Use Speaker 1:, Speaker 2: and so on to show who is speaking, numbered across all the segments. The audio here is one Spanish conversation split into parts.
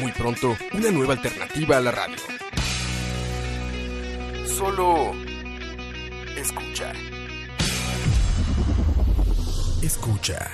Speaker 1: Muy pronto, una nueva alternativa a la radio. Solo escucha. Escucha.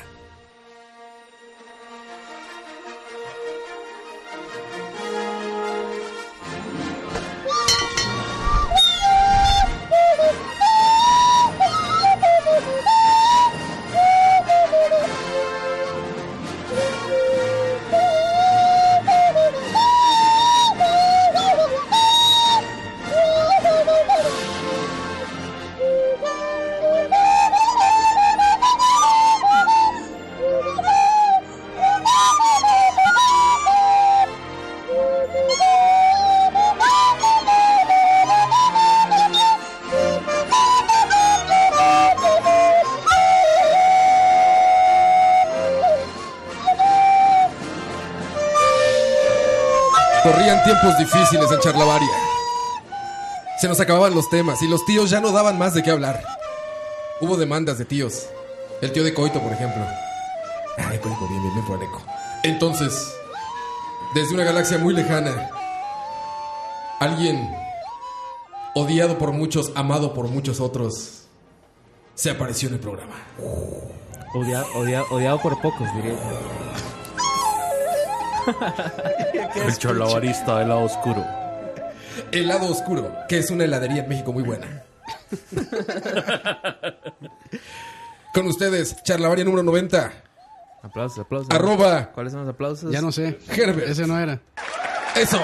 Speaker 2: Corrían tiempos difíciles en Charlavaria. Se nos acababan los temas y los tíos ya no daban más de qué hablar. Hubo demandas de tíos. El tío de Coito, por ejemplo. Ay, Coito, bien, bien, bien por Areco. Entonces, desde una galaxia muy lejana, alguien odiado por muchos, amado por muchos otros, se apareció en el programa.
Speaker 3: Odia- odia- odiado por pocos, diría yo.
Speaker 4: El cholabarista del lado oscuro.
Speaker 2: El lado oscuro, que es una heladería en México muy buena. Con ustedes, Charlavaria número 90,
Speaker 3: Aplausos, aplausos.
Speaker 2: Arroba.
Speaker 3: ¿Cuáles son los aplausos?
Speaker 5: Ya no sé.
Speaker 2: Herbert.
Speaker 5: Ese no era.
Speaker 2: Eso.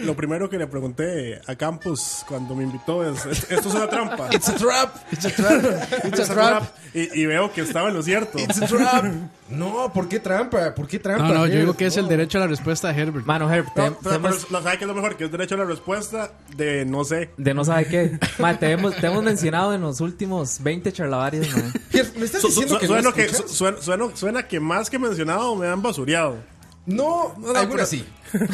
Speaker 6: Lo primero que le pregunté a Campus cuando me invitó es, es- esto es una trampa.
Speaker 2: It's a trap. It's a trap. It's
Speaker 6: Es
Speaker 2: a
Speaker 6: una
Speaker 2: trap.
Speaker 6: Y, y veo que estaba en lo cierto.
Speaker 2: It's a trap. No, ¿por qué trampa? ¿Por qué trampa?
Speaker 5: No, no, yo
Speaker 2: Herbert?
Speaker 5: digo que es el derecho a la respuesta de Herbert.
Speaker 3: Mano, Herb, te-
Speaker 6: No, pero, pero
Speaker 3: tenemos-
Speaker 6: lo- ¿sabe qué es lo mejor? Que es derecho a la respuesta de no sé.
Speaker 3: de no sabe qué. Ma, te, hemos, te hemos mencionado en los últimos 20 charlavarios, ma.
Speaker 2: Herbert, ¿Me estás
Speaker 6: Su- su-
Speaker 2: diciendo
Speaker 6: su-
Speaker 2: que
Speaker 6: suena,
Speaker 2: no
Speaker 6: que,
Speaker 2: escuchas?
Speaker 6: su- suena, suena- suena que más que mencionado me han basureado.
Speaker 2: No, alguna
Speaker 6: pero-
Speaker 2: sí.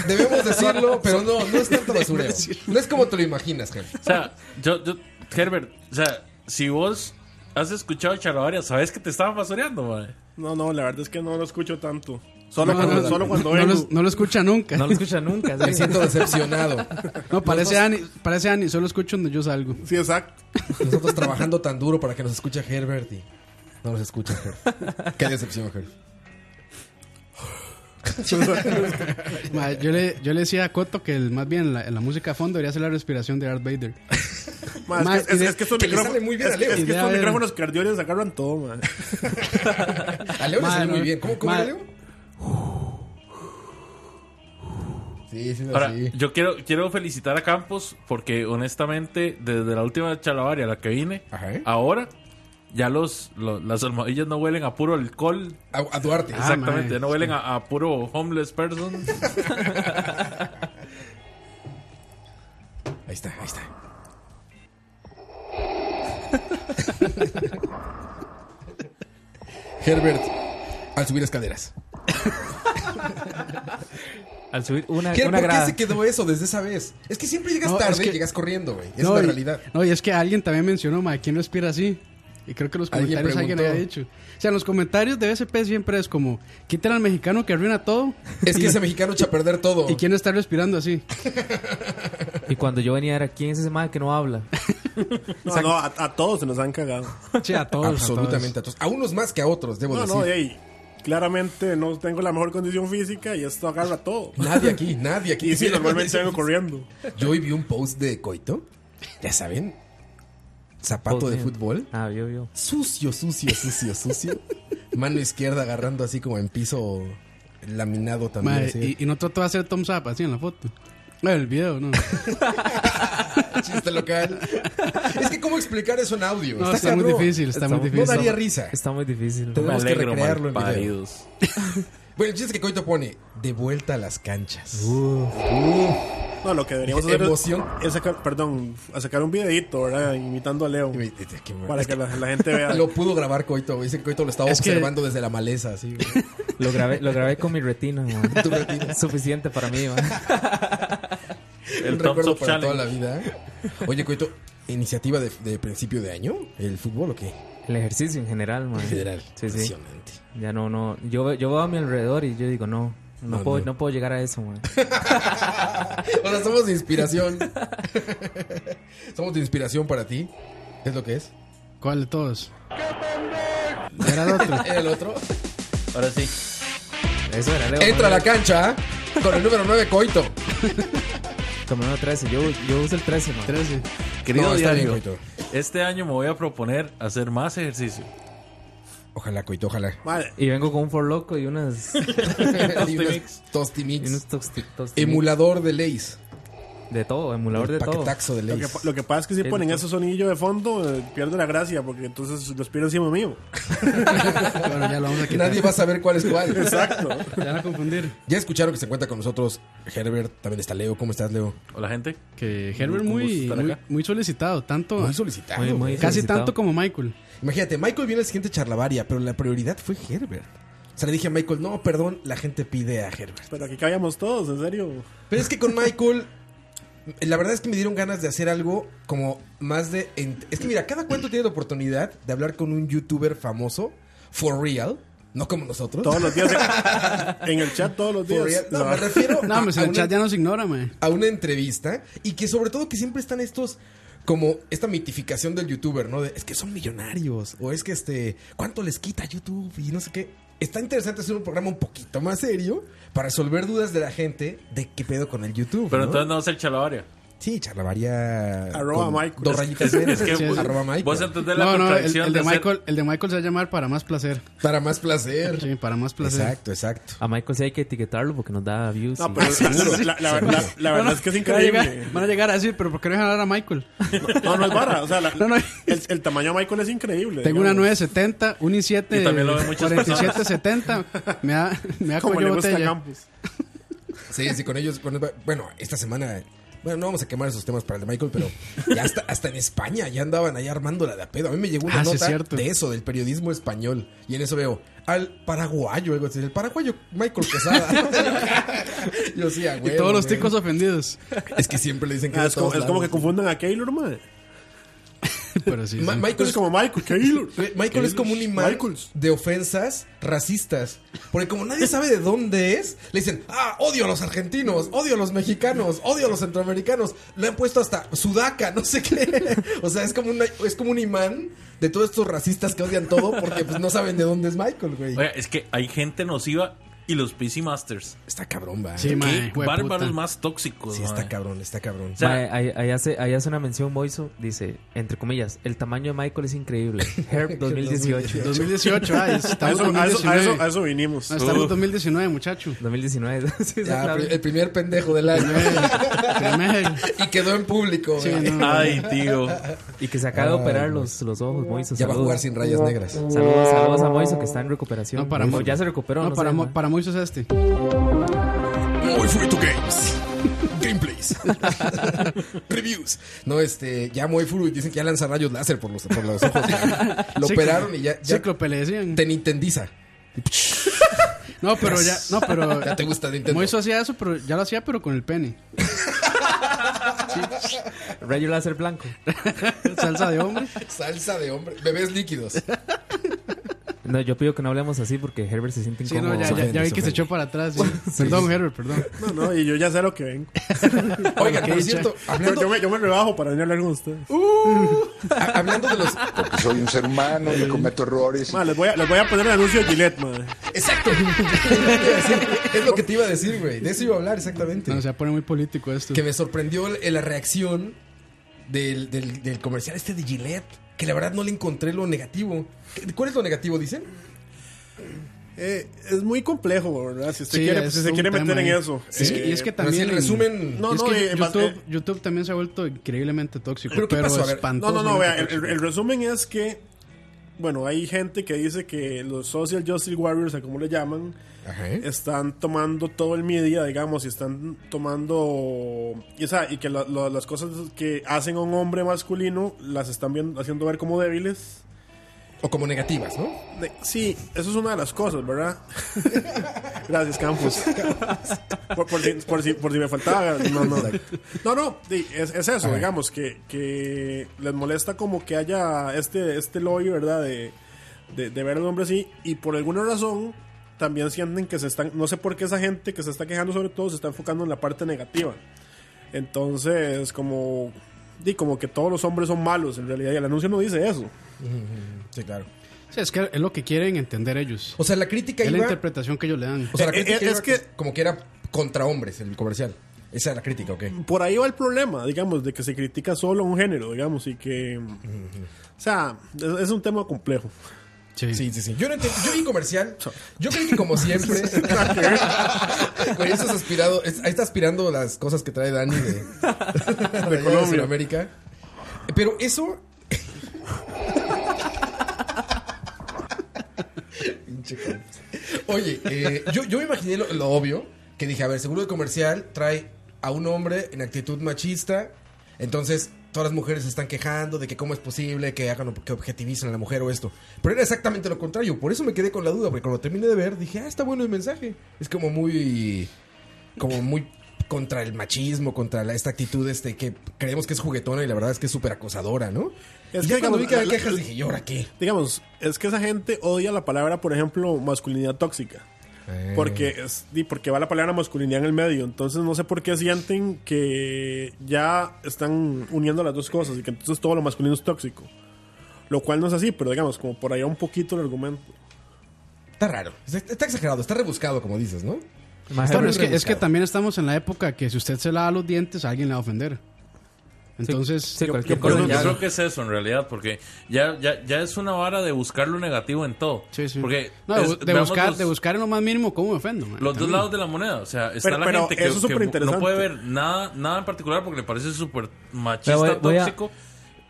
Speaker 2: Debemos decirlo, pero no, no es tanto basureo. No es como te lo imaginas, Herbert.
Speaker 4: O sea, yo, yo, Herbert, o sea, si vos has escuchado Chalabaria, sabes que te estaban basureando, madre.
Speaker 6: No, no, la verdad es que no lo escucho tanto. Solo
Speaker 5: No,
Speaker 6: cuando,
Speaker 5: no,
Speaker 6: solo cuando
Speaker 5: no,
Speaker 6: vengo.
Speaker 5: lo, no lo escucha nunca.
Speaker 3: No
Speaker 5: No,
Speaker 3: lo escucha nunca.
Speaker 2: Me
Speaker 3: sí.
Speaker 2: siento decepcionado.
Speaker 5: parece Ani, parece Ani, solo escucho donde yo salgo.
Speaker 6: Sí, exacto.
Speaker 2: Nosotros trabajando tan duro para que nos escuche Herbert y no nos escucha Herbert. Qué decepción, Herbert.
Speaker 5: Ma, yo, le, yo le decía a Coto que el- más bien la, la música a fondo debería ser la respiración de Darth Vader.
Speaker 6: Ma,
Speaker 5: Ma,
Speaker 6: es, que, es-
Speaker 5: y de-
Speaker 6: es que estos
Speaker 2: que le sale
Speaker 6: micrófonos.
Speaker 2: muy bien a
Speaker 6: es que-
Speaker 2: Leo.
Speaker 6: es que
Speaker 5: Y de
Speaker 6: estos
Speaker 5: haber-
Speaker 6: micrófonos cardioides sacaron todo, man.
Speaker 2: A Leo le
Speaker 5: Madre,
Speaker 2: salió muy
Speaker 5: no.
Speaker 2: bien. ¿Cómo, cómo era
Speaker 5: Madre.
Speaker 2: Leo? Sí, sí,
Speaker 4: Ahora,
Speaker 2: Pues sí.
Speaker 4: yo quiero, quiero felicitar a Campos porque honestamente, desde la última Chalabaria a la que vine,
Speaker 2: Ajá.
Speaker 4: ahora ya los, lo- las almohadillas no huelen a puro alcohol.
Speaker 2: A, a Duarte.
Speaker 5: Ah,
Speaker 4: Exactamente,
Speaker 5: mae,
Speaker 4: ya no huelen a, a puro homeless person.
Speaker 2: Ahí está, ahí está. Herbert, al subir escaleras.
Speaker 3: Al subir una,
Speaker 2: ¿Qué-
Speaker 3: una
Speaker 2: ¿Por qué
Speaker 3: grada.
Speaker 2: se quedó eso desde esa vez? Es que siempre llegas
Speaker 5: Ah, No, es
Speaker 2: tarde y
Speaker 5: que-
Speaker 2: llegas corriendo, güey. Esa
Speaker 5: No,
Speaker 2: es
Speaker 5: y-
Speaker 2: la realidad.
Speaker 5: No, y es que alguien también mencionó, ma, ¿quién respira así? Y creo que en los
Speaker 2: Alguien
Speaker 5: comentarios alguien
Speaker 2: preguntó.
Speaker 5: había dicho. O sea, en los comentarios de BSP siempre es como, quiten al mexicano que arruina todo.
Speaker 2: Es que ese mexicano echa a perder todo.
Speaker 5: ¿Y quién está respirando así?
Speaker 3: Y cuando yo venía era, ¿quién es ese man que no habla?
Speaker 6: No, no, a, a todos se nos han cagado.
Speaker 5: Che, a todos. a todos.
Speaker 2: Absolutamente a todos. A unos más que a otros, debo
Speaker 6: No,
Speaker 2: decir.
Speaker 6: no, ey. Claramente no tengo la mejor condición física y esto agarra todo.
Speaker 2: Nadie aquí, nadie aquí.
Speaker 6: Y sí, normalmente vengo corriendo.
Speaker 2: Yo hoy vi un post de Coito. Ya saben. Zapato
Speaker 3: Oh,
Speaker 2: de
Speaker 3: damn.
Speaker 2: fútbol.
Speaker 3: Ah, yo, yo.
Speaker 2: Sucio, sucio, sucio, sucio. Mano izquierda agarrando así como en piso laminado también.
Speaker 5: Ma,
Speaker 2: así.
Speaker 5: y, y no trató de hacer thumbs up así en la foto. No, el video, no.
Speaker 2: chiste local. Es que, ¿cómo explicar eso en audio?
Speaker 5: No, está muy
Speaker 2: cabrón.
Speaker 5: difícil, está muy
Speaker 3: Estamos-
Speaker 2: No
Speaker 5: difícil.
Speaker 2: daría risa.
Speaker 3: Está muy difícil.
Speaker 2: Tenemos que
Speaker 4: alegro,
Speaker 2: recrearlo en video.
Speaker 4: malparidos.
Speaker 2: Bueno, el chiste que Coito pone, de vuelta a las canchas.
Speaker 6: Uh. No, lo que deberíamos hacer
Speaker 2: Emoción.
Speaker 6: es, es sacar, perdón, a sacar un videito, ¿verdad? Imitando a Leo.
Speaker 2: Y me- es que-
Speaker 6: Para
Speaker 2: es
Speaker 6: que la, la gente vea.
Speaker 2: que Lo pudo grabar Coito, güey. Dice que Coito lo estaba
Speaker 5: Es que-
Speaker 2: observando desde la maleza, así. güey.
Speaker 3: Lo grabé, lo grabé con mi retina, man.
Speaker 2: Tu retina.
Speaker 3: Suficiente para mí, man.
Speaker 4: El
Speaker 2: Un
Speaker 4: Top
Speaker 2: recuerdo
Speaker 4: Top
Speaker 2: para
Speaker 4: Challenge.
Speaker 2: toda la vida. Oye, Coito, ¿iniciativa de, de principio de año? ¿El fútbol o qué?
Speaker 3: El ejercicio en general, man.
Speaker 2: En general.
Speaker 3: Sí, sí.
Speaker 2: Impresionante.
Speaker 3: Ya no, no. Yo, yo veo a mi alrededor y yo digo, no. No,
Speaker 2: No,
Speaker 3: puedo,
Speaker 2: no.
Speaker 3: no. puedo llegar a eso, man.
Speaker 2: O sea, somos de inspiración. somos de inspiración para ti. ¿Es lo que es?
Speaker 5: ¿Cuál de todos? Era el otro.
Speaker 2: Era el otro.
Speaker 4: Ahora sí.
Speaker 3: Eso era Leo.
Speaker 2: Entra a
Speaker 3: man.
Speaker 2: la cancha con el número 9, Coito.
Speaker 3: Como no, 13. Yo, yo uso el 13, man.
Speaker 5: 13.
Speaker 4: Querido
Speaker 2: No, está bien,
Speaker 4: diario,
Speaker 2: Coito.
Speaker 4: este año me voy a proponer hacer más ejercicio.
Speaker 2: Ojalá, Coito, ojalá.
Speaker 6: Madre,
Speaker 3: Y vengo con un forloco y unas.
Speaker 2: Y unos
Speaker 4: Tostimix.
Speaker 3: y
Speaker 2: Tostimix.
Speaker 3: unos tosti- tosti-
Speaker 2: Emulador de Leis.
Speaker 3: De todo, emulador de todo.
Speaker 2: Paquetaxo de
Speaker 6: lo, que,
Speaker 2: Leis.
Speaker 6: lo que pasa es que si
Speaker 3: Sí,
Speaker 6: ponen
Speaker 3: sí.
Speaker 6: ese sonillo de fondo, eh, pierdo la gracia, porque entonces los pierdo encima mío.
Speaker 5: Bueno, ya lo vamos a quitar.
Speaker 2: Nadie va a saber cuál es cuál.
Speaker 6: Exacto.
Speaker 5: Ya van a confundir.
Speaker 2: Ya escucharon que se encuentra con nosotros Herbert, también está Leo. ¿Cómo estás, Leo?
Speaker 4: Hola, gente.
Speaker 5: Que Herbert
Speaker 4: Un gusto
Speaker 5: muy,
Speaker 4: estar
Speaker 5: muy,
Speaker 4: acá.
Speaker 5: muy solicitado. Tanto,
Speaker 2: Muy solicitado.
Speaker 3: Muy, muy-
Speaker 5: casi
Speaker 3: solicitado.
Speaker 5: tanto como Michael.
Speaker 2: Imagínate, Michael viene al siguiente charlavaria, pero la prioridad fue Herbert. O sea, le dije a Michael, no, perdón, la gente pide a Herbert.
Speaker 6: Pero aquí cabíamos todos, en serio.
Speaker 2: Pero es que con Michael, la verdad es que me dieron ganas de hacer algo como más de... ent- Es que mira, cada cuento tiene la oportunidad de hablar con un youtuber famoso, for real, no como nosotros.
Speaker 6: Todos los días. En, en el chat todos los
Speaker 2: For real.
Speaker 6: días.
Speaker 2: No,
Speaker 6: No.
Speaker 2: me refiero
Speaker 5: No,
Speaker 2: a-
Speaker 5: pues
Speaker 2: a
Speaker 5: el
Speaker 2: un
Speaker 5: chat ya nos ignora, man.
Speaker 2: a una entrevista y que sobre todo que siempre están estos como esta mitificación del youtuber, ¿no? De, es que son millonarios o es que este, ¿cuánto les quita YouTube y no sé qué? Está interesante hacer un programa un poquito más serio para resolver dudas de la gente de qué pedo con el YouTube.
Speaker 4: Pero
Speaker 2: ¿no?
Speaker 4: entonces no va a ser chalabaria.
Speaker 2: Sí, charlavaria.
Speaker 6: Arroba
Speaker 2: con
Speaker 6: Michael.
Speaker 2: Dos rayitas menos.
Speaker 4: Es que pues,
Speaker 5: Sí, sí.
Speaker 2: arroba Michael.
Speaker 4: Vos entendés la
Speaker 5: No, no, el,
Speaker 4: contradicción
Speaker 5: el de
Speaker 4: hacer-
Speaker 5: Michael, el de Michael se va a llamar para más placer.
Speaker 2: Para más placer.
Speaker 5: Sí, para más placer.
Speaker 2: Exacto, exacto.
Speaker 3: A Michael sí hay que etiquetarlo porque nos da views.
Speaker 6: No,
Speaker 3: y-
Speaker 6: pero la, la- la- la- la verdad es que es
Speaker 5: Van a, llegar,
Speaker 6: increíble.
Speaker 5: van a llegar a decir, pero ¿por qué no dejan hablar a Michael?
Speaker 6: No, no es vara. O sea, la-
Speaker 5: No, no.
Speaker 6: El, el tamaño de Michael es increíble.
Speaker 5: Tengo una
Speaker 6: digamos.
Speaker 5: 970, un i7,
Speaker 4: Y también lo ven muchas
Speaker 5: 4770. Me da, me da
Speaker 6: Ah, Como le
Speaker 5: cuello
Speaker 6: gusta a
Speaker 5: botella.
Speaker 6: Campos.
Speaker 2: Sí, sí, con ellos. con- bueno, esta semana. Bueno, no vamos a quemar esos temas para el de Michael, pero ya hasta, hasta en España ya andaban ahí armando la de a pedo. A mí me llegó una
Speaker 5: Ah, sí, es
Speaker 2: nota
Speaker 5: cierto.
Speaker 2: de eso, del periodismo español. Y en eso veo al paraguayo, algo así. El paraguayo Michael Quesada. Yo sí, a
Speaker 5: Y
Speaker 2: huevo,
Speaker 5: todos los
Speaker 2: güey.
Speaker 5: ticos ofendidos.
Speaker 2: Es que siempre le dicen que
Speaker 6: Ah,
Speaker 2: de
Speaker 6: es, como,
Speaker 2: todos
Speaker 6: es como que
Speaker 2: lados.
Speaker 6: confundan a Keylor, madre.
Speaker 5: Pero sí. sí.
Speaker 2: Ma- Michael
Speaker 6: Es
Speaker 2: es
Speaker 6: como Michael, Keylor.
Speaker 2: Güey, Michael es como un imán
Speaker 6: Michaels.
Speaker 2: de ofensas racistas. Porque como nadie sabe de dónde es, le dicen, ah, odio a los argentinos, odio a los mexicanos, odio a los centroamericanos. Le han puesto hasta sudaca, no sé qué. O sea, es como, una- es como un imán de todos estos racistas que odian todo porque pues no saben de dónde es Michael, güey.
Speaker 4: Oiga, es que hay gente nociva y los PC Masters.
Speaker 2: Está cabrón, va.
Speaker 5: Sí,
Speaker 2: Sí,
Speaker 5: ma,
Speaker 4: Qué
Speaker 5: hijo de
Speaker 4: bárbaros
Speaker 5: puta.
Speaker 4: más tóxicos.
Speaker 2: está
Speaker 4: mae.
Speaker 2: cabrón, está cabrón.
Speaker 4: O sea,
Speaker 3: Mae, ahí, ahí hace, ahí hace una mención Moiso, dice, entre comillas, el tamaño de Michael es increíble. Herb 2018.
Speaker 5: 2018, ay,
Speaker 6: A
Speaker 5: estamos
Speaker 6: eso, a eso- a
Speaker 5: 2019.
Speaker 6: eso- a eso vinimos.
Speaker 5: No, estamos
Speaker 4: Uf.
Speaker 5: 2019, muchacho.
Speaker 3: 2019. Sí,
Speaker 2: Ya, eh,
Speaker 3: claro.
Speaker 2: pri- el primer pendejo del año.
Speaker 5: Tremendo.
Speaker 2: y quedó en público,
Speaker 5: Sí,
Speaker 2: güey.
Speaker 5: no.
Speaker 4: Ay, tío.
Speaker 3: Y que se acaba de
Speaker 2: Ay,
Speaker 3: operar los, los ojos, Moiso.
Speaker 2: ah, Ya va a
Speaker 3: saludos.
Speaker 2: jugar sin rayas negras.
Speaker 3: Saludos, saludos a Moiso que está en recuperación.
Speaker 5: No, para
Speaker 3: O
Speaker 5: Mo-
Speaker 3: ya se recuperó.
Speaker 5: No,
Speaker 3: sé,
Speaker 5: para, Mo-
Speaker 3: mae.
Speaker 5: para Moiso es este.
Speaker 1: Muy free to games.
Speaker 2: Gameplays. Reviews. No, este, ya muy furu y dicen que ya lanza rayos láser por los, por los ojos. Lo
Speaker 5: Ciclo-
Speaker 2: operaron y ya, ya
Speaker 5: Cíclope le decían.
Speaker 2: te nintendiza.
Speaker 5: No, pero ya. No, pero.
Speaker 2: Ya te gusta Nintendo.
Speaker 5: Moiso hacía eso, pero ya lo hacía, pero con el pene.
Speaker 3: Rayo láser blanco.
Speaker 5: Salsa de hombre.
Speaker 2: Salsa de hombre. Bebés líquidos.
Speaker 3: No, yo pido que no hablemos así porque Herbert se siente
Speaker 5: Sí,
Speaker 3: incómodo.
Speaker 5: no, ya, ya, ya vi que
Speaker 2: Ofende,
Speaker 5: se echó
Speaker 2: ofende.
Speaker 5: para atrás. sí. Perdón, Herbert, perdón.
Speaker 6: No, no, y yo ya sé lo que vengo.
Speaker 2: Oigan,
Speaker 5: Qué
Speaker 2: por
Speaker 5: dicha.
Speaker 2: cierto,
Speaker 6: Pero yo
Speaker 2: hablando,
Speaker 6: me, yo me rebajo para venir a hablar con ustedes.
Speaker 2: ha- hablando de los.
Speaker 7: porque soy un ser humano, yo cometo errores.
Speaker 6: Ma, les, voy a, les voy a poner el anuncio de Gillette, madre.
Speaker 2: Exacto. Es lo que te iba a decir. Es lo que te iba a decir, güey. De eso iba a hablar, exactamente.
Speaker 5: No, se va a poner muy político esto.
Speaker 2: que me sorprendió el- la reacción del, del- del comercial este de Gillette. Que la verdad no le encontré lo negativo. ¿Cuál es lo negativo, dicen?
Speaker 6: Eh, es muy complejo, ¿verdad? Si usted
Speaker 5: Sí,
Speaker 6: quiere, pues,
Speaker 5: es
Speaker 6: si se
Speaker 5: un
Speaker 6: quiere meter
Speaker 5: tema
Speaker 6: en
Speaker 5: ahí.
Speaker 6: eso. Eh,
Speaker 5: Es que- y es que
Speaker 2: pero así
Speaker 5: también
Speaker 2: en
Speaker 5: en-
Speaker 2: resumen.
Speaker 6: No,
Speaker 5: es
Speaker 6: no,
Speaker 5: que
Speaker 6: eh, más-
Speaker 5: YouTube,
Speaker 6: eh,
Speaker 5: YouTube también se ha vuelto increíblemente tóxico.
Speaker 2: ¿Pero
Speaker 5: Pero,
Speaker 2: qué pasó? A ver,
Speaker 6: No,
Speaker 5: espantoso.
Speaker 6: no, no, vea, el, el- el resumen es que, bueno, hay gente que dice que los Social Justice Warriors, a como le llaman,
Speaker 2: Ajá.
Speaker 6: están tomando todo el media, digamos, y están tomando, y, o sea, y que la- la- las cosas que hacen a un hombre masculino las están viendo- haciendo ver como débiles.
Speaker 2: O como negativas, ¿no?
Speaker 6: De- Sí, eso es una de las cosas, ¿verdad? Gracias, Campos. Por, por si, por si- por si me faltaba. No, no. No, no, sí, es, es eso, digamos, que, que les molesta como que haya este, este lobby, ¿verdad? De, de, de ver al hombre así. Y por alguna razón también sienten que se están. No sé por qué esa gente que se está quejando sobre todo se está enfocando en la parte negativa. Entonces, como. Y como que todos los hombres son malos en realidad. Y el anuncio no dice eso.
Speaker 2: Sí, claro.
Speaker 5: Sí, es que es lo que quieren entender ellos.
Speaker 2: O sea, la crítica
Speaker 5: Es la
Speaker 2: iba.
Speaker 5: interpretación que ellos le dan.
Speaker 2: O sea, la
Speaker 6: Eh, eh,
Speaker 2: crítica
Speaker 6: es
Speaker 2: iba
Speaker 6: que-
Speaker 2: como que era contra hombres el comercial. Esa era la crítica, ¿ok?
Speaker 6: por ahí va el problema, digamos, de que se critica solo un género, digamos, y que... O sea, es, es un tema complejo.
Speaker 5: Sí.
Speaker 2: Sí, sí, sí. Yo no entiendo. Yo vi comercial. Yo creí que como siempre. Güey, eso es aspirado. es- ahí está aspirando las cosas que trae Dani de, de,
Speaker 6: Colombia.
Speaker 2: América. Pero eso. Pinche Campos. Oye, eh, yo, yo me imaginé lo, lo obvio, que dije, a ver, seguro el comercial trae a un hombre en actitud machista, entonces todas las mujeres se están quejando de que cómo es posible que hagan que objetivicen a la mujer o esto. Pero era exactamente lo contrario, por eso me quedé con la duda, porque cuando terminé de ver dije, ah, está bueno el mensaje. Es como muy como muy contra el machismo, contra la- esta actitud este que creemos que es juguetona y la verdad es que es súper acosadora, ¿no?
Speaker 6: Es
Speaker 2: Y ya
Speaker 6: que,
Speaker 2: cuando
Speaker 6: digamos,
Speaker 2: vi que había
Speaker 6: la-
Speaker 2: quejas
Speaker 6: la-
Speaker 2: dije, ¿y ahora qué?
Speaker 6: Digamos, es que esa gente odia la palabra, por ejemplo, masculinidad tóxica. Porque, es, y porque va la palabra masculinidad en el medio. Entonces no sé por qué sienten que ya están uniendo las dos cosas y que entonces todo lo masculino es tóxico. Lo cual no es así, pero digamos, como por ahí va un poquito el argumento.
Speaker 2: Está raro, está, está exagerado, está rebuscado, como dices, ¿no?
Speaker 3: Maje,
Speaker 5: Bueno,
Speaker 2: muy
Speaker 5: es que, es que
Speaker 2: rebuscado.
Speaker 5: también estamos en la época que si usted se lava los dientes, a alguien le va a ofender. Entonces,
Speaker 3: sí,
Speaker 5: yo-
Speaker 3: cualquier
Speaker 5: yo-
Speaker 4: Yo,
Speaker 3: cosa
Speaker 4: no-
Speaker 3: ya-
Speaker 4: yo creo que es eso en realidad, porque ya, ya, ya es una vara de buscar lo negativo en todo.
Speaker 5: sí, sí.
Speaker 4: Porque
Speaker 5: No, de,
Speaker 4: es-
Speaker 5: bu- de
Speaker 4: veamos
Speaker 5: buscar,
Speaker 4: los-
Speaker 5: de buscar en lo más mínimo cómo me ofendo. man,
Speaker 4: Los dos
Speaker 5: también.
Speaker 4: lados de la moneda, o sea, está
Speaker 6: Pero-
Speaker 4: la
Speaker 6: pero
Speaker 4: gente que,
Speaker 6: eso es
Speaker 4: que
Speaker 6: superinteresante.
Speaker 4: no puede ver nada, nada en particular porque le parece súper machista,
Speaker 3: Pero voy- voy a-
Speaker 4: tóxico,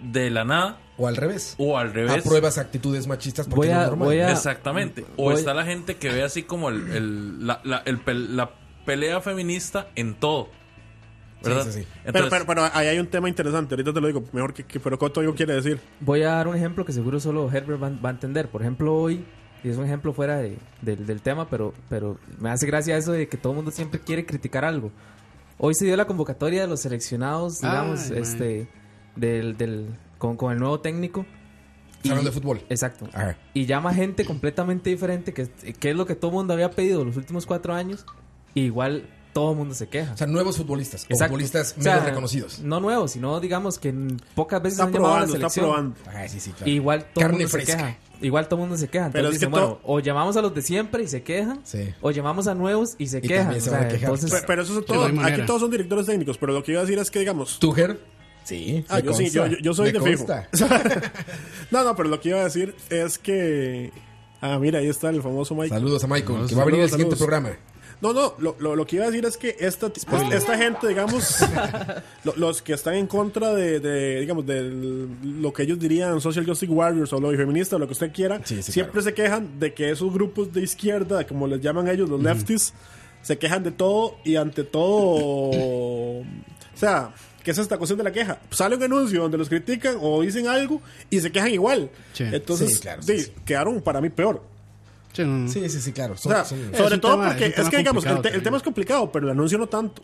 Speaker 4: de la nada,
Speaker 2: O al revés.
Speaker 4: o al revés.
Speaker 2: Apruebas actitudes machistas porque
Speaker 3: Voy
Speaker 2: es lo
Speaker 3: a-
Speaker 2: normal.
Speaker 3: voy a-
Speaker 4: Exactamente. O
Speaker 3: Voy-
Speaker 4: está la gente que ve así como el, el- la, la- el pel- la pelea feminista en todo. ¿Verdad?
Speaker 2: Sí, sí, sí.
Speaker 4: Entonces,
Speaker 6: pero, pero, pero ahí hay un tema interesante, ahorita te lo digo, mejor que, que pero Coto yo quiere decir.
Speaker 3: Voy a dar un ejemplo que seguro solo Herbert va, va a entender. Por ejemplo, hoy, y es un ejemplo fuera de- del, del tema, pero, pero me hace gracia eso de que todo el mundo siempre quiere criticar algo. Hoy se dio la convocatoria de los seleccionados,
Speaker 5: Ay,
Speaker 3: digamos,
Speaker 5: mae.
Speaker 3: este, del, del, con, con el nuevo técnico.
Speaker 2: Hablando de fútbol.
Speaker 3: Exacto.
Speaker 2: Ajá.
Speaker 3: Y llama gente completamente diferente, que, que es lo que todo el mundo había pedido los últimos cuatro años. y igual todo el mundo se queja.
Speaker 2: O sea, nuevos futbolistas. O
Speaker 3: Exacto.
Speaker 2: futbolistas
Speaker 3: O sea,
Speaker 2: menos reconocidos.
Speaker 3: No nuevos, sino digamos que en pocas veces
Speaker 6: Está
Speaker 3: han llamado a la
Speaker 6: probando, está
Speaker 3: selección.
Speaker 6: probando.
Speaker 2: Ah, sí, sí, claro.
Speaker 3: Igual todo el
Speaker 2: Carne
Speaker 3: mundo
Speaker 2: fresca.
Speaker 3: se queja. Igual todo el mundo se queja. Entonces
Speaker 6: Pero es que
Speaker 3: dicen, bueno,
Speaker 6: to-
Speaker 3: o llamamos a los de siempre y se quejan,
Speaker 2: Sí.
Speaker 3: o llamamos a nuevos y se
Speaker 2: también
Speaker 3: quejan.
Speaker 2: se
Speaker 3: o
Speaker 2: van a
Speaker 3: sea,
Speaker 2: quejar,
Speaker 3: entonces,
Speaker 6: Pe- Pero eso es
Speaker 5: no
Speaker 6: todo.
Speaker 5: hay manera.
Speaker 6: Aquí todos son directores técnicos, pero lo que iba a decir es que, digamos.
Speaker 2: ¿Tú, Ger? Sí.
Speaker 6: Ah,
Speaker 2: me
Speaker 6: yo sí,
Speaker 2: consta.
Speaker 6: yo, yo- yo soy
Speaker 2: Me
Speaker 6: de fijo.
Speaker 2: consta.
Speaker 6: no, no, pero lo que iba a decir es que. Ah, mira, ahí está el famoso Mike.
Speaker 2: Saludos a Michael,
Speaker 5: Saludos,
Speaker 2: que va a venir el
Speaker 6: saludos,
Speaker 2: siguiente
Speaker 6: saludos.
Speaker 2: programa.
Speaker 6: No, no, lo, lo- lo que iba a decir es que esta, esta gente, digamos, lo- los que están en contra de, de, digamos, de lo que ellos dirían social justice warriors o lobby feminista o lo que usted quiera,
Speaker 2: Sí, sí,
Speaker 6: siempre se quejan de que esos grupos de izquierda, como les llaman ellos, los lefties, se quejan de todo y ante todo. o sea. ¿Qué es esta cuestión de la queja? Sale un anuncio donde los critican o dicen algo y se quejan igual.
Speaker 5: Sí.
Speaker 6: Entonces,
Speaker 2: Sí, claro,
Speaker 6: di,
Speaker 2: sí, sí.
Speaker 6: quedaron para mí peor.
Speaker 5: Sí, no, no.
Speaker 2: Sí, sí, sí, claro.
Speaker 6: O
Speaker 2: Son-
Speaker 6: sea,
Speaker 2: son-
Speaker 5: Es
Speaker 6: sobre
Speaker 5: un
Speaker 6: todo
Speaker 5: tema-
Speaker 6: porque
Speaker 5: es
Speaker 6: es,
Speaker 5: un tema
Speaker 6: que digamos, el,
Speaker 5: complicado
Speaker 6: te- el
Speaker 5: también.
Speaker 6: tema es complicado, pero el anuncio no tanto.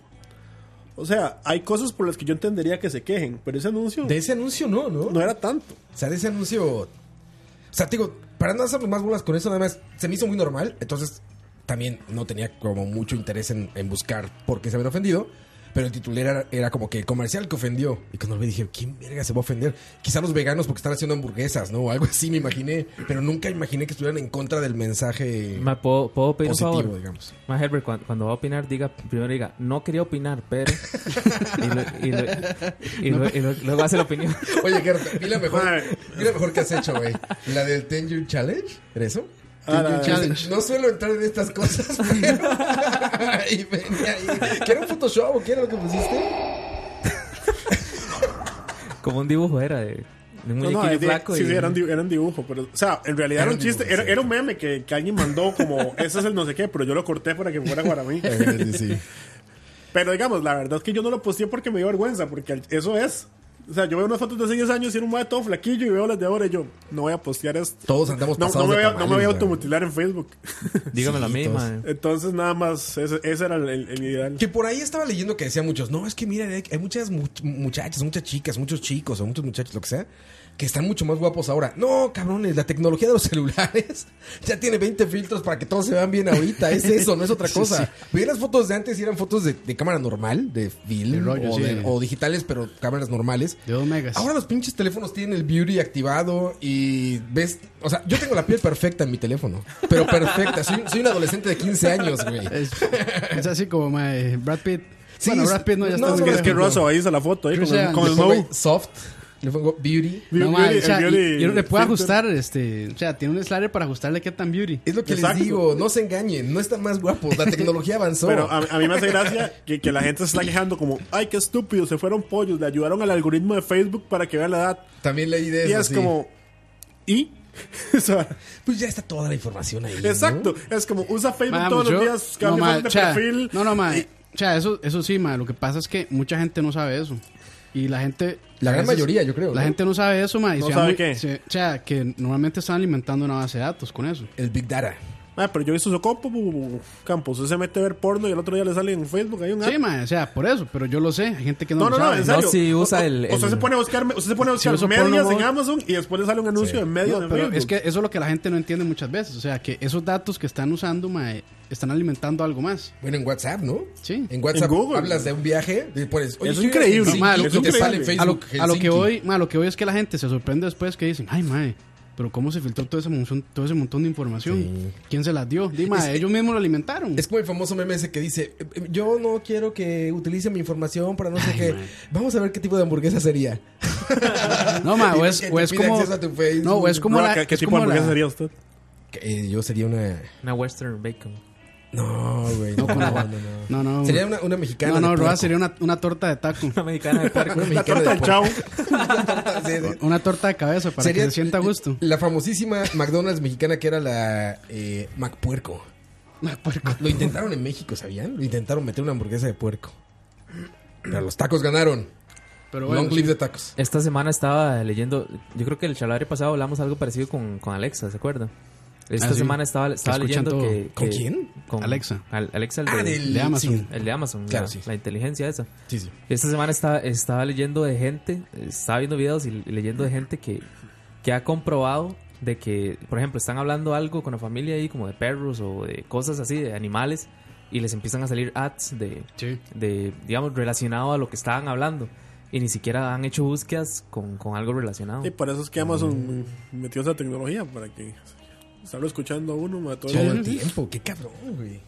Speaker 6: O sea, hay cosas por las que yo entendería que se quejen, pero ese anuncio
Speaker 2: De ese anuncio no, ¿no?
Speaker 6: no era tanto.
Speaker 2: O sea, de ese anuncio. O sea, te digo, para no hacernos más bolas con eso, además, se me hizo muy normal. Entonces, también no tenía como mucho interés en, en buscar por qué se habían ofendido. Pero el titular era, era como que el comercial que ofendió. Y cuando lo vi dije, ¿quién verga se va a ofender? Quizá los veganos porque están haciendo hamburguesas, ¿no? O algo así me imaginé. Pero nunca imaginé que estuvieran en contra del mensaje
Speaker 3: eh, ma, ¿puedo, puedo pedir
Speaker 2: positivo, eh.
Speaker 3: un favor?
Speaker 2: digamos.
Speaker 3: Ma, Herbert, cuan- cuando, va a opinar, diga, primero diga, no quería opinar, pero. y, lo- y lo- y lo- y lo- luego hace la opinión.
Speaker 2: Oye, Gert, vi la mejor,
Speaker 6: Madre.
Speaker 2: vi la mejor que has hecho, güey. La del Ten Year Challenge. ¿Era eso?
Speaker 6: Ah,
Speaker 5: Tintin Challenge.
Speaker 2: No suelo entrar en estas cosas, pero... y venía ahí. ¿Qué era un Photoshop o qué era lo que pusiste?
Speaker 3: Como un dibujo era de, de un
Speaker 6: No,
Speaker 3: muñequillo
Speaker 6: no, es de-
Speaker 3: flaco.
Speaker 6: sí,
Speaker 3: y,
Speaker 6: sí, era un, dibu- era un dibujo, pero, o sea, en realidad era un chiste, era, era un meme que, que alguien mandó como, ese es el no sé qué, pero yo lo corté para que fuera guaramí. pero digamos, la verdad es que yo no lo posteé porque me dio vergüenza, porque al- eso es, o sea, yo veo unas fotos de hace 10 años y era un mae todo flaquillo y veo las de ahora y yo, no voy a postear esto.
Speaker 2: Todos andamos
Speaker 6: No, no
Speaker 2: pasados
Speaker 6: me
Speaker 2: de
Speaker 6: voy a, no me voy a
Speaker 2: tamales, güey.
Speaker 6: automutilar en Facebook.
Speaker 3: Dígame la
Speaker 2: Sí,
Speaker 3: misma.
Speaker 2: todos.
Speaker 6: Entonces nada más, ese, ese era el, el- el ideal.
Speaker 2: Que por ahí estaba leyendo que decían muchos, no, es que mira, hay hay muchas much- muchachas, muchas chicas, muchos chicos o muchos muchachos, lo que sea, que están mucho más guapos ahora. No, cabrones, la tecnología de los celulares ya tiene 20 filtros para que todos se vean bien ahorita. Es eso, no es otra cosa. Veía las fotos de antes y eran fotos de, de cámara normal, de film
Speaker 5: De rollo,
Speaker 2: o,
Speaker 5: sí.
Speaker 2: de- o digitales, pero cámaras normales.
Speaker 5: De dos megas.
Speaker 2: Ahora los pinches teléfonos tienen el beauty activado y ves, o sea, yo tengo la piel perfecta en mi teléfono, pero perfecta. Soy, soy un adolescente de 15 años, güey.
Speaker 5: Es, es así como mae, Brad Pitt.
Speaker 2: Sí,
Speaker 5: bueno,
Speaker 2: es-
Speaker 5: Brad Pitt no, ya
Speaker 2: no,
Speaker 5: está.
Speaker 2: no,
Speaker 5: muy
Speaker 6: Es que
Speaker 5: viejo.
Speaker 6: Rosso ahí hizo la foto, ahí
Speaker 5: Chris
Speaker 6: con, el-
Speaker 5: Evans.
Speaker 6: con
Speaker 2: Le
Speaker 6: el
Speaker 2: pongo
Speaker 6: Snow.
Speaker 2: soft, le pongo beauty.
Speaker 6: Beauty-
Speaker 5: No, mae,
Speaker 6: beauty-
Speaker 5: o sea,
Speaker 6: beauty
Speaker 5: y- y uno le puede
Speaker 6: filter.
Speaker 5: ajustar, este, o sea, tiene un slider para ajustarle qué tan beauty.
Speaker 2: Es lo que les
Speaker 6: Exacto.
Speaker 2: digo, no se engañen, no están más guapos, la tecnología avanzó.
Speaker 6: Pero ah, a, a mí me hace gracia que, que la gente se está quejando como, ay, qué estúpido, se fueron pollos, le ayudaron al algoritmo de Facebook para que vea la edad.
Speaker 2: También leí de
Speaker 6: y
Speaker 2: eso.
Speaker 6: es
Speaker 2: sí.
Speaker 6: como, ¿y? O sea,
Speaker 2: Pues ya está toda la información ahí. ¿no?
Speaker 6: exacto, es como, usa Facebook
Speaker 5: Mae,
Speaker 6: todos
Speaker 5: yo-
Speaker 6: los días, cambia
Speaker 5: mae,
Speaker 6: foto de
Speaker 5: o sea,
Speaker 6: perfil.
Speaker 5: No, no, mae,
Speaker 6: y-
Speaker 5: o sea, eso, eso sí, mae, lo que pasa es que mucha gente no sabe eso. Y la gente...
Speaker 2: La
Speaker 5: a
Speaker 2: gran mayoría, yo creo,
Speaker 5: La
Speaker 2: ¿no?
Speaker 5: gente no sabe eso, mae. y
Speaker 6: ¿No
Speaker 5: se
Speaker 6: sabe
Speaker 5: muy-
Speaker 6: qué?
Speaker 5: se- o sea, que normalmente están alimentando una base de datos con eso.
Speaker 2: El Big Data.
Speaker 6: Mae, "Ah, pero yo he visto su compo, bu- bu- bu- Campos, usted se mete a ver porno y el otro día le sale en Facebook, hay un
Speaker 5: Sí, mae, o sea, por eso, pero yo lo sé. Hay gente que no,
Speaker 6: Ah. No,
Speaker 5: lo
Speaker 6: no, no,
Speaker 5: sabe.
Speaker 6: en serio.
Speaker 3: No, sí, usa
Speaker 6: O- o-
Speaker 3: el-
Speaker 6: Usted
Speaker 3: el-
Speaker 6: se pone a buscar, usted se pone a buscar
Speaker 5: uso
Speaker 6: medias
Speaker 5: Pornhub.
Speaker 6: en Amazon y después le sale un anuncio de medias
Speaker 5: No,
Speaker 6: en
Speaker 5: pero
Speaker 6: Facebook.
Speaker 5: es que eso es lo que la gente no entiende muchas veces. O sea, que esos datos que están usando, mae, están alimentando algo más.
Speaker 2: Bueno, en WhatsApp, ¿no?
Speaker 5: Sí.
Speaker 2: En WhatsApp
Speaker 6: En Google.
Speaker 2: hablas de un viaje y pones.
Speaker 6: Es
Speaker 2: yo iba a
Speaker 6: increíble.
Speaker 2: Helsinki,
Speaker 5: No, mae, lo
Speaker 2: y
Speaker 5: que-
Speaker 2: te sale en
Speaker 6: increíble.
Speaker 5: a, lo,
Speaker 2: Facebook,
Speaker 5: a lo
Speaker 2: Helsinki.
Speaker 5: que hoy, mae, lo que hoy es que la gente se sorprende después que dicen, ay, mae, pero cómo se filtró todo ese montón, todo ese montón de información. ¿Quién se las dio? Di, mae, ellos mismos lo alimentaron.
Speaker 2: Es como el famoso meme ese que dice: "Eh, eh, Yo no quiero que utilicen mi información para no sé qué. Vamos a ver qué tipo de hamburguesa sería.
Speaker 5: no, mae, o
Speaker 2: Y
Speaker 5: es,
Speaker 2: que
Speaker 5: o
Speaker 2: te
Speaker 5: es
Speaker 2: pide
Speaker 5: como,
Speaker 2: acceso a tu Facebook.
Speaker 5: no, o es como
Speaker 6: Bro,
Speaker 5: la,
Speaker 6: ¿Qué, qué
Speaker 5: es
Speaker 6: tipo de
Speaker 5: como la-
Speaker 6: hamburguesa sería usted?
Speaker 2: Eh, yo sería una.
Speaker 3: Una Western Bacon.
Speaker 2: No, güey. No,
Speaker 5: No, con
Speaker 2: no,
Speaker 5: agua.
Speaker 2: no, no.
Speaker 5: No, no.
Speaker 2: Sería una, una mexicana.
Speaker 5: No,
Speaker 2: de
Speaker 5: no, Roa
Speaker 2: puerco.
Speaker 5: sería una, una torta de taco.
Speaker 3: Una mexicana de parque.
Speaker 2: Una
Speaker 6: La
Speaker 2: mexicana
Speaker 6: torta
Speaker 2: de
Speaker 6: del chavo.
Speaker 2: puerco. Sí, sí.
Speaker 5: Una torta de cabeza para que se sienta a gusto.
Speaker 2: La famosísima McDonald's mexicana que era la eh, McPuerco. Lo intentaron en México, ¿sabían? Lo intentaron meter una hamburguesa de puerco. Pero los tacos ganaron.
Speaker 5: Pero bueno,
Speaker 2: Long
Speaker 5: sí.
Speaker 2: live de tacos.
Speaker 3: Esta semana estaba leyendo, yo creo que el chalabre pasado hablamos algo parecido con, con Alexa, ¿se acuerdan? Esta
Speaker 5: Ah, sí.
Speaker 3: semana estaba, estaba
Speaker 5: Que escuchan
Speaker 3: leyendo
Speaker 5: todo.
Speaker 3: que,
Speaker 2: ¿Con
Speaker 3: que-
Speaker 2: quién?
Speaker 3: Con
Speaker 5: Alexa.
Speaker 3: Al- Alexa, el
Speaker 2: Ah,
Speaker 3: de,
Speaker 2: del-
Speaker 5: de Amazon.
Speaker 2: sí.
Speaker 3: el de Amazon,
Speaker 2: Claro,
Speaker 3: la,
Speaker 2: sí.
Speaker 3: la inteligencia esa.
Speaker 2: Sí, sí.
Speaker 3: Esta semana estaba, estaba leyendo de gente, estaba viendo videos y leyendo de gente que, que ha comprobado de que, por ejemplo, están hablando algo con la familia ahí, como de perros o de cosas así, de animales, y les empiezan a salir ads de,
Speaker 5: Sí.
Speaker 3: de digamos, relacionado a lo que estaban hablando. Y ni siquiera han hecho búsquedas con, con algo relacionado.
Speaker 6: Y por eso es
Speaker 5: Ah.
Speaker 6: que Amazon metió esa tecnología para que estarlo escuchando a uno, ma, todo
Speaker 2: Todo
Speaker 6: el-
Speaker 2: el tiempo. Qué cabrón, güey.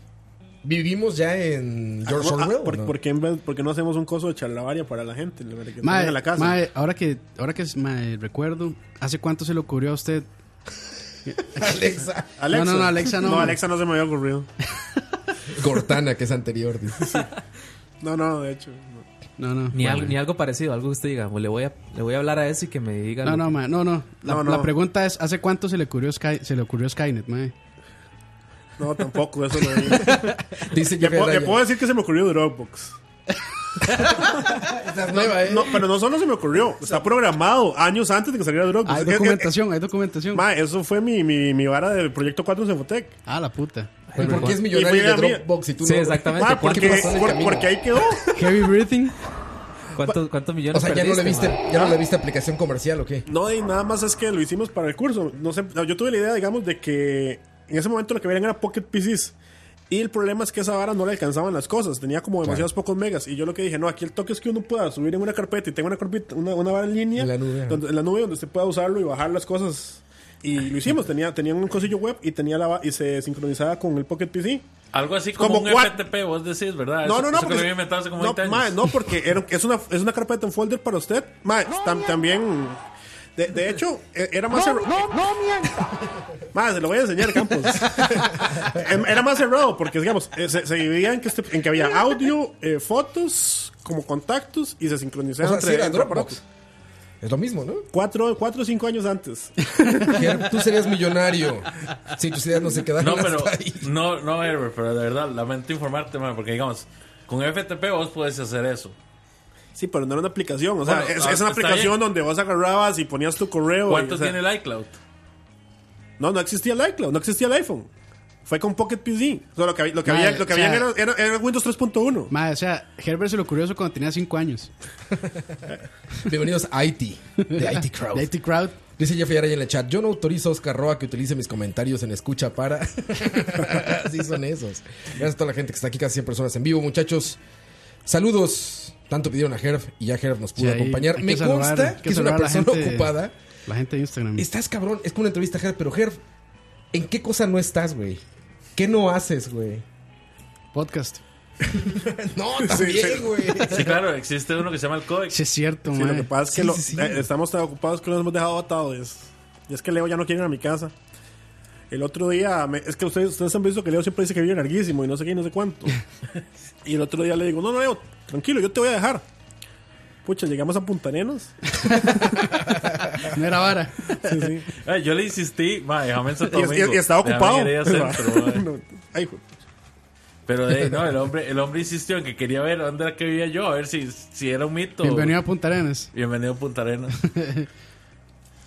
Speaker 2: Vivimos ya en George
Speaker 6: Ah,
Speaker 2: Orwell.
Speaker 6: ¿por,
Speaker 2: ¿no?
Speaker 6: por qué en vez- por qué no hacemos un coso de charlavaria para la gente? Le- que
Speaker 5: Mae,
Speaker 6: tengan en la casa.
Speaker 5: mae, ahora que, ahora que mae, recuerdo, ¿hace cuánto se le ocurrió a usted?
Speaker 2: Alexa.
Speaker 6: Alexa.
Speaker 5: No, no, no, Alexa no.
Speaker 6: No, Alexa no se me había ocurrido.
Speaker 2: Cortana, que es anterior. dice.
Speaker 6: No, no, de hecho. no.
Speaker 5: No, no.
Speaker 3: ni,
Speaker 5: bueno.
Speaker 3: algo, ni algo parecido, algo que usted diga, "Pues le voy a, le voy a hablar a eso y que me diga.
Speaker 5: No,
Speaker 3: lo
Speaker 5: no,
Speaker 3: que-
Speaker 5: mae, no, no. La,
Speaker 6: No, no.
Speaker 5: la pregunta es, ¿hace cuánto se le ocurrió, Sky, se le ocurrió Skynet, mae?
Speaker 6: No, tampoco, eso no. le,
Speaker 2: Dice que
Speaker 6: puedo, le puedo decir que se me ocurrió Dropbox.
Speaker 2: nueva, ¿eh?
Speaker 6: No, pero no solo se me ocurrió, está programado años antes de que eh, saliera Dropbox.
Speaker 5: Hay
Speaker 6: Pues Es- es-
Speaker 5: documentación, hay documentación.
Speaker 6: ma, eso fue mi, mi, mi vara del proyecto 4 en Cefotec.
Speaker 5: Ah, la puta.
Speaker 2: Pero ¿Por qué es
Speaker 6: Y
Speaker 2: millonario
Speaker 6: fue
Speaker 2: de
Speaker 6: la mía.
Speaker 2: Dropbox y tú
Speaker 3: Sí,
Speaker 2: no?
Speaker 3: exactamente.
Speaker 6: Ma,
Speaker 3: Ah, ¿Por
Speaker 6: Ah, porque,
Speaker 3: qué pasó en el
Speaker 6: por-
Speaker 2: camino?
Speaker 6: porque ahí quedó.
Speaker 5: Heavy breathing.
Speaker 3: ¿Cuántos, cuántos
Speaker 2: O
Speaker 3: millones
Speaker 2: sea, ya no le
Speaker 3: perdiste,
Speaker 2: viste,
Speaker 3: ma?
Speaker 2: ya no le viste aplicación comercial o qué?
Speaker 6: No, y nada más es que lo hicimos para el curso. No sé, yo tuve la idea, digamos, de que en ese momento lo que veían era Pocket PCs. Y el problema es que esa vara no le alcanzaban las cosas. Tenía como demasiados pocos megas. Y yo lo que dije, no, aquí el toque es que uno pueda subir en una carpeta y tenga una, carpeta- una, una vara en línea.
Speaker 2: En la nube, ajá.
Speaker 6: Donde, en la nube donde usted pueda usarlo y bajar las cosas. Y lo hicimos. Tenía, tenía un cosillo web y, tenía la, va- y se sincronizaba con el Pocket PC.
Speaker 4: Algo así como,
Speaker 6: Como
Speaker 4: un
Speaker 6: cuat-
Speaker 4: FTP, vos decís, ¿verdad?
Speaker 6: No,
Speaker 4: Ah, Eso-
Speaker 6: no, no.
Speaker 4: eso que
Speaker 6: porque-
Speaker 4: lo había inventado hace como
Speaker 6: no,
Speaker 4: 20 años.
Speaker 6: mae, no, porque era- es, una, es una carpeta en folder para usted. Mae, tam- también. De, de hecho, e- era más. erro- Más, se lo voy a enseñar, Campos. Em, Era más cerrado porque, digamos, eh, se, se dividía en que, este- en que había audio, eh, fotos, como contactos y se
Speaker 2: O
Speaker 6: sincronizaba
Speaker 2: sea,
Speaker 6: entre,
Speaker 2: sí era
Speaker 6: entre
Speaker 2: Dropbox.
Speaker 6: aparatos.
Speaker 2: Es lo mismo, ¿no?
Speaker 6: Cuatro, cuatro o cinco años antes.
Speaker 2: Ger, tú serías millonario si tus ideas no se quedaran
Speaker 4: No, pero.
Speaker 2: hasta ahí.
Speaker 4: No, no, Herbert, pero de verdad, lamento informarte, man, porque digamos, con FTP vos podés hacer eso.
Speaker 6: Sí, pero no era una aplicación. O sea,
Speaker 4: Bueno,
Speaker 6: es,
Speaker 4: ah,
Speaker 6: es una
Speaker 4: está
Speaker 6: aplicación
Speaker 4: bien.
Speaker 6: donde vos agarrabas y ponías tu correo. y,
Speaker 4: ¿Cuánto
Speaker 6: o sea,
Speaker 4: tiene el iCloud?
Speaker 6: No, no existía el iCloud, no existía el iPhone. Fue con Pocket PC. O sea, lo que, había- lo que,
Speaker 5: Madre,
Speaker 6: había, lo que
Speaker 5: o sea-
Speaker 6: habían era, era- era Windows 3.1.
Speaker 5: Madre, o sea, Herbert se lo ocurrió eso cuando tenía 5 años.
Speaker 2: Bienvenidos a IT, de IT Crowd.
Speaker 5: Lady Crowd.
Speaker 2: Dice Jeffy Araya en el chat, yo no autorizo a Oscar Roa que utilice mis comentarios en escucha para... Así son esos. Gracias a toda la gente que está aquí, casi 100 personas en vivo, muchachos. Saludos. Tanto pidieron a Herb y ya Herb nos pudo
Speaker 5: Sí, ahí
Speaker 2: acompañar.
Speaker 5: hay
Speaker 2: Me
Speaker 5: que saludar, hay
Speaker 2: consta
Speaker 5: que
Speaker 2: que es una
Speaker 5: saludar a la
Speaker 2: persona
Speaker 5: gente.
Speaker 2: ocupada.
Speaker 5: La gente de Instagram.
Speaker 2: Estás cabrón, es como una entrevista a Herb, pero Herb, ¿en qué cosa no estás, güey? ¿Qué no haces, güey?
Speaker 5: Podcast.
Speaker 2: No,
Speaker 6: sí.
Speaker 2: también, güey.
Speaker 4: Sí, claro, existe uno que se llama el codec.
Speaker 5: Sí, es cierto,
Speaker 6: Sí,
Speaker 5: madre.
Speaker 6: lo que pasa es que
Speaker 2: Sí,
Speaker 6: lo-
Speaker 2: sí, sí.
Speaker 6: eh, estamos tan ocupados que nos hemos dejado atados. Y es que Leo ya no quiere ir a mi casa. El otro día, me- es que ustedes, ustedes han visto que Leo siempre dice que vive larguísimo y no sé qué y no sé cuánto. y el otro día le digo, no, no, Leo, tranquilo, yo te voy a dejar. Pucha, llegamos a Puntanenos.
Speaker 5: No era vara.
Speaker 6: Sí, sí.
Speaker 4: Ay, Eh, yo le insistí, ma, déjame en Santo
Speaker 6: y, y-
Speaker 4: Domingo.
Speaker 6: y estaba
Speaker 4: Déjame ir
Speaker 6: ocupado.
Speaker 4: ahí a centro, ma.
Speaker 6: No, ay, hijo.
Speaker 4: Pero de ahí, no, el hombre, el hombre insistió en que quería ver dónde era que vivía yo, a ver si, si era un mito.
Speaker 5: Bienvenido a Punta Arenas.
Speaker 4: Bienvenido a Punta Arenas.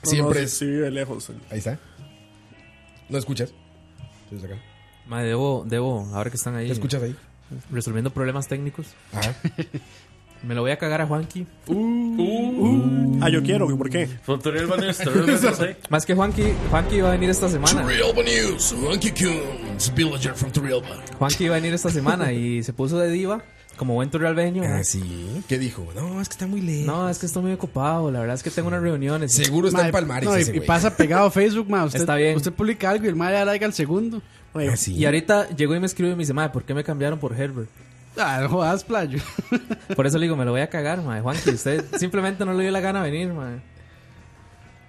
Speaker 6: No,
Speaker 2: Siempre
Speaker 6: no,
Speaker 2: es...
Speaker 6: sí, sí vive lejos.
Speaker 2: Ahí está. ¿No escuchas? Estás acá.
Speaker 3: Ma, debo, debo, ahora que están ahí
Speaker 2: ¿Lo escuchas ahí?
Speaker 3: resolviendo problemas técnicos,
Speaker 2: Ajá.
Speaker 3: me lo voy a cagar a Juanqui.
Speaker 4: Uh,
Speaker 6: Ah, yo quiero, ¿por qué?
Speaker 4: Futuriel Van Nistelrooy, Van Nistelrooy.
Speaker 3: Más que Juanqui, Juanqui va a venir esta semana.
Speaker 2: Turrialba News, Monkey Coons,
Speaker 5: Oh,
Speaker 2: Villager from Turrialba.
Speaker 3: Juanqui va a venir esta semana y se puso de diva, como buen torrealbeño.
Speaker 2: Ah, sí. ¿Qué dijo? No, es que está muy lejos.
Speaker 3: No, es que estoy muy ocupado, la verdad es que tengo unas reuniones.
Speaker 2: Seguro está
Speaker 5: Madre,
Speaker 2: en Palmares
Speaker 5: no, y-
Speaker 2: ese
Speaker 5: y,
Speaker 2: güey.
Speaker 5: pasa pegado a Facebook, ma. Usted,
Speaker 3: Está bien.
Speaker 5: Usted publica algo y el madre da like al segundo.
Speaker 6: Ay,
Speaker 2: Ah, sí.
Speaker 3: Y ahorita llegó y me escribió y me dice, madre, ¿por qué me cambiaron por Herbert?
Speaker 5: Ah, no jodas, playo.
Speaker 3: Por eso le digo, me lo voy a cagar, madre. Juanqui, usted simplemente no le dio la gana de venir, madre.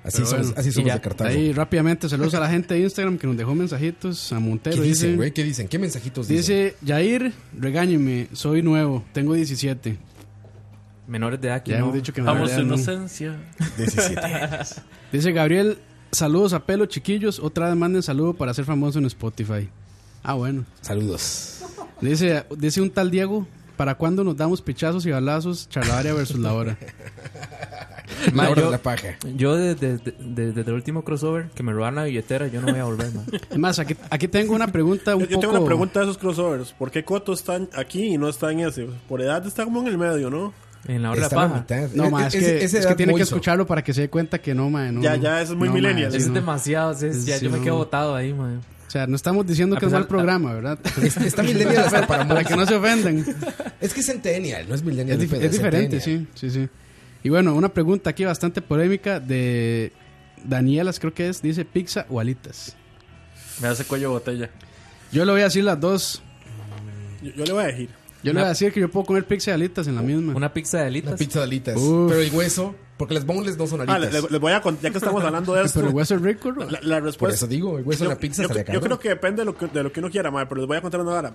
Speaker 2: Así
Speaker 5: Pero
Speaker 2: somos,
Speaker 5: bueno,
Speaker 2: así somos
Speaker 3: ya,
Speaker 2: de Cartago.
Speaker 5: Ahí rápidamente saludos a la gente de Instagram que nos dejó mensajitos. A
Speaker 2: ¿Qué
Speaker 5: Montero
Speaker 2: dicen,
Speaker 5: dice,
Speaker 2: güey? ¿Qué dicen? ¿Qué mensajitos dicen?
Speaker 5: dice, Yair, regáñeme, soy nuevo, tengo 17.
Speaker 3: Menores de edad aquí.
Speaker 5: Ya
Speaker 3: no.
Speaker 5: hemos dicho que me
Speaker 4: Vamos, su
Speaker 5: regañan, ¿no?
Speaker 4: inocencia.
Speaker 2: 17.
Speaker 5: Dice Gabriel, saludos a pelo chiquillos, otra vez manden saludo para ser famoso en Spotify. Ah, bueno.
Speaker 2: Saludos.
Speaker 5: Dice, dice un tal Diego, ¿para cuándo nos damos pichazos y balazos? Charlavaria versus la hora.
Speaker 2: La
Speaker 3: Ma,
Speaker 2: hora
Speaker 3: yo-
Speaker 2: de la paja.
Speaker 3: Yo desde, desde- desde- desde el último crossover que me robaron la billetera, yo no voy a volver, madre.
Speaker 5: Es más, aquí, aquí tengo una pregunta un
Speaker 6: Yo, yo
Speaker 5: poco...
Speaker 6: tengo una pregunta de esos crossovers. ¿Por qué Coto está aquí y no está en ese? Por edad está como en el medio, ¿no?
Speaker 3: En la hora de
Speaker 2: Está
Speaker 3: la
Speaker 2: a
Speaker 3: paja.
Speaker 2: mitad.
Speaker 5: No, ma, es, que,
Speaker 2: ese
Speaker 5: es
Speaker 2: edad
Speaker 5: que tiene que
Speaker 2: moiso.
Speaker 5: escucharlo para que se dé cuenta que no, ma, no,
Speaker 6: Ya,
Speaker 5: no.
Speaker 6: ya, eso es muy
Speaker 5: No, ma,
Speaker 6: millennial.
Speaker 5: sí,
Speaker 3: Es
Speaker 5: no.
Speaker 3: demasiado, es- es- ya
Speaker 5: Sí,
Speaker 3: yo me
Speaker 5: no.
Speaker 3: quedo botado ahí, madre.
Speaker 5: O sea, no estamos diciendo
Speaker 3: A
Speaker 5: que es mal
Speaker 3: pesar-
Speaker 5: programa, ¿verdad?
Speaker 2: Está millennial hasta para
Speaker 5: para que
Speaker 2: moiso.
Speaker 5: no se ofendan.
Speaker 2: Es que es centennial, no es millennial.
Speaker 5: Es, dif-
Speaker 2: pedo,
Speaker 5: es diferente,
Speaker 2: centennial.
Speaker 5: sí, sí, sí. Y bueno, una pregunta aquí bastante polémica de Danielas, creo que es, dice pizza o alitas.
Speaker 4: Me hace cuello botella.
Speaker 5: Yo le voy a decir las dos.
Speaker 6: Yo, yo le voy a decir.
Speaker 5: Yo le voy a decir que yo puedo comer pizza y alitas en la misma.
Speaker 3: Una pizza de alitas.
Speaker 2: Una pizza de alitas.
Speaker 5: Uf.
Speaker 2: Pero el hueso, porque las boneless no son
Speaker 6: Pues- Ah, le-
Speaker 2: alitas.
Speaker 6: le- les voy a contar, ya que estamos hablando de esto.
Speaker 5: Pero el hueso es rico, ¿no?
Speaker 6: la, la
Speaker 2: Por
Speaker 6: respuesta.
Speaker 2: eso digo, el hueso en
Speaker 6: pues, yo,
Speaker 2: la pizza
Speaker 6: yo,
Speaker 2: estaría
Speaker 6: yo creo
Speaker 2: cabrón.
Speaker 6: que depende de lo que, de lo que uno quiera, madre, pero les voy a contar una vara.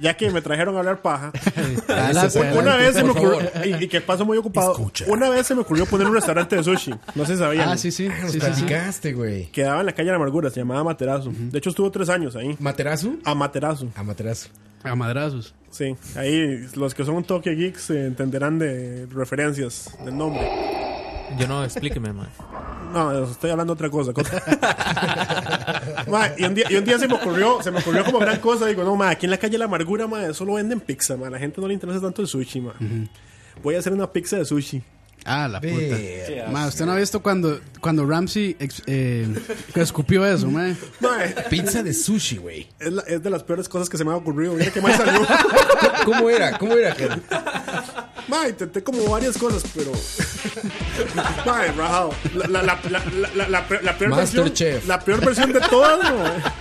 Speaker 6: Ya que me trajeron a hablar paja,
Speaker 5: Adelante,
Speaker 2: Adelante,
Speaker 6: una vez se me
Speaker 2: Ah, por
Speaker 6: ocurrió,
Speaker 2: favor.
Speaker 6: y, y que paso muy ocupado,
Speaker 2: Escucha.
Speaker 6: una vez se me ocurrió poner un restaurante de sushi, no se sabía,
Speaker 5: Ah, sí, sí.
Speaker 2: Ah, nos
Speaker 5: sí, sí, sí.
Speaker 2: platicaste, güey.
Speaker 6: quedaba en la calle de la Amargura, se llamaba Materazo. De hecho, estuvo tres años ahí,
Speaker 2: ¿Materazu?
Speaker 6: Amaterazo.
Speaker 2: A Ah, materazo.
Speaker 5: A madrazos.
Speaker 6: Sí, ahí los que son un toque geeks eh, entenderán de referencias del nombre.
Speaker 3: Yo no, explíqueme, madre.
Speaker 6: No, estoy hablando de otra cosa. cosa. Ma, y, un día, y un día se me ocurrió, se me ocurrió como gran cosa. Digo, no, ma, aquí en la calle La Amargura, ma, solo venden pizza, ma. A la gente no le interesa tanto el sushi, ma. Voy a hacer una pizza de sushi.
Speaker 5: Ah, la puta.
Speaker 2: Ve.
Speaker 5: Ma, usted no ha visto cuando, cuando Ramsey ex- eh, escupió eso, ma.
Speaker 6: Ma,
Speaker 2: Pizza de sushi, güey.
Speaker 6: es, la- es de las peores cosas que se me ha ocurrido. Mira qué más salió.
Speaker 2: ¿Cómo era? ¿Cómo era? Ger?
Speaker 6: Ma, intenté como varias cosas, pero. Ma, rajado. La, la, la, la, la, la, la, la peor
Speaker 2: Master
Speaker 6: versión.
Speaker 2: Chef.
Speaker 6: La peor versión de todas, ma.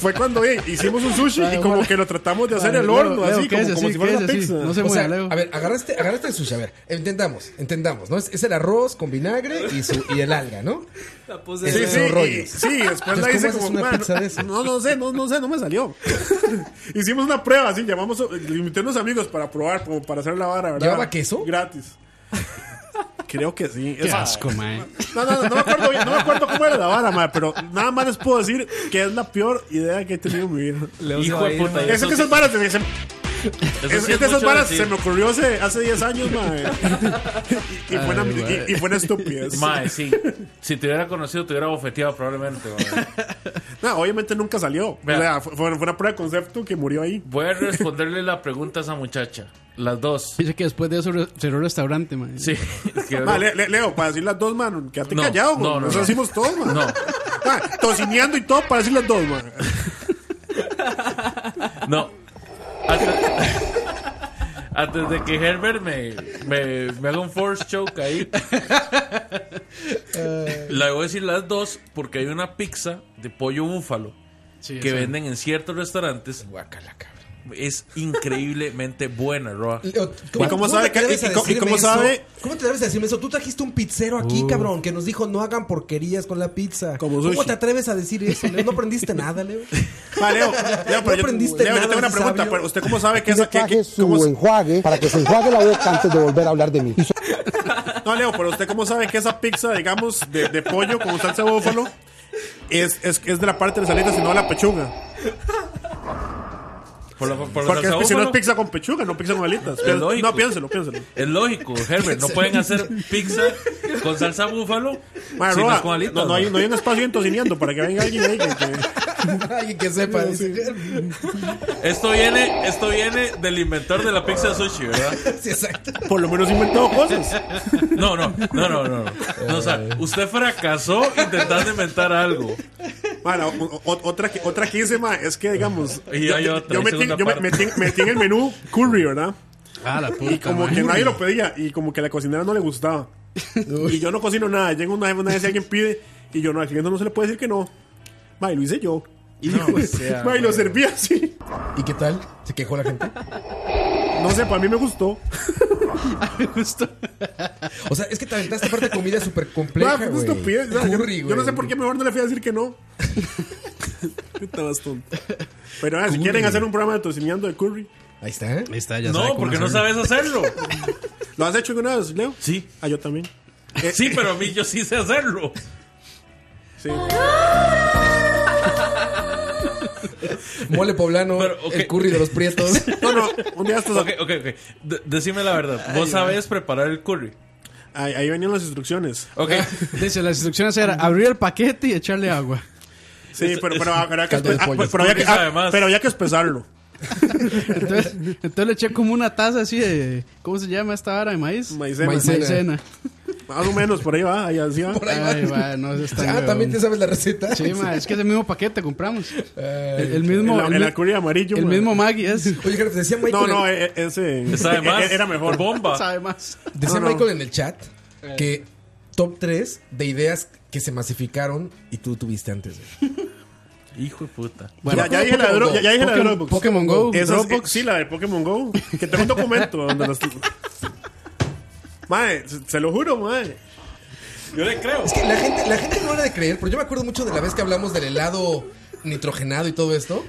Speaker 6: Fue cuando eh, hicimos un sushi y como que lo tratamos de hacer el horno, así, como, como si fuera una pizza.
Speaker 5: No se
Speaker 2: O sea,
Speaker 5: mueva, Leo.
Speaker 2: a ver, agarraste, agarraste el sushi. A ver, entendamos, entendamos, ¿no? Es, es el arroz con vinagre y, su, y el alga, ¿no?
Speaker 3: La pose
Speaker 2: Sí,
Speaker 3: de-
Speaker 6: Sí,
Speaker 2: esos
Speaker 6: sí, y,
Speaker 2: rollos.
Speaker 6: sí, después
Speaker 2: Entonces,
Speaker 6: la
Speaker 2: ¿cómo
Speaker 6: hice
Speaker 2: haces
Speaker 6: como
Speaker 2: una
Speaker 6: "Man,
Speaker 2: pizza de eso?"
Speaker 6: No, no sé, no, no sé, no me salió. Hicimos una prueba, así, llamamos, le invité a unos amigos para probar, como para hacer la vara, ¿verdad?
Speaker 2: ¿Llevaba queso?
Speaker 6: Gratis. Creo que sí.
Speaker 5: Qué
Speaker 6: Es-
Speaker 5: asco, mae.
Speaker 6: No, no, no me acuerdo, bien, no me acuerdo cómo era la vara, ma, pero nada más les puedo decir que es la peor idea que he tenido en mi vida.
Speaker 3: Leo se
Speaker 4: Hijo
Speaker 3: va a
Speaker 4: de
Speaker 3: ir,
Speaker 4: puta,
Speaker 3: madre.
Speaker 6: Es que esas varas, se- se-
Speaker 4: Eso
Speaker 6: es,
Speaker 4: sí
Speaker 6: es de esas
Speaker 4: mucho
Speaker 6: varas
Speaker 4: decir.
Speaker 6: se me ocurrió hace, hace 10 años, ma. eh. Y, y fue una, y- y, fue una estupidez.
Speaker 4: Mae, sí. Si te hubiera conocido, te hubiera bofeteado probablemente. mae.
Speaker 6: No, obviamente nunca salió. O
Speaker 4: Vea.
Speaker 6: sea, fue, fue una prueba de concepto que murió ahí.
Speaker 4: Voy a responderle la pregunta a esa muchacha. Las dos.
Speaker 5: Dice que después de eso re- cerró el restaurante, mae.
Speaker 4: Sí. es que-
Speaker 6: Ma, Le- Le- Leo, para decir las dos, man, quédate
Speaker 4: No,
Speaker 6: callado,
Speaker 4: no,
Speaker 6: güey.
Speaker 4: no,
Speaker 6: Nos
Speaker 4: no.
Speaker 6: decimos todos, man.
Speaker 4: No.
Speaker 6: Ma, tocineando y todo para decir las dos, man.
Speaker 4: No. Antes, antes de que Herbert me, me, me haga un force choke ahí.
Speaker 6: Eh.
Speaker 4: La voy a decir las dos porque hay una pizza de pollo búfalo
Speaker 5: Sí,
Speaker 4: que
Speaker 5: sí.
Speaker 4: venden en ciertos restaurantes.
Speaker 2: Guacala, cabrón.
Speaker 4: Es increíblemente buena, Roa.
Speaker 2: Leo,
Speaker 6: ¿Y cómo sabe
Speaker 2: te
Speaker 6: que-
Speaker 2: atreves
Speaker 6: y
Speaker 2: a
Speaker 6: cómo- y
Speaker 2: decirme
Speaker 6: cómo
Speaker 2: eso?
Speaker 6: sabe?
Speaker 2: ¿Cómo te atreves a decirme eso? Tú trajiste un pizzero aquí, cabrón, que nos dijo no hagan porquerías con la pizza.
Speaker 6: Como
Speaker 2: ¿Cómo
Speaker 6: sushi.
Speaker 2: te atreves a decir eso, Leo? ¿No aprendiste nada, Leo?
Speaker 6: Ma, Leo, Leo,
Speaker 2: No
Speaker 6: oh, pero yo,
Speaker 2: aprendiste
Speaker 6: Leo, yo
Speaker 2: nada,
Speaker 6: tengo una
Speaker 2: sí,
Speaker 6: pregunta.
Speaker 2: sabio.
Speaker 6: pero ¿Usted cómo sabe que
Speaker 8: que
Speaker 6: esa... Que, que-
Speaker 8: su
Speaker 6: cómo-
Speaker 8: enjuague para que se enjuague la boca antes de volver a hablar de mí. Y so-
Speaker 6: no, Leo, pero ¿usted cómo sabe que esa pizza, digamos, de, de pollo con salsa de búfalo es, es, es de la parte de las alitas y no de la pechuga?
Speaker 4: Por la- por la
Speaker 6: Porque
Speaker 4: salsa
Speaker 6: es- si no es
Speaker 4: búfalo.
Speaker 6: pizza con pechuga, no pizza con alitas.
Speaker 4: Es lógico.
Speaker 6: No, piénselo, piénselo.
Speaker 4: Es lógico, Herbert. No pueden hacer pizza con salsa búfalo
Speaker 6: Ma,
Speaker 4: si no es
Speaker 6: Roa,
Speaker 4: con alitas,
Speaker 6: no, no hay,
Speaker 4: ma.
Speaker 6: no hay un espacio en tocineando para que venga alguien ahí que- que...
Speaker 2: Alguien que sepa. dice,
Speaker 4: Esto viene, esto viene del inventor de la pizza sushi, ¿verdad?
Speaker 2: Sí, exacto.
Speaker 6: Por lo menos inventó cosas.
Speaker 4: No, no, no, no, no. no. No, o sea, usted fracasó intentando inventar algo.
Speaker 6: Bueno, o- o- otra, que- otra que hice, ma, es que, digamos,
Speaker 4: Y
Speaker 6: yo,
Speaker 4: hay
Speaker 6: yo-
Speaker 4: otra,
Speaker 6: yo
Speaker 4: hay
Speaker 6: metí,
Speaker 4: segunda
Speaker 6: yo me-
Speaker 4: parte.
Speaker 6: metí, metí en el menú curry, ¿verdad?
Speaker 5: Ah, la puta.
Speaker 6: Y como
Speaker 5: mae.
Speaker 6: que nadie lo pedía y como que a la cocinera no le gustaba. Y yo no cocino nada. Llega una, una vez y alguien pide y yo no, al cliente no se le puede decir que no. Ma, y lo hice yo. Y, dijo,
Speaker 4: sea,
Speaker 6: ma, y lo serví así.
Speaker 2: ¿Y qué tal? ¿Se quejó la gente?
Speaker 6: No sé, para mí me gustó.
Speaker 5: Me gustó.
Speaker 2: O sea, es que te aventaste parte de comida súper compleja,
Speaker 6: Ma, fue una
Speaker 2: güey.
Speaker 6: estupidez. O sea, yo-
Speaker 2: Curry,
Speaker 6: yo, no
Speaker 2: güey.
Speaker 6: sé por qué mejor no le fui a decir que no. Puta, más tonto. Pero ah, si quieren hacer un programa de tocineando de curry,
Speaker 2: Ahí está. ¿eh?
Speaker 5: Ahí está, ya sabe
Speaker 4: No,
Speaker 5: cómo
Speaker 4: porque no
Speaker 5: hacerlo.
Speaker 4: sabes hacerlo.
Speaker 6: ¿lo has hecho alguna vez, Leo?
Speaker 4: Sí,
Speaker 6: Ah, yo también.
Speaker 4: sí, pero a mí yo sí sé hacerlo.
Speaker 6: Sí.
Speaker 2: Mole poblano,
Speaker 4: Pero, ok.
Speaker 2: el curry de los prietos.
Speaker 6: No, no, un día estos.
Speaker 4: Ok, ok, ok. De- decime la verdad. ¿Vos sabés preparar el curry?
Speaker 6: Ahí, ahí venían las instrucciones.
Speaker 4: Ok.
Speaker 5: Dice, las instrucciones eran abrir el paquete y echarle agua.
Speaker 6: Sí, pero, pero, había que
Speaker 2: Caldo de
Speaker 6: espe- ah,
Speaker 2: pollo.
Speaker 6: pero había que-
Speaker 4: Porque sabe
Speaker 6: ah,
Speaker 4: más.
Speaker 6: pero había que espesarlo.
Speaker 5: Entonces, entonces le eché como una taza así de. ¿Cómo se llama esta vara de maíz?
Speaker 6: Maicena.
Speaker 2: Maicena.
Speaker 5: Maicena.
Speaker 6: Más o menos, por ahí va, ahí así va.
Speaker 2: Por ahí va.
Speaker 5: Ay, va, no, eso está.
Speaker 2: Ah,
Speaker 5: huevón.
Speaker 2: también te sabes la receta.
Speaker 5: Sí, ma, es que es el mismo paquete compramos. El, el
Speaker 6: El,
Speaker 5: mismo.
Speaker 6: el,
Speaker 5: El, mi-
Speaker 6: alcohol y amarillo.
Speaker 5: el
Speaker 6: man.
Speaker 5: mismo Maggie es.
Speaker 2: Oye, Gerard, te decía Michael.
Speaker 6: No, no,
Speaker 2: en-
Speaker 6: e- e- ese.
Speaker 4: ¿Sabe más?
Speaker 6: e- Era mejor.
Speaker 4: Bomba.
Speaker 5: Sabe más.
Speaker 2: Decía
Speaker 6: No, Eh. no.
Speaker 2: Michael en el chat que top 3 de ideas que se masificaron y tú tuviste antes. güey.
Speaker 4: Hijo de puta.
Speaker 5: Bueno,
Speaker 6: ya, ya dije la de Dro- ya, ya dije la de
Speaker 5: Pokémon,
Speaker 6: Dropbox.
Speaker 5: Pokémon Go.
Speaker 6: Esa es-
Speaker 5: Dropbox.
Speaker 6: sí, la de Pokémon Go. Que tengo un documento donde las. Mae, se, se lo juro, mae.
Speaker 4: Yo le creo.
Speaker 2: Es que la gente, la gente no era de creer, pero yo me acuerdo mucho de la vez que hablamos del helado nitrogenado y todo esto,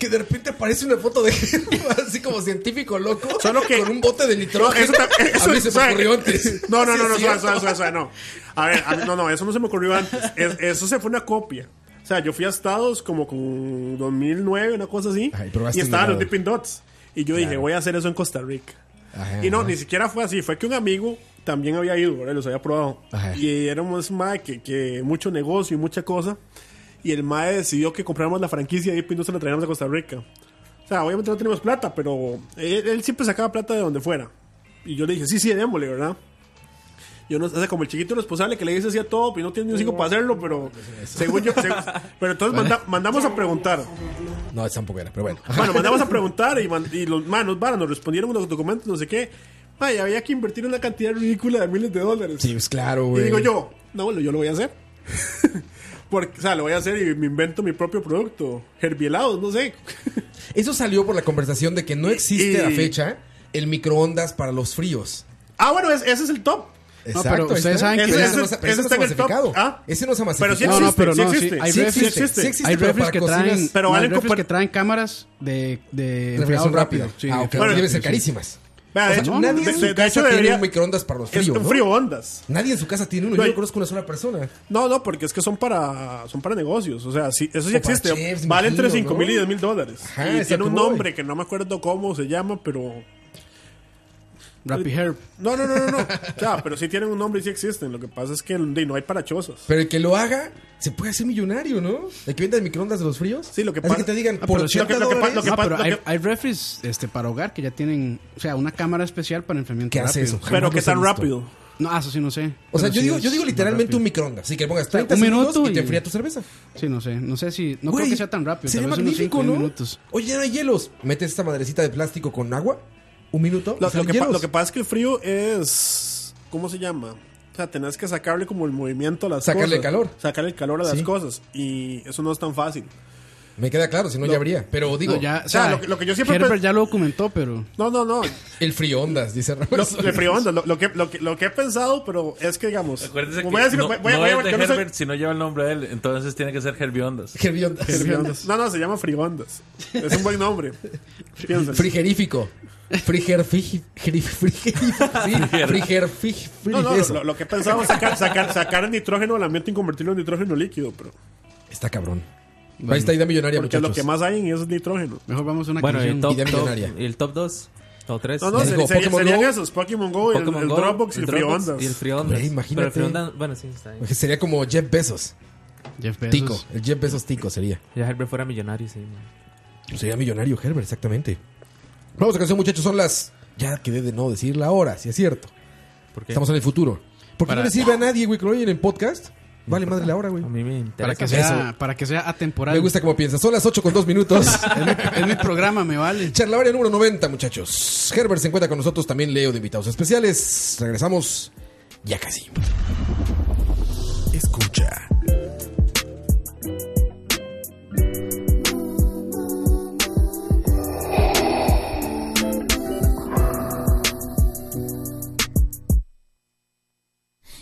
Speaker 2: que de repente aparece una foto de así como científico loco
Speaker 6: Solo que-
Speaker 2: con un bote de
Speaker 6: No,
Speaker 2: nitrógeno.
Speaker 6: eso, ta- eso-
Speaker 2: a mí se me
Speaker 6: suave.
Speaker 2: ocurrió antes.
Speaker 6: No, no,
Speaker 2: Sí,
Speaker 6: no,
Speaker 2: es
Speaker 6: no, suave,
Speaker 2: cierto.
Speaker 6: suave, suave, suave, no. A ver, a mí- no, no, eso no se me ocurrió antes. Es- eso se fue una copia. O sea, yo fui a Estados como con 2009, una cosa así.
Speaker 2: Ay, probaste
Speaker 6: y estaban
Speaker 2: helado.
Speaker 6: los Dippin' Dots. Y yo dije, voy a hacer eso en Costa Rica.
Speaker 2: Ajá,
Speaker 6: y no,
Speaker 2: ajá.
Speaker 6: ni siquiera fue así. Fue que un amigo también había ido, ¿verdad? los había probado.
Speaker 2: Ajá.
Speaker 6: Y éramos más que, que mucho negocio y mucha cosa. Y el MAE decidió que compráramos la franquicia de Dippin' Dots y pues la traíamos a Costa Rica. O sea, obviamente no tenemos plata, pero él, él siempre sacaba plata de donde fuera. Y yo le dije, sí, sí, démosle, ¿verdad? Yo no, o sea, como el chiquito responsable que le dice así a todo, y no tiene ni un cinco para hacerlo, pero según yo, según- pero entonces manda- mandamos a preguntar.
Speaker 2: No, esa tampoco era, pero bueno.
Speaker 6: Bueno, mandamos a preguntar y, man- y los manos, vara, nos respondieron los documentos, no sé qué. Ay, había que invertir una cantidad ridícula de miles de dólares.
Speaker 2: Sí, pues claro,
Speaker 6: y
Speaker 2: güey.
Speaker 6: digo yo, no, bueno, yo lo voy a hacer. Porque, o sea, lo voy a hacer y me invento mi propio producto. Herbielados, no sé.
Speaker 2: Eso salió por la conversación de que no existe a la
Speaker 6: y-
Speaker 2: fecha el microondas para los fríos.
Speaker 6: Ah, bueno, es- ese es el top.
Speaker 5: No, pero
Speaker 2: ahí
Speaker 5: ustedes
Speaker 2: está.
Speaker 5: saben que
Speaker 2: Ese
Speaker 5: ya-
Speaker 2: no se-
Speaker 6: ese
Speaker 2: ese no
Speaker 6: está
Speaker 2: se ha
Speaker 6: en el top.
Speaker 2: masificado.
Speaker 6: Ah.
Speaker 2: Ese no se ha
Speaker 6: Pero sí
Speaker 2: masificado.
Speaker 5: No, no, pero
Speaker 6: sí
Speaker 5: no, sí,
Speaker 6: existe.
Speaker 5: hay
Speaker 2: Sí
Speaker 5: refres,
Speaker 2: existe,
Speaker 6: existe.
Speaker 2: sí existe,
Speaker 5: hay
Speaker 2: pero
Speaker 5: refres
Speaker 2: para
Speaker 5: que traen,
Speaker 2: cocinas
Speaker 6: Pero
Speaker 5: no, hay
Speaker 6: valen
Speaker 5: refres
Speaker 6: como-
Speaker 5: que traen cámaras de, de
Speaker 2: refrescos
Speaker 5: enfriado
Speaker 2: rápido.
Speaker 5: Sí,
Speaker 2: ah,
Speaker 5: de
Speaker 2: ok,
Speaker 5: enfriado
Speaker 2: debe
Speaker 5: rápido,
Speaker 2: ser
Speaker 5: sí.
Speaker 2: carísimas.
Speaker 6: Vea, Ah, de
Speaker 2: O sea,
Speaker 6: hecho,
Speaker 2: nadie
Speaker 6: de-
Speaker 2: en
Speaker 6: de-
Speaker 2: su
Speaker 6: de hecho
Speaker 2: casa tiene
Speaker 6: debería-
Speaker 2: un microondas para los
Speaker 6: Es
Speaker 2: fríos,
Speaker 6: un
Speaker 2: ¿no?
Speaker 6: frigoondas.
Speaker 2: Nadie en su casa tiene uno. Yo
Speaker 6: No,
Speaker 2: no
Speaker 6: y-
Speaker 2: conozco una sola persona.
Speaker 6: No, no, porque es que son para son para negocios. O sea, sí, eso sí
Speaker 2: O para
Speaker 6: existe.
Speaker 2: chefs,
Speaker 6: vale
Speaker 2: imagino,
Speaker 6: entre 5 mil
Speaker 2: ¿no?
Speaker 6: y 10 mil dólares.
Speaker 2: Ajá,
Speaker 6: y
Speaker 2: es a
Speaker 6: tiene
Speaker 2: lo
Speaker 6: un
Speaker 2: que voy.
Speaker 6: nombre que no me acuerdo cómo se llama, pero.
Speaker 5: Rappi Herb.
Speaker 6: No, no, no, no. no. o sea, pero sí tienen un nombre y sí existen. Lo que pasa es que de- no hay para chozas.
Speaker 2: Pero el que lo haga se puede hacer millonario, ¿no? El que venda el microondas de los fríos.
Speaker 6: Sí, lo que
Speaker 2: Así
Speaker 6: pasa-
Speaker 2: que te digan,
Speaker 5: Ah,
Speaker 2: por
Speaker 5: pero sí, lo
Speaker 2: 80
Speaker 6: que- lo que pa-
Speaker 2: dólares,
Speaker 6: lo que
Speaker 5: No,
Speaker 6: pa-
Speaker 5: pero hay,
Speaker 6: que-
Speaker 5: hay refres este, para hogar que ya tienen, o sea, una cámara especial para enfriamiento
Speaker 2: ¿qué hace eso?
Speaker 5: rápido.
Speaker 2: Jamás
Speaker 6: Pero que
Speaker 2: los he
Speaker 6: tan
Speaker 2: visto.
Speaker 6: rápido.
Speaker 5: No, ah, eso sí no sé.
Speaker 2: O
Speaker 5: Pero
Speaker 2: sea, yo
Speaker 5: sí
Speaker 2: digo,
Speaker 5: es
Speaker 2: yo digo
Speaker 5: más
Speaker 2: literalmente
Speaker 5: rápido.
Speaker 2: un microondas. Así que le pongas
Speaker 5: sea,
Speaker 2: 30
Speaker 5: un
Speaker 2: minutos
Speaker 5: minuto
Speaker 2: y te
Speaker 5: y-
Speaker 2: enfría tu cerveza.
Speaker 5: Sí, no sé, no sé si, no
Speaker 2: Güey,
Speaker 5: creo que sea tan rápido.
Speaker 2: Sería
Speaker 5: tal vez unos
Speaker 2: magnífico,
Speaker 5: cinco, diez
Speaker 2: ¿no?
Speaker 5: minutos.
Speaker 2: Oye, ya no hay hielos. Metes esta madrecita de plástico con agua. Un minuto.
Speaker 6: Lo,
Speaker 2: y salen
Speaker 6: lo que pa-
Speaker 2: hielos.
Speaker 6: lo que pasa es que el frío es. ¿Cómo se llama? O sea, tenés que sacarle como el movimiento a las
Speaker 2: Sacarle
Speaker 6: cosas.
Speaker 2: calor.
Speaker 6: Sacarle el calor a las
Speaker 2: Sí.
Speaker 6: cosas. Y eso no es tan fácil.
Speaker 2: Me queda claro, si no ya habría. Pero digo,
Speaker 5: No, ya,
Speaker 6: o sea, lo que- lo que yo siempre
Speaker 5: Herbert
Speaker 6: pe-
Speaker 5: ya lo documentó, pero
Speaker 6: No, no, no.
Speaker 2: el frioondas, dice Raúl.
Speaker 6: Lo, le frigoondas, lo, lo que, lo, que, lo que he pensado, pero es que digamos.
Speaker 4: Acuérdense que
Speaker 6: voy a decir-
Speaker 4: no,
Speaker 6: voy- voy-
Speaker 4: no
Speaker 6: voy-
Speaker 4: es de
Speaker 6: yo no soy-
Speaker 4: Herbert si no lleva el nombre de él. Entonces tiene que ser Herbiondas.
Speaker 2: Friondas.
Speaker 6: Frigondas. No, no, se llama Frigondas. Es un buen nombre. Piensen.
Speaker 2: Frigerífico. Friger, frigi- gri- frigerífico. Sí, friger, frig- frig-
Speaker 6: No, no,
Speaker 2: eso.
Speaker 6: lo, lo que pensaba es sacar, sacar, sacar el nitrógeno al ambiente y convertirlo en nitrógeno líquido, pero.
Speaker 2: Está cabrón. Ahí está idea millonaria,
Speaker 6: Porque
Speaker 2: muchachos.
Speaker 6: lo que más hay en eso es nitrógeno.
Speaker 5: mejor vamos a una
Speaker 3: Bueno, el
Speaker 5: canción.
Speaker 3: top,
Speaker 2: Idea
Speaker 3: top-
Speaker 2: millonaria.
Speaker 3: el top 2 o 3.
Speaker 6: No, no,
Speaker 2: Ya
Speaker 6: se-
Speaker 2: dijo,
Speaker 6: sería-
Speaker 2: Pokémon
Speaker 6: serían
Speaker 2: Go,
Speaker 6: esos: Pokémon Go, el- el,
Speaker 3: Go,
Speaker 6: Dropbox y el
Speaker 3: Dropbox
Speaker 6: Frigondas.
Speaker 3: Y el Frigondas.
Speaker 2: Güey, imagínate.
Speaker 3: Pero el Frigondas, bueno, sí, está bien.
Speaker 2: Sería como Jeff Bezos.
Speaker 5: Jeff Bezos.
Speaker 2: Tico. El Jeff Bezos Tico sería.
Speaker 3: Ya Herbert fuera millonario, sí. man.
Speaker 2: Sería millonario Herbert, exactamente. Vamos a canción, muchachos. Son las. Ya quedé de no decir la hora, si es cierto.
Speaker 3: ¿Por qué?
Speaker 2: Estamos en el futuro. Porque
Speaker 5: Para-
Speaker 2: no le sirve a nadie, güey, que lo oyen en podcast. Vale madre la hora, güey.
Speaker 3: A mí me
Speaker 5: Para
Speaker 3: interesa.
Speaker 5: que, sea, para que sea atemporal.
Speaker 2: Me gusta como piensas. Son las 8 con 2 minutos.
Speaker 5: Es mi, es mi programa, me vale.
Speaker 2: Charlavaria número 90, muchachos. Herbert se encuentra con nosotros, también Leo de invitados especiales. Regresamos ya casi. Escucha.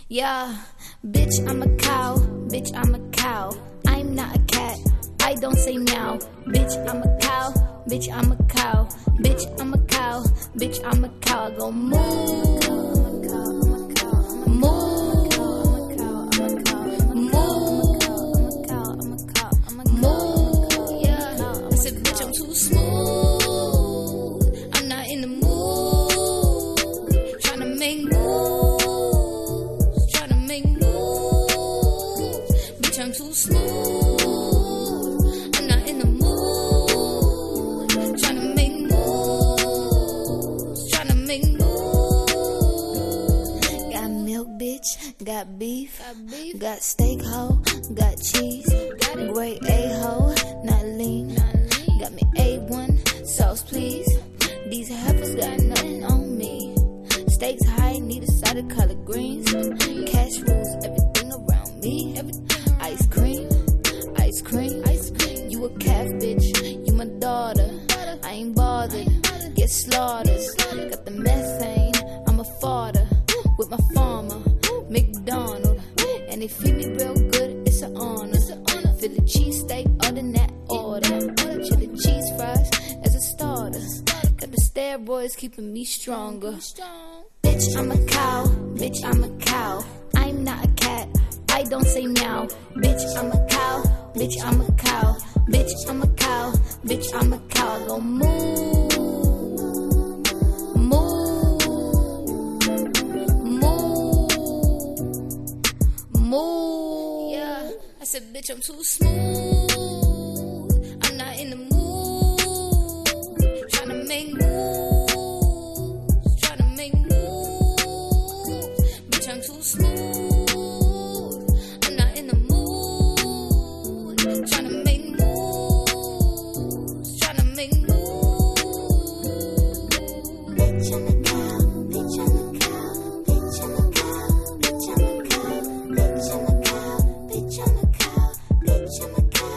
Speaker 9: Yeah, bitch, I'm a cow. Bitch, I'm a cow. I'm not a cat. I don't say meow. Bitch, I'm a cow. Bitch, I'm a cow. Bitch, I'm a cow. Bitch, I'm a cow. I go moo. Smooth. I'm not in the mood. Tryna make moves. Tryna make moves. Bitch, I'm too smooth. I'm not in the mood. Tryna make moves. Tryna make moves. Got milk, bitch. Got beef. Got, steak, ho. Got cheese. Got great A, ho. Not lean. Got me A1 sauce, please. These heifers got nothing on me. Stakes high, need a side of collard greens. Cash rules everything around me. Ice cream, ice cream, ice cream. You a calf, bitch. You my daughter. I ain't bothered. Get slaughtered. Got the methane. I'm a farter with my farmer, McDonald. And they feed me real good. It's an honor. Philly cheesesteak, other than that order. Chili cheese fries as a starter. Got the steroids keeping me stronger. Bitch, I'm a cow. Bitch, I'm a cow. I'm not a cat. I don't say meow. Bitch, I'm a cow. Bitch, I'm a cow. Bitch, I'm a cow. Bitch, I'm a cow. I go moo. Moo. Moo. Moo. Yeah. I said, bitch, I'm too smooth. I'm not in the mood. Tryna make moves. Tryna make moves. Bitch, I'm too smooth. I'm not in the mood. Tryna make moves. Tryna make moves. Bitch, I'm a cow. Bitch, I'm a cow. Bitch, I'm a cow. Bitch, I'm a cow. Bitch, I'm a cow. Bitch, I'm a cow.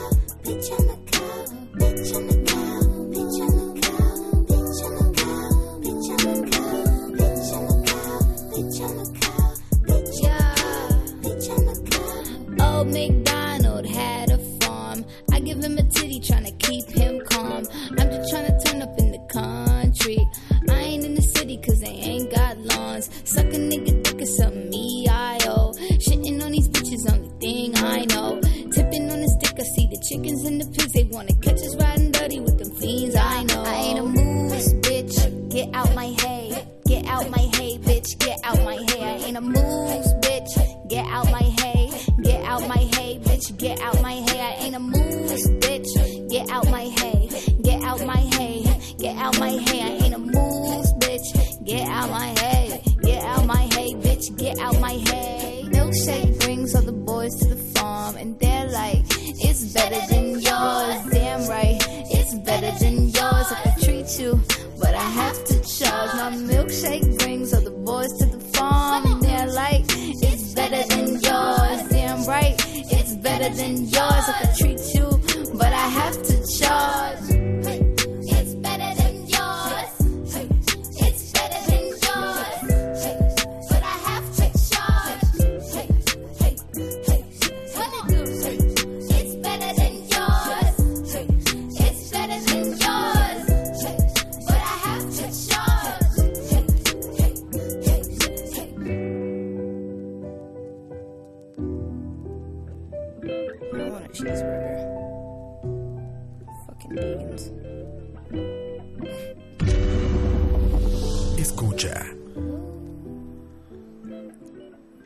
Speaker 1: Escucha.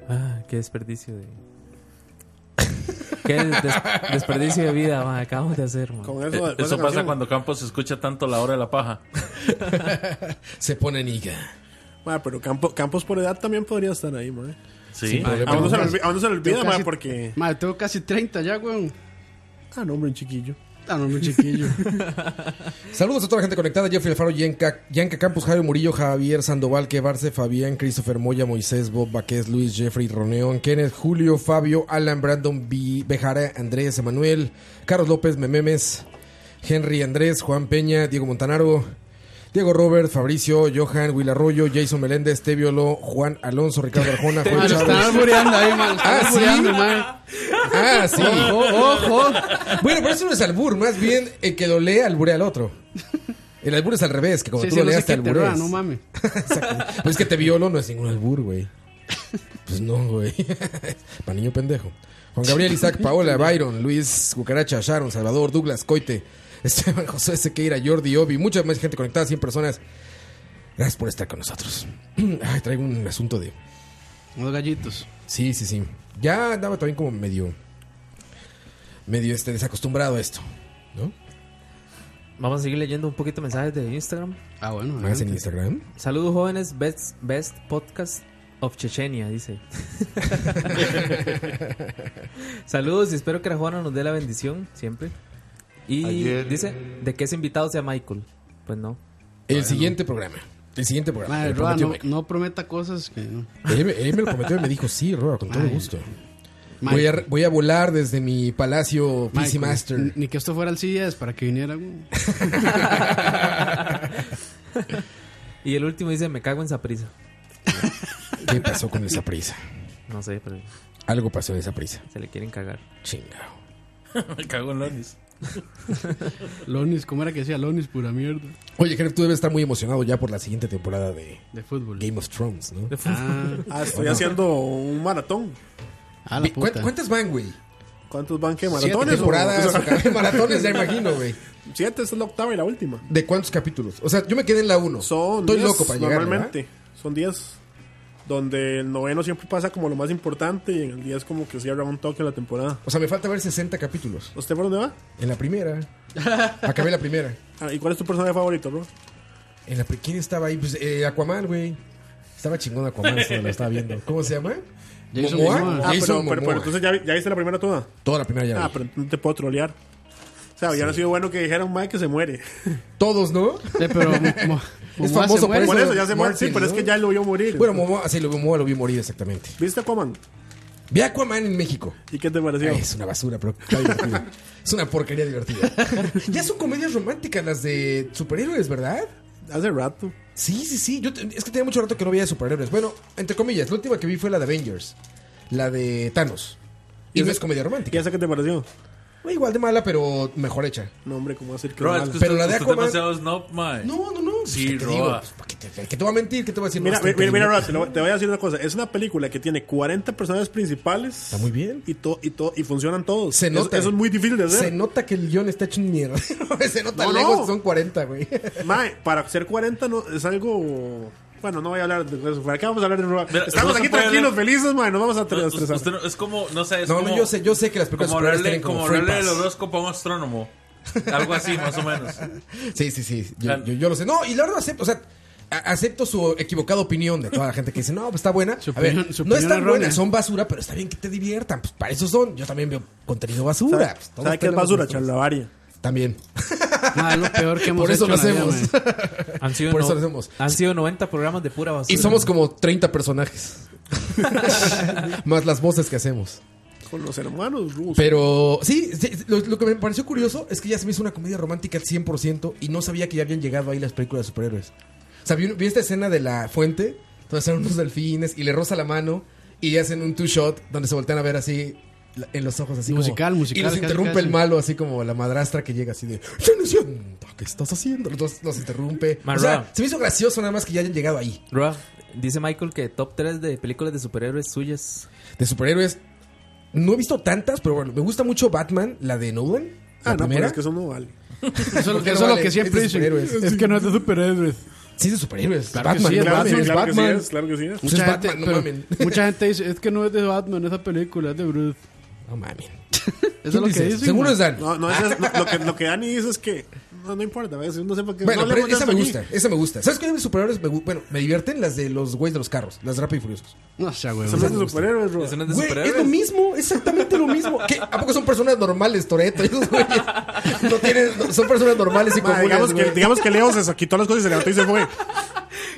Speaker 3: Ah, qué desperdicio de. qué des- desperdicio de vida, man, acabamos de hacer, man.
Speaker 6: Con
Speaker 4: Eh,
Speaker 6: eso,
Speaker 4: Eso pasa cuando Campos escucha tanto la hora de la paja.
Speaker 2: Se pone niga.
Speaker 6: Ma, pero Campo- Campos por edad también podría estar ahí, ma. eh.
Speaker 4: Sí.
Speaker 2: Problema.
Speaker 6: A uno se le
Speaker 5: casi-
Speaker 6: olvi- a uno se le olvida,
Speaker 5: tengo
Speaker 6: ma,
Speaker 5: casi-
Speaker 6: porque.
Speaker 5: Madre, tengo casi 30 ya, weón.
Speaker 6: Ah, no, hombre, un chiquillo.
Speaker 5: Ah, no, no, chiquillo.
Speaker 2: Saludos a toda la gente conectada: Jeffrey Alfaro, Yanka, Yanka Campos, Jairo Murillo, Javier Sandoval, Quebarce, Fabián, Christopher Moya, Moisés, Bob Baquez, Luis, Jeffrey, Roneón, Kenneth, Julio, Fabio, Alan, Brandon, B, Bejara, Andrés, Emanuel, Carlos López, Mememes, Henry Andrés, Juan Peña, Diego Montanaro, Diego Robert, Fabricio, Johan, Will Arroyo, Jason Meléndez, Teviolo, Juan Alonso, Ricardo Arjona,
Speaker 5: Ah,
Speaker 2: Juan
Speaker 5: lo
Speaker 2: Chávez.
Speaker 5: están albureando ahí, man. lo Están
Speaker 2: Ah, ¿sí?
Speaker 5: albureando, man.
Speaker 2: Ah, sí. Ojo, ojo. Bueno, pero eso no es albur, más bien el que lo lee alburea al otro. El albur es al revés, que cuando
Speaker 5: Sí,
Speaker 2: tú
Speaker 5: sí,
Speaker 2: lo
Speaker 5: no sé
Speaker 2: leas te
Speaker 5: qué terror,
Speaker 2: albureas.
Speaker 5: no mames.
Speaker 2: Exacto. Pues que te violo no es ningún albur, güey. Pues no, güey. Para niño pendejo. Juan Gabriel, Isaac, Paola, Byron, Luis, Cucaracha, Sharon, Salvador, Douglas, Coite, Esteban, José Sequeira, Jordi, Obi, mucha más gente conectada, 100 personas. Gracias por estar con nosotros. Ay, traigo un asunto de...
Speaker 5: Unos gallitos.
Speaker 2: Sí, sí, sí. Ya andaba también como medio. medio este, desacostumbrado a esto. ¿No?
Speaker 3: Vamos a seguir leyendo un poquito mensajes de Instagram.
Speaker 5: Ah, bueno.
Speaker 2: Más en
Speaker 5: adelante.
Speaker 2: Instagram.
Speaker 3: Saludos jóvenes, best, best podcast of Chechenia, dice. Saludos y espero que la Juana nos dé la bendición siempre. Y
Speaker 10: Ayer-
Speaker 3: dice, ¿de qué ese invitado sea Michael? Pues no.
Speaker 2: El siguiente programa. El siguiente programa.
Speaker 5: Madre,
Speaker 2: Me lo
Speaker 5: Roa,
Speaker 2: prometió
Speaker 5: no,
Speaker 2: Michael.
Speaker 5: no prometa cosas que no.
Speaker 2: Él, me- él me lo prometió y me dijo, sí, Roa, con todo
Speaker 5: Ay.
Speaker 2: gusto.
Speaker 5: Madre,
Speaker 2: Voy a, voy a volar desde mi palacio
Speaker 5: madre,
Speaker 2: PC Master.
Speaker 5: ni- Ni que esto fuera el CES para que viniera, güey.
Speaker 3: Y el último dice, me cago en Saprisa.
Speaker 2: ¿Qué pasó con esa prisa?
Speaker 3: No sé, pero
Speaker 2: Algo pasó en esa prisa.
Speaker 3: se le quieren cagar.
Speaker 2: Chingado.
Speaker 4: Me cago en Lonis.
Speaker 5: Lonis, ¿cómo era que decía? Lonis, pura mierda.
Speaker 2: Oye, Jeff, tú debes estar muy emocionado ya por la siguiente temporada de
Speaker 5: De fútbol.
Speaker 2: Game of Thrones, ¿no?
Speaker 5: Ah,
Speaker 6: Ah, estoy haciendo un maratón.
Speaker 5: a la
Speaker 2: Vi-
Speaker 5: puta.
Speaker 2: ¿cuán- ¿Cuántas van, güey?
Speaker 6: ¿Cuántos van que
Speaker 2: Siete
Speaker 6: maratones? o-
Speaker 2: temporadas,
Speaker 6: o sea,
Speaker 2: o- maratones, ya imagino, güey.
Speaker 6: siete, esta es la octava y la última.
Speaker 2: ¿De cuántos capítulos? O sea, yo me quedé en la 1.
Speaker 6: Son
Speaker 2: Estoy
Speaker 6: diez,
Speaker 2: loco para llegar.
Speaker 6: Normalmente, son 10. Donde el noveno siempre pasa como lo más importante y en el 10 como que cierra un toque la temporada.
Speaker 2: O sea, me falta ver 60 capítulos.
Speaker 6: ¿Usted por dónde va?
Speaker 2: En la primera. Acabé la primera.
Speaker 6: Ah, ¿Y cuál es tu personaje favorito, bro?
Speaker 2: En la, pri- ¿Quién estaba ahí? Pues eh, Aquaman, güey. Estaba chingón Aquaman, se lo estaba viendo. ¿Cómo se llama?
Speaker 5: Jason Momoa.
Speaker 6: Ah, pero,
Speaker 2: Jason
Speaker 6: pero- pero
Speaker 2: Momoa.
Speaker 6: entonces ya, vi- ya viste la primera toda.
Speaker 2: Toda la primera ya.
Speaker 6: Ah,
Speaker 2: vi.
Speaker 6: pero no te puedo trolear. O sea, hubiera sido bueno que dijera un Mike que se muere.
Speaker 2: Todos, ¿no?
Speaker 5: Sí, pero Mo- Mo- Momoa
Speaker 2: famoso
Speaker 5: se muere.
Speaker 2: Eso,
Speaker 6: Por eso ya se muere.
Speaker 2: Martin,
Speaker 6: Sí, pero
Speaker 2: ¿no?
Speaker 6: es que ya lo vio morir.
Speaker 2: Bueno, Momoa, ah, sí, lo vi, Momoa lo vi morir exactamente.
Speaker 6: ¿Viste Aquaman?
Speaker 2: Vi Aquaman en México.
Speaker 6: ¿Y qué te pareció?
Speaker 2: Ay, es una basura, pero está divertido. es una porquería divertida. ya son comedias románticas las de superhéroes, ¿verdad?
Speaker 6: Hace rato.
Speaker 2: Sí, sí, sí. Yo te- es que tenía mucho rato que no veía superhéroes. Bueno, entre comillas, la última que vi fue la de Avengers, la de Thanos. Y,
Speaker 6: ¿Y
Speaker 2: no
Speaker 6: esa-
Speaker 2: es comedia
Speaker 6: ¿Y
Speaker 2: romántica.
Speaker 6: esa qué te pareció?
Speaker 2: Igual de mala, pero mejor hecha.
Speaker 6: No, hombre, ¿cómo hacer que
Speaker 4: Roa,
Speaker 6: mal?
Speaker 4: es que
Speaker 2: Pero
Speaker 4: usted,
Speaker 2: la de
Speaker 4: usted es
Speaker 2: Aquaman-
Speaker 4: demasiado snob, mae.
Speaker 2: No, no, no. pues,
Speaker 4: Sí,
Speaker 2: ¿qué te
Speaker 4: Roa.
Speaker 2: digo? Pues, ¿para qué te, que te va a mentir, que te va a decir.
Speaker 6: Mira,
Speaker 2: No,
Speaker 6: mira,
Speaker 2: está
Speaker 6: mira,
Speaker 2: increíble.
Speaker 6: Roa, te, lo- te voy a decir una cosa. Es una película que tiene 40 personajes principales. Está
Speaker 2: muy bien.
Speaker 6: Y, to- y, to- y funcionan todos.
Speaker 2: Se
Speaker 6: Eso-
Speaker 2: nota.
Speaker 6: Eso, es muy difícil de
Speaker 2: Se
Speaker 6: hacer.
Speaker 2: nota que el guión está hecho un mierda. Se nota
Speaker 6: No,
Speaker 2: lejos,
Speaker 6: no.
Speaker 2: son 40, güey.
Speaker 6: Mae, para ser 40 no, es algo... Bueno, no voy a hablar de eso. ¿Para qué vamos a hablar de Roa?
Speaker 4: Mira, no
Speaker 6: Estamos
Speaker 4: se
Speaker 6: aquí
Speaker 4: puede
Speaker 6: tranquilos,
Speaker 4: hablar.
Speaker 6: felices, mae. No vamos a
Speaker 4: No,
Speaker 6: tre- estresar.
Speaker 4: usted no- es como, no sé, es
Speaker 2: No,
Speaker 4: como,
Speaker 2: no, yo sé, yo sé que las películas
Speaker 4: como
Speaker 2: superhéroes
Speaker 4: hablarle,
Speaker 2: tienen
Speaker 4: como
Speaker 2: como,
Speaker 4: hablarle
Speaker 2: free
Speaker 4: del
Speaker 2: pass.
Speaker 4: horóscopo a un astrónomo. Algo así, más o menos.
Speaker 2: Sí, sí, sí. Yo,
Speaker 4: Claro.
Speaker 2: yo, yo lo sé. No, y la verdad acepto. O sea, a- acepto su equivocada opinión de toda la gente que dice, no, pues está buena.
Speaker 5: Su
Speaker 2: A ver,
Speaker 5: opinión- su
Speaker 2: no
Speaker 5: opinión
Speaker 2: están
Speaker 5: errónea.
Speaker 2: buenas, son basura, pero está bien que te diviertan. Pues para eso son. Yo también veo contenido basura.
Speaker 6: ¿Sabe-
Speaker 2: Pues, todos
Speaker 6: ¿Sabe qué es
Speaker 2: tenemos
Speaker 6: basura,
Speaker 2: nuestras-
Speaker 6: charlavaria?
Speaker 2: También.
Speaker 5: Madre, es lo peor que hemos
Speaker 2: Por eso
Speaker 5: hecho
Speaker 2: lo
Speaker 5: en la vida,
Speaker 2: hacemos.
Speaker 5: madre.
Speaker 3: Han sido,
Speaker 2: Por eso
Speaker 3: no-
Speaker 2: lo hacemos.
Speaker 3: han sido 90 programas de pura basura.
Speaker 2: Y somos como 30 personajes. Más las voces que hacemos.
Speaker 6: Con los hermanos rusos.
Speaker 2: Pero sí, sí, lo, lo que me pareció curioso es que ya se me hizo una comedia romántica al 100% y no sabía que ya habían llegado ahí las películas de superhéroes. O sea, vi, vi esta escena de la fuente, donde están unos delfines y le roza la mano y hacen un two-shot donde se voltean a ver así la- en los ojos así como-
Speaker 5: Musical, musical,
Speaker 2: y los
Speaker 5: casi,
Speaker 2: interrumpe
Speaker 5: casi.
Speaker 2: el malo así como la madrastra que llega así de "Ya no siento, ¿qué estás haciendo? Los, los interrumpe o sea,
Speaker 3: Marrón.
Speaker 2: se me hizo gracioso nada más que ya hayan llegado ahí
Speaker 3: Roa, dice Michael que top 3 de películas de superhéroes suyas.
Speaker 2: de superhéroes no he visto tantas pero bueno me gusta mucho Batman la de Nolan la
Speaker 6: Ah, no, pero
Speaker 2: primera
Speaker 6: es que eso no vale.
Speaker 5: Eso, es lo- eso
Speaker 2: Pero
Speaker 5: es lo
Speaker 2: vale,
Speaker 5: que siempre
Speaker 2: es de
Speaker 5: dicen.
Speaker 2: superhéroes.
Speaker 5: Es que no es de superhéroes.
Speaker 2: Sí, es de superhéroes.
Speaker 5: Claro que
Speaker 2: Batman,
Speaker 5: sí, es
Speaker 6: Claro,
Speaker 2: Batman,
Speaker 6: que-
Speaker 5: Batman,
Speaker 2: es
Speaker 6: claro que sí
Speaker 2: Batman.
Speaker 6: es, claro que sí es.
Speaker 2: Pues
Speaker 5: Mucha
Speaker 2: es
Speaker 5: gente,
Speaker 2: Batman, no
Speaker 5: pero
Speaker 2: mamen.
Speaker 5: mucha gente dice, es que no es de Batman esa película, es de Bruce.
Speaker 2: No mames.
Speaker 5: Eso es lo que dicen.
Speaker 2: Seguro
Speaker 5: güey.
Speaker 2: es Dan.
Speaker 6: No, no, eso es- lo, que, lo que Dani dice es que no, no importa, a veces uno sepa que
Speaker 2: Bueno,
Speaker 6: no
Speaker 2: pero
Speaker 6: hablemos de
Speaker 2: esa
Speaker 6: esto
Speaker 2: me
Speaker 6: aquí.
Speaker 2: gusta, esa me gusta. ¿Sabes cuáles de mis superhéroes me gu- Bueno, me divierten las de los güeyes de los carros, las de Rápido y Furiosos.
Speaker 5: No sea, güey.
Speaker 6: Eso no es de superhéroes, bro.
Speaker 3: Eso no es de
Speaker 2: Güey, es lo
Speaker 3: superhéroes.
Speaker 2: mismo, exactamente lo mismo. ¿Qué? ¿A poco son personas normales, Toreto? Esos güeyes no tienen, no- son personas normales y
Speaker 6: Ma, digamos,
Speaker 2: comunes,
Speaker 6: que,
Speaker 2: güey.
Speaker 6: digamos que Leo se quitó las cosas y se levantó y se fue.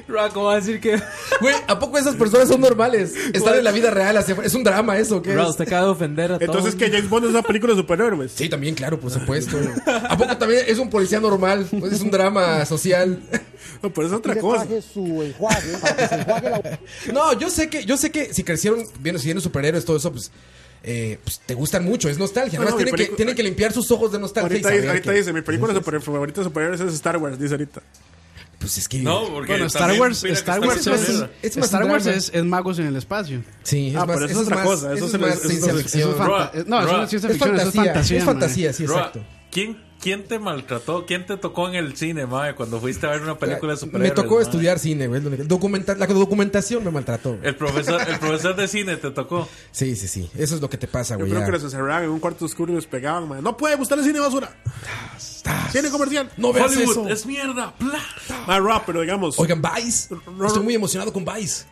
Speaker 3: Rock, ¿cómo va a decir que.
Speaker 2: Güey, ¿a poco esas personas son normales? Están en la vida real, hacia- es un drama eso, ¿qué es?
Speaker 3: Rock, usted acaba de ofender a todos.
Speaker 6: Entonces que James Bond es una película de superhéroes.
Speaker 2: Sí, también, claro, por supuesto. ¿A poco también es un policía normal? Pues es un drama social.
Speaker 6: No, pero es otra
Speaker 8: le
Speaker 6: cosa.
Speaker 8: traje su enjuague para que se enjuague la boca.
Speaker 2: No, yo sé que, yo sé que si crecieron viendo, si vienen superhéroes, todo eso, pues, eh, pues, te gustan mucho, es nostalgia.
Speaker 6: Bueno,
Speaker 2: Además,
Speaker 6: mi
Speaker 2: tienen, que,
Speaker 6: pelicu-
Speaker 2: tienen que limpiar sus ojos de nostalgia. y
Speaker 6: Ahorita, dice-
Speaker 2: saber
Speaker 6: ahorita
Speaker 2: que-
Speaker 6: dice, mi película super- favorita de superhéroes es Star Wars, dice ahorita.
Speaker 2: Pues es que.
Speaker 4: No, porque.
Speaker 5: Bueno, Star
Speaker 4: también
Speaker 5: Wars,
Speaker 4: mira que
Speaker 5: Star
Speaker 4: está
Speaker 5: Wars
Speaker 4: bien
Speaker 5: es,
Speaker 4: verga.
Speaker 2: es más
Speaker 5: Star Wars
Speaker 2: drama.
Speaker 5: es, es magos en el espacio.
Speaker 2: Sí, es
Speaker 6: Ah,
Speaker 2: más,
Speaker 6: pero eso
Speaker 2: eso
Speaker 6: es otra
Speaker 2: más-
Speaker 6: cosa,
Speaker 2: Eso
Speaker 6: eso
Speaker 2: es
Speaker 6: se le-
Speaker 2: más
Speaker 6: eso
Speaker 2: ciencia
Speaker 6: se-
Speaker 5: Eso
Speaker 2: ficción.
Speaker 5: es fanta-
Speaker 4: Roa,
Speaker 5: no, eso no
Speaker 4: Roa.
Speaker 5: es ciencia
Speaker 2: Es
Speaker 5: ficción, eso es
Speaker 2: fantasía,
Speaker 5: fantasía.
Speaker 2: es
Speaker 5: mae.
Speaker 2: fantasía, sí,
Speaker 4: Roa,
Speaker 2: exacto.
Speaker 4: ¿quién, ¿Quién te maltrató? ¿Quién te tocó en el cine, mae, cuando fuiste a ver una película de
Speaker 2: Ah, Me
Speaker 4: superhéroes?
Speaker 2: tocó
Speaker 4: mae?
Speaker 2: estudiar cine, güey. es lo único. Documenta- la documentación me maltrató. güey.
Speaker 4: El profesor, el profesor de cine te tocó.
Speaker 2: Sí, sí, sí. Eso es lo que te pasa,
Speaker 6: Yo
Speaker 2: güey.
Speaker 6: creo
Speaker 2: ya.
Speaker 6: que los encerraban en un cuarto oscuro y los pegaban, man. No puede gustar el cine basura. Cine comercial.
Speaker 2: No veas eso.
Speaker 4: Hollywood es mierda. Bla.
Speaker 6: Ah, Rob, pero digamos.
Speaker 2: Oigan, Vice.
Speaker 6: Ro-
Speaker 2: Estoy muy emocionado con Vice.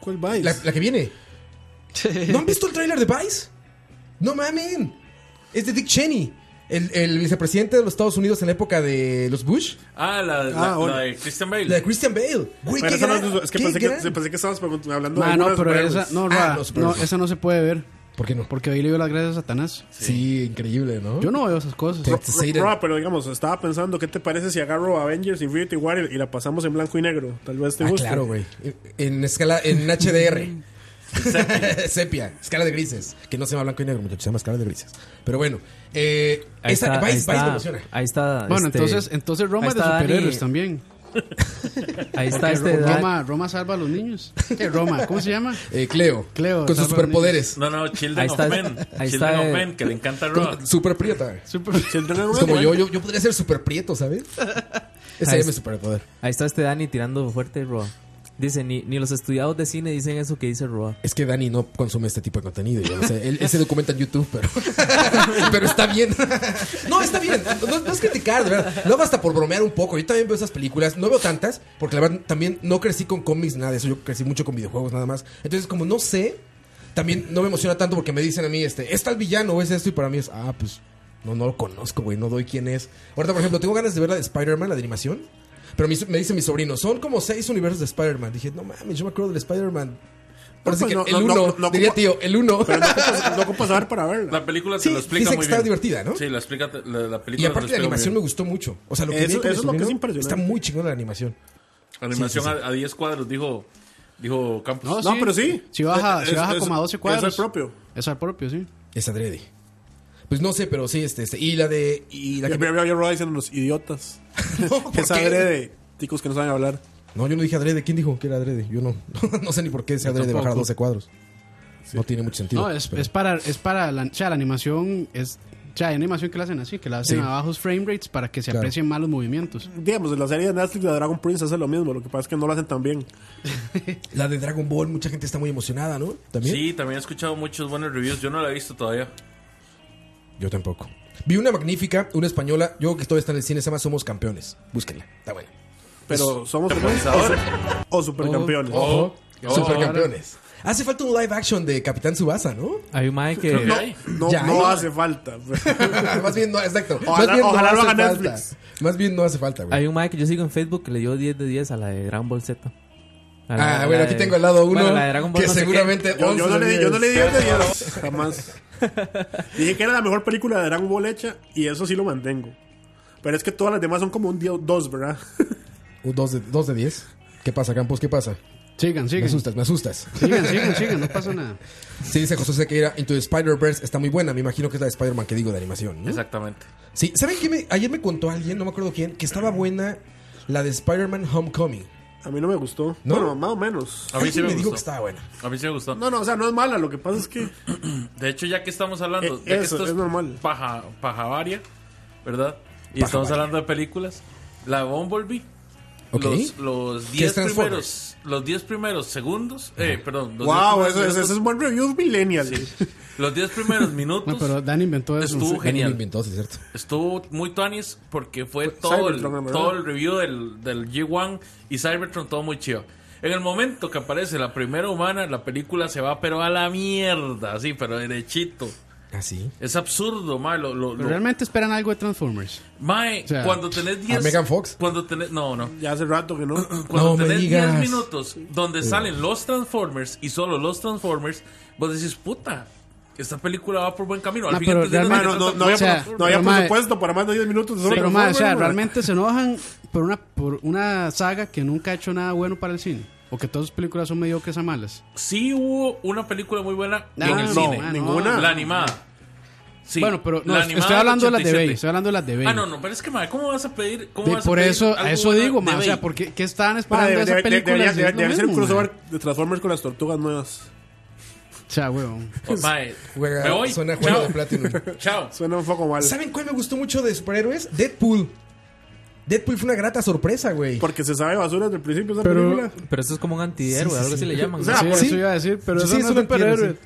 Speaker 6: ¿Cuál Vice?
Speaker 2: La, la que viene. ¿No han visto el tráiler de Vice? No mamen. Es de Dick Cheney, el, el vicepresidente de los Estados Unidos en la época de los Bush.
Speaker 4: Ah, la, la-
Speaker 6: Ah, bueno.
Speaker 4: la de Christian
Speaker 2: La de
Speaker 4: Bale.
Speaker 2: Christian Bale. Güey,
Speaker 6: Pero
Speaker 2: qué
Speaker 6: esa no
Speaker 2: gran,
Speaker 6: es de- es que
Speaker 2: qué
Speaker 6: pensé que,
Speaker 2: gran-
Speaker 6: pensé que estabas pregunt- hablando
Speaker 5: Mae,
Speaker 6: de
Speaker 5: no,
Speaker 6: alguna de
Speaker 5: pero
Speaker 6: superhéroes.
Speaker 5: esa no,
Speaker 2: Ah,
Speaker 5: Roa,
Speaker 2: los
Speaker 5: no,
Speaker 2: superhéroes.
Speaker 5: esa no se puede ver
Speaker 2: ¿Por qué no?
Speaker 5: porque ahí le dio las gracias a Satanás.
Speaker 2: Sí, increíble, ¿no?
Speaker 5: Yo no veo esas cosas.
Speaker 2: Te-
Speaker 5: Ro-
Speaker 2: te say that-
Speaker 6: Rob, pero digamos, estaba pensando, ¿qué te parece si agarro Avengers Infinity War y, y la pasamos en blanco y negro? Tal vez te
Speaker 2: Ah,
Speaker 6: guste.
Speaker 2: claro, güey. En escala, en HDR. Sepia, escala de grises. Que no se llama blanco y negro, muchachos, se llama escala de grises. Pero bueno, eh,
Speaker 3: Ahí
Speaker 2: esa-
Speaker 3: está,
Speaker 2: Vice,
Speaker 3: ahí
Speaker 2: Vice
Speaker 3: está,
Speaker 2: me emociona.
Speaker 3: Ahí está.
Speaker 5: Bueno,
Speaker 3: este,
Speaker 5: entonces, entonces Roma
Speaker 3: ahí
Speaker 5: es de
Speaker 3: está Dani.
Speaker 5: superhéroes también.
Speaker 3: Ahí está
Speaker 5: Que
Speaker 3: este.
Speaker 5: Ro-
Speaker 3: Dan-
Speaker 5: Roma, Roma salva a los niños. Eh, Roma, ¿cómo se llama?
Speaker 2: Eh, Cleo,
Speaker 5: Cleo,
Speaker 2: con sus
Speaker 5: salva a los
Speaker 2: superpoderes.
Speaker 4: No, no, Children
Speaker 3: Ahí está-
Speaker 4: of Men.
Speaker 3: ahí
Speaker 4: Children
Speaker 3: está,
Speaker 4: of
Speaker 3: eh.
Speaker 4: Men, que le encanta a Roa.
Speaker 2: Con- Super prieta.
Speaker 5: Super-
Speaker 2: Es como yo, yo, yo podría ser super prieto, ¿sabes? Ese
Speaker 3: Ahí
Speaker 2: es mi
Speaker 3: es-
Speaker 2: superpoder.
Speaker 3: Ahí está este Dani tirando fuerte, Roa. Dice, ni, ni los estudiados de cine dicen eso que dice Roa.
Speaker 2: Es que Dani no consume este tipo de contenido. Yo no sé. Él, él se documenta en YouTube, pero, pero está bien. No, está bien. No, no es criticar, de verdad. No basta por bromear un poco. Yo también veo esas películas. No veo tantas, porque la verdad también no crecí con cómics, nada de eso. Yo crecí mucho con videojuegos, nada más. Entonces, como no sé, también no me emociona tanto porque me dicen a mí, este, es tal villano o es esto, y para mí es, ah, pues, no, no lo conozco, güey, no doy quién es. Ahorita, por ejemplo, tengo ganas de ver la de Spider-Man, la de animación. Pero mi- me dice mi sobrino, son como seis universos de Spider-man. Dije, no mames, yo me acuerdo del Spider-Man. Ahora sí
Speaker 6: pues
Speaker 2: que
Speaker 6: no,
Speaker 2: el
Speaker 6: no,
Speaker 2: uno,
Speaker 6: no, no,
Speaker 2: diría
Speaker 6: como-
Speaker 2: tío, el uno.
Speaker 6: Pero no ocupas, no ocupas saber para verla.
Speaker 4: La película
Speaker 2: Sí,
Speaker 4: te lo explica
Speaker 2: dice que
Speaker 4: muy
Speaker 2: está
Speaker 4: bien.
Speaker 2: divertida, ¿no?
Speaker 4: Sí, la, explica, la, la película
Speaker 2: Y aparte
Speaker 4: te
Speaker 2: la
Speaker 4: lo explica
Speaker 2: animación me
Speaker 4: muy bien.
Speaker 2: gustó mucho. O sea, lo que
Speaker 6: Eso-
Speaker 2: vi con mi
Speaker 6: eso es lo que
Speaker 2: sobrino,
Speaker 6: es impresionante.
Speaker 2: Está muy chingona la animación.
Speaker 4: Animación a- a 10 cuadros, dijo, dijo Campos.
Speaker 5: No,
Speaker 6: No, pero sí.
Speaker 5: Si baja,
Speaker 6: Es-
Speaker 5: si baja
Speaker 6: es-
Speaker 5: como a 12
Speaker 6: es
Speaker 5: cuadros.
Speaker 6: el propio.
Speaker 5: Es al propio, sí.
Speaker 2: Es adrede. Pues no sé, pero sí, este, este. Y la de. Y la
Speaker 6: Ya
Speaker 2: que-
Speaker 6: me había yo diciendo los idiotas.
Speaker 2: No, ¿por
Speaker 6: Que
Speaker 2: qué?
Speaker 6: sabe de ticos que no saben hablar.
Speaker 2: No, yo no dije adrede. ¿Quién dijo que era adrede? Yo no. No sé ni por qué sea adrede bajar a
Speaker 5: tampoco.
Speaker 2: 12 cuadros. No tiene mucho sentido.
Speaker 5: No, es,
Speaker 2: pero-
Speaker 5: es para, es para la, o sea, la animación es, o sea, hay animación que la hacen así, que la hacen
Speaker 2: Sí.
Speaker 5: a bajos frame rates para que se
Speaker 2: Claro.
Speaker 5: aprecien más los movimientos.
Speaker 6: Digamos, en la serie de Netflix de Dragon Prince hace lo mismo. Lo que pasa es que no lo hacen tan bien.
Speaker 2: La de Dragon Ball, mucha gente está muy emocionada, ¿no? También.
Speaker 4: Sí, también he escuchado muchos buenos reviews. Yo no la he visto todavía.
Speaker 2: Yo tampoco. Vi una magnífica, una española. Yo que todavía está en el cine, se llama Somos Campeones. Búsquenla, está buena. Pues,
Speaker 6: Pero somos
Speaker 4: Temporizador.
Speaker 6: o, o supercampeones.
Speaker 2: Ojo.
Speaker 4: Oh,
Speaker 2: Supercampeones. Hace falta un live action de Capitán Subasa, ¿no?
Speaker 3: Hay un mae que.
Speaker 4: Creo que hay.
Speaker 6: No,
Speaker 2: Ya,
Speaker 6: no
Speaker 2: ¿no?
Speaker 6: hace falta.
Speaker 2: Más bien no, exacto.
Speaker 6: Ojalá-
Speaker 2: Más bien
Speaker 6: ojalá lo haga
Speaker 2: falta.
Speaker 6: Netflix.
Speaker 2: Más bien no hace falta, güey.
Speaker 3: Hay un mae que yo sigo en Facebook que le dio 10 de 10 a la de Dragon Ball Z. A la- a
Speaker 2: Ah,
Speaker 3: la
Speaker 2: bueno,
Speaker 3: de-
Speaker 2: aquí tengo al lado uno
Speaker 3: Bueno, la de Dragon Ball
Speaker 2: que
Speaker 3: no sé qué.
Speaker 2: seguramente
Speaker 6: Yo, yo no
Speaker 2: 11
Speaker 6: le,
Speaker 2: de
Speaker 6: di- yo no le di
Speaker 2: 10.
Speaker 6: 10 de 10. Jamás. Dije que era la mejor película de Dragon Ball hecha y eso sí lo mantengo. Pero es que todas las demás son como un día o dos, ¿verdad?
Speaker 2: Un Uh, dos de, dos de 10. ¿Qué pasa, Campos? ¿Qué pasa?
Speaker 5: Sigan,
Speaker 2: Me
Speaker 5: sigan.
Speaker 2: asustas, me asustas.
Speaker 5: Sigan, sigan, sigan, no pasa nada.
Speaker 2: Sí, dice José Sequeira, Into the Spider-Verse está muy buena. Me imagino que es la de Spider-Man que digo de animación, ¿no?
Speaker 4: Exactamente.
Speaker 2: Sí, ¿saben qué? me- ayer me contó alguien, no me acuerdo quién, que estaba buena la de Spider-Man Homecoming.
Speaker 6: A mí no me gustó.
Speaker 2: ¿No?
Speaker 6: Bueno, más o menos.
Speaker 4: A mí sí
Speaker 2: Alguien
Speaker 4: me
Speaker 2: dijo que
Speaker 4: gustó.
Speaker 2: estaba buena.
Speaker 4: A mí sí me gustó.
Speaker 6: No, no, o sea, no es mala. Lo que pasa es que.
Speaker 4: De hecho, ya que estamos hablando
Speaker 6: Eh,
Speaker 4: de que
Speaker 6: eso,
Speaker 4: esto
Speaker 6: es normal.
Speaker 4: Paja, paja varia, ¿verdad? Y estamos hablando de películas. La Bumblebee.
Speaker 2: Ok.
Speaker 4: Los- Los 10 primeros,
Speaker 2: Transformers?
Speaker 4: los 10 primeros segundos, eh, perdón, los 10
Speaker 6: Wow,
Speaker 4: primeros
Speaker 6: eso, eso- eso es
Speaker 4: minutos-
Speaker 6: un buen review millennial.
Speaker 4: los 10 primeros minutos
Speaker 5: No, pero Dan inventó eso.
Speaker 4: estuvo
Speaker 2: Genial.
Speaker 4: genial.
Speaker 2: inventó, sí, cierto.
Speaker 4: Estuvo muy tuanis porque fue
Speaker 6: Fue
Speaker 4: todo, el,
Speaker 6: Cybertron, ¿verdad?
Speaker 4: todo el review del, del G1 y Cybertron, todo muy chido. En el momento que aparece la primera humana, la película se va pero a la mierda, así, pero derechito.
Speaker 2: Ah, sí.
Speaker 4: Es absurdo, mae. Lo, lo-
Speaker 5: Pero
Speaker 4: lo-
Speaker 5: Realmente esperan algo de Transformers.
Speaker 4: mae,
Speaker 5: O sea,
Speaker 4: cuando tenés 10...
Speaker 2: Megan Fox?
Speaker 4: Cuando tenés... No, no.
Speaker 6: Ya hace rato que no.
Speaker 4: Cuando
Speaker 2: No me
Speaker 4: tenés 10
Speaker 2: digas.
Speaker 4: minutos donde salen los Transformers y solo los Transformers, vos decís, puta, esta película va por buen camino. Al
Speaker 5: No,
Speaker 4: fin
Speaker 5: pero
Speaker 4: entendieron
Speaker 5: realmente-
Speaker 4: de
Speaker 6: no,
Speaker 4: qué
Speaker 6: no,
Speaker 4: trata.
Speaker 6: no había,
Speaker 5: O sea,
Speaker 6: no había
Speaker 5: pero, mae,
Speaker 6: presupuesto para más de 10 minutos. de solo
Speaker 5: pero más, o sea,
Speaker 6: Transformers,
Speaker 5: realmente se enojan por una, por una saga que nunca ha hecho nada bueno para el cine. O que todas sus películas son mediocres a malas.
Speaker 4: Sí hubo una película muy buena
Speaker 5: No,
Speaker 4: en el
Speaker 5: no,
Speaker 4: cine.
Speaker 5: ah, no.
Speaker 6: Ninguna.
Speaker 4: La animada. Sí,
Speaker 5: bueno, pero no,
Speaker 4: la animada
Speaker 5: estoy hablando de las de
Speaker 4: 87.
Speaker 5: Bay. Estoy hablando de las de Bay.
Speaker 4: Ah, no, no, pero es que, madre, ¿cómo vas a pedir? Cómo
Speaker 5: De-
Speaker 4: vas a
Speaker 5: por
Speaker 4: pedir
Speaker 5: eso, a
Speaker 4: algo
Speaker 5: eso
Speaker 4: bueno
Speaker 5: digo,
Speaker 4: de
Speaker 5: man. O sea,
Speaker 4: Bay?
Speaker 5: ¿por qué, qué estaban
Speaker 6: mae,
Speaker 5: esperando
Speaker 6: mae,
Speaker 5: de esa
Speaker 6: debe- debe-
Speaker 5: película?
Speaker 6: Debería
Speaker 5: si es
Speaker 6: debería-
Speaker 5: lo
Speaker 6: debería ser un
Speaker 5: mismo,
Speaker 6: crossover
Speaker 5: man?
Speaker 6: de Transformers con las tortugas nuevas.
Speaker 5: O sea, huevón.
Speaker 4: Oh, madre,
Speaker 2: Juega-
Speaker 4: me voy.
Speaker 2: Suena a juego
Speaker 4: Chao.
Speaker 2: de Platinum.
Speaker 4: Chao.
Speaker 6: Suena un poco mal.
Speaker 2: ¿Saben cuál me gustó mucho de superhéroes? Deadpool. Deadpool fue una grata sorpresa, güey.
Speaker 6: Porque se sabe basura desde el principio de esa
Speaker 5: Pero-
Speaker 6: película.
Speaker 3: Pero eso es como un antihéroe,
Speaker 2: Sí, sí,
Speaker 3: algo así
Speaker 2: sí.
Speaker 3: le llaman. ¿no?
Speaker 6: O sea,
Speaker 5: Sí,
Speaker 2: sí.
Speaker 5: eso iba a decir, pero
Speaker 2: Sí,
Speaker 5: eso
Speaker 2: sí,
Speaker 5: no es
Speaker 2: eso lo entiendo,
Speaker 5: superhéroes.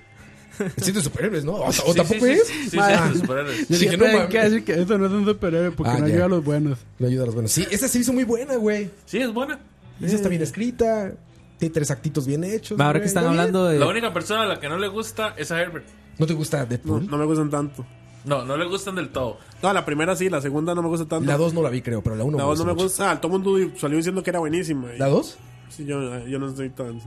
Speaker 2: Sí, de superhéroes, ¿no? O, o
Speaker 4: Sí,
Speaker 2: tampoco
Speaker 4: sí, sí, sí,
Speaker 2: es. Ah,
Speaker 4: sí, sí,
Speaker 5: Madre.
Speaker 4: sí, superhéroes.
Speaker 5: Yo
Speaker 2: Sí,
Speaker 5: siempre
Speaker 2: que no,
Speaker 5: hay
Speaker 2: mami.
Speaker 5: que decir que esto no es un superhéroe porque
Speaker 2: Ah,
Speaker 5: no
Speaker 2: ya.
Speaker 5: ayuda a los buenos.
Speaker 2: No ayuda a los buenos. Sí, esa sí hizo muy buena, güey.
Speaker 4: Sí, es buena.
Speaker 2: Esa está bien escrita. Tiene tres actitos bien hechos.
Speaker 3: Ahora
Speaker 2: güey.
Speaker 3: que están
Speaker 2: pues, eh, Está bien.
Speaker 3: hablando de...
Speaker 4: La única persona a la que no le gusta es a Herbert.
Speaker 2: ¿No te gusta
Speaker 6: No,
Speaker 2: Deadpool?
Speaker 6: no me gustan tanto.
Speaker 4: No, no le gustan del todo.
Speaker 6: No, la primera sí, la segunda no me gusta tanto.
Speaker 2: La 2 no la vi, creo, pero la 1
Speaker 6: La dos no me gusta. Ah, todo el mundo salió diciendo que era buenísima. y-
Speaker 2: ¿La 2?
Speaker 6: Sí, yo, yo no estoy tan.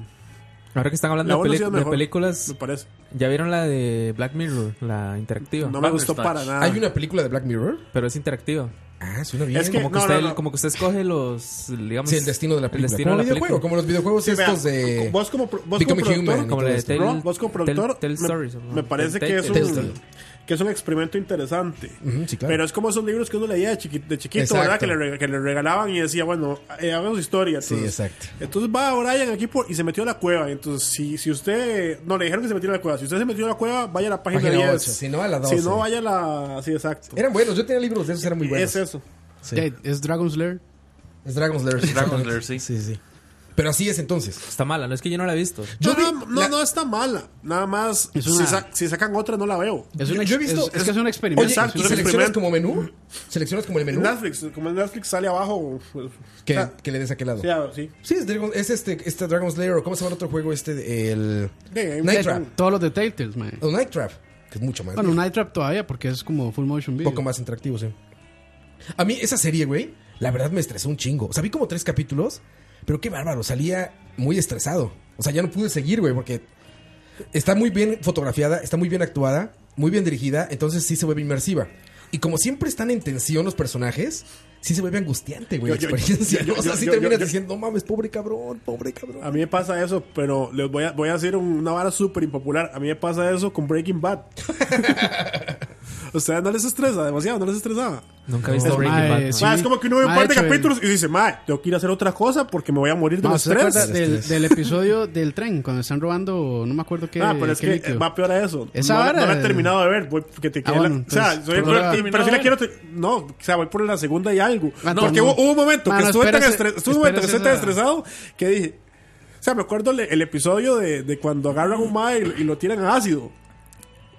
Speaker 3: Ahora que están
Speaker 6: La
Speaker 3: hablando de,
Speaker 6: uno ha
Speaker 3: peli-
Speaker 6: sido
Speaker 3: de
Speaker 6: mejor,
Speaker 3: películas,
Speaker 6: Me parece.
Speaker 3: ya vieron la de Black Mirror, la interactiva.
Speaker 6: No me gustó
Speaker 4: Bandersnatch.
Speaker 6: para nada.
Speaker 2: ¿Hay una película de Black Mirror?
Speaker 3: Pero es interactiva.
Speaker 2: Ah, suena bien.
Speaker 6: Es que-
Speaker 3: Como que,
Speaker 6: No,
Speaker 3: usted,
Speaker 6: no, no.
Speaker 3: como que usted escoge los, digamos...
Speaker 2: Sí, el destino de la película.
Speaker 3: El destino de
Speaker 2: como
Speaker 3: la
Speaker 2: videojuego,
Speaker 3: película.
Speaker 2: como los videojuegos
Speaker 6: Sí, vea,
Speaker 2: estos de...
Speaker 6: Vos como, pro- vos como
Speaker 2: Become
Speaker 6: productor.
Speaker 2: Human.
Speaker 3: Como la de Tell-
Speaker 6: Ro- vos como
Speaker 3: Tell-
Speaker 6: productor,
Speaker 3: Tell
Speaker 6: me-
Speaker 3: Stories, ¿no?
Speaker 6: me, parece
Speaker 3: Tell-
Speaker 6: que es
Speaker 3: Tell-
Speaker 6: un,
Speaker 2: Telltale.
Speaker 6: que es un experimento interesante.
Speaker 2: Ujú, sí, claro.
Speaker 6: Pero es como esos libros que uno leía de chiqui- de chiquito,
Speaker 2: Exacto.
Speaker 6: ¿verdad? Que le, rega- que le regalaban y decía, bueno, eh, hagan su historia.
Speaker 2: Sí,
Speaker 6: entonces.
Speaker 2: exacto.
Speaker 6: Entonces va Brian aquí por, y se metió a la cueva. Entonces, si, si usted. No, le dijeron que se metiera a la cueva. Si usted se metió a la cueva, vaya a la página,
Speaker 2: Página
Speaker 6: 10.
Speaker 2: ocho, si no, a la
Speaker 6: Si
Speaker 2: 12.
Speaker 6: no, vaya a la. Sí, exacto.
Speaker 2: Eran buenos. Yo tenía libros de esos, eran muy buenos.
Speaker 6: es eso.
Speaker 2: Sí.
Speaker 5: Ya, Es Dragon Slayer.
Speaker 2: Es Dragon Slayer. sí,
Speaker 4: Dragon
Speaker 2: exactamente.
Speaker 4: Slayer,
Speaker 2: Sí, sí. Pero así es entonces.
Speaker 3: Está mala, no es que yo no la he visto.
Speaker 2: Yo
Speaker 6: no,
Speaker 2: vi
Speaker 6: no, no,
Speaker 2: la-
Speaker 6: no está mala. Nada más,
Speaker 5: Es
Speaker 6: si,
Speaker 5: una-
Speaker 6: sa- si sacan otra, no la veo.
Speaker 5: Es un
Speaker 2: Yo-
Speaker 5: ex-
Speaker 2: yo he visto-
Speaker 5: es- es que es un experimento.
Speaker 2: Oye,
Speaker 6: Exacto,
Speaker 2: ¿y
Speaker 6: es un
Speaker 2: seleccionas
Speaker 6: experimento.
Speaker 2: como menú? ¿Seleccionas como el menú?
Speaker 6: En Netflix, como en Netflix sale abajo. pues,
Speaker 2: Que,
Speaker 6: o sea,
Speaker 2: que le des a aquel lado.
Speaker 6: sí, ah, sí.
Speaker 2: Sí, es, Dragon- es este, este Dragon Slayer o cómo se llama el otro juego este, de- el
Speaker 6: Sí, hay un-
Speaker 2: Night Trap.
Speaker 5: Todos los de Telltales, man.
Speaker 2: O Night Trap, que es mucho más.
Speaker 5: Bueno, Night Trap todavía porque es como full motion
Speaker 2: un
Speaker 5: video.
Speaker 2: poco más interactivo, sí. A mí esa serie, güey, la verdad me estresó un chingo. O sea, vi como tres capítulos, pero qué bárbaro, salía muy estresado. O sea, ya no pude seguir, güey, porque está muy bien fotografiada, está muy bien actuada, muy bien dirigida, entonces sí se vuelve inmersiva. Y como siempre están en tensión los personajes, sí se vuelve angustiante, güey, la
Speaker 6: Yo- yo-
Speaker 2: experiencia.
Speaker 6: yo-
Speaker 2: ¿no? O sea,
Speaker 6: yo-
Speaker 2: sí
Speaker 6: yo-
Speaker 2: terminas
Speaker 6: yo- yo-
Speaker 2: diciendo, no mames, pobre cabrón, pobre cabrón.
Speaker 6: A mí me pasa eso, pero les voy a, voy a hacer un- una vara súper impopular. A mí me pasa eso con Breaking Bad. Ustedes no les estresa demasiado, no les estresaba.
Speaker 3: Nunca he
Speaker 5: No,
Speaker 3: visto Breaking
Speaker 5: mae,
Speaker 3: Bad.
Speaker 5: sí.
Speaker 6: Ma, es como que uno ve un
Speaker 5: Ma,
Speaker 6: par de
Speaker 5: de hecho,
Speaker 6: capítulos y dice, ma, tengo que ir a hacer otra cosa porque me voy a morir de
Speaker 5: Ma,
Speaker 6: los
Speaker 5: ¿usted se acuerda
Speaker 6: estrés.
Speaker 5: del, del episodio del tren cuando están robando, no me acuerdo qué.
Speaker 6: Ah, pero es
Speaker 5: qué
Speaker 6: que
Speaker 5: líquido?
Speaker 6: va peor a eso.
Speaker 5: Esa
Speaker 6: no,
Speaker 5: vara-
Speaker 6: no la he terminado de ver. Voy porque te
Speaker 5: Ah,
Speaker 6: quede la-
Speaker 5: bueno,
Speaker 6: o sea,
Speaker 5: entonces,
Speaker 6: soy el
Speaker 5: pero no la-
Speaker 6: primer- pero si la quiero. te- no, o sea, voy por la segunda y algo.
Speaker 5: Ah, no,
Speaker 6: porque
Speaker 5: no.
Speaker 6: hubo, hubo un momento
Speaker 5: Mano,
Speaker 6: que estuve tan,
Speaker 5: espérese-
Speaker 6: estres- estuve un momento que
Speaker 5: espérese
Speaker 6: estuve tan
Speaker 5: esa-
Speaker 6: estresado que dije. O sea, me acuerdo le- el, episodio de, de cuando agarran un mae y, y lo tiran a ácido.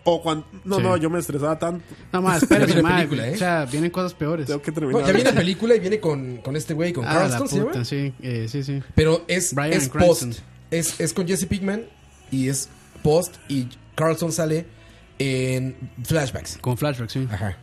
Speaker 6: O cuando. No,
Speaker 5: Sí.
Speaker 6: no, yo me estresaba tanto.
Speaker 5: No, más, espérese,
Speaker 2: viene
Speaker 5: ma,
Speaker 2: película, ¿eh?
Speaker 5: O sea, vienen cosas peores.
Speaker 6: Tengo que
Speaker 2: Bueno, ya
Speaker 6: terminar.
Speaker 2: viene película y viene con, con este güey, con
Speaker 5: Ah, la
Speaker 2: Carlston, ¿se llama?
Speaker 5: puta, sí, eh, sí, sí.
Speaker 2: Pero es,
Speaker 5: Bryan
Speaker 2: es
Speaker 5: Cranston.
Speaker 2: post. Es, es con Jesse Pinkman y es post y Carlson sale en flashbacks.
Speaker 5: Con flashback, sí.
Speaker 2: Ajá.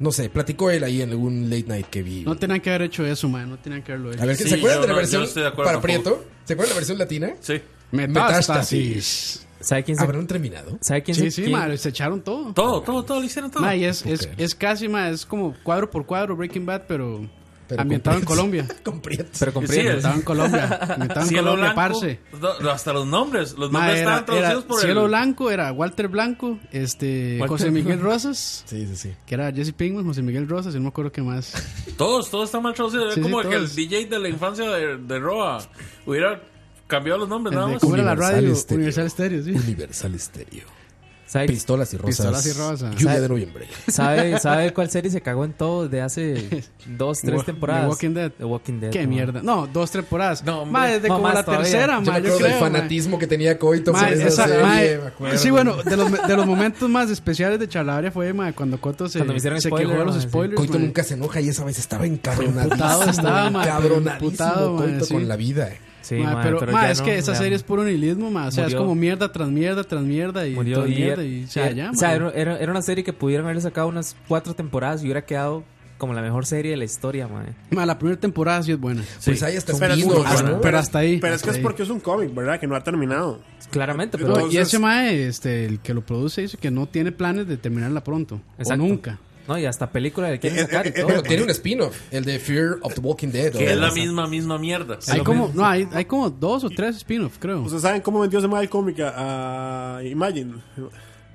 Speaker 2: No sé, platicó él ahí en algún late night que vi.
Speaker 5: No tenían que haber hecho eso, man. No tenían que haberlo hecho.
Speaker 2: A ver, ¿qué-
Speaker 4: Sí,
Speaker 2: ¿se acuerdan
Speaker 4: yo
Speaker 2: de la
Speaker 4: no- yo
Speaker 2: versión
Speaker 4: no estoy de acuerdo
Speaker 2: para
Speaker 4: tampoco.
Speaker 2: Prieto? ¿Se acuerdan de la versión latina?
Speaker 4: Sí.
Speaker 5: Metástasis.
Speaker 3: ¿Sabe quién se...
Speaker 2: ¿Habrán terminado?
Speaker 3: ¿Sabe quién
Speaker 5: Sí,
Speaker 3: se-
Speaker 5: sí,
Speaker 3: quién-
Speaker 5: ma, se echaron todo.
Speaker 4: Todo, todo, todo, lo hicieron todo.
Speaker 5: Ma, y es, es,
Speaker 2: Ok.
Speaker 5: es casi, ma, es como cuadro por cuadro Breaking Bad, pero,
Speaker 2: Pero
Speaker 5: ambientado en
Speaker 2: con Prieto.
Speaker 5: Colombia.
Speaker 2: con Prieto.
Speaker 3: Pero con
Speaker 4: Sí,
Speaker 3: Prieto.
Speaker 4: es-
Speaker 5: Ambientado en Colombia. Ambientado en
Speaker 4: Cielo
Speaker 5: Colombia,
Speaker 4: Blanco,
Speaker 5: parce.
Speaker 4: no, no, hasta los nombres. Los
Speaker 5: Ma,
Speaker 4: nombres
Speaker 5: era,
Speaker 4: estaban traducidos
Speaker 5: era
Speaker 4: por
Speaker 5: Cielo
Speaker 4: el-
Speaker 5: Blanco era Walter Blanco, este
Speaker 4: Walter
Speaker 5: José Miguel Rosas,
Speaker 2: Sí, sí, sí.
Speaker 5: que era Jesse Pinkman, José Miguel Rosas, y no me acuerdo qué más.
Speaker 4: Todos, todos están mal traducidos.
Speaker 5: Sí,
Speaker 4: es como
Speaker 5: sí,
Speaker 4: que el
Speaker 5: todos.
Speaker 4: DJ de la infancia de, de Roa hubiera cambiado los nombres
Speaker 5: El
Speaker 4: nada
Speaker 5: de-
Speaker 4: más.
Speaker 5: ¿Cómo era la
Speaker 2: Universal
Speaker 5: radio?
Speaker 2: Stereo.
Speaker 5: Universal Stereo, sí.
Speaker 2: Universal Stereo.
Speaker 3: ¿Sabe,
Speaker 2: Pistolas y rosas.
Speaker 5: Pistolas y rosas.
Speaker 2: Lluvia de noviembre.
Speaker 3: sabe, sabe cuál serie se cagó en todo de hace dos, tres
Speaker 5: Wa-
Speaker 3: temporadas?
Speaker 5: The Walking Dead.
Speaker 3: The Walking Dead,
Speaker 5: Qué
Speaker 3: no.
Speaker 5: mierda. No, dos temporadas.
Speaker 4: No,
Speaker 5: No,
Speaker 4: hombre.
Speaker 5: más desde
Speaker 3: No,
Speaker 5: como
Speaker 3: más
Speaker 5: la
Speaker 3: todavía.
Speaker 5: tercera,
Speaker 2: Yo
Speaker 5: ma,
Speaker 2: me
Speaker 5: yo
Speaker 2: acuerdo del
Speaker 5: creo, ma.
Speaker 2: fanatismo que tenía Coito
Speaker 5: Ma,
Speaker 2: por esa
Speaker 5: esa-
Speaker 2: serie,
Speaker 5: ma, eh,
Speaker 2: me acuerdo.
Speaker 5: sí, bueno, de los, de los momentos más especiales de Charlavaria fue ma, cuando Coto se,
Speaker 3: Cuando me hicieron
Speaker 5: se
Speaker 3: spoiler,
Speaker 5: quejó de
Speaker 3: ma,
Speaker 5: los
Speaker 3: sí.
Speaker 5: spoilers.
Speaker 2: Coito
Speaker 5: ma.
Speaker 2: nunca se enoja y esa vez estaba encabronadísimo.
Speaker 5: Emputado estaba, ma, pero
Speaker 2: encabronadísimo
Speaker 5: emputado, ma,
Speaker 2: Coito
Speaker 5: sí.
Speaker 2: con la vida. eh.
Speaker 3: Sí,
Speaker 5: Ma,
Speaker 3: ma,
Speaker 5: pero, ma,
Speaker 3: ya
Speaker 5: es
Speaker 3: no,
Speaker 5: que esa
Speaker 3: ya
Speaker 5: serie
Speaker 3: no.
Speaker 5: es puro nihilismo, ma. O sea,
Speaker 3: Murió.
Speaker 5: es como mierda tras mierda tras mierda y
Speaker 3: Murió
Speaker 5: tras
Speaker 3: y
Speaker 5: mierda.
Speaker 3: era-
Speaker 5: Y, o sea,
Speaker 3: era-
Speaker 5: ya,
Speaker 3: o sea,
Speaker 5: ma.
Speaker 3: era, era- era una serie que pudieron haber sacado unas cuatro temporadas y hubiera quedado como la mejor serie de la historia, mae.
Speaker 5: Ma, la primera temporada sí es buena.
Speaker 2: Pues ahí está
Speaker 6: Pero es un-
Speaker 2: Beatles,
Speaker 6: hasta-
Speaker 2: ¿no?
Speaker 5: pero hasta ahí,
Speaker 6: Pero es que
Speaker 5: hasta
Speaker 6: es
Speaker 5: ahí.
Speaker 6: porque es un cómic, ¿verdad? Que no ha terminado.
Speaker 3: Claramente, pero
Speaker 5: No, y
Speaker 6: Entonces-
Speaker 5: ese mae, este, el que lo produce, dice que no tiene planes de terminarla pronto.
Speaker 3: Exacto.
Speaker 5: O nunca.
Speaker 3: no, y hasta película le quieren
Speaker 6: Eh, eh,
Speaker 3: sacar y
Speaker 6: eh,
Speaker 3: todo.
Speaker 2: Bueno, tiene un spin-off, el de Fear of the Walking Dead.
Speaker 4: Que es
Speaker 2: o-
Speaker 4: la misma, misma mierda.
Speaker 5: hay como, no, hay, hay como dos o tres spin-offs, creo.
Speaker 6: ¿Ustedes saben cómo vendió ese mal el cómic a, a Imagine?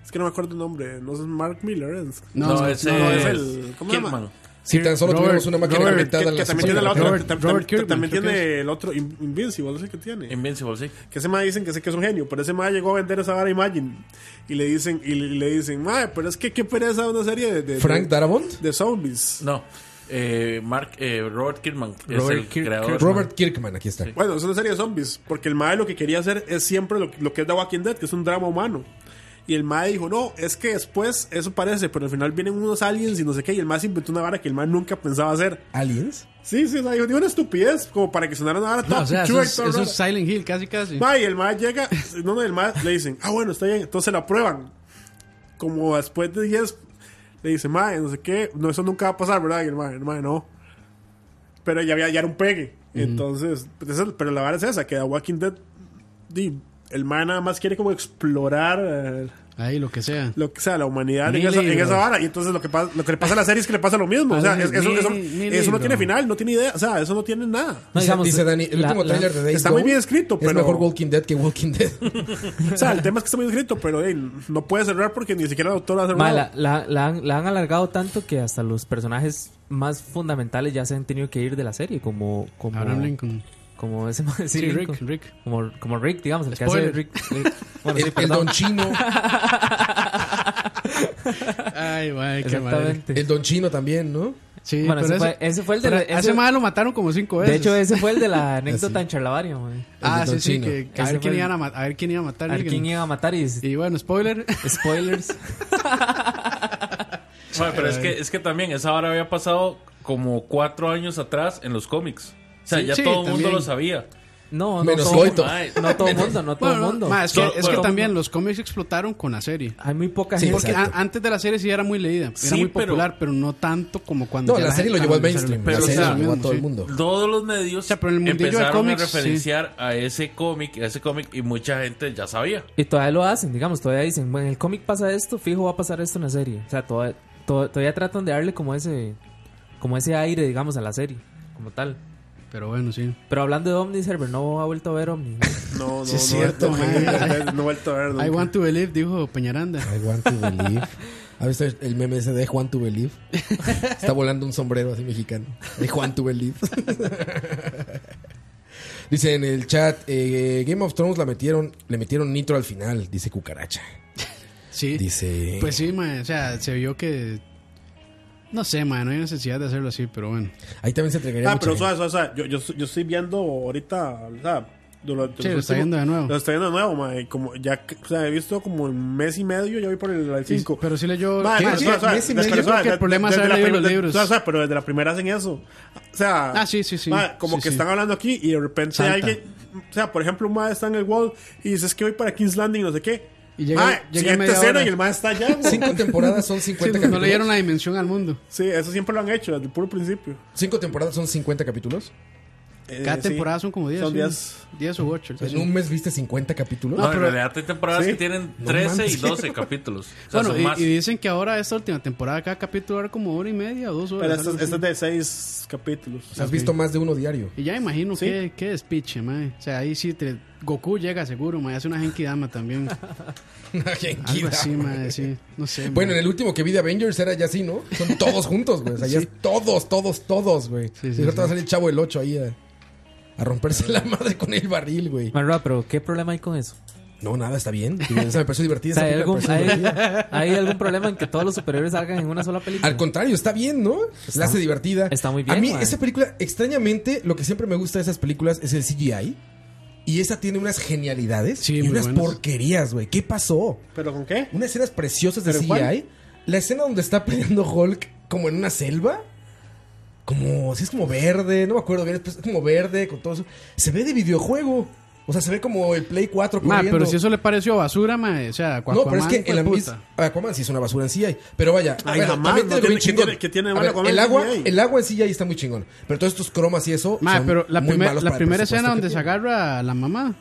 Speaker 6: Es que no me acuerdo el nombre. No sé, es Mark Miller. es.
Speaker 5: No,
Speaker 4: No,
Speaker 5: no,
Speaker 4: ese
Speaker 6: no,
Speaker 4: es
Speaker 6: es el- ¿cómo se llama?
Speaker 4: Kidman.
Speaker 2: Si tan solo
Speaker 5: Robert-
Speaker 2: tuviéramos una máquina
Speaker 5: Robert-
Speaker 6: Que,
Speaker 2: inventada en
Speaker 6: que
Speaker 2: la
Speaker 6: también tiene
Speaker 2: sociedad.
Speaker 6: la otra.
Speaker 5: Robert-
Speaker 6: tam- tam-
Speaker 5: Robert Kirkman,
Speaker 6: también
Speaker 5: creo que
Speaker 6: tiene el otro In- Invincible, es el que tiene.
Speaker 4: Invincible, sí.
Speaker 6: Que ese mae dicen que sé que es un genio, pero ese mae llegó a vender esa vara a Imagine. Y le dicen, y le, y le dicen, mae, pero es que qué pereza una serie de, de-
Speaker 2: Frank
Speaker 6: de-
Speaker 2: Darabont,
Speaker 6: de zombies.
Speaker 4: No. Eh, Mark, eh, Robert Kidman es
Speaker 3: Robert
Speaker 4: el
Speaker 3: Kir-
Speaker 4: creador.
Speaker 2: Robert Kirkman, aquí está.
Speaker 6: Bueno, es una serie de zombies, porque el mae lo que quería hacer es siempre lo, lo que es The Walking Dead, que es un drama humano. Y el mae dijo, no, es que después eso parece, pero al final vienen unos aliens y no sé qué, y el mae se inventó una vara que el mae nunca pensaba hacer.
Speaker 2: Aliens.
Speaker 6: Sí, sí, o sea, dijo, dijo una estupidez, como para que sonara una vara
Speaker 5: No,
Speaker 6: toda
Speaker 5: o sea, eso
Speaker 6: pichuda y
Speaker 5: es,
Speaker 6: toda
Speaker 5: eso
Speaker 6: rara.
Speaker 5: es Silent Hill, casi casi.
Speaker 6: Ma, y el mae llega, no, no, el mae le dicen, ah, bueno, está bien, entonces la aprueban. Como después de 10, le dice, mae, no sé qué, no, eso nunca va a pasar, ¿verdad? Y el mae, el mae, no. Pero ya había, ya era un pegue. Entonces, pues, esa- pero la verdad es esa, que The Walking Dead, di, el mae nada más quiere como explorar eh,
Speaker 5: Ahí, lo que sea.
Speaker 6: lo que sea, la humanidad en
Speaker 5: Ni
Speaker 6: esa, en
Speaker 5: libro.
Speaker 6: esa vara. Y entonces lo que, pasa, lo que le pasa a la serie es que le pasa lo mismo. O sea,
Speaker 5: Ni-
Speaker 6: es- eso,
Speaker 5: ni-
Speaker 6: eso,
Speaker 5: ni
Speaker 6: eso no
Speaker 5: libro.
Speaker 6: tiene final, no tiene idea, o sea, eso no tiene nada.
Speaker 3: No,
Speaker 2: Dice,
Speaker 3: digamos,
Speaker 2: dice Dani, el
Speaker 3: la-
Speaker 2: último
Speaker 3: la-
Speaker 2: trailer de Days
Speaker 6: Está muy
Speaker 2: Gone
Speaker 6: bien escrito,
Speaker 2: Es
Speaker 6: pero-
Speaker 2: mejor Walking Dead que Walking Dead.
Speaker 6: O sea, el tema es que está muy escrito, pero ey, no puede cerrar porque ni siquiera el autor ha cerrado.
Speaker 3: Mae, la, la- la han, la han alargado tanto que hasta los personajes más fundamentales ya se han tenido que ir de la serie, como, como,
Speaker 5: Abraham Lincoln.
Speaker 3: como ese mae, sí,
Speaker 5: Sí, Rick,
Speaker 3: Lincoln.
Speaker 5: Rick.
Speaker 3: Como, como Rick, digamos, el
Speaker 5: Spoiler.
Speaker 3: que hace Rick. Rick. Bueno, sí,
Speaker 2: el, el
Speaker 3: perdón.
Speaker 2: Don Chino.
Speaker 5: Ay, mae, qué madre.
Speaker 3: Exactamente.
Speaker 2: El Don Chino también, ¿no?
Speaker 5: Sí,
Speaker 3: Bueno, ese,
Speaker 5: pero ese,
Speaker 3: fue, ese fue el de
Speaker 5: pero
Speaker 3: la,
Speaker 5: a
Speaker 3: ese-
Speaker 5: ese mae lo mataron como cinco
Speaker 2: pues,
Speaker 5: veces.
Speaker 3: De hecho, ese fue el de la anécdota en Charlavario, mae.
Speaker 5: Ah,
Speaker 2: el de
Speaker 5: sí, sí,
Speaker 2: Don
Speaker 5: que, que a,
Speaker 3: Ese
Speaker 5: ver quién
Speaker 3: fue el-
Speaker 5: iban a, ma- a ver quién iba a matar.
Speaker 3: A ver
Speaker 5: Negan.
Speaker 3: quién iba a matar y
Speaker 5: Y bueno, spoiler.
Speaker 3: spoilers.
Speaker 4: Mae, pero es que, es que también esa vara había pasado como cuatro años atrás en los cómics. O sea,
Speaker 5: Sí,
Speaker 4: ya
Speaker 5: sí,
Speaker 4: todo el mundo
Speaker 5: también.
Speaker 4: lo sabía.
Speaker 3: No, no
Speaker 2: Menos
Speaker 3: todo
Speaker 2: Coito.
Speaker 4: Mae,
Speaker 3: No todo mundo, no todo
Speaker 5: Bueno, no,
Speaker 3: mundo.
Speaker 5: mae, es que,
Speaker 4: So-
Speaker 5: es
Speaker 4: bueno.
Speaker 5: que también los cómics explotaron con la serie.
Speaker 3: Hay muy poca
Speaker 2: Sí,
Speaker 3: gente.
Speaker 5: Porque
Speaker 2: Exacto.
Speaker 5: a- antes de la serie sí era muy leída, era
Speaker 4: Sí,
Speaker 5: muy
Speaker 4: pero-
Speaker 5: popular, pero, no tanto como cuando.
Speaker 2: No,
Speaker 5: ya
Speaker 2: la serie lo
Speaker 5: gente
Speaker 2: llevó al
Speaker 5: comenzó a
Speaker 2: mainstream.
Speaker 5: leer.
Speaker 2: la
Speaker 4: Pero,
Speaker 2: serie
Speaker 4: o
Speaker 2: lo
Speaker 4: sea,
Speaker 2: llevó a todo
Speaker 5: sí.
Speaker 2: el mundo.
Speaker 4: Todos los medios
Speaker 5: O sea, pero en el mundillo del
Speaker 4: empezaron
Speaker 5: cómics,
Speaker 4: a
Speaker 5: sí.
Speaker 4: referenciar a ese cómic, a ese cómic, y mucha gente ya sabía.
Speaker 3: Y todavía lo hacen, digamos, todavía dicen, bueno, en el cómic pasa esto, fijo va a pasar esto en la serie. O sea, todavía, to- todavía tratan de darle como ese como ese aire, digamos, a la serie, como tal.
Speaker 5: Pero bueno, sí.
Speaker 3: Pero hablando de Omni Server, no ha vuelto a ver Omni.
Speaker 6: No, no,
Speaker 5: Sí,
Speaker 6: no.
Speaker 5: es cierto,
Speaker 6: no,
Speaker 5: mae.
Speaker 6: no, no he vuelto a ver. nunca.
Speaker 5: I want to believe, dijo Peñaranda.
Speaker 2: I want to believe. ¿Has visto el meme ese de Juan to believe? Está volando un sombrero así mexicano. De Juan to believe. Dice en el chat, eh, Game of Thrones la metieron, le metieron nitro al final, dice Cucaracha.
Speaker 5: Sí.
Speaker 2: Dice...
Speaker 5: Pues sí, mae, o sea, se vio que. No sé, mae, no hay necesidad de hacerlo así, pero bueno.
Speaker 2: Ahí también se entregaría
Speaker 6: Ah,
Speaker 2: mucha
Speaker 6: pero
Speaker 2: gente.
Speaker 6: suave, suave, suave. Yo, yo, yo estoy viendo ahorita, o sea, durante
Speaker 5: Sí,
Speaker 6: los
Speaker 5: lo estoy
Speaker 6: últimos-
Speaker 5: viendo de nuevo.
Speaker 6: Lo estoy viendo de nuevo, mae. Como ya, o sea, he visto como en mes y medio, ya voy por el
Speaker 5: Sí,
Speaker 6: 5.
Speaker 5: pero sí leyó.
Speaker 6: Mae,
Speaker 5: ¿Qué?
Speaker 6: mae,
Speaker 5: Sí,
Speaker 6: suave, suave.
Speaker 5: mes y
Speaker 6: Las
Speaker 5: medio,
Speaker 6: personas-
Speaker 5: porque el
Speaker 6: de-
Speaker 5: problema es
Speaker 6: desde
Speaker 5: haber
Speaker 6: la
Speaker 5: leído
Speaker 6: prim-
Speaker 5: los
Speaker 6: de-
Speaker 5: libros.
Speaker 6: suave, suave, pero desde la primera hacen eso. O sea,
Speaker 5: Ah, sí, sí, sí.
Speaker 6: mae, como
Speaker 5: Sí,
Speaker 6: que
Speaker 5: sí.
Speaker 6: están hablando aquí y de repente
Speaker 5: Salta.
Speaker 6: alguien, o sea, por ejemplo, un mae está en el wall y dice es que voy para King's Landing, no sé qué.
Speaker 5: Y llega-
Speaker 6: Mae,
Speaker 5: llega
Speaker 6: siguiente
Speaker 5: media
Speaker 6: escena
Speaker 5: hora.
Speaker 6: y el mae está allá. güey.
Speaker 2: Cinco temporadas son 50
Speaker 5: no
Speaker 2: capítulos.
Speaker 5: leyeron la dimensión al mundo.
Speaker 6: Sí, eso siempre lo han hecho desde el puro principio.
Speaker 2: Cinco temporadas son 50 capítulos.
Speaker 6: Eh,
Speaker 5: Cada
Speaker 6: sí.
Speaker 5: temporada son como 10.
Speaker 6: Son
Speaker 5: sí.
Speaker 6: 10.
Speaker 5: 10 u 8.
Speaker 2: En Pues un mes viste 50 capítulos.
Speaker 4: No,
Speaker 5: No,
Speaker 4: en
Speaker 5: pero-
Speaker 4: realidad hay temporadas
Speaker 6: Sí.
Speaker 4: que tienen
Speaker 2: No
Speaker 4: 13 y
Speaker 2: mames.
Speaker 4: 12 capítulos. O sea,
Speaker 5: Bueno,
Speaker 4: son
Speaker 5: y,
Speaker 4: más.
Speaker 5: y dicen que ahora esta última temporada cada capítulo era como hora y media o dos horas.
Speaker 6: Pero esta,
Speaker 5: algo
Speaker 6: esta es
Speaker 5: así.
Speaker 6: de 6 capítulos.
Speaker 2: O sea, has visto más de uno diario.
Speaker 5: Y ya imagino
Speaker 6: Sí.
Speaker 5: que qué despiche, mae. O sea, ahí sí, te- Goku llega seguro, mae. Hace una Genki Dama también. Algo así, mae, sí. No sé.
Speaker 2: Bueno, en
Speaker 5: mae.
Speaker 2: el último que vi de Avengers era ya así, ¿no? Son todos juntos, güey. O sea, ya es todos, todos, todos, güey.
Speaker 5: Sí, sí,
Speaker 2: y ahorita
Speaker 5: sí.
Speaker 2: va a salir el chavo el 8 ahí a, a romperse la madre con el barril, güey.
Speaker 3: Ah. Marra, pero ¿qué problema hay con eso?
Speaker 2: No, nada, está bien. Esa me pareció divertida.
Speaker 3: O sea,
Speaker 2: esa
Speaker 3: ¿hay,
Speaker 2: película
Speaker 3: algún,
Speaker 2: me pareció
Speaker 3: hay,
Speaker 2: divertida.
Speaker 3: hay algún problema en que todos los superhéroes salgan en una sola película?
Speaker 2: Al contrario, está bien, ¿no? la hace divertida.
Speaker 3: está muy
Speaker 2: A
Speaker 3: bien,
Speaker 2: mí,
Speaker 3: man.
Speaker 2: esa película, extrañamente, lo que siempre me gusta de esas películas es el CGI. Y esa tiene unas genialidades
Speaker 5: Sí,
Speaker 2: y
Speaker 5: muy
Speaker 2: unas
Speaker 5: buenas.
Speaker 2: porquerías, güey. ¿Qué pasó?
Speaker 6: ¿Pero con qué?
Speaker 2: Unas escenas preciosas de
Speaker 6: ¿Pero
Speaker 2: CGI.
Speaker 6: cuál?
Speaker 2: La escena donde está peleando Hulk como en una selva. Como, si es como verde, no me acuerdo bien, es como verde, con todo eso. Se ve de videojuego. O sea, se ve como el Play 4
Speaker 5: Ma,
Speaker 2: corriendo.
Speaker 5: pero si eso le pareció basura, ma, o sea,
Speaker 2: No, pero es
Speaker 5: Aquaman,
Speaker 2: que
Speaker 5: hijo
Speaker 2: el
Speaker 5: de
Speaker 2: Aquaman,
Speaker 5: puta.
Speaker 2: Aquaman sí es una basura en CGI. Pero vaya,
Speaker 6: Ay,
Speaker 2: bueno,
Speaker 6: jamás,
Speaker 2: también
Speaker 6: no
Speaker 2: tiene lo bien
Speaker 6: tiene- ¿qué
Speaker 2: chingón.
Speaker 6: tiene- qué tiene de
Speaker 2: A
Speaker 6: malo
Speaker 2: ver,
Speaker 6: Aquaman
Speaker 2: el
Speaker 6: en
Speaker 2: agua,
Speaker 6: CGI?
Speaker 2: el agua en CGI está muy chingón. Pero todos estos cromas y eso.
Speaker 5: Ma,
Speaker 2: son
Speaker 5: pero la,
Speaker 2: muy
Speaker 5: primer-
Speaker 2: malos
Speaker 5: la
Speaker 2: para el
Speaker 5: primera escena
Speaker 2: presupuesto
Speaker 5: donde
Speaker 2: que
Speaker 5: se agarra a la mamá,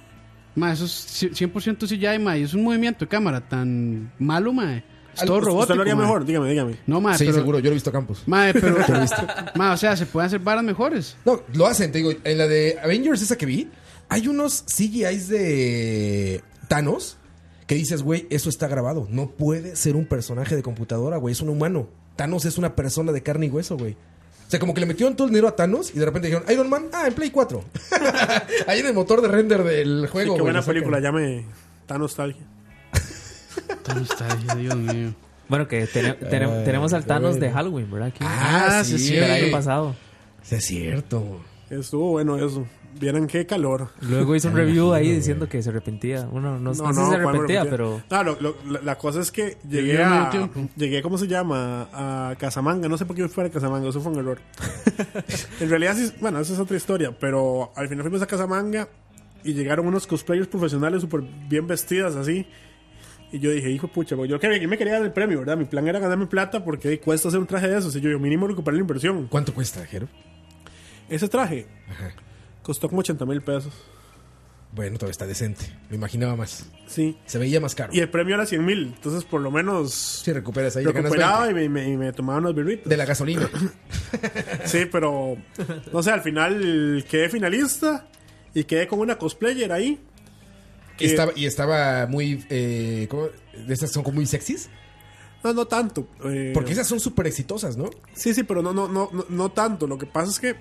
Speaker 5: ma, eso es 100% CGI, ma, y es un movimiento de cámara tan malo, ma. Es
Speaker 2: Al-
Speaker 5: todo
Speaker 2: usted
Speaker 5: robótico.
Speaker 6: ¿Usted lo haría
Speaker 5: ma.
Speaker 6: mejor? Dígame, dígame.
Speaker 5: No, ma,
Speaker 2: tiene. Sí,
Speaker 5: pero.
Speaker 2: seguro, yo lo he visto a Campos.
Speaker 5: Ma, pero. ma, o sea, se pueden hacer varas mejores.
Speaker 2: No, lo hacen, te digo. En la de Avengers, esa que vi, hay unos CGIs de Thanos que dices, güey, eso está grabado. No puede ser un personaje de computadora, güey. Es un humano. Thanos es una persona de carne y hueso, güey. O sea, como que le metieron todo el dinero a Thanos y de repente dijeron, Iron Man, ah, en Play 4. Ahí en el motor de render del
Speaker 6: Sí,
Speaker 2: juego,
Speaker 6: qué
Speaker 2: güey,
Speaker 6: buena
Speaker 2: lo sacan.
Speaker 6: película, ya me da nostalgia.
Speaker 5: Todo está ahí, Dios mío.
Speaker 3: Bueno, que tene- tene-
Speaker 2: Ay,
Speaker 3: tenemos al
Speaker 2: qué
Speaker 3: Thanos
Speaker 2: bueno.
Speaker 3: de Halloween, ¿verdad? Aquí.
Speaker 2: Eh, Ah, sí, sí.
Speaker 3: Del año pasado.
Speaker 2: Sí, es cierto.
Speaker 6: Estuvo bueno eso. Vieran qué calor.
Speaker 3: Luego hizo un review ahí diciendo que se arrepentía. Bueno, no, no sé si se
Speaker 6: ¿cuál me
Speaker 3: arrepentía,
Speaker 6: arrepentí?
Speaker 3: pero...
Speaker 6: No, lo- lo- la, la cosa es que llegué
Speaker 5: Llegué a
Speaker 6: a.
Speaker 5: medio tiempo.
Speaker 6: Llegué, ¿cómo se llama? A Casamanga. No sé por qué fui a Casamanga, eso fue un error. en realidad, sí, bueno, esa es otra historia, pero al final fuimos a Casamanga y llegaron unos cosplayers profesionales súper bien vestidas así. Y yo dije, hijo de pucha, porque yo, que- yo me quería dar el premio, ¿verdad? Mi plan era ganarme plata porque ay, cuesta hacer un traje de esos. Y yo, yo mínimo recuperar la inversión.
Speaker 2: ¿Cuánto cuesta, Jero?
Speaker 6: Ese traje costó como 80 mil pesos.
Speaker 2: Bueno, todavía está decente. Me imaginaba más.
Speaker 6: Sí.
Speaker 2: Se veía más caro.
Speaker 6: Y el premio era 100 mil. Entonces, por lo menos.
Speaker 2: Si recuperas ahí, ganas
Speaker 6: recuperaba
Speaker 2: 20
Speaker 6: y me, me- y me tomaba unos birritos.
Speaker 2: de la gasolina.
Speaker 6: Sí, pero no sé, al final quedé finalista y quedé con una cosplayer ahí.
Speaker 2: Y estaba, y estaba muy. Eh, ¿cómo? De esas son como muy sexys.
Speaker 6: No, no tanto. eh,
Speaker 2: Porque esas son súper exitosas, ¿no?
Speaker 6: Sí, sí, pero no, no, no, no, no tanto. Lo que pasa es que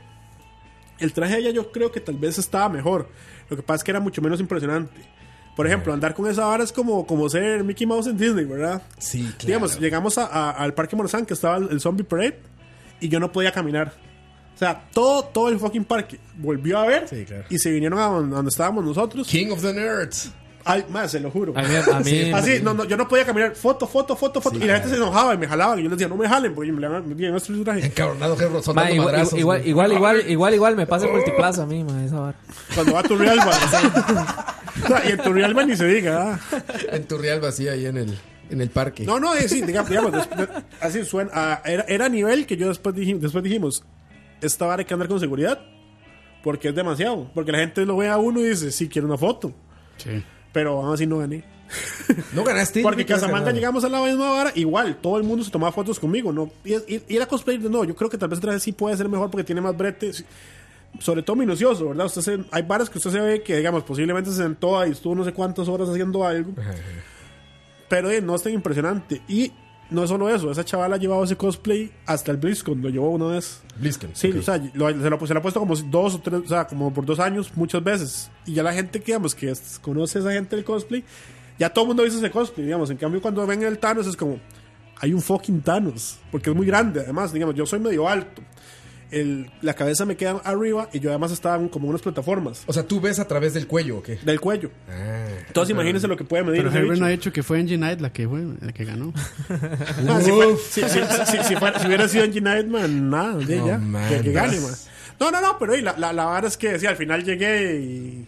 Speaker 6: el traje de ella yo creo que tal vez estaba mejor. Lo que pasa es que era mucho menos impresionante. Por ejemplo, andar con esa vara es como, como ser Mickey Mouse en Disney, ¿verdad?
Speaker 2: Sí, claro.
Speaker 6: Digamos, llegamos a- a- al Parque Morazán que estaba el, el Zombie Parade y yo no podía caminar. O sea, todo, todo el fucking parque volvió a ver
Speaker 2: Sí, claro.
Speaker 6: y se vinieron a donde, donde estábamos nosotros.
Speaker 2: King of the Nerds.
Speaker 6: Ay, más, se lo juro.
Speaker 3: A mí... a mí-
Speaker 6: Así, no, no, yo no podía caminar. Foto, foto, foto, foto. y la gente se enojaba y me jalaba. Y yo les decía, no me jalen, porque me le van a- me vienen a destruir el traje.
Speaker 2: Encabronado, Gerro, son
Speaker 3: Ma,
Speaker 2: dando
Speaker 3: igual,
Speaker 2: madrazos.
Speaker 3: igual,
Speaker 2: güey.
Speaker 3: igual, igual, igual, igual, me pasa en multiplaza a mí, ma, esa vara.
Speaker 6: Cuando va a Turrialba. O sea, y en Turrialba ni se diga. ah.
Speaker 2: En Turrialba, sí, ahí en el, en el parque.
Speaker 6: No, no, es, sí, diga- digamos, después- así suena. ah, era, era a nivel que yo después, dije, después dijimos, esta vara hay que andar con seguridad. Porque es demasiado. Porque la gente lo ve a uno y dice, sí, quiero una foto.
Speaker 5: Sí.
Speaker 6: Pero aún así no gané.
Speaker 2: ¿No ganaste.
Speaker 6: Porque
Speaker 2: No te has
Speaker 6: Casamanta
Speaker 2: ganado.
Speaker 6: llegamos a la misma hora, igual, todo el mundo se tomaba fotos conmigo, ¿no? Y, y- y era cosplay, no, yo creo que tal vez el traje sí puede ser mejor porque tiene más brete, sí, sobre todo minucioso, ¿verdad? Usted se- hay varas que usted se ve que, digamos, posiblemente se sentó y estuvo no sé cuántas horas haciendo algo,
Speaker 2: Ajá.
Speaker 6: pero eh, no es tan impresionante. Y no es solo eso, esa chavala ha llevado ese cosplay hasta el BlizzCon, lo llevó una vez.
Speaker 2: Blisken.
Speaker 6: Sí,
Speaker 2: ok.
Speaker 6: o sea, lo- se, lo, se lo ha puesto como dos o tres, o sea, como por dos años, muchas veces. Y ya la gente que, digamos, que es- conoce a esa gente del cosplay, ya todo el mundo dice ese cosplay, digamos. En cambio, cuando ven el Thanos es como, hay un fucking Thanos, porque es muy grande, además, digamos, yo soy medio alto. El- la cabeza me queda arriba y yo además estaba en como unas plataformas
Speaker 2: O sea, tú ves a través del cuello, ¿o qué?
Speaker 6: del cuello.
Speaker 2: Ah.
Speaker 6: Entonces, imagínense lo que puede medir.
Speaker 5: Pero
Speaker 6: ese
Speaker 5: Herbert
Speaker 6: bicho.
Speaker 5: no ha dicho que fue Angie Knight la que, fue, la que ganó.
Speaker 6: Ah, si, fue- si- si- si- si fuera- si hubiera sido Angie Nightman, nada, de
Speaker 2: No
Speaker 6: ya. que, que
Speaker 2: mames.
Speaker 6: gane, man. No, no, no, pero ey, la, la, la vara es que sí, al final llegué y.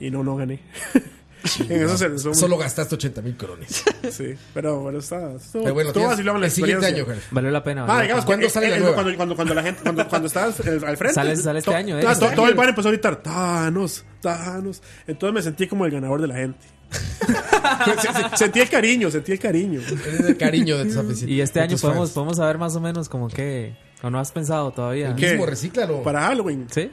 Speaker 6: Y no, no gané. en eso se resume.
Speaker 2: Solo gastaste 80 mil corones.
Speaker 6: Sí, pero, pero está. Estuvo,
Speaker 2: Pero bueno,
Speaker 6: estuvo
Speaker 2: tienes-
Speaker 6: vacilón la
Speaker 2: el siguiente año,
Speaker 6: experiencia.
Speaker 2: Gerro.
Speaker 3: Valió la pena. valió
Speaker 6: Ah,
Speaker 3: la
Speaker 6: digamos,
Speaker 2: ¿Cuándo
Speaker 6: que-
Speaker 2: sale
Speaker 6: eh,
Speaker 2: la
Speaker 6: eh,
Speaker 2: nueva?
Speaker 6: Cuando, cuando, cuando la gente, cuando, cuando estás eh, al, al frente.
Speaker 3: Sale- sale este
Speaker 6: to-
Speaker 3: año, eh,
Speaker 6: to-
Speaker 3: este
Speaker 6: todo,
Speaker 3: año.
Speaker 6: el bar empezó a gritar, Thanos, Thanos. Entonces me sentí como el ganador de la gente. Se- se- sentí el cariño, sentí el cariño.
Speaker 2: Es el cariño de tus aficionados.
Speaker 3: Y este
Speaker 2: de
Speaker 3: año
Speaker 2: tus
Speaker 3: podemos,
Speaker 2: fans.
Speaker 3: podemos saber más o menos como que... ¿O no has pensado todavía?
Speaker 6: qué?
Speaker 2: Mismo, recíclalo.
Speaker 6: Para Halloween.
Speaker 3: ¿Sí?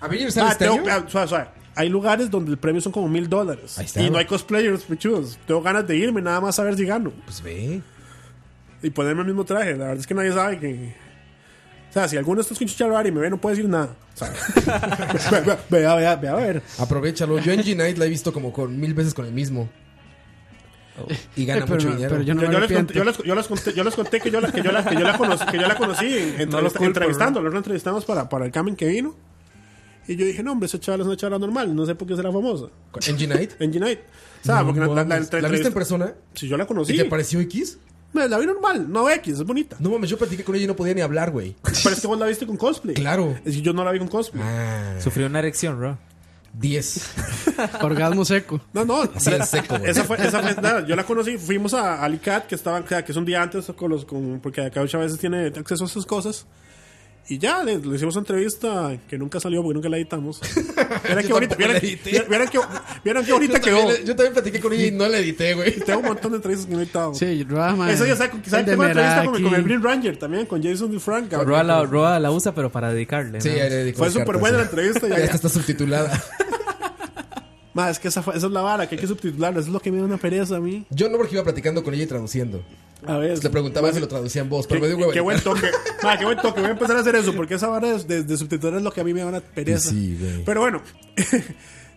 Speaker 2: Avengers sale
Speaker 6: Ah,
Speaker 2: este
Speaker 6: tengo-
Speaker 2: año.
Speaker 6: ah, suave, suave. Hay lugares donde el premio son como mil dólares.
Speaker 2: Ahí está,
Speaker 6: Y no
Speaker 2: güey.
Speaker 6: hay cosplayers, pichudos. Tengo ganas de irme, nada más a ver si gano.
Speaker 2: Pues ve.
Speaker 6: Y ponerme el mismo traje. La verdad es que nadie sabe que. O sea, si alguno de estos con Chicharo y me ve, no puede decir nada. O sea, ve- ve- vea, vea, vea, a ver.
Speaker 2: Aprovechalo. Yo en G-Night la he visto como con mil veces con el mismo.
Speaker 6: Oh.
Speaker 2: Y gana
Speaker 5: Eh, pero,
Speaker 2: mucho dinero.
Speaker 5: pero yo no
Speaker 6: Yo,
Speaker 5: me
Speaker 6: yo les
Speaker 5: arrepiento.
Speaker 6: conté, yo, les, yo les conté, yo les conté que yo la, que yo la, que yo la conocí, que yo la conocí en- en-
Speaker 4: No lo culpo,
Speaker 6: entrevistando, lo entrevistamos para, para el camen que vino. Y yo dije, no, hombre, esa chaval es una chavala normal, no sé por qué será famosa.
Speaker 2: ¿En G-Night?
Speaker 6: En G-Night. O sea, porque la, la, la entre-
Speaker 2: ¿La viste en
Speaker 6: entrevista-
Speaker 2: persona?
Speaker 6: Si yo la
Speaker 2: ¿Y
Speaker 6: conocí,
Speaker 2: te pareció X?
Speaker 6: me la vi normal, no X, es bonita.
Speaker 2: No mames, yo platiqué con ella y no podía ni hablar, güey.
Speaker 6: Pero es que vos la viste con cosplay.
Speaker 2: Claro.
Speaker 6: Es que yo no la vi con cosplay.
Speaker 2: Ah,
Speaker 3: Sufrió una erección, bro.
Speaker 2: 10.
Speaker 5: Orgasmo seco.
Speaker 6: No, no.
Speaker 2: Así en seco, güey.
Speaker 6: esa fue, esa fue, nada, yo la conocí, fuimos a Alicat, que estaban, que es un día antes con los, con, porque acá muchas veces tiene acceso a esas cosas. Y ya, le, le hicimos una entrevista que nunca salió porque nunca la editamos. Vieron qué
Speaker 2: Yo
Speaker 6: bonita,
Speaker 2: tampoco
Speaker 6: vieron,
Speaker 2: la edité.
Speaker 6: vieron qué, vieron qué bonita
Speaker 2: Yo
Speaker 6: quedó.
Speaker 2: también, le- yo también platiqué con ella y no la edité, güey.
Speaker 6: Tengo un montón de entrevistas que no he editado.
Speaker 5: Sí, Roa, mae.
Speaker 6: Eso ya saco, quizás
Speaker 5: El de
Speaker 6: tengo una entrevista con,
Speaker 5: Meraki.
Speaker 6: con el Green Ranger también, con Jason DeFranco.
Speaker 3: Roa la, Roa la usa, pero para dedicarle.
Speaker 2: Sí,
Speaker 3: ¿no?
Speaker 2: ya le dedico
Speaker 6: Fue
Speaker 2: las
Speaker 6: súper
Speaker 2: cartas,
Speaker 6: buena la
Speaker 2: sí.
Speaker 6: entrevista.
Speaker 2: Ya
Speaker 6: Ya,
Speaker 2: esta está subtitulada.
Speaker 6: Más, es que esa, fue- esa es la vara, que hay que subtitularla. Eso es lo que me da una pereza a mí.
Speaker 2: Yo no porque iba platicando con ella y traduciendo.
Speaker 6: A ver.
Speaker 2: Le preguntaba si lo traducían vos, pero me dio
Speaker 6: Qué,
Speaker 2: hueva.
Speaker 6: qué buen toque. Ma, qué buen toque. Voy a empezar a hacer eso porque esa vara es de, de subtitular es lo que a mí me da una pereza.
Speaker 2: Sí, güey.
Speaker 6: Pero bueno.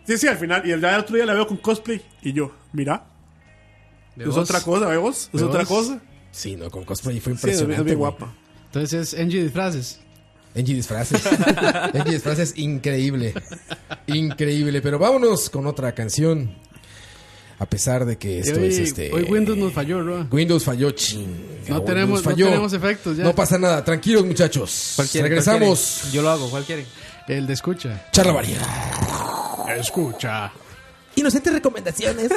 Speaker 6: sí, sí, al final. Y el, ya el otro día la veo con cosplay. Y yo, mira, es
Speaker 5: vos.
Speaker 6: otra cosa, ¿ve vos? Es
Speaker 5: ¿Ve
Speaker 6: otra
Speaker 5: vos?
Speaker 6: cosa.
Speaker 2: Sí, no, con cosplay fue
Speaker 6: Sí, es,
Speaker 2: impresionante.
Speaker 6: es bien
Speaker 2: güey.
Speaker 6: guapa.
Speaker 5: Entonces es Angie disfraces.
Speaker 2: Engie disfraces. Engie disfraces, increíble. Increíble. Pero vámonos con otra canción. A pesar de que esto
Speaker 5: hoy,
Speaker 2: es este.
Speaker 5: hoy Windows nos falló, Roa.
Speaker 2: Windows falló, ching.
Speaker 5: No tenemos- no tenemos efectos ya.
Speaker 2: No pasa nada, tranquilos muchachos.
Speaker 3: ¿Cuál quieren? ¿Cuál
Speaker 2: Regresamos.
Speaker 3: quieren? Yo lo hago, ¿cuál quieren?
Speaker 5: El de escucha.
Speaker 2: Charla varía.
Speaker 5: Escucha.
Speaker 2: Inocentes recomendaciones.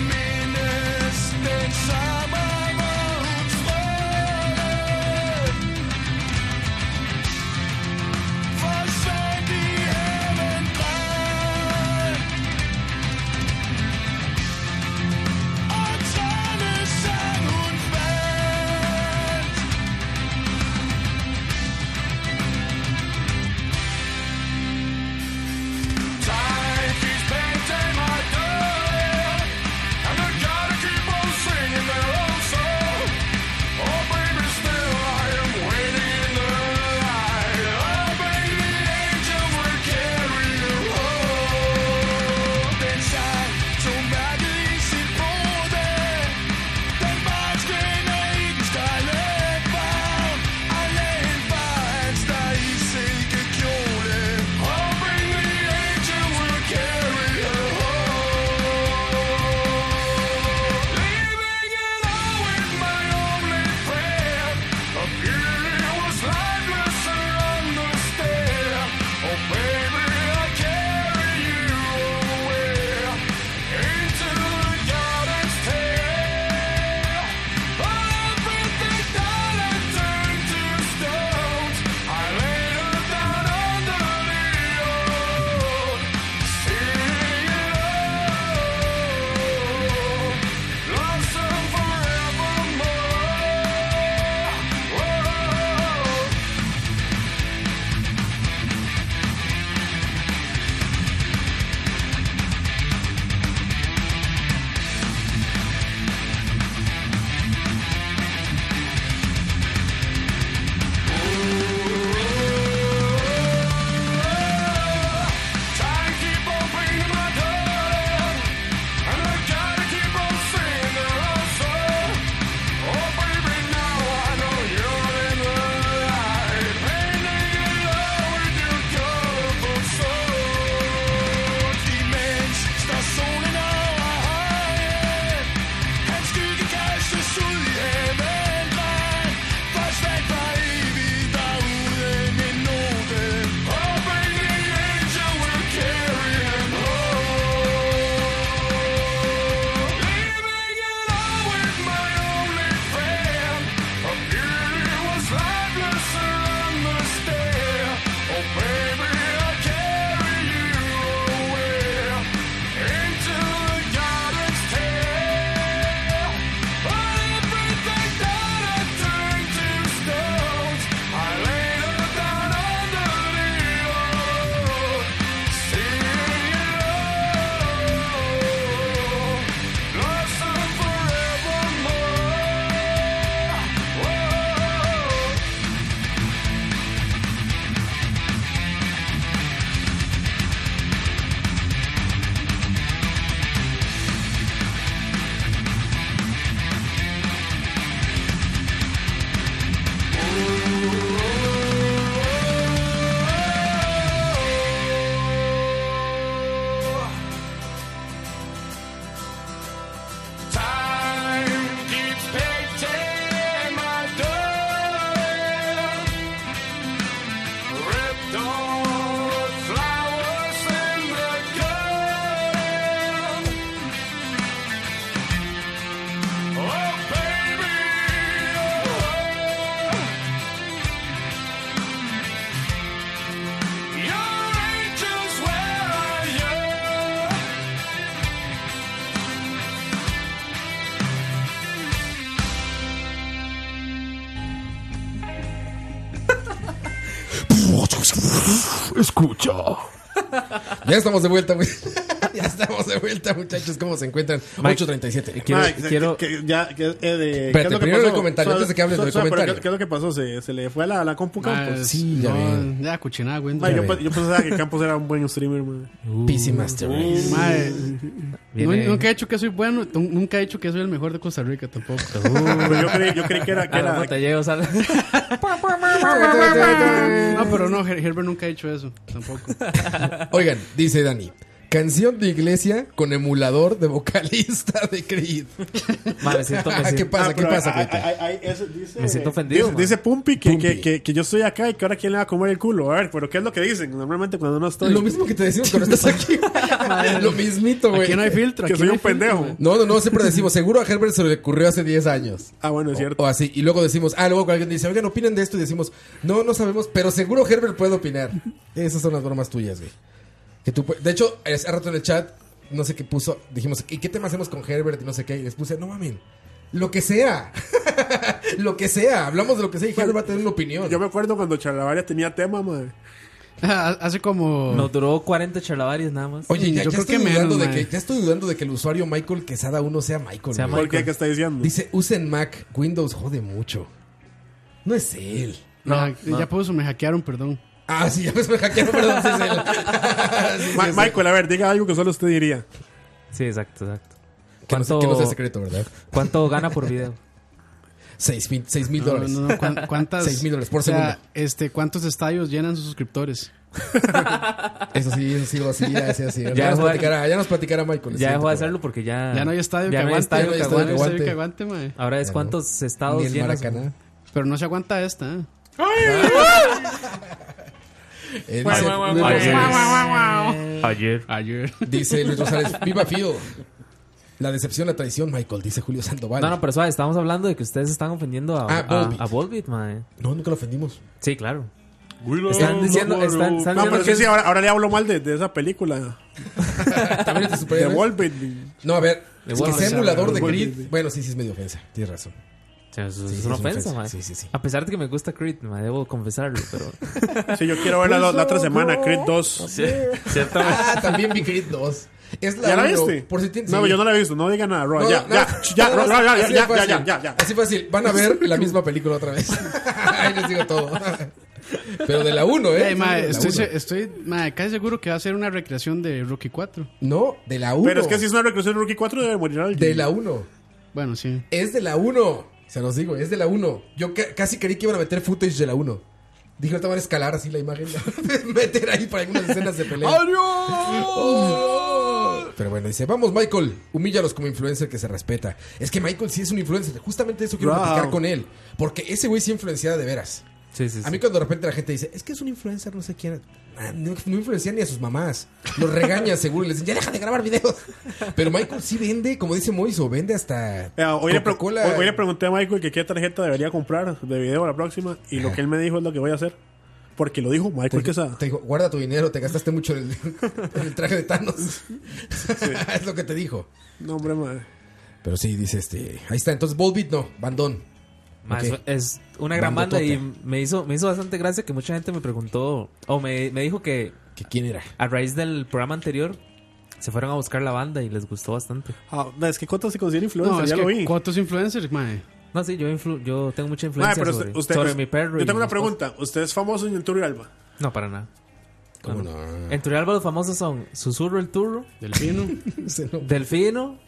Speaker 10: Minutes, then summer,
Speaker 11: Oh,
Speaker 1: Escucha.
Speaker 2: Ya estamos de vuelta, güey. ya estamos de vuelta, muchachos. ¿Cómo se encuentran?
Speaker 3: Mike,
Speaker 2: 8.37.
Speaker 3: Quiero-
Speaker 6: Mae, que-
Speaker 3: quiero-
Speaker 6: que- ya, que- eh, de-
Speaker 2: Espérate,
Speaker 6: ¿qué es lo que
Speaker 2: primero
Speaker 6: pasó?
Speaker 2: el comentario,
Speaker 6: Suave,
Speaker 2: antes de que hables
Speaker 6: suave,
Speaker 2: del
Speaker 6: suave, pero
Speaker 2: comentario.
Speaker 6: ¿Qué qué es lo que pasó? ¿Se, se le fue la, la compu Campos?
Speaker 2: sí, ya
Speaker 5: no, ya cochinada, güey.
Speaker 6: Mae, yo,
Speaker 2: ve.
Speaker 6: pe- yo pensaba que Campos era un buen streamer, mae.
Speaker 2: PC Master Race.
Speaker 5: Mae, nu-
Speaker 3: Viene-
Speaker 5: nunca he dicho que soy bueno, tu- nunca he dicho que soy el mejor de Costa Rica tampoco.
Speaker 6: Pero yo creí, yo creí que era... Que
Speaker 3: A la
Speaker 6: era
Speaker 3: montaña, o sea,
Speaker 5: No, pero no, Her- Herbert nunca ha hecho eso tampoco.
Speaker 2: Oigan, dice Dani. Canción de iglesia con emulador de vocalista de Creed.
Speaker 3: ma, me siento, me
Speaker 2: ¿Qué
Speaker 3: siento-
Speaker 2: pasa?
Speaker 6: Ah,
Speaker 2: ¿Qué
Speaker 6: pero
Speaker 2: pasa,
Speaker 6: ahí-
Speaker 2: Cuita?
Speaker 6: ahí- ahí- eso dice-
Speaker 3: Me siento ofendido,
Speaker 6: Dice,
Speaker 3: man.
Speaker 6: dice Pumpi, que,
Speaker 2: Pumpi.
Speaker 6: Que, que, que yo estoy acá y que ahora quién le va a comer el culo. A ver, pero ¿qué es lo que dicen? Normalmente cuando no estoy.
Speaker 2: Lo mismo que te decimos cuando estás aquí. Lo mismito, güey.
Speaker 5: Aquí no hay filtro.
Speaker 6: que
Speaker 5: aquí
Speaker 6: soy
Speaker 5: no
Speaker 6: un
Speaker 5: hay filtro,
Speaker 6: pendejo.
Speaker 5: güey.
Speaker 2: No, no, no, siempre decimos, seguro a Herbert se le ocurrió hace 10 años.
Speaker 6: Ah, bueno,
Speaker 3: Oh,
Speaker 6: es
Speaker 2: O
Speaker 6: cierto.
Speaker 2: así. Y luego decimos, ah, luego alguien dice, oigan, opinen de esto. Y decimos, no, no sabemos, pero seguro Herbert puede opinar. Esas son las bromas tuyas, güey. Que tú, pu- de hecho, hace rato en el chat, no sé qué puso, dijimos, ¿y qué tema hacemos con Herbert? Y no sé qué. Y les puse, no mamen, lo que sea. lo que sea. Hablamos de lo que sea y Herbert va a tener una opinión.
Speaker 6: Yo me acuerdo cuando Charlavaria tenía tema, madre.
Speaker 3: Ah,
Speaker 5: Ah, Hace como.
Speaker 3: Nos duró 40 charlavarios nada más.
Speaker 2: Oye, ya,
Speaker 5: Yo
Speaker 2: ya
Speaker 5: creo
Speaker 2: estoy
Speaker 5: que
Speaker 2: dudando
Speaker 5: menos,
Speaker 2: de
Speaker 5: mae.
Speaker 2: que, ya estoy dudando de que el usuario Michael Quesada 1 sea Michael.
Speaker 3: Sea
Speaker 2: güey.
Speaker 6: ¿Por qué? ¿Qué está diciendo?
Speaker 2: Dice, usen Mac, Windows jode mucho. No es él.
Speaker 5: Me hack- Ya puso, me hackearon, perdón.
Speaker 2: Ah, sí, ya ves, me hackearon, perdón, sí es él. Sí, sí,
Speaker 6: Ma-
Speaker 2: es él.
Speaker 6: Michael, a ver, diga algo que solo usted diría.
Speaker 3: Sí, exacto, exacto.
Speaker 2: Que no,
Speaker 3: ¿Cuánto,
Speaker 2: que no sea secreto, ¿verdad?
Speaker 3: ¿Cuánto gana por video?
Speaker 2: Seis mil, seis mil
Speaker 5: No,
Speaker 2: dólares.
Speaker 5: no, no, ¿cuán- ¿Cuántas?
Speaker 2: Seis mil dólares por
Speaker 5: o sea,
Speaker 2: segundo.
Speaker 5: este, ¿Cuántos estadios llenan sus suscriptores?
Speaker 2: Eso sí, eso sí, así, así, así. Ya, nos
Speaker 3: dejó de-
Speaker 2: platicará, ya nos platicará Michael.
Speaker 3: Ya dejó de
Speaker 2: voy
Speaker 3: hacerlo porque ya.
Speaker 5: Ya no hay estadio
Speaker 3: ya
Speaker 5: que
Speaker 3: no hay
Speaker 5: aguante.
Speaker 3: estadio que
Speaker 2: ya no hay
Speaker 3: aguante.
Speaker 5: estadio que aguante, mae.
Speaker 3: Ahora es
Speaker 2: Ya no.
Speaker 3: cuántos
Speaker 2: Ni
Speaker 3: estados
Speaker 2: el
Speaker 3: llenas.
Speaker 2: Maracaná.
Speaker 5: Pero no se aguanta esta. ¿eh?
Speaker 2: Eh,
Speaker 4: Guau,
Speaker 2: dice,
Speaker 4: guau, guau,
Speaker 2: Luis
Speaker 4: guau.
Speaker 2: Rosales,
Speaker 4: Ayer.
Speaker 5: Ayer.
Speaker 2: dice Luis Rosales, viva Phil. La decepción, la traición, Michael, dice Julio Sandoval.
Speaker 3: No, no, pero suave, estamos hablando de que ustedes están ofendiendo a,
Speaker 2: Ah,
Speaker 3: a,
Speaker 2: Volbeat.
Speaker 3: a Volbeat, mae.
Speaker 2: No, nunca lo ofendimos.
Speaker 3: Sí, claro. Están diciendo- están- están
Speaker 6: No,
Speaker 3: diciendo
Speaker 6: pero
Speaker 3: que
Speaker 6: sí, sí,
Speaker 3: es-
Speaker 6: ahora, ahora le hablo mal de, de esa película.
Speaker 2: También es de
Speaker 6: De
Speaker 2: superhéroes.
Speaker 6: Wolverine.
Speaker 2: No, a ver, es que
Speaker 3: Wolverine.
Speaker 2: sea emulador de
Speaker 6: De
Speaker 2: Creed.
Speaker 6: Wolverine.
Speaker 2: Bueno, sí, sí es medio ofensa. Tienes razón.
Speaker 3: O sea, eso-
Speaker 2: Sí,
Speaker 3: es
Speaker 2: sí,
Speaker 3: una
Speaker 2: es una
Speaker 3: ofensa,
Speaker 2: ofensa.
Speaker 3: mae.
Speaker 2: Sí, sí, sí.
Speaker 3: A pesar de que me gusta Creed, mae, debo confesarlo, pero.
Speaker 6: Sí, yo quiero verla la, la otra semana, Creed 2.
Speaker 4: pues,
Speaker 2: Ah, también vi Creed 2. Es la
Speaker 6: ¿Ya la
Speaker 2: uno,
Speaker 6: viste?
Speaker 2: Por si tienes.
Speaker 6: No,
Speaker 2: sí.
Speaker 6: yo no la he visto, no diga nada, Roa.
Speaker 2: No,
Speaker 6: ya,
Speaker 2: no,
Speaker 6: ya,
Speaker 2: no,
Speaker 6: ya,
Speaker 2: no,
Speaker 6: Roa,
Speaker 2: no,
Speaker 6: ya, ya,
Speaker 2: así
Speaker 6: ya,
Speaker 2: de
Speaker 6: ya,
Speaker 2: fácil.
Speaker 6: ya, ya, ya.
Speaker 2: Así fácil. Van a ver la misma película otra vez. Ahí les digo todo. Pero de la 1, ¿eh?
Speaker 5: Ey, mae,
Speaker 2: De la
Speaker 5: estoy,
Speaker 2: uno.
Speaker 5: se- estoy mae, casi seguro que va a ser una recreación de Rocky 4.
Speaker 2: No, de la 1.
Speaker 6: Pero es que si es una reclusión de Rookie 4 debe morir alguien.
Speaker 2: De la 1.
Speaker 5: Bueno, sí.
Speaker 2: Es de la 1. Se los digo, es de la 1. Yo ca- casi creí que iban a meter footage de la 1. Dije, ahorita van a escalar así la imagen. meter ahí para algunas escenas de pelea. ¡Adiós! Pero bueno, dice, vamos Michael, humíllalos como influencer que se respeta. Es que Michael sí es un influencer. Justamente eso quiero
Speaker 6: Wow.
Speaker 2: platicar con él. Porque ese güey sí influenciaba de veras.
Speaker 3: Sí, sí, sí.
Speaker 2: A mí cuando de repente la gente dice, es que es un influencer, no sé quién. Ah, No, no influencia ni a sus mamás. Los regaña seguro y les dicen, ya deja de grabar videos. Pero Michael sí vende, como dice Moiso, vende hasta...
Speaker 6: Eh, hoy, le pre-
Speaker 2: Coca-Cola.
Speaker 6: hoy- hoy le pregunté a Michael que qué tarjeta debería comprar de video la próxima y lo que él me dijo es lo que voy a hacer. Porque lo dijo Michael
Speaker 2: Te,
Speaker 6: Quesada.
Speaker 2: te dijo, guarda tu dinero, te gastaste mucho en el, en el traje de Thanos. es lo que te dijo.
Speaker 6: No, hombre, madre.
Speaker 2: Pero sí, dice este. Ahí está, entonces Volbeat no, Bandón.
Speaker 3: Mae,
Speaker 2: Ok.
Speaker 3: eso Es una gran banda y
Speaker 2: Bandotota.
Speaker 3: me hizo, me hizo bastante gracia que mucha gente me preguntó, o me, me dijo que
Speaker 2: ¿Que ¿Quién era?
Speaker 3: a raíz del programa anterior se fueron a buscar la banda y les gustó bastante.
Speaker 6: Ah, es que Cota se considera influencer,
Speaker 5: No, es
Speaker 6: ya lo vi.
Speaker 5: que ¿cuántos influencers, mae?
Speaker 3: No, sí, yo, influ- yo tengo mucha influencia
Speaker 6: Madre, pero
Speaker 3: sobre,
Speaker 6: usted,
Speaker 3: sobre
Speaker 6: usted-
Speaker 3: mi perro.
Speaker 6: Yo
Speaker 3: y
Speaker 6: tengo una
Speaker 3: mis cosas.
Speaker 6: pregunta. ¿Usted es famoso en Turrialba?
Speaker 3: No, para nada.
Speaker 2: ¿Cómo no?
Speaker 3: En Turrialba los famosos son Susurro el Turro,
Speaker 5: Delfino.
Speaker 2: Ese no.
Speaker 3: Delfino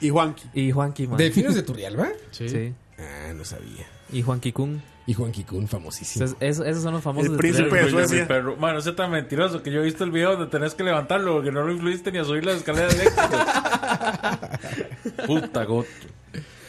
Speaker 6: Y Juanqui.
Speaker 3: y Juanqui, mae.
Speaker 2: ¿Delfines de Turrialba?
Speaker 5: sí.
Speaker 3: Sí.
Speaker 2: Ah, no sabía.
Speaker 3: Y Juanqui Kun.
Speaker 2: Y Juan Kikun, famosísimo.
Speaker 3: Entonces, esos, esos son los famosos.
Speaker 6: El
Speaker 3: de
Speaker 6: príncipe.
Speaker 3: Turrialba.
Speaker 6: Pero
Speaker 4: Pero
Speaker 6: eso decía.
Speaker 4: Mano, ese tan mentiroso que yo he visto el video donde tenés que levantarlo porque no lo influiste ni a subir las escaleras eléctricas. Puta goto.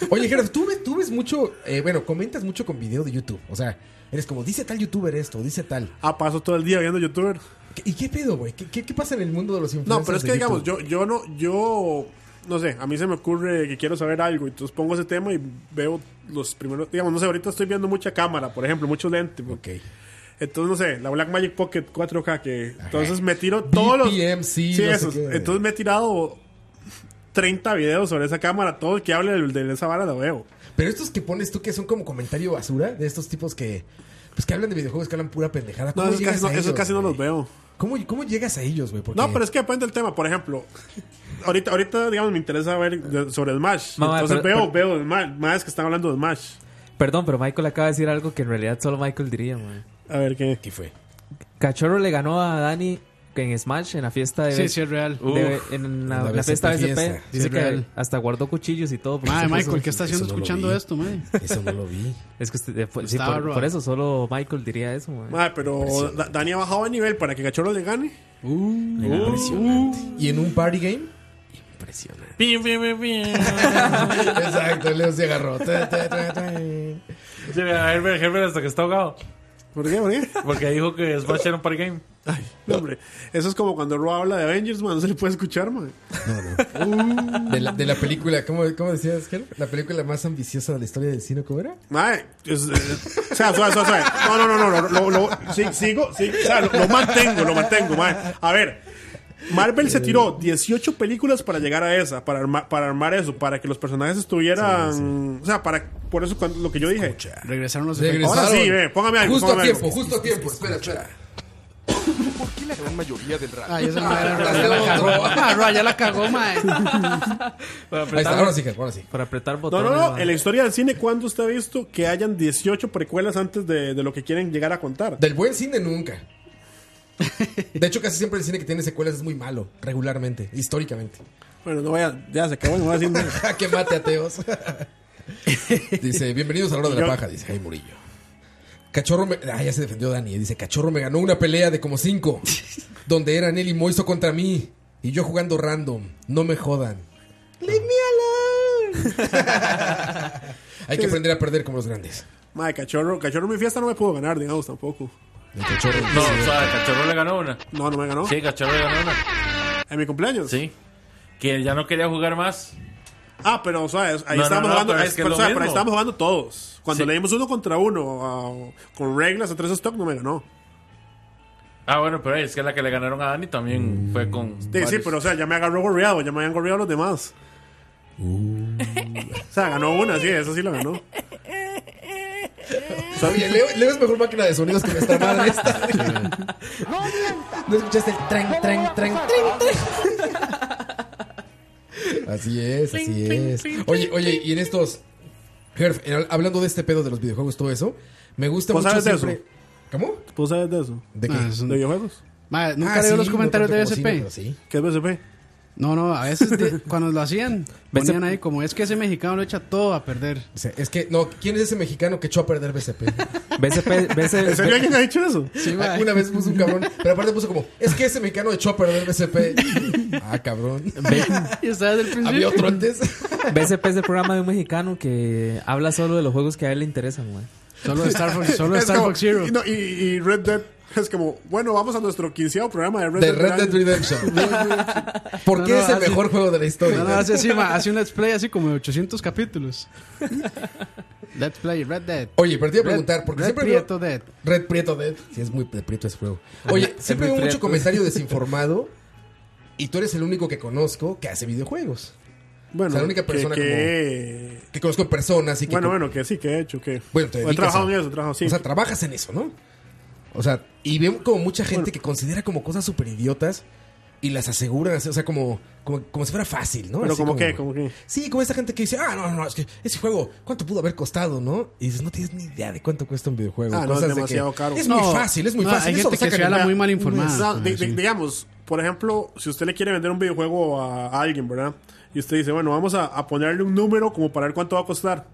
Speaker 2: Oye, Gerard, tú ves, tú ves mucho. eh, bueno, comentas mucho con video de YouTube. O sea, eres como, dice tal youtuber esto, dice tal.
Speaker 6: Ah, paso todo el día viendo youtubers.
Speaker 2: ¿Qué- ¿Y qué pedo, güey? ¿Qué, qué, qué pasa en el mundo de los influencers?
Speaker 6: No, pero es que
Speaker 2: de
Speaker 6: digamos,
Speaker 2: YouTube?
Speaker 6: yo, yo no, yo no sé, a mí se me ocurre que quiero saber algo, entonces pongo ese tema y veo los primeros, digamos, no sé, ahorita estoy viendo mucha cámara, por ejemplo, mucho lente.
Speaker 2: Ok.
Speaker 6: Entonces, no sé, la Blackmagic Pocket 4K que entonces me tiro todos los
Speaker 2: BPMC,
Speaker 6: Sí,
Speaker 2: no sé
Speaker 6: esos.
Speaker 2: qué.
Speaker 6: Entonces me he tirado 30 videos sobre esa cámara, todo el que hable de, de esa vara lo veo.
Speaker 2: Pero estos que pones tú que son como comentario basura, de estos tipos que. Pues que hablan de videojuegos, que hablan pura pendejada.
Speaker 6: No,
Speaker 2: ¿Cómo
Speaker 6: esos
Speaker 2: llegas
Speaker 6: casi, no,
Speaker 2: a
Speaker 6: esos
Speaker 2: ellos,
Speaker 6: casi no
Speaker 2: güey?
Speaker 6: los veo.
Speaker 2: ¿Cómo, ¿Cómo llegas a ellos, güey? Porque-
Speaker 6: No, pero es que depende del tema. Por ejemplo, ahorita, ahorita digamos, me interesa ver de- sobre Smash.
Speaker 3: Mamá,
Speaker 6: Entonces
Speaker 3: pero-
Speaker 6: veo, veo Smash, más que están hablando de Smash.
Speaker 3: Perdón, pero Michael acaba de decir algo que en realidad solo Michael diría, man.
Speaker 6: A ver qué.
Speaker 2: ¿Qué fue?
Speaker 3: Cachorro le ganó a Dani en Smash en la fiesta de.
Speaker 5: Sí, sí, es real.
Speaker 3: de- en la,
Speaker 2: La
Speaker 3: la fiesta
Speaker 2: BCP
Speaker 3: BCP.
Speaker 2: fiesta.
Speaker 3: Dice
Speaker 5: Sí,
Speaker 3: que
Speaker 5: real.
Speaker 3: hasta guardó cuchillos y todo. porque
Speaker 5: Madre,
Speaker 3: se puso-
Speaker 5: Michael, ¿qué está haciendo
Speaker 2: eso no lo
Speaker 5: escuchando
Speaker 2: vi.
Speaker 5: esto, madre?
Speaker 2: Eso no lo vi.
Speaker 3: Es que usted- eh, fue- sí,
Speaker 5: Estaba
Speaker 3: por,
Speaker 5: roba.
Speaker 3: por eso solo Michael diría eso, man.
Speaker 6: Madre, pero Da- Dani ha bajado de nivel para que Cachorro le gane.
Speaker 2: Uh,
Speaker 6: Uh,
Speaker 2: Impresionante. ¿Y en un party game?
Speaker 4: Pim, pim, pim, pim.
Speaker 2: Exacto, Leo se agarró. Ta, ta, ta, ta.
Speaker 4: Sí, a Herbert, Herbert hasta que está ahogado.
Speaker 6: ¿Por qué? ¿Por qué?
Speaker 4: Porque dijo que Smash era un party game.
Speaker 6: No, hombre, eso es como cuando Roa habla de Avengers, man. No se le puede escuchar, man.
Speaker 2: De la, de la película, ¿cómo, cómo decías, Ger? La película más ambiciosa de la historia del cine, ¿cómo era?
Speaker 6: Madre, es- es- o sea, suave, suave, suave. No, no, no, no. Lo, lo- sí, sigo, sí, o sea, lo, lo mantengo, lo mantengo, madre. A ver, Marvel se tiró 18 películas para llegar a esa, para armar, para armar eso, para que los personajes estuvieran. O sea, para, por eso cuando- lo que yo dije.
Speaker 5: Regresaron los efectos.
Speaker 2: Regresaron.
Speaker 6: sí, ve, póngame algo,
Speaker 2: Justo
Speaker 6: póngame
Speaker 2: a tiempo,
Speaker 6: algo.
Speaker 2: justo a tiempo. Espera, espera.
Speaker 1: ¿Por qué la gran mayoría del radio?
Speaker 5: Ay, esa madre, Roa, ya la cagó. Ah, Roa, ya la cagó, madre.
Speaker 3: Para
Speaker 2: Ahí está,
Speaker 3: apretar,
Speaker 2: ahora sí, Ger, ahora sí.
Speaker 3: para apretar
Speaker 6: No,
Speaker 3: botones.
Speaker 6: no, no.
Speaker 3: man.
Speaker 6: En la historia del cine, ¿cuándo usted ha visto que hayan 18 precuelas antes de, de lo que quieren llegar a contar?
Speaker 2: Del buen cine nunca. De hecho, casi siempre el cine que tiene secuelas es muy malo, regularmente, históricamente.
Speaker 6: Bueno, no voy a. Ya se acabó, no voy a decir nada.
Speaker 2: que mate ateos. dice, bienvenidos a la hora de la paja, dice Jaime Murillo. Cachorro me... Ah, ya se defendió Dani. Dice, Cachorro me ganó una pelea de como cinco. donde eran él y Moiso contra mí. Y yo jugando random. No me jodan. Leave me alone. Hay que aprender a perder como los grandes.
Speaker 6: Madre, cachorro, cachorro, en mi fiesta no me pudo ganar, digamos, tampoco.
Speaker 2: El cachorro
Speaker 4: No, o
Speaker 2: dice,
Speaker 4: sea, Cachorro le ganó una.
Speaker 6: No, no me ganó.
Speaker 4: Sí, Cachorro le ganó una.
Speaker 6: En mi cumpleaños.
Speaker 4: Sí. Que ya no quería jugar más.
Speaker 6: Ah, pero, o sea, ahí
Speaker 4: no,
Speaker 6: estábamos
Speaker 4: no,
Speaker 6: jugando,
Speaker 4: pero
Speaker 6: ahí-
Speaker 4: es que
Speaker 6: pero,
Speaker 4: es
Speaker 6: o
Speaker 4: lo
Speaker 6: sea, pero ahí
Speaker 4: mismo.
Speaker 6: estábamos jugando todos. Cuando
Speaker 4: Sí.
Speaker 6: leímos uno contra uno, ah, con reglas a tres stock, no me ganó.
Speaker 4: Ah, bueno, pero es que la que le ganaron a Dani también fue con.
Speaker 6: Mm. Sí, sí,
Speaker 4: varios.
Speaker 6: pero, o sea, ya me agarró gorreado, ya me habían gorreado los demás.
Speaker 4: Uh.
Speaker 6: O sea, ganó una, sí, esa sí la ganó.
Speaker 2: Oye, Leo, Leo es mejor máquina de sonidos que nuestra madre esta. ¿No escuchaste el tren, tren, tren, tren, tren? Así es, así es. Oye, oye, y en estos... Herf, en- hablando de este pedo de los videojuegos, todo eso, me gusta
Speaker 5: Pues,
Speaker 6: ¿Vos
Speaker 2: mucho
Speaker 6: sabes de
Speaker 2: siempre... ¿Cómo?
Speaker 6: ¿Tú sabes de eso?
Speaker 2: ¿De qué?
Speaker 5: Ah, es
Speaker 6: ¿De
Speaker 5: un-
Speaker 6: videojuegos?
Speaker 5: Madre, nunca
Speaker 2: Ah,
Speaker 5: leo
Speaker 2: sí,
Speaker 5: los
Speaker 2: no
Speaker 5: comentarios de
Speaker 2: tanto como
Speaker 5: BSP.
Speaker 2: cine, pero sí.
Speaker 6: ¿Qué es BCP?
Speaker 5: No, no, a veces de- cuando lo hacían,
Speaker 3: Ves-
Speaker 5: ponían ahí como es que ese mexicano lo echa todo a perder.
Speaker 2: O sea, es que, no, ¿quién es ese mexicano que echó a perder BCP?
Speaker 3: BCP,
Speaker 6: ¿En serio
Speaker 3: BCP,
Speaker 6: alguien ha dicho eso?
Speaker 2: Una vez puso un cabrón, pero aparte puso como, es que ese mexicano echó a perder BCP. ah, cabrón.
Speaker 5: Y estaba desde el principio.
Speaker 2: Había otro antes.
Speaker 3: BCP es el programa de un mexicano que habla solo de los juegos que a él le interesan, man.
Speaker 5: Solo de Star Fox, solo de
Speaker 6: Es
Speaker 5: Star
Speaker 6: como-
Speaker 5: Fox Zero.
Speaker 6: Y, no, y- y Red Dead es como, bueno, vamos a nuestro quinceavo programa de Red
Speaker 2: De
Speaker 6: Dead.
Speaker 2: Red Dead
Speaker 6: Redemption.
Speaker 2: Redemption. ¿Por qué
Speaker 5: No, no,
Speaker 2: es el
Speaker 5: hace-
Speaker 2: mejor juego de la historia?
Speaker 5: No, no, hace así, ma, hace un let's play así como de 800 capítulos. let's play Red Dead.
Speaker 2: Oye, pero te iba a
Speaker 5: Red-
Speaker 2: preguntar, porque
Speaker 5: Red
Speaker 2: siempre veo-
Speaker 5: Prieto Dead.
Speaker 2: Red Prieto Dead. Sí, es muy de Prieto ese juego. Oye,
Speaker 3: Es
Speaker 2: siempre
Speaker 3: muy
Speaker 2: veo mucho
Speaker 3: prieto.
Speaker 2: comentario desinformado y tú eres el único que conozco que hace videojuegos.
Speaker 6: Bueno,
Speaker 2: O sea, la única
Speaker 6: que-
Speaker 2: persona
Speaker 6: que-
Speaker 2: Que conozco personas y que...
Speaker 6: Bueno,
Speaker 2: con-
Speaker 6: bueno, que sí, que he hecho, que...
Speaker 2: Bueno, te
Speaker 6: he
Speaker 2: dedicas
Speaker 6: trabajado
Speaker 2: a-
Speaker 6: en eso, he trabajado, sí.
Speaker 2: O sea, trabajas en eso, ¿no? O sea, y veo como mucha gente que considera como cosas súper idiotas y las aseguran, así, o sea, como, como, como si fuera fácil, ¿no?
Speaker 6: Pero
Speaker 2: Así
Speaker 6: como qué, como qué.
Speaker 2: Sí, como esa gente que dice, ah, no, no, no, es que ese juego, ¿cuánto pudo haber costado, no? Y dices, no tienes ni idea de cuánto cuesta un videojuego.
Speaker 6: Ah, no, es
Speaker 2: Cosas de que
Speaker 6: demasiado caro.
Speaker 2: Es
Speaker 5: No,
Speaker 2: muy fácil, es muy
Speaker 5: no,
Speaker 2: fácil.
Speaker 5: hay
Speaker 2: eso
Speaker 5: gente
Speaker 2: lo
Speaker 5: que
Speaker 2: sacan
Speaker 5: se habla
Speaker 2: en-
Speaker 5: muy mal
Speaker 6: O
Speaker 5: informada.
Speaker 6: sea,
Speaker 5: ma,
Speaker 6: di- di-
Speaker 5: sí.
Speaker 6: digamos, por ejemplo, si usted le quiere vender un videojuego a, a alguien, ¿verdad? Y usted dice, bueno, vamos a, a ponerle un número como para ver cuánto va a costar.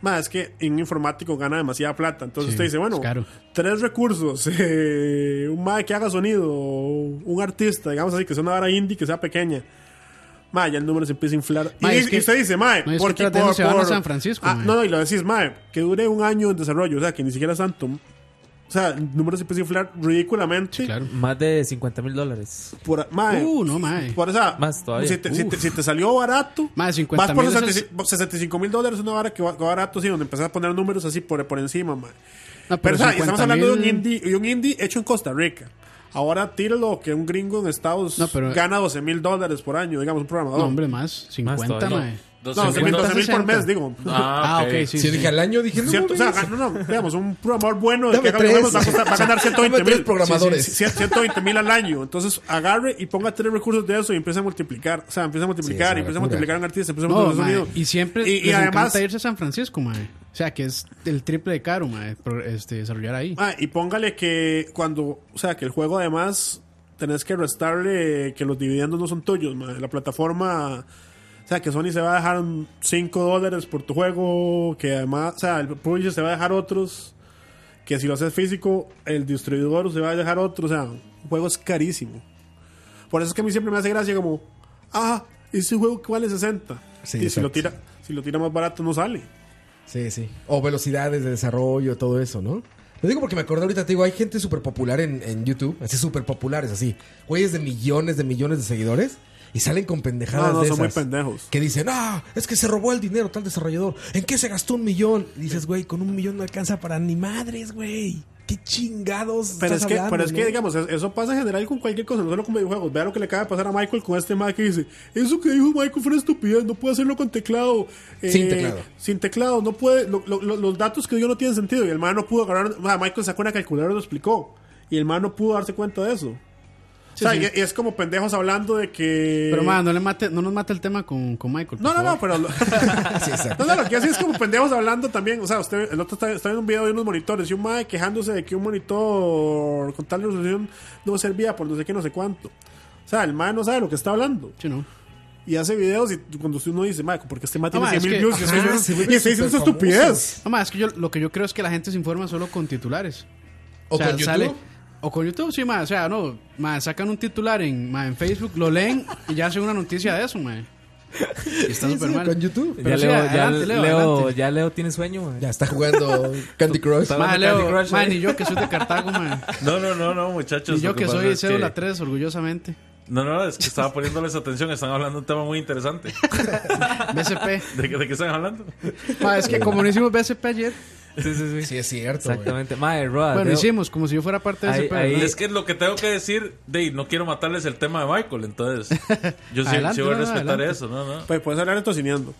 Speaker 6: Más es que en informático gana demasiada plata. Entonces
Speaker 5: Sí,
Speaker 6: usted dice, bueno,
Speaker 5: es caro.
Speaker 6: tres recursos, eh, un mae que haga sonido, un artista, digamos así, que sea una vara indie, que sea pequeña. Ma, ya el número se empieza a inflar.
Speaker 5: Ma,
Speaker 6: y,
Speaker 5: es
Speaker 6: y
Speaker 5: que-
Speaker 6: usted dice, mae,
Speaker 5: no, es que
Speaker 6: porque
Speaker 5: tras de eso se van a San Francisco,
Speaker 6: Ah,
Speaker 5: mae.
Speaker 6: no, no, y lo decís, mae, que dure un año en desarrollo, o sea, que ni siquiera es tanto. O sea, el número se empieza a inflar ridículamente.
Speaker 5: Claro.
Speaker 3: Más de 50 mil dólares.
Speaker 6: Por, mae,
Speaker 5: Uh, no, mae.
Speaker 6: por esa,
Speaker 3: Más todavía.
Speaker 6: Si te, si
Speaker 5: Uf.
Speaker 6: te- si te salió barato,
Speaker 5: Mae, 50
Speaker 6: vas por
Speaker 5: mil
Speaker 6: 65 65 mil dólares, una vara que va, que va barato, sí, donde empezás a poner números así por, por encima, mae.
Speaker 5: No,
Speaker 6: Pero, o sea, y
Speaker 5: 50
Speaker 6: estamos hablando de un
Speaker 5: mil-
Speaker 6: indie, y un indie hecho en Costa Rica. Ahora tíralo que un gringo en Estados
Speaker 5: No, pero-
Speaker 6: gana 12 mil dólares por año, digamos, un programador.
Speaker 5: No, hombre, más. 50,
Speaker 3: todavía.
Speaker 5: mae.
Speaker 6: no,
Speaker 4: 12
Speaker 6: 12 mil
Speaker 5: 50,
Speaker 6: por
Speaker 5: 60.
Speaker 6: mes, digo.
Speaker 4: Ah, ok.
Speaker 5: sí.
Speaker 2: Si yo dije al año, dije, no,
Speaker 6: Ciento- o sea,
Speaker 2: mames.
Speaker 6: no, no, digamos, un programador bueno de
Speaker 2: Dame
Speaker 6: que haga videojuegos va a,
Speaker 2: tres.
Speaker 6: costar- va a ganar
Speaker 2: Dame
Speaker 6: 120
Speaker 2: tres
Speaker 6: mil.
Speaker 2: programadores.
Speaker 6: Sí, sí, sí, 120 mil al año. Entonces, agarre y ponga tres recursos de eso y empieza a multiplicar. O sea, empieza a multiplicar,
Speaker 2: es una
Speaker 6: y empieza
Speaker 2: locura.
Speaker 6: a multiplicar a un artista, empieza a
Speaker 5: No,
Speaker 6: multiplicar un
Speaker 5: mae,
Speaker 6: sonido.
Speaker 5: y siempre
Speaker 6: Y, y
Speaker 5: les
Speaker 6: además,
Speaker 5: encanta irse a San Francisco, mae. O sea, que es el triple de caro, mae, pro- este, desarrollar ahí.
Speaker 6: ah, y póngale que cuando, o sea, que el juego además tenés que restarle que los dividendos no son tuyos, ma. La plataforma. O sea, que Sony se va a dejar 5 dólares por tu juego, que además, o sea, el publisher se va a dejar otros, que si lo haces físico, el distribuidor se va a dejar otro, o sea, un juego es carísimo. Por eso es que a mí siempre me hace gracia como, ah, ese juego que vale 60.
Speaker 2: Sí,
Speaker 6: y si
Speaker 2: exacto.
Speaker 6: lo, tira, si lo tira más barato no sale.
Speaker 2: Sí, sí. O velocidades de desarrollo, todo eso, ¿no? Lo digo porque me acordé ahorita, te digo, hay gente súper popular en, en YouTube, así súper populares, así. Güeyes de millones de millones de seguidores y salen con pendejadas
Speaker 6: No, no,
Speaker 2: de
Speaker 6: son muy
Speaker 2: esas
Speaker 6: pendejos.
Speaker 2: Que dicen, ah, es que se robó el dinero tal desarrollador. ¿En qué se gastó un millón? Y dices, güey, con un millón no alcanza para ni madres, güey. ¿Qué chingados
Speaker 6: Pero es,
Speaker 2: estás
Speaker 6: que,
Speaker 2: hablando,
Speaker 6: pero es que,
Speaker 2: no?
Speaker 6: digamos, es- eso pasa en general con cualquier cosa, no solo con videojuegos. Vea lo que le acaba de pasar a Michael con este Mac que dice: Eso que dijo Michael fue una estupidez, no puede hacerlo con teclado. eh,
Speaker 2: Sin teclado.
Speaker 6: Sin teclado, no puede. lo- lo- lo- los datos que dio no tienen sentido. Y el man no pudo agarrar. o sea, Michael sacó una calculadora y lo explicó. Y el man no pudo darse cuenta de eso.
Speaker 5: Sí,
Speaker 6: o sea,
Speaker 5: sí.
Speaker 6: y- y es como pendejos hablando de que.
Speaker 5: Pero, mae, no, le mate, no nos mate el tema con, con Michael. por
Speaker 6: eh, No, no,
Speaker 5: favor.
Speaker 6: no, pero. lo-
Speaker 2: Sí, exacto.
Speaker 6: No, no, lo que hace es como pendejos hablando también. O sea, usted, el otro está, está viendo un video de unos monitores y un mae quejándose de que un monitor con tal resolución no servía por no sé qué, no sé cuánto. O sea, el mae no sabe lo que está hablando.
Speaker 5: Sí, no.
Speaker 6: Y hace videos y cuando usted uno dice, mae, porque este mae tiene
Speaker 5: Ah,
Speaker 6: 100
Speaker 5: es
Speaker 6: mil
Speaker 5: que-
Speaker 6: views
Speaker 2: ajá,
Speaker 6: y estoy
Speaker 2: se vuelven
Speaker 6: diciendo- y está diciendo esa
Speaker 2: superfamosos.
Speaker 6: estupidez.
Speaker 5: No, mae, es que yo, lo que yo creo es que la gente se informa solo con titulares.
Speaker 2: O con YouTube.
Speaker 5: o con YouTube, sí, mae. O sea, no, mae, sacan un titular en, mae, en Facebook, lo leen y ya hacen una noticia de eso, mae. Y está
Speaker 2: Sí,
Speaker 5: súper
Speaker 2: sí,
Speaker 5: mal.
Speaker 2: con YouTube.
Speaker 5: Pero
Speaker 3: ya,
Speaker 5: sí,
Speaker 3: Leo,
Speaker 5: adelante,
Speaker 3: ya,
Speaker 5: Leo,
Speaker 3: Leo,
Speaker 5: adelante.
Speaker 3: ya Leo tiene sueño, man.
Speaker 2: Ya está jugando Candy Crush.
Speaker 3: Está-
Speaker 5: Mae, Leo,
Speaker 3: Candy Crush,
Speaker 5: mae,
Speaker 3: eh.
Speaker 5: ni yo que soy de Cartago, mae.
Speaker 4: No, no, no, no, muchachos.
Speaker 5: Ni yo
Speaker 4: lo
Speaker 5: que
Speaker 4: pasa
Speaker 5: soy
Speaker 4: es que-
Speaker 5: cédula 3, orgullosamente.
Speaker 4: No, no, es que estaba poniéndoles atención. Están hablando de un tema muy interesante.
Speaker 5: BCP.
Speaker 4: ¿De, qué- de qué están hablando?
Speaker 5: Mae, es que como no hicimos BCP ayer,
Speaker 3: Sí, sí, sí.
Speaker 2: Sí, es cierto. güey.
Speaker 3: Exactamente. Mae, Roa,
Speaker 5: bueno,
Speaker 3: Leo-
Speaker 5: hicimos como si yo fuera parte de
Speaker 3: Ah, Ahí-
Speaker 5: BCP.
Speaker 3: ahí-
Speaker 5: ¿verdad?
Speaker 4: Es que lo que tengo que decir, Dave, no quiero matarles el tema de Michael, entonces yo sí,
Speaker 5: Adelante,
Speaker 4: sí voy a
Speaker 5: no, no,
Speaker 4: respetar
Speaker 5: adelante.
Speaker 4: eso, no, no.
Speaker 6: Pues puedes hablar de tocineando.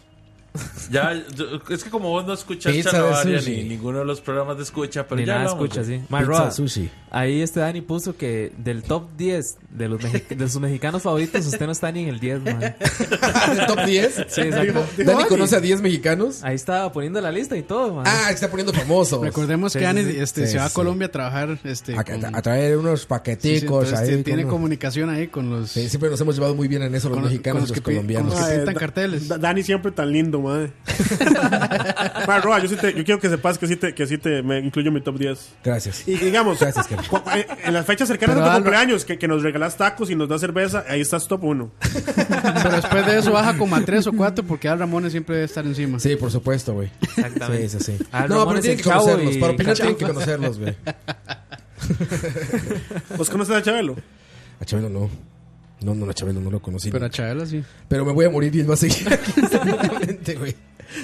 Speaker 4: Ya, yo- es que como vos no escuchas
Speaker 2: Pizza de
Speaker 4: Chalabaria
Speaker 2: sushi.
Speaker 4: ni ninguno de los programas de escucha, pero
Speaker 3: Ni
Speaker 4: ya
Speaker 3: nada
Speaker 4: hablamos,
Speaker 3: escucha,
Speaker 4: güey.
Speaker 3: sí. Mae,
Speaker 2: Pizza,
Speaker 3: Roa,
Speaker 2: sushi.
Speaker 3: ahí este Dani puso que del top 10 de, los mexi- de sus mexicanos favoritos, usted no está ni en el 10, man.
Speaker 2: ¿El top 10?
Speaker 3: Sí, exacto.
Speaker 6: Dijo
Speaker 2: Dani
Speaker 6: Dani.
Speaker 2: conoce a 10 mexicanos.
Speaker 3: Ahí estaba poniendo la lista y todo, man.
Speaker 2: Ah, se está poniendo famoso.
Speaker 5: Recordemos
Speaker 3: Sí,
Speaker 5: que
Speaker 3: sí,
Speaker 5: Ani
Speaker 3: sí.
Speaker 5: este,
Speaker 2: Sí,
Speaker 5: se va
Speaker 2: sí.
Speaker 5: a Colombia a trabajar. Este,
Speaker 2: A,
Speaker 5: con-
Speaker 2: a- a traer unos
Speaker 5: sí, sí,
Speaker 2: paqueticos
Speaker 5: entonces
Speaker 6: este,
Speaker 2: ahí.
Speaker 5: tiene-
Speaker 2: con
Speaker 5: tiene
Speaker 2: unos-
Speaker 5: comunicación ahí con los...
Speaker 2: Sí, siempre nos hemos llevado muy bien en eso los
Speaker 5: Con-
Speaker 2: mexicanos
Speaker 5: con los
Speaker 2: y los
Speaker 5: que pi-
Speaker 2: colombianos.
Speaker 5: con los que-
Speaker 6: Mae,
Speaker 5: pintan carteles.
Speaker 6: Eh, Da- Dani siempre tan lindo, mae. mae, Roa, yo, sí te- yo quiero que sepas que sí te, que sí te me incluyo en mi top 10.
Speaker 2: Gracias.
Speaker 6: Y digamos,
Speaker 2: Gracias, Kevin.
Speaker 6: cu- eh, en las fechas cercanas
Speaker 5: Pero
Speaker 6: a tu
Speaker 5: Álvaro-
Speaker 6: cumpleaños, que, que nos regalas tacos y nos das cerveza, ahí estás top 1.
Speaker 5: Pero después de eso baja como a 3 o 4 porque Al Ramones siempre debe estar encima.
Speaker 2: Sí, por supuesto, güey.
Speaker 3: Exactamente.
Speaker 2: Sí, sí, sí.
Speaker 3: Ah,
Speaker 2: no, pero
Speaker 3: Ramones
Speaker 2: tienen
Speaker 3: el
Speaker 2: que
Speaker 3: Chavo
Speaker 2: conocerlos.
Speaker 3: y
Speaker 2: Para opinar
Speaker 3: Cachapa.
Speaker 2: tienen que conocerlos, güey.
Speaker 6: ¿Vos conoces a Chabelo?
Speaker 2: A Chabelo no. No, no, a Chabelo no lo conocí.
Speaker 5: Pero
Speaker 2: Pero,
Speaker 5: a Chabela sí.
Speaker 2: me voy a morir y él va a seguir aquí, seguramente, güey.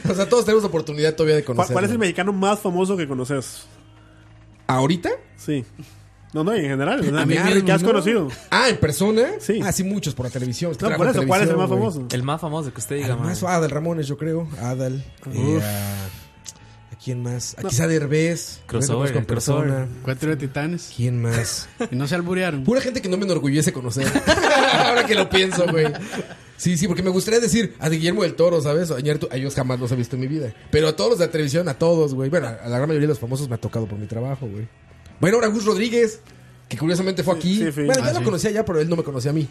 Speaker 2: O sea, todos tenemos oportunidad todavía de
Speaker 6: ¿Cuál,
Speaker 2: conocerlo.
Speaker 6: cuál es el mexicano más famoso que conoces?
Speaker 2: ¿Ahorita?
Speaker 6: Sí. No, no, y en general. o sea,
Speaker 2: A mí
Speaker 6: que- que has
Speaker 2: no.
Speaker 6: conocido?
Speaker 2: Ah, ¿en persona?
Speaker 6: Sí.
Speaker 2: Ah, sí, muchos por la televisión.
Speaker 6: No, por eso, ¿cuál es el más famoso?
Speaker 3: El más famoso que usted diga,
Speaker 2: Además,
Speaker 3: man.
Speaker 2: Adal Ramones, yo creo. Adal. Eh, a, ¿a quién más? A quizá Derbez.
Speaker 3: Crossover,
Speaker 2: Con
Speaker 3: crossover.
Speaker 2: persona.
Speaker 5: Cuatro de titanes.
Speaker 2: ¿Quién más?
Speaker 5: Y no se alburearon.
Speaker 2: Pura gente que no me enorgullece conocer. Ahora que lo pienso, güey. Sí, sí, porque me gustaría decir a Guillermo del Toro, ¿sabes? A Iñárritu- a ellos jamás los he visto en mi vida. Pero a todos los de la televisión, a todos, güey. Bueno, a la gran mayoría de los famosos me ha tocado por mi trabajo, güey. Bueno, ahora Gus Rodríguez, que curiosamente fue aquí.
Speaker 6: Sí, sí, sí.
Speaker 2: Bueno, ya
Speaker 5: Ah,
Speaker 2: lo
Speaker 5: sí.
Speaker 2: conocía ya, pero él no me conocía a mí.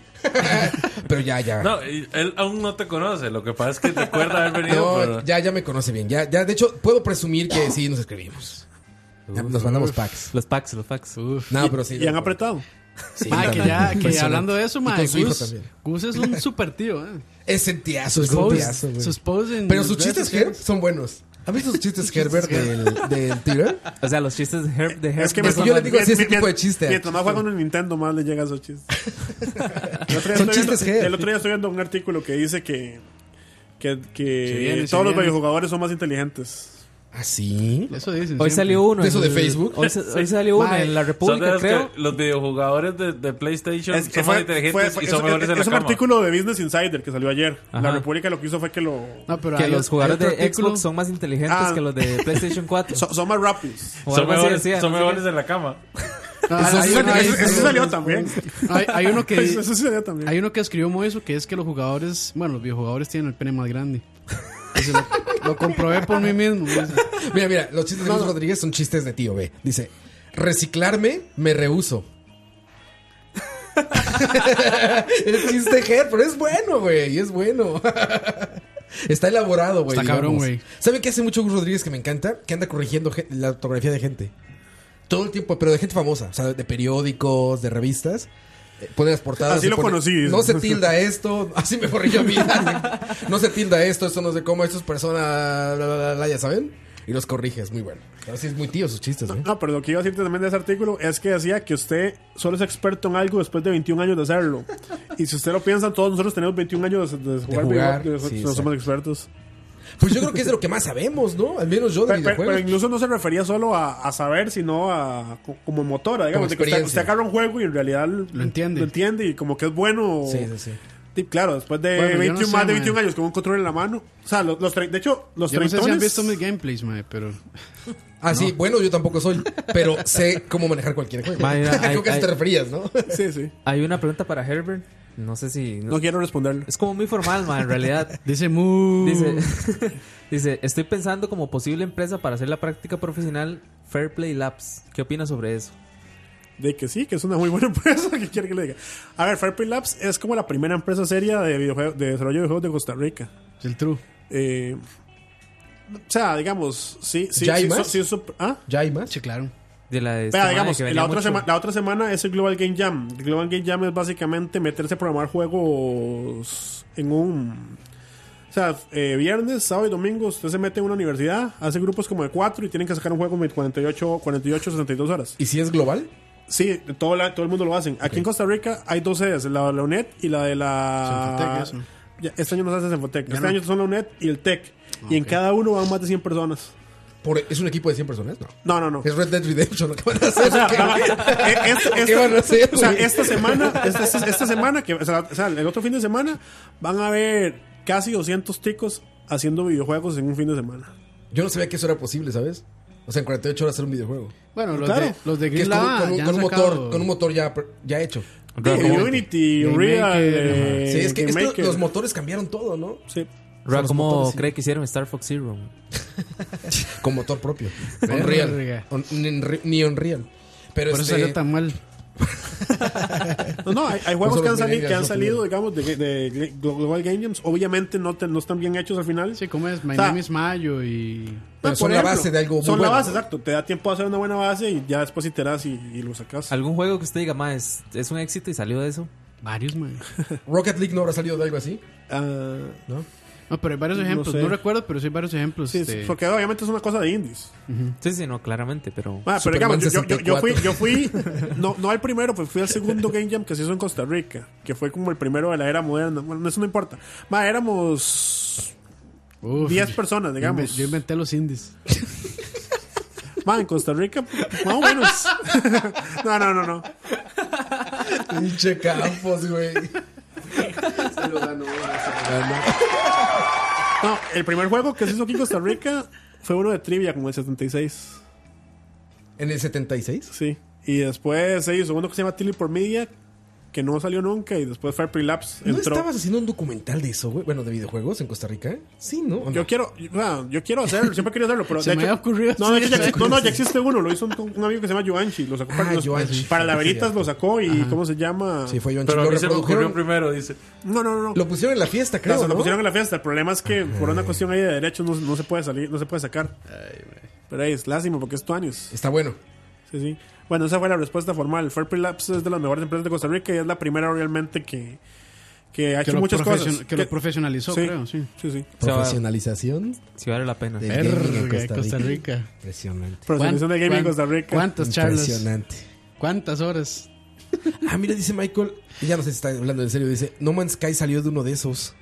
Speaker 2: pero ya, ya.
Speaker 4: No, y él aún no te conoce, lo que pasa es que recuerda haber venido,
Speaker 2: No,
Speaker 4: pero-
Speaker 2: ya, ya me conoce bien. Ya, ya, de hecho, puedo presumir que sí nos escribimos. Ya nos mandamos packs.
Speaker 3: Los packs, los packs.
Speaker 2: No, pero sí.
Speaker 6: Y han
Speaker 2: no,
Speaker 6: apretado.
Speaker 2: Pues sí,
Speaker 5: Ma, Ah, que
Speaker 2: también.
Speaker 5: ya, que
Speaker 2: Impresionante.
Speaker 5: hablando de eso,
Speaker 2: Y
Speaker 5: ma,
Speaker 2: con su hijo
Speaker 5: Gus,
Speaker 2: también.
Speaker 5: Gus es un super tío. eh.
Speaker 2: Es sentiazo, es
Speaker 5: Sus posts-
Speaker 2: sentiazo, güey.
Speaker 5: sus posts en
Speaker 2: Pero
Speaker 5: las
Speaker 2: sus
Speaker 5: redes
Speaker 2: chistes Herb
Speaker 5: sociales.
Speaker 2: son buenos. ¿Han visto sus chistes Herbert del, del Twitter?
Speaker 3: O sea, los chistes de Herb, de Herb.
Speaker 6: Es que
Speaker 2: me-
Speaker 3: son
Speaker 2: yo le
Speaker 3: mal-
Speaker 2: digo así, ese tipo de chiste.
Speaker 6: chistes Mientras más juegan en el Nintendo, más le llega a esos chistes. El otro día
Speaker 2: Son
Speaker 6: estoy viendo-
Speaker 2: chistes head.
Speaker 6: El otro día estoy viendo un artículo que dice que, que, que
Speaker 5: Se viene, se
Speaker 6: todos los
Speaker 5: viene.
Speaker 6: videojugadores son más inteligentes.
Speaker 2: ¿Ah, sí?
Speaker 5: Eso dicen.
Speaker 3: Hoy
Speaker 5: siempre.
Speaker 3: salió uno.
Speaker 2: ¿De
Speaker 3: en
Speaker 2: eso de
Speaker 3: el-
Speaker 2: Facebook?
Speaker 3: Hoy, sa- hoy salió uno
Speaker 5: Mae,
Speaker 3: en La
Speaker 4: Son de
Speaker 3: República,
Speaker 4: las que
Speaker 3: creo.
Speaker 4: los videojugadores de, de PlayStation
Speaker 6: Es,
Speaker 4: son
Speaker 6: fue-
Speaker 4: más inteligentes
Speaker 6: fue- fue-
Speaker 4: y
Speaker 6: es-
Speaker 4: son
Speaker 6: es-
Speaker 4: mejores en la
Speaker 6: es un
Speaker 4: cama.
Speaker 6: artículo de Business Insider que salió ayer. La
Speaker 3: Ajá.
Speaker 6: República lo que hizo fue que lo.
Speaker 5: No, pero
Speaker 3: Que
Speaker 5: hay-
Speaker 3: los
Speaker 5: hay
Speaker 3: jugadores
Speaker 5: otro
Speaker 3: de
Speaker 5: artículo-
Speaker 3: Xbox son más inteligentes
Speaker 6: Ah.
Speaker 3: que los de PlayStation 4.
Speaker 6: so- son más rápidos.
Speaker 3: o
Speaker 4: Son
Speaker 3: algo así
Speaker 4: mejores,
Speaker 3: decía,
Speaker 4: son
Speaker 3: no sé
Speaker 4: mejores
Speaker 3: qué.
Speaker 4: en la cama.
Speaker 5: No,
Speaker 6: Eso
Speaker 5: Ah, hay-
Speaker 6: sí salió-
Speaker 5: hay-
Speaker 6: eso- eso
Speaker 5: hay-
Speaker 6: salió también.
Speaker 5: Hay, hay uno que
Speaker 6: Eso eso sí salió también.
Speaker 5: hay uno que escribió muy eso que es que los jugadores, bueno, los videojugadores tienen el pene más grande. Eso lo, lo comprobé por mí mismo.
Speaker 2: Mira, mira, los chistes de Luis Rodríguez son chistes de tío, ve. Dice, reciclarme, me rehuso. es chiste head, pero es bueno, güey, es bueno. Está elaborado, güey.
Speaker 5: Está cabrón,
Speaker 2: digamos.
Speaker 5: güey.
Speaker 2: ¿Saben qué hace mucho Luis Rodríguez que me encanta? Que anda corrigiendo gen- la ortografía de gente. Todo el tiempo, pero de gente famosa, o sea, de periódicos, de revistas. Eh, Pone las portadas.
Speaker 6: Así
Speaker 2: y
Speaker 6: lo
Speaker 2: pone,
Speaker 6: conocí, dice.
Speaker 2: No se tilda esto. Así me corrigió a mí. no se tilda esto, esto no sé cómo, esto es persona. bla, bla, bla, bla, ya saben. Y los corrige, es muy bueno. Pero sí es muy tío sus chistes, ¿eh? güey.
Speaker 6: No, pero lo que iba a decirte también de ese artículo es que decía que usted solo es experto en algo después de 21 años de hacerlo. y si usted lo piensa, todos nosotros tenemos 21 años de, de jugar,
Speaker 2: jugar,
Speaker 6: videojuegos,
Speaker 2: sí,
Speaker 6: no
Speaker 2: exacto.
Speaker 6: somos expertos.
Speaker 2: Pues yo creo que es de lo que más sabemos, ¿no? Al menos yo de
Speaker 6: Pe- pe- Pero,
Speaker 2: videojuegos.
Speaker 6: incluso no se refería solo a, a saber, sino a co- como motora,
Speaker 2: Como
Speaker 6: digamos. de que usted,
Speaker 2: experiencia.
Speaker 6: usted agarra un juego y en realidad lo
Speaker 5: entiende.
Speaker 6: Lo entiende y como que es bueno.
Speaker 2: Sí, sí, sí.
Speaker 6: Sí, claro, después de
Speaker 5: Bueno, yo no
Speaker 6: 21,
Speaker 5: sé,
Speaker 6: más de
Speaker 5: man.
Speaker 6: 21 años con un control en la mano. O sea, los, los tre- de hecho, los
Speaker 5: Yo no sé si han
Speaker 6: treintones-
Speaker 5: visto mis gameplays, mae, pero
Speaker 2: Ah, sí, bueno, yo tampoco soy. Pero sé cómo manejar cualquier juego.
Speaker 3: Ma, mira, hay-
Speaker 2: creo que a
Speaker 3: hay-
Speaker 2: eso te referías, ¿no?
Speaker 6: Sí, sí.
Speaker 3: Hay una pregunta para Herbert. No sé si.
Speaker 6: No quiero responderlo.
Speaker 3: Es como muy formal, man, en realidad.
Speaker 5: dice mu.
Speaker 3: Dice, dice, estoy pensando como posible empresa para hacer la práctica profesional Fairplay Labs. ¿Qué opinas sobre eso?
Speaker 6: De que sí, que es una muy buena empresa. que quiere que le diga? A ver, Fairplay Labs es como la primera empresa seria de, videojue- de desarrollo de juegos de Costa Rica.
Speaker 5: Es el true.
Speaker 6: Eh, o sea, digamos, sí, sí,
Speaker 2: ¿Ya hay
Speaker 6: sí,
Speaker 2: más?
Speaker 6: so- sí, so- ¿ah?
Speaker 2: Ya hay más.
Speaker 5: Sí, claro.
Speaker 3: De la de
Speaker 6: Vea,
Speaker 3: esta
Speaker 6: digamos,
Speaker 3: madre Este que
Speaker 6: la
Speaker 3: venía
Speaker 6: otra,
Speaker 3: mucho.
Speaker 6: sema- la otra semana es el Global Game Jam. El Global Game Jam es básicamente meterse a programar juegos en un... O sea, eh, viernes, sábado y domingo usted se mete en una universidad, hace grupos como de cuatro y tienen que sacar un juego en 48, 48 62 horas.
Speaker 2: ¿Y si es global?
Speaker 6: Sí, todo, la- todo el mundo lo hacen. Aquí en Costa Rica hay dos sedes, la de la UNED y la de la...
Speaker 5: Zenfotec, eso.
Speaker 6: Ya, este año no se hace Zenfotec. Este
Speaker 5: no.
Speaker 6: año son la UNED y el TEC. Y en
Speaker 5: ok.
Speaker 6: cada uno van más de 100 personas.
Speaker 2: Por- ¿Es un equipo de 100 personas? No.
Speaker 6: No, no, no.
Speaker 2: Es Red Dead Redemption lo que van a hacer.
Speaker 6: O sea,
Speaker 2: ¿Qué?
Speaker 6: eh, es-
Speaker 2: ¿Qué
Speaker 6: esta-
Speaker 2: van a hacer,
Speaker 6: o sea,
Speaker 2: güey?
Speaker 6: esta semana, esta, esta- esta semana, que, o sea, o sea, el otro fin de semana, van a haber casi 200 ticos haciendo videojuegos en un fin de semana.
Speaker 2: Yo no sabía que eso era posible, ¿sabes? O sea, en 48 horas hacer un videojuego.
Speaker 5: Bueno, los
Speaker 6: Claro.
Speaker 5: de los de
Speaker 2: Que es
Speaker 5: Green
Speaker 2: con,
Speaker 5: Lab
Speaker 2: con un,
Speaker 5: ya
Speaker 2: con
Speaker 5: han
Speaker 2: un
Speaker 5: sacado-
Speaker 2: motor, con un motor ya, ya hecho.
Speaker 6: Sí, Unity,
Speaker 5: Game
Speaker 6: Unreal,
Speaker 5: Maker,
Speaker 6: eh,
Speaker 2: Sí, es que, es
Speaker 6: Game
Speaker 2: que
Speaker 6: Maker.
Speaker 2: los motores cambiaron todo, ¿no?
Speaker 6: Sí.
Speaker 3: Ra,
Speaker 2: los
Speaker 3: ¿Cómo
Speaker 2: motores, sí.
Speaker 3: cree que hicieron Star Fox Zero? man?
Speaker 2: Con motor propio.
Speaker 5: Verga.
Speaker 2: Unreal. Un- ni Unre- ni Unreal. Pero
Speaker 5: Por eso
Speaker 2: este,
Speaker 5: salió tan mal.
Speaker 6: No, no, hay, hay juegos
Speaker 2: Nosotros
Speaker 6: que han salido,
Speaker 2: millennials
Speaker 6: que han
Speaker 2: no
Speaker 6: salido digamos, de, de- de Global Game Jams. Obviamente no, te- no están bien hechos al final.
Speaker 5: Sí, como es My
Speaker 6: O sea,
Speaker 5: Name is Mayo y
Speaker 2: Pero
Speaker 6: Ah,
Speaker 2: son
Speaker 6: por
Speaker 2: la
Speaker 6: ejemplo,
Speaker 2: base de algo muy
Speaker 6: Son
Speaker 2: bueno.
Speaker 6: la base, exacto. Te da tiempo a hacer una buena base y ya después iterás y, y lo sacas.
Speaker 3: ¿Algún juego que usted diga, ma, es, es un éxito y salió de eso?
Speaker 5: varios, man.
Speaker 2: Rocket League no habrá salido de algo así,
Speaker 6: Ah,
Speaker 2: ¿no?
Speaker 5: No, pero hay varios
Speaker 6: No
Speaker 5: ejemplos. No,
Speaker 6: sé.
Speaker 5: recuerdo, pero sí hay varios ejemplos.
Speaker 6: sí,
Speaker 5: este,
Speaker 6: sí, porque obviamente es una cosa de indies.
Speaker 3: Sí, sí, no, claramente, pero...
Speaker 6: Ah, pero
Speaker 2: Superman
Speaker 6: digamos, yo, yo- yo- yo fui,
Speaker 2: 64.
Speaker 6: yo fui no, no al primero, pues fui al segundo Game Jam que se hizo en Costa Rica, que fue como el primero de la era moderna. Bueno, eso no importa. Ma, éramos
Speaker 5: uf,
Speaker 6: 10
Speaker 5: yo-
Speaker 6: personas,
Speaker 5: yo
Speaker 6: digamos.
Speaker 5: inven- Yo inventé los indies.
Speaker 6: Ma, en Costa Rica, más o menos. no, no, no, no.
Speaker 2: Pinche campos, güey.
Speaker 6: No, el primer juego que se hizo aquí en Costa Rica fue uno de trivia, como el 76.
Speaker 2: ¿En el 76?
Speaker 6: Sí. Y después se hizo uno que se llama Tilly por Media, que no salió nunca, y después fue Prelapse.
Speaker 2: ¿No
Speaker 6: Entró.
Speaker 2: estabas haciendo un documental de eso, güey? Bueno, de videojuegos en Costa Rica. Sí, ¿no? ¿O no?
Speaker 6: Yo quiero, yo, ah, yo quiero hacerlo, siempre quería hacerlo, pero
Speaker 5: Se
Speaker 6: de
Speaker 5: me
Speaker 6: hecho-
Speaker 5: había ocurrido,
Speaker 6: No, de hecho,
Speaker 5: sí,
Speaker 6: ya,
Speaker 5: se me
Speaker 6: no, no, ya existe uno, lo hizo un, un amigo que se llama Giovanchi, lo sacó para,
Speaker 2: Ah,
Speaker 6: los-
Speaker 2: Giovanchi.
Speaker 6: para
Speaker 2: Sí,
Speaker 6: laberitas,
Speaker 2: cierto.
Speaker 6: lo sacó y ¿cómo se llama?
Speaker 2: Sí, fue yo.
Speaker 4: Pero a
Speaker 2: lo
Speaker 4: mí se me ocurrió
Speaker 2: reprodujeron.
Speaker 4: primero, dice.
Speaker 6: No, no, no, no.
Speaker 2: Lo pusieron en la fiesta, creo,
Speaker 6: O sea,
Speaker 2: ¿no?
Speaker 6: lo pusieron en la fiesta. El problema es que por una cuestión ahí de derechos no, no se puede salir, no se puede sacar. Pero ahí es lástima porque es tu años.
Speaker 2: Está bueno.
Speaker 6: Sí, sí. Bueno, esa fue la respuesta formal. Fair Prelapse es de las mejores empresas de Costa Rica y es la primera realmente que, que ha
Speaker 5: Que
Speaker 6: hecho
Speaker 5: lo,
Speaker 6: muchas
Speaker 5: profesion-
Speaker 6: cosas.
Speaker 5: que lo profesionalizó,
Speaker 6: sí,
Speaker 5: creo, sí.
Speaker 6: sí, sí.
Speaker 3: sea,
Speaker 2: Profesionalización
Speaker 3: Si vale la pena.
Speaker 2: del gaming en
Speaker 5: Verga,
Speaker 2: Costa Rica.
Speaker 5: Costa Rica.
Speaker 2: Impresionante.
Speaker 6: Profesionalización de gaming en
Speaker 5: ¿Cuán-
Speaker 6: Costa Rica.
Speaker 5: ¿Cuántas charlas?
Speaker 2: Impresionante.
Speaker 5: ¿Cuántas horas?
Speaker 2: Ah, mira, dice Michael. Ya no sé si está hablando en serio. Dice: No Man's Sky salió de uno de esos.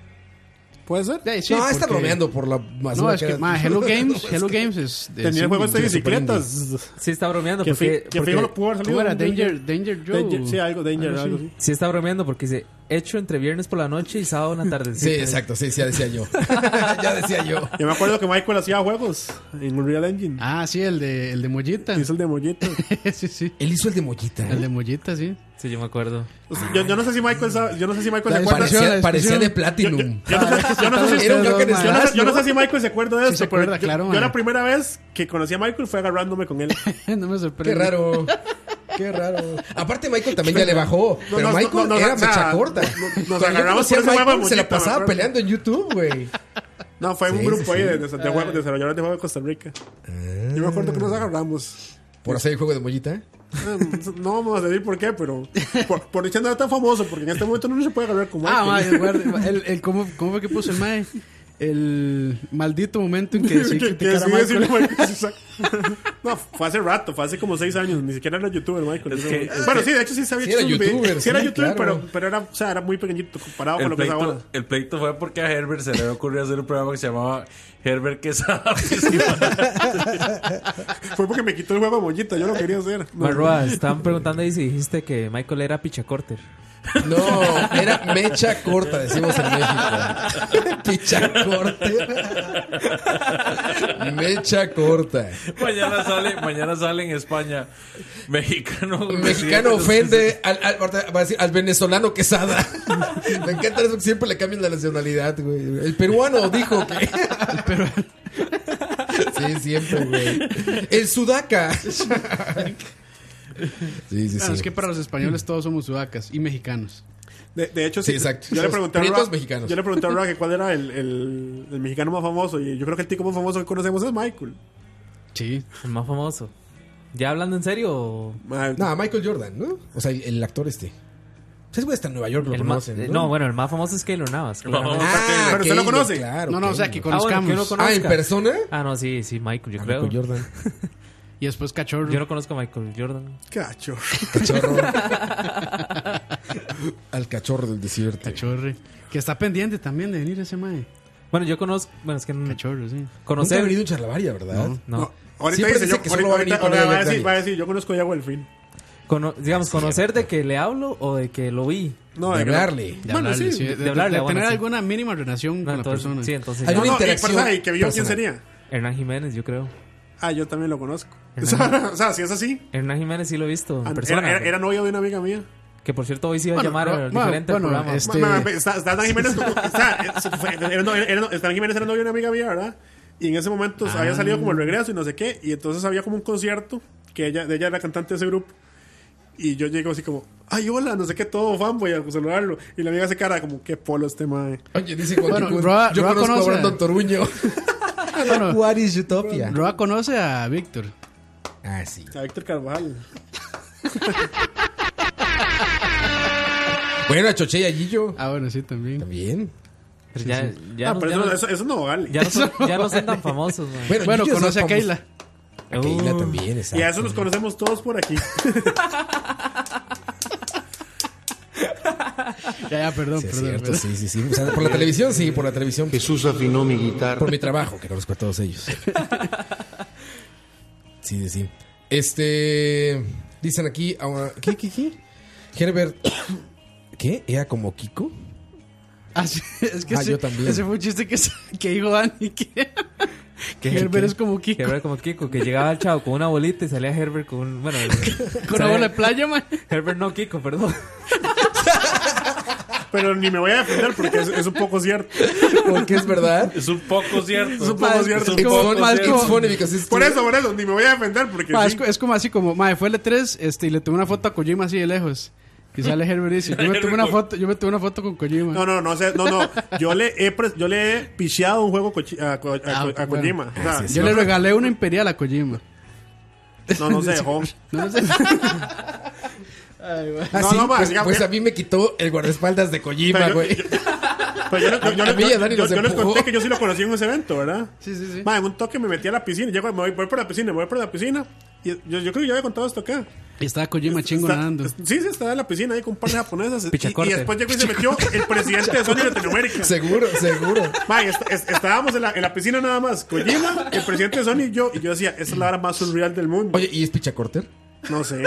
Speaker 6: ¿Puede ser?
Speaker 5: Sí, sí,
Speaker 2: no, está
Speaker 5: porque-
Speaker 2: bromeando por la
Speaker 5: No,
Speaker 2: basura
Speaker 5: es
Speaker 2: que
Speaker 5: que,
Speaker 2: era.
Speaker 5: ma, Hello Games, Hello Games es. es
Speaker 6: Tenía el juego este de
Speaker 5: indie.
Speaker 6: bicicletas.
Speaker 3: Sí está bromeando
Speaker 6: Que
Speaker 3: porque...
Speaker 6: fi- que
Speaker 3: porque-
Speaker 6: fijo lo pudo haber salido.
Speaker 5: ¿Cómo era?
Speaker 6: un
Speaker 5: Danger, Danger Joe.
Speaker 6: Danger, sí, algo, Danger,
Speaker 5: Ah, sí.
Speaker 6: algo así.
Speaker 3: sí está bromeando porque dice, hecho entre viernes por la noche y sábado en la tarde.
Speaker 2: Sí, exacto, sí, ya decía yo. ya decía yo.
Speaker 6: Yo me acuerdo que Michael hacía juegos en Unreal Engine.
Speaker 5: Ah, sí, el de, el de Mollita.
Speaker 6: Hizo el de Mollito.
Speaker 5: sí, sí.
Speaker 2: Él hizo el de Mollita. ¿eh?
Speaker 5: El de Mollita, sí.
Speaker 3: Sí, yo me acuerdo.
Speaker 6: O sea, Yo, yo no sé si Michael sabe, yo no sé si Michael se
Speaker 5: Dale,
Speaker 6: acuerda.
Speaker 5: parece-
Speaker 2: Parecía,
Speaker 5: la
Speaker 2: parecía
Speaker 5: discusión.
Speaker 2: de
Speaker 6: Yo,
Speaker 2: Platinum.
Speaker 6: yo- yo no sé si- yo no sé si-
Speaker 2: Ah, Era un Joker
Speaker 6: yo no sé- yo no
Speaker 5: no,
Speaker 6: sé si Michael se acuerda de
Speaker 5: Sí,
Speaker 6: esto,
Speaker 5: se
Speaker 6: pero
Speaker 5: acuerda,
Speaker 6: yo-
Speaker 5: claro,
Speaker 6: yo,
Speaker 5: man.
Speaker 6: la primera vez que conocí a Michael fue agarrándome con él.
Speaker 5: no me sorprende.
Speaker 2: Qué raro. Qué raro. Aparte, Michael también ya le bajó.
Speaker 6: No,
Speaker 2: pero
Speaker 6: no,
Speaker 2: Michael
Speaker 6: no, no,
Speaker 2: era
Speaker 6: o sea,
Speaker 2: mecha corta.
Speaker 6: no- nos
Speaker 2: Cuando yo
Speaker 6: agarramos
Speaker 2: conocí a
Speaker 6: por ese
Speaker 2: Michael,
Speaker 6: huevo de
Speaker 2: se la
Speaker 6: Mollita, me
Speaker 2: pasaba
Speaker 6: acuerdo.
Speaker 2: peleando en YouTube, güey.
Speaker 6: No, fue en
Speaker 2: Sí,
Speaker 6: un grupo
Speaker 2: sí, Ah.
Speaker 6: ahí
Speaker 2: sí.
Speaker 6: de, de- de juegos- de desarrolladores de juegos de Costa Rica. Yo me acuerdo que nos agarramos.
Speaker 2: Por hacer el juego de Mollita.
Speaker 6: Eh, No vamos a decir por qué, pero por, por echando era tan famoso, porque en este momento no se puede agarrar con Michael.
Speaker 5: Ah, ma, el, guardia- el, el- ¿cómo, ¿Cómo fue que puso el mae? El maldito momento en que decidí
Speaker 6: Que- que
Speaker 5: criticar a
Speaker 6: sí,
Speaker 5: Michael.
Speaker 6: decirle Michael, exacto. No, fue hace rato, fue hace como seis años, ni siquiera era youtuber Michael.
Speaker 4: Es
Speaker 6: Eso-
Speaker 4: que- es
Speaker 6: bueno,
Speaker 4: que-
Speaker 6: sí, de hecho sí sabía
Speaker 2: Sí era
Speaker 6: hecho un video.
Speaker 2: youtuber,
Speaker 6: Sí era
Speaker 2: sí,
Speaker 6: youtuber,
Speaker 2: claro.
Speaker 6: pero, pero era, o sea, era muy pequeñito comparado con
Speaker 4: El
Speaker 6: Ah, lo que es ahora.
Speaker 4: pleito, el pleito fue porque a Herbert se le ocurrió hacer un programa que se llamaba Herbert Quesada. Oficial.
Speaker 6: Fue porque me quitó el juego de mollita, yo lo quería hacer. No,
Speaker 3: Marroa, estaban preguntando ahí si dijiste que Michael era pichacorter.
Speaker 2: No, era mecha corta, decimos en México. Picha corta. Mecha corta.
Speaker 4: mañana, sale, mañana sale en España. Mexicano.
Speaker 2: Un mexicano ofende al, al- ahorita va a decir, al venezolano quesada. Me encanta eso que siempre le cambian la nacionalidad, güey. El peruano dijo que. Sí, siempre, güey. El sudaca. Sí, sí,
Speaker 5: Ah, es
Speaker 2: sí.
Speaker 5: que para los españoles todos somos sudacas y mexicanos.
Speaker 6: De, de hecho,
Speaker 2: Sí,
Speaker 6: sí.
Speaker 2: exacto.
Speaker 6: Yo le
Speaker 2: Los
Speaker 6: pregunté a
Speaker 2: prietos
Speaker 6: Roa-
Speaker 2: mexicanos.
Speaker 6: Yo le pregunté a Roa que cuál era el, el, el mexicano más famoso. Y yo creo que el tico más famoso que conocemos es Michael.
Speaker 5: Sí.
Speaker 3: El más famoso. ¿Ya hablando en serio?
Speaker 6: Ma,
Speaker 2: No, Michael Jordan, ¿no? O sea, el, el actor este. Ese güey está en Nueva York, lo
Speaker 3: El ma-
Speaker 2: conocen.
Speaker 3: eh, no, bueno, el más famoso es Keylor Navas.
Speaker 4: El más
Speaker 3: claramente.
Speaker 4: famoso.
Speaker 2: Ah,
Speaker 6: Pero usted lo
Speaker 2: Keylor,
Speaker 6: conoce.
Speaker 2: Claro,
Speaker 5: No, no, o sea, que
Speaker 2: Keylor.
Speaker 3: Ah, bueno,
Speaker 5: conozcamos.
Speaker 3: que uno
Speaker 2: Ah, ¿en
Speaker 3: conozca.
Speaker 2: persona?
Speaker 3: Ah, no, sí, sí, Michael, yo creo.
Speaker 2: Ah, Michael Jordan.
Speaker 5: Y después cachorro.
Speaker 3: Yo no conozco a Michael Jordan.
Speaker 6: Cacho.
Speaker 2: Cachorro. Al cachorro del desierto.
Speaker 5: Cachorre. Que está pendiente también de venir ese mae.
Speaker 3: Bueno, yo conozco. Bueno, es que no-
Speaker 5: Cachorro, sí.
Speaker 2: Nunca ha
Speaker 3: conocer.
Speaker 2: venido un charlavaria, ¿verdad?
Speaker 3: No.
Speaker 6: No, ahorita
Speaker 2: Siempre
Speaker 6: dice,
Speaker 2: dice
Speaker 6: yo,
Speaker 2: que
Speaker 6: ahorita,
Speaker 2: solo va a venir
Speaker 6: ahorita-
Speaker 2: con
Speaker 6: ahorita
Speaker 2: Ariana
Speaker 6: va, a decir,
Speaker 2: Grande.
Speaker 6: va a decir, yo conozco a Yago el fin.
Speaker 3: cono- digamos, conocer de que le hablo o de que lo vi.
Speaker 6: No,
Speaker 2: De
Speaker 6: de que no-
Speaker 2: hablarle.
Speaker 5: De
Speaker 6: Bueno,
Speaker 5: hablarle,
Speaker 6: sí,
Speaker 5: De,
Speaker 3: de
Speaker 5: de-
Speaker 3: hablarle,
Speaker 5: de
Speaker 3: bueno,
Speaker 5: tener
Speaker 3: sí.
Speaker 5: alguna mínima relación
Speaker 3: No,
Speaker 5: con
Speaker 3: entonces-
Speaker 5: la persona.
Speaker 3: Sí, entonces.
Speaker 2: Hay
Speaker 3: ya.
Speaker 2: una
Speaker 6: No, no, y,
Speaker 2: interacción
Speaker 6: por- ay, que vio quién
Speaker 2: personal.
Speaker 6: sería.
Speaker 3: Hernán Jiménez, yo creo.
Speaker 6: Ah, yo también lo conozco. O sea,
Speaker 3: Ajá.
Speaker 6: o sea, si es así.
Speaker 3: Hernán Jiménez sí lo he visto en
Speaker 6: an-
Speaker 3: persona. pues.
Speaker 6: Era, era- era novio de una amiga mía.
Speaker 3: Que por cierto, hoy sí iba a
Speaker 5: Bueno,
Speaker 3: llamar
Speaker 5: pero-
Speaker 3: al
Speaker 5: bueno,
Speaker 3: diferente
Speaker 5: bueno,
Speaker 3: programa.
Speaker 5: es-
Speaker 6: Ma-
Speaker 5: Este-
Speaker 6: ma- ma- Está está Dan Jiménez. como- está- es- fue- era no- era no- Stan Jiménez era novio de una amiga mía, ¿verdad? Y en ese momento
Speaker 3: Ah.
Speaker 6: había salido como el regreso y no sé qué. Y entonces había como un concierto que ella, de ella era cantante de ese grupo. Y yo llego así como, ay, hola, no sé qué, todo fanboy a saludarlo. Y la amiga hace cara como, qué polo este mae.
Speaker 2: Oye, dice Juan
Speaker 5: Bueno,
Speaker 2: Kikun,
Speaker 5: Roa-
Speaker 2: Yo
Speaker 5: Roa
Speaker 2: conozco
Speaker 5: conoce-
Speaker 2: a Brandon Toruño.
Speaker 5: Bueno,
Speaker 2: What is Utopia?
Speaker 5: Roa conoce a Víctor.
Speaker 2: Ah, sí.
Speaker 6: A Víctor Carvajal.
Speaker 2: Bueno, a Choche y a Gillo.
Speaker 5: Ah, bueno, sí, también.
Speaker 2: También.
Speaker 3: pero ya, ya,
Speaker 6: Ah,
Speaker 3: no,
Speaker 6: pero
Speaker 3: ya
Speaker 6: eso,
Speaker 3: no-
Speaker 6: eso, eso no vale.
Speaker 3: ya no son, ya no son tan famosos. man.
Speaker 5: Bueno,
Speaker 2: Gillo es
Speaker 5: conoce a
Speaker 2: más famoso.
Speaker 5: Keila.
Speaker 2: A Keila
Speaker 3: Uh.
Speaker 2: también, exacto.
Speaker 6: Y a eso nos conocemos todos por aquí.
Speaker 5: Ya, ya, perdón,
Speaker 2: Sí, es
Speaker 5: perdón.
Speaker 2: cierto,
Speaker 5: perdón.
Speaker 2: sí, sí, sí. O sea, por la televisión, sí, por la televisión.
Speaker 7: Jesús afinó mi guitarra.
Speaker 2: Por mi trabajo, que conozco a todos ellos. Sí, sí, sí. Este. Dicen aquí. ah, ¿Qué, qué, qué? Herbert. ¿Qué? ¿Era como Kiko?
Speaker 5: Ah, sí, es que
Speaker 2: Ah,
Speaker 5: ese,
Speaker 2: yo también.
Speaker 5: ese fue un chiste que, que dijo Dani. Que, que Herbert es como Kiko.
Speaker 3: Herbert como Kiko, que llegaba al chavo con una bolita y salía Herbert con un. Bueno,
Speaker 5: Con la
Speaker 3: salía-
Speaker 5: bola de playa, man.
Speaker 3: Herbert no Kiko, perdón.
Speaker 6: Pero ni me voy a defender porque es, es un poco cierto.
Speaker 2: Porque es verdad.
Speaker 4: Es un poco cierto.
Speaker 6: Es un poco
Speaker 5: Es
Speaker 6: cierto.
Speaker 5: como-
Speaker 2: It's funny-
Speaker 5: mal
Speaker 2: it's
Speaker 5: como-
Speaker 2: funny because it's
Speaker 6: Por
Speaker 2: true.
Speaker 6: eso, por eso, ni me voy a defender porque.
Speaker 5: Ma,
Speaker 6: sí.
Speaker 5: es, co- es como así como, mae, fue el E3 este, y le tomé una foto a Kojima así de lejos. Y sale Herbert y dice, yo me tomé una foto, yo me tomé una foto con Kojima.
Speaker 6: No, no, no sé, no, no. Yo le he, pres- yo le he picheado un juego cochi- a, co- a, co-
Speaker 5: Ah,
Speaker 6: a
Speaker 5: bueno.
Speaker 6: Kojima. O sea,
Speaker 5: yo le regalé una imperial a Kojima.
Speaker 6: no, no se dejó.
Speaker 5: No sé.
Speaker 2: Ah,
Speaker 6: No,
Speaker 2: sí,
Speaker 6: no, ma,
Speaker 2: pues,
Speaker 6: digamos,
Speaker 2: pues
Speaker 6: yo-
Speaker 2: a mí me quitó el guardaespaldas de Kojima,
Speaker 6: Pero yo-
Speaker 2: güey.
Speaker 6: Pero Pues yo, yo- yo-
Speaker 2: A mí
Speaker 6: yo-
Speaker 2: y a Dani
Speaker 6: yo-
Speaker 2: nos
Speaker 6: yo les
Speaker 2: empujó.
Speaker 6: conté que yo sí lo conocí en ese evento, ¿verdad?
Speaker 5: Sí, sí, sí.
Speaker 6: Ma, en un toque me metí a la piscina. Llego, me voy, voy por la piscina, me voy por la piscina. Y yo, yo creo que ya había contado esto acá.
Speaker 5: Y estaba Kojima chingo
Speaker 6: Está-
Speaker 5: nadando.
Speaker 6: es- Sí, sí, estaba en la piscina ahí con un par de japonesas. y- Y,
Speaker 3: Pichacorte.
Speaker 6: después llegó y se metió el presidente de Sony Latinoamérica.
Speaker 2: Seguro, seguro.
Speaker 6: Mae, est- est- estábamos en la, en la piscina nada más. Kojima, el presidente de Sony y yo. Y yo decía, esa es la hora más surreal del mundo.
Speaker 2: Oye, ¿y es Pichacorter?
Speaker 6: No sé.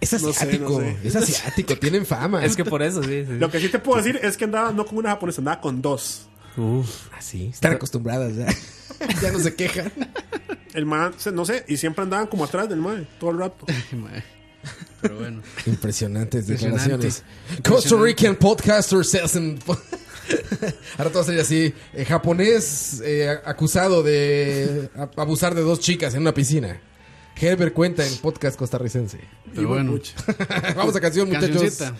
Speaker 2: Es
Speaker 6: No sé,
Speaker 2: asiático.
Speaker 6: no sé.
Speaker 2: Es asiático, tienen fama.
Speaker 3: Es que por eso, sí. sí.
Speaker 6: Lo que sí te puedo decir es que andaba no con una japonesa, andaba con dos.
Speaker 3: Uf.
Speaker 2: Así, están acostumbradas ya. ya no se quejan.
Speaker 6: El man, se- no sé, y siempre andaban como atrás del mae, todo el rato.
Speaker 5: Ay, mae. Pero bueno.
Speaker 2: Impresionantes
Speaker 5: Impresionante.
Speaker 2: declaraciones. Costa Rican podcasters hacen- Ahora todo sería así. eh, japonés eh, acusado de a- abusar de dos chicas en una piscina. Herbert cuenta en podcast costarricense.
Speaker 5: Pero bueno.
Speaker 2: Vamos a canción, muchachos.
Speaker 5: Cancioncita.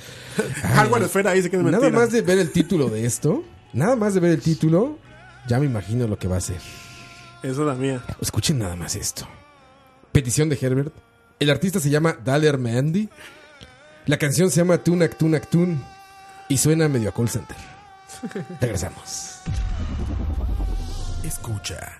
Speaker 6: Hardware esfera dice que es mentira.
Speaker 2: Nada más de ver el título de esto, nada más de ver el título, ya me imagino lo que va a ser.
Speaker 6: Esa es la mía.
Speaker 2: Escuchen nada más esto. Petición de Herbert. El artista se llama Daler Meandi. La canción se llama Tunak Tunak Tun y suena medio a call center. Regresamos. Escucha.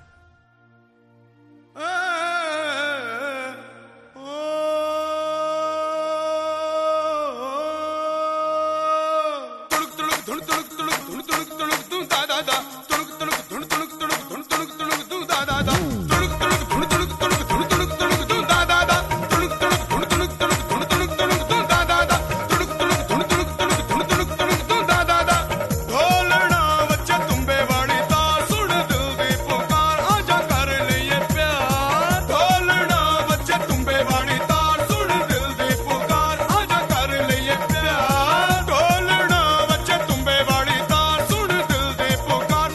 Speaker 10: ਢੋਲਣਾ ਬੱਚੇ ਤੁੰਬੇ ਵਾਲੀ ਤਾਰ ਸੁਣ ਦਿਲ ਦੇ ਪੁਕਾਰ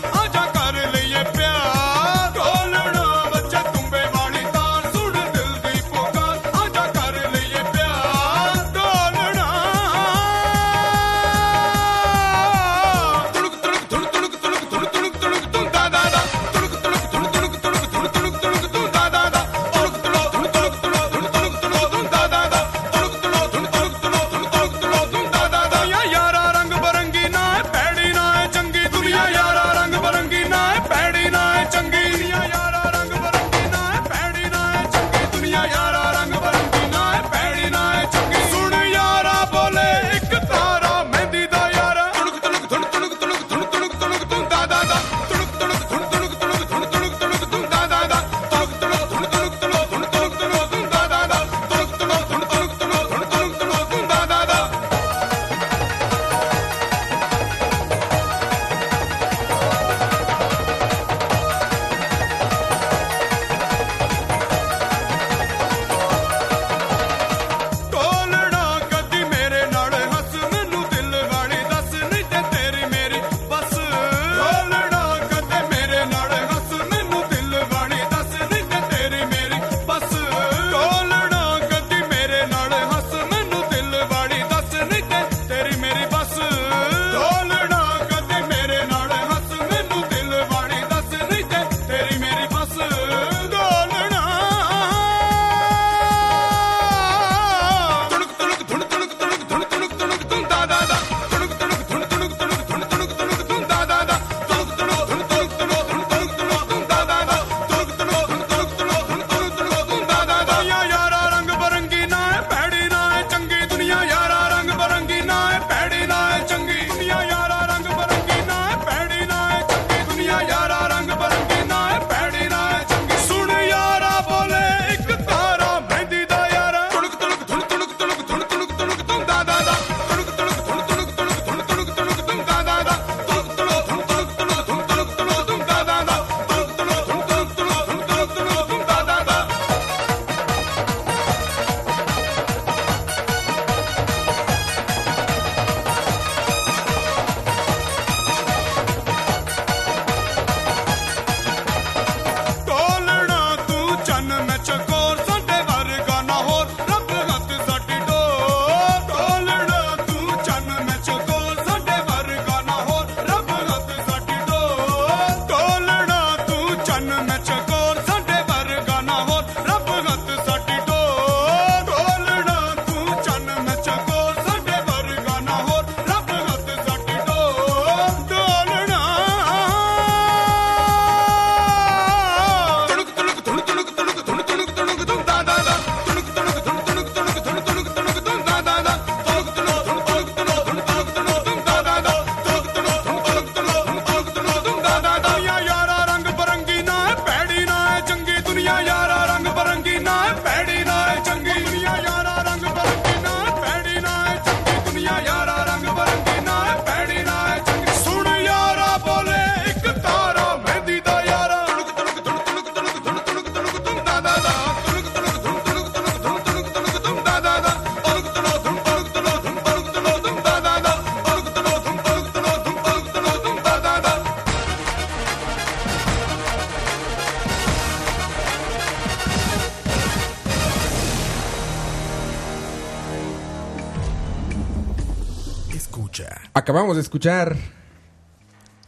Speaker 2: Acabamos de escuchar.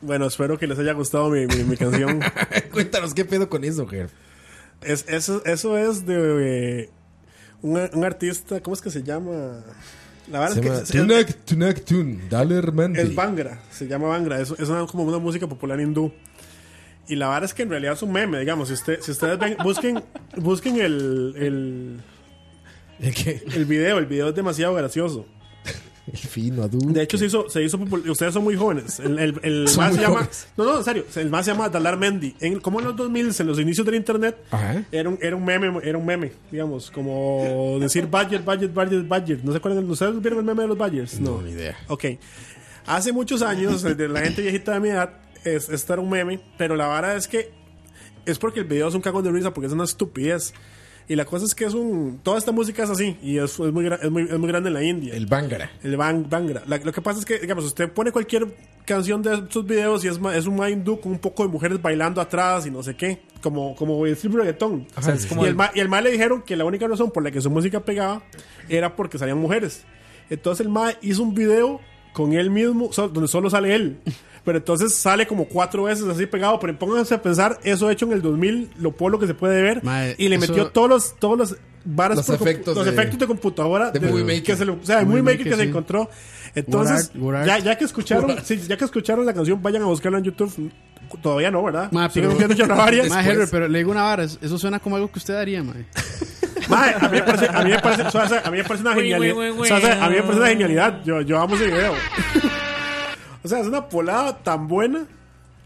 Speaker 6: Bueno, espero que les haya gustado mi, mi- mi canción.
Speaker 2: Cuéntanos qué pedo con eso, Ger.
Speaker 6: Es- eso, eso es de eh, un, un artista, ¿cómo es que se llama? La verdad
Speaker 2: Se llama
Speaker 6: es que es-
Speaker 2: Tunak
Speaker 6: es,
Speaker 2: Tunak Tun, Dale Hermandi.
Speaker 6: es Bangra, se llama Bangra, es, es una- como una música popular hindú. Y la verdad es que en realidad es un meme, digamos, si, usted, si ustedes ven, busquen, busquen el, el,
Speaker 2: ¿El qué?
Speaker 6: el video, el video es demasiado gracioso.
Speaker 2: El fino, Adu.
Speaker 6: De hecho, se hizo, se hizo popul- Ustedes son muy jóvenes. El, el, el
Speaker 2: Son
Speaker 6: más
Speaker 2: muy
Speaker 6: se llama.
Speaker 2: jóvenes.
Speaker 6: No, no, en serio. El más se llama Dalar Mendy. En, como en los 2000, en los inicios del internet,
Speaker 2: Ajá.
Speaker 6: era un, era un meme, era un meme, digamos. Como decir budget, budget, budget, budget. No se acuerdan. ¿Ustedes vieron el meme de los budgets? No,
Speaker 2: ni idea.
Speaker 6: Ok. Hace muchos años, de la gente viejita de mi edad, es, esto era un meme. Pero la vara es que es porque el video es un cagón de risa, porque es una estupidez. Y la cosa es que es un. Toda esta música es así. Y es, es muy, gra- es, muy, es muy grande en la India.
Speaker 2: El Bangara.
Speaker 6: El Bang Bangra. La- lo que pasa es que, digamos, usted pone cualquier canción de sus videos y es, ma- es un ma hindú con un poco de mujeres bailando atrás y no sé qué. Como, como el Silver Reggaetón.
Speaker 3: O sea, es como
Speaker 6: y,
Speaker 3: el-
Speaker 6: el ma, y el ma le dijeron que la única razón por la que su música pegaba era porque salían mujeres. Entonces el ma hizo un video con él mismo, so- donde solo sale él. Pero entonces sale como cuatro veces así pegado. Pero pónganse a pensar, eso hecho en el 2000, lo pueblo que se puede ver.
Speaker 5: Mae,
Speaker 6: y le
Speaker 5: eso-
Speaker 6: metió todos los, todos los varas
Speaker 2: Los
Speaker 6: por compu-
Speaker 2: efectos
Speaker 6: los
Speaker 2: de-
Speaker 6: efectos de computadora
Speaker 2: de
Speaker 6: de-
Speaker 2: Movie Maker.
Speaker 6: que se le- o sea, de
Speaker 5: Movie
Speaker 6: Movie Maker
Speaker 5: Maker,
Speaker 6: que se
Speaker 5: sí.
Speaker 6: encontró. Entonces,
Speaker 5: Word art, word
Speaker 6: ya,
Speaker 5: art.
Speaker 6: ya que escucharon, sí, ya que escucharon la canción, vayan a buscarla en YouTube. Todavía no, ¿verdad?
Speaker 5: Ma,
Speaker 6: Siguen
Speaker 5: pero-
Speaker 6: buscando Charlavaria.
Speaker 5: Ma, Herbert, pero le digo una vara, es- eso suena como algo que usted haría, mae.
Speaker 6: Ma, a mí me parece, a mí me parece, o sea, o sea, a mí me parece una
Speaker 4: Güey, güey,
Speaker 6: genialidad.
Speaker 4: güey,
Speaker 6: O sea, o sea, a mí me parece una
Speaker 4: güey.
Speaker 6: genialidad. Yo, yo amo ese video. O sea, es una polada tan buena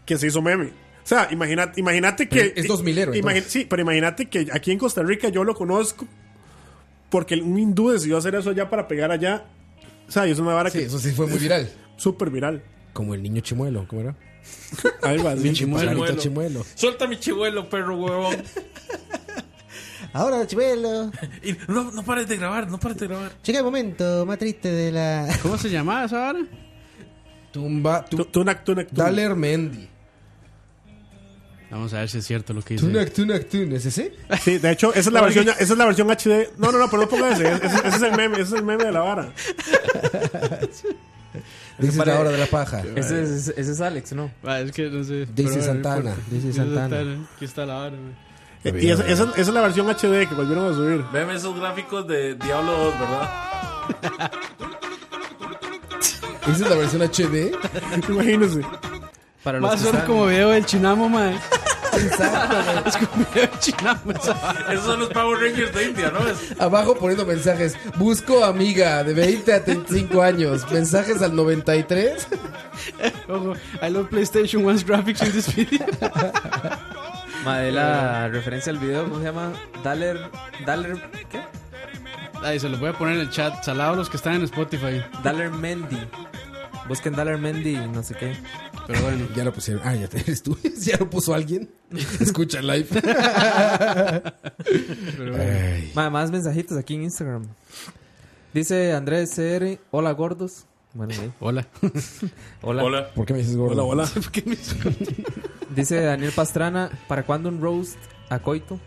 Speaker 6: que se hizo meme. O sea, imagínate, imagínate que.
Speaker 2: Es 2000ero,
Speaker 6: imagi-
Speaker 2: entonces.
Speaker 6: Sí, pero imagínate que aquí en Costa Rica yo lo conozco porque un hindú decidió hacer eso allá para pegar allá. O sea, y es una vara
Speaker 2: Sí,
Speaker 6: que
Speaker 2: eso sí fue muy viral.
Speaker 6: súper viral.
Speaker 2: Como el niño chimuelo, ¿cómo era?
Speaker 6: Algo así.
Speaker 2: Chimuelo.
Speaker 4: Chimuelo.
Speaker 2: chimuelo.
Speaker 4: Suelta mi chivuelo, perro huevón.
Speaker 10: Ahora, chivelo.
Speaker 4: Y no, no pares de grabar, no pares de grabar.
Speaker 10: Llega el momento más triste de la.
Speaker 5: ¿Cómo se llamaba esa vara?
Speaker 2: Tumba. Tu,
Speaker 6: Tu- Tunac, tunac, tunac.
Speaker 2: Dale Hermendi.
Speaker 5: Vamos a ver si es cierto lo que dice.
Speaker 2: Tunak Tunak Tun. ¿Es ese?
Speaker 6: Sí, de hecho, esa es la versión, esa es la versión HD. No, no, no, pero no ponga ese. Ese, ese es el meme, ese es el meme de la vara.
Speaker 2: Dices
Speaker 3: para-
Speaker 2: la hora de la paja.
Speaker 3: Ese es, ese- ese es Alex, ¿no?
Speaker 5: Ma, es que no sé.
Speaker 2: Dice
Speaker 5: pero,
Speaker 2: Santana,
Speaker 5: no importa.
Speaker 2: dice Santana.
Speaker 5: Aquí está la vara, mae.
Speaker 6: Y esa, esa- esa es la versión HD que volvieron a subir.
Speaker 4: Veme esos gráficos de Diablo 2, ¿verdad?
Speaker 2: Esa es la versión HD.
Speaker 6: Imagínense.
Speaker 3: Para los
Speaker 5: Va a
Speaker 3: que
Speaker 5: sonar
Speaker 3: están-
Speaker 5: como video del chinamo, mae. Es como video del chinamo esa vara.
Speaker 4: Esos son los Power Rangers de India, ¿no? Es-
Speaker 2: Abajo poniendo mensajes. Busco amiga de 20 a 35 años. Mensajes al 93.
Speaker 5: Ojo, I love PlayStation One's graphics in this video.
Speaker 3: Ma, de la referencia al video, ¿cómo se llama? Daler. Daler. ¿Qué?
Speaker 5: Ahí se los voy a poner en el chat. Salado a los que están en Spotify.
Speaker 3: Daler Mendy. Busquen Daler Mendy, no sé qué.
Speaker 5: Pero bueno.
Speaker 2: Ya lo pusieron. Ah, ya te eres tú. Ya lo puso alguien. Escucha live. Ay.
Speaker 3: Ma, más mensajitos aquí en Instagram. Dice Andrés CR, hola gordos. Bueno, ahí.
Speaker 5: Hola.
Speaker 3: hola.
Speaker 4: Hola.
Speaker 2: ¿Por qué me dices gordo?
Speaker 6: Hola, hola.
Speaker 3: Dice Daniel Pastrana, ¿para cuándo un roast a Coito?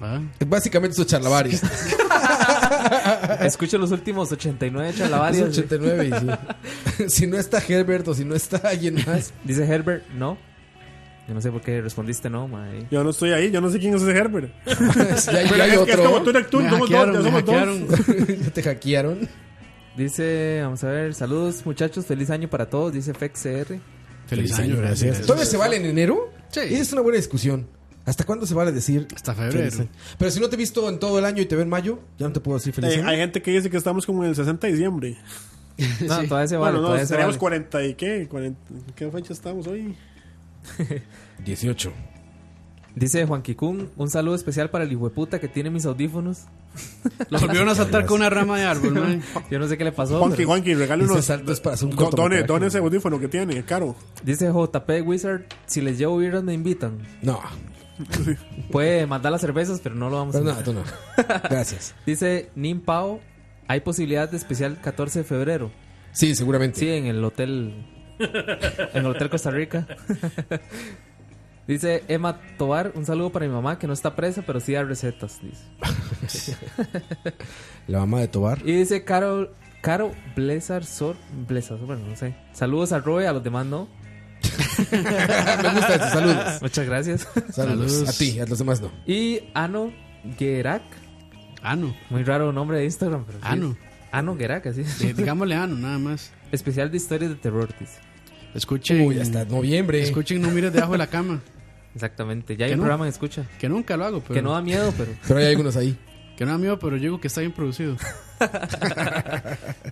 Speaker 5: Ah,
Speaker 2: Básicamente eso es charlavaria.
Speaker 3: Escucha los últimos 89
Speaker 2: Es
Speaker 3: chalavarios.
Speaker 2: 89 y sí. si no está Herbert o si no está alguien más.
Speaker 3: Dice Herbert, no. Yo no sé por qué respondiste no, ma. ahí.
Speaker 6: Yo no estoy ahí, yo no sé quién es ese Herbert.
Speaker 2: Ya, ya
Speaker 6: Pero
Speaker 2: hay
Speaker 6: es, que es como
Speaker 2: otro.
Speaker 6: Tunac, Tun,
Speaker 5: me
Speaker 6: somos dos,
Speaker 5: hackearon,
Speaker 6: ya
Speaker 5: me
Speaker 6: somos
Speaker 5: hackearon.
Speaker 6: dos. Eh,
Speaker 2: Ya te hackearon.
Speaker 3: Dice, vamos a ver, saludos muchachos, feliz año para todos. Dice FexCR.
Speaker 5: Feliz año, gracias.
Speaker 2: ¿Todavía se vale en enero?
Speaker 5: Sí.
Speaker 2: Esa es una buena discusión. ¿Hasta cuándo se vale decir?
Speaker 5: Hasta
Speaker 2: feliz
Speaker 5: febrero.
Speaker 2: año? Pero si no te he visto en todo el año y te veo en mayo, ya no te puedo decir feliz
Speaker 6: Eh,
Speaker 2: año.
Speaker 6: hay gente que dice que estamos como en el 60 de diciembre.
Speaker 3: No, todavía se vale,
Speaker 6: Bueno, no,
Speaker 3: todavía se
Speaker 6: tenemos
Speaker 3: vale.
Speaker 6: 40 y qué, 40, ¿qué fecha estamos hoy?
Speaker 2: 18.
Speaker 3: Dice Juan Kikun, un saludo especial para el hijueputa que tiene mis audífonos.
Speaker 5: Lo volvieron a saltar con una rama de árbol, mae.
Speaker 3: Yo no sé qué le pasó.
Speaker 6: Juanqui,
Speaker 3: pero-
Speaker 6: Juanqui, regale
Speaker 2: Ese
Speaker 6: unos.
Speaker 2: salto es para hacer un
Speaker 6: do- Done,
Speaker 2: cortometraje.
Speaker 6: done ese audífono que tiene, caro.
Speaker 3: Dice JP Wizard, si les llevo birras me invitan.
Speaker 2: No,
Speaker 3: Puede mandar las cervezas, pero no lo vamos a
Speaker 2: pero
Speaker 3: hacer.
Speaker 2: no, tú no. Gracias.
Speaker 3: Dice Nim Pao, hay posibilidad de especial 14 de febrero.
Speaker 2: Sí, seguramente.
Speaker 3: Sí, en el hotel. En el Hotel Costa Rica. Dice Emma Tobar, un saludo para mi mamá que no está presa, pero sí da recetas. Dice.
Speaker 2: La mamá de Tobar.
Speaker 3: Y dice Carol Caro Blizzard Sor. Blizzard, bueno, no sé. Saludos a Roe, a los demás no.
Speaker 2: Me gusta eso, saludos.
Speaker 3: Muchas gracias.
Speaker 2: Saludos. A ti, a los demás no.
Speaker 3: Y Ano Gerak.
Speaker 5: Ano.
Speaker 3: Muy raro nombre de Instagram, pero sí.
Speaker 5: Ano.
Speaker 3: Ano Gerak, así. es.
Speaker 5: Eh, digámosle ano, nada más.
Speaker 3: Especial de historias de terror, dice.
Speaker 5: Escuchen.
Speaker 2: Uy, hasta noviembre.
Speaker 5: Escuchen, no mires debajo de la cama.
Speaker 3: Exactamente. Ya hay
Speaker 5: Que
Speaker 3: un
Speaker 5: no.
Speaker 3: programa en escucha.
Speaker 5: Que nunca lo hago, pero.
Speaker 3: Que no da miedo, pero.
Speaker 2: Pero hay algunos ahí.
Speaker 5: Que no da miedo, pero yo digo que está bien producido.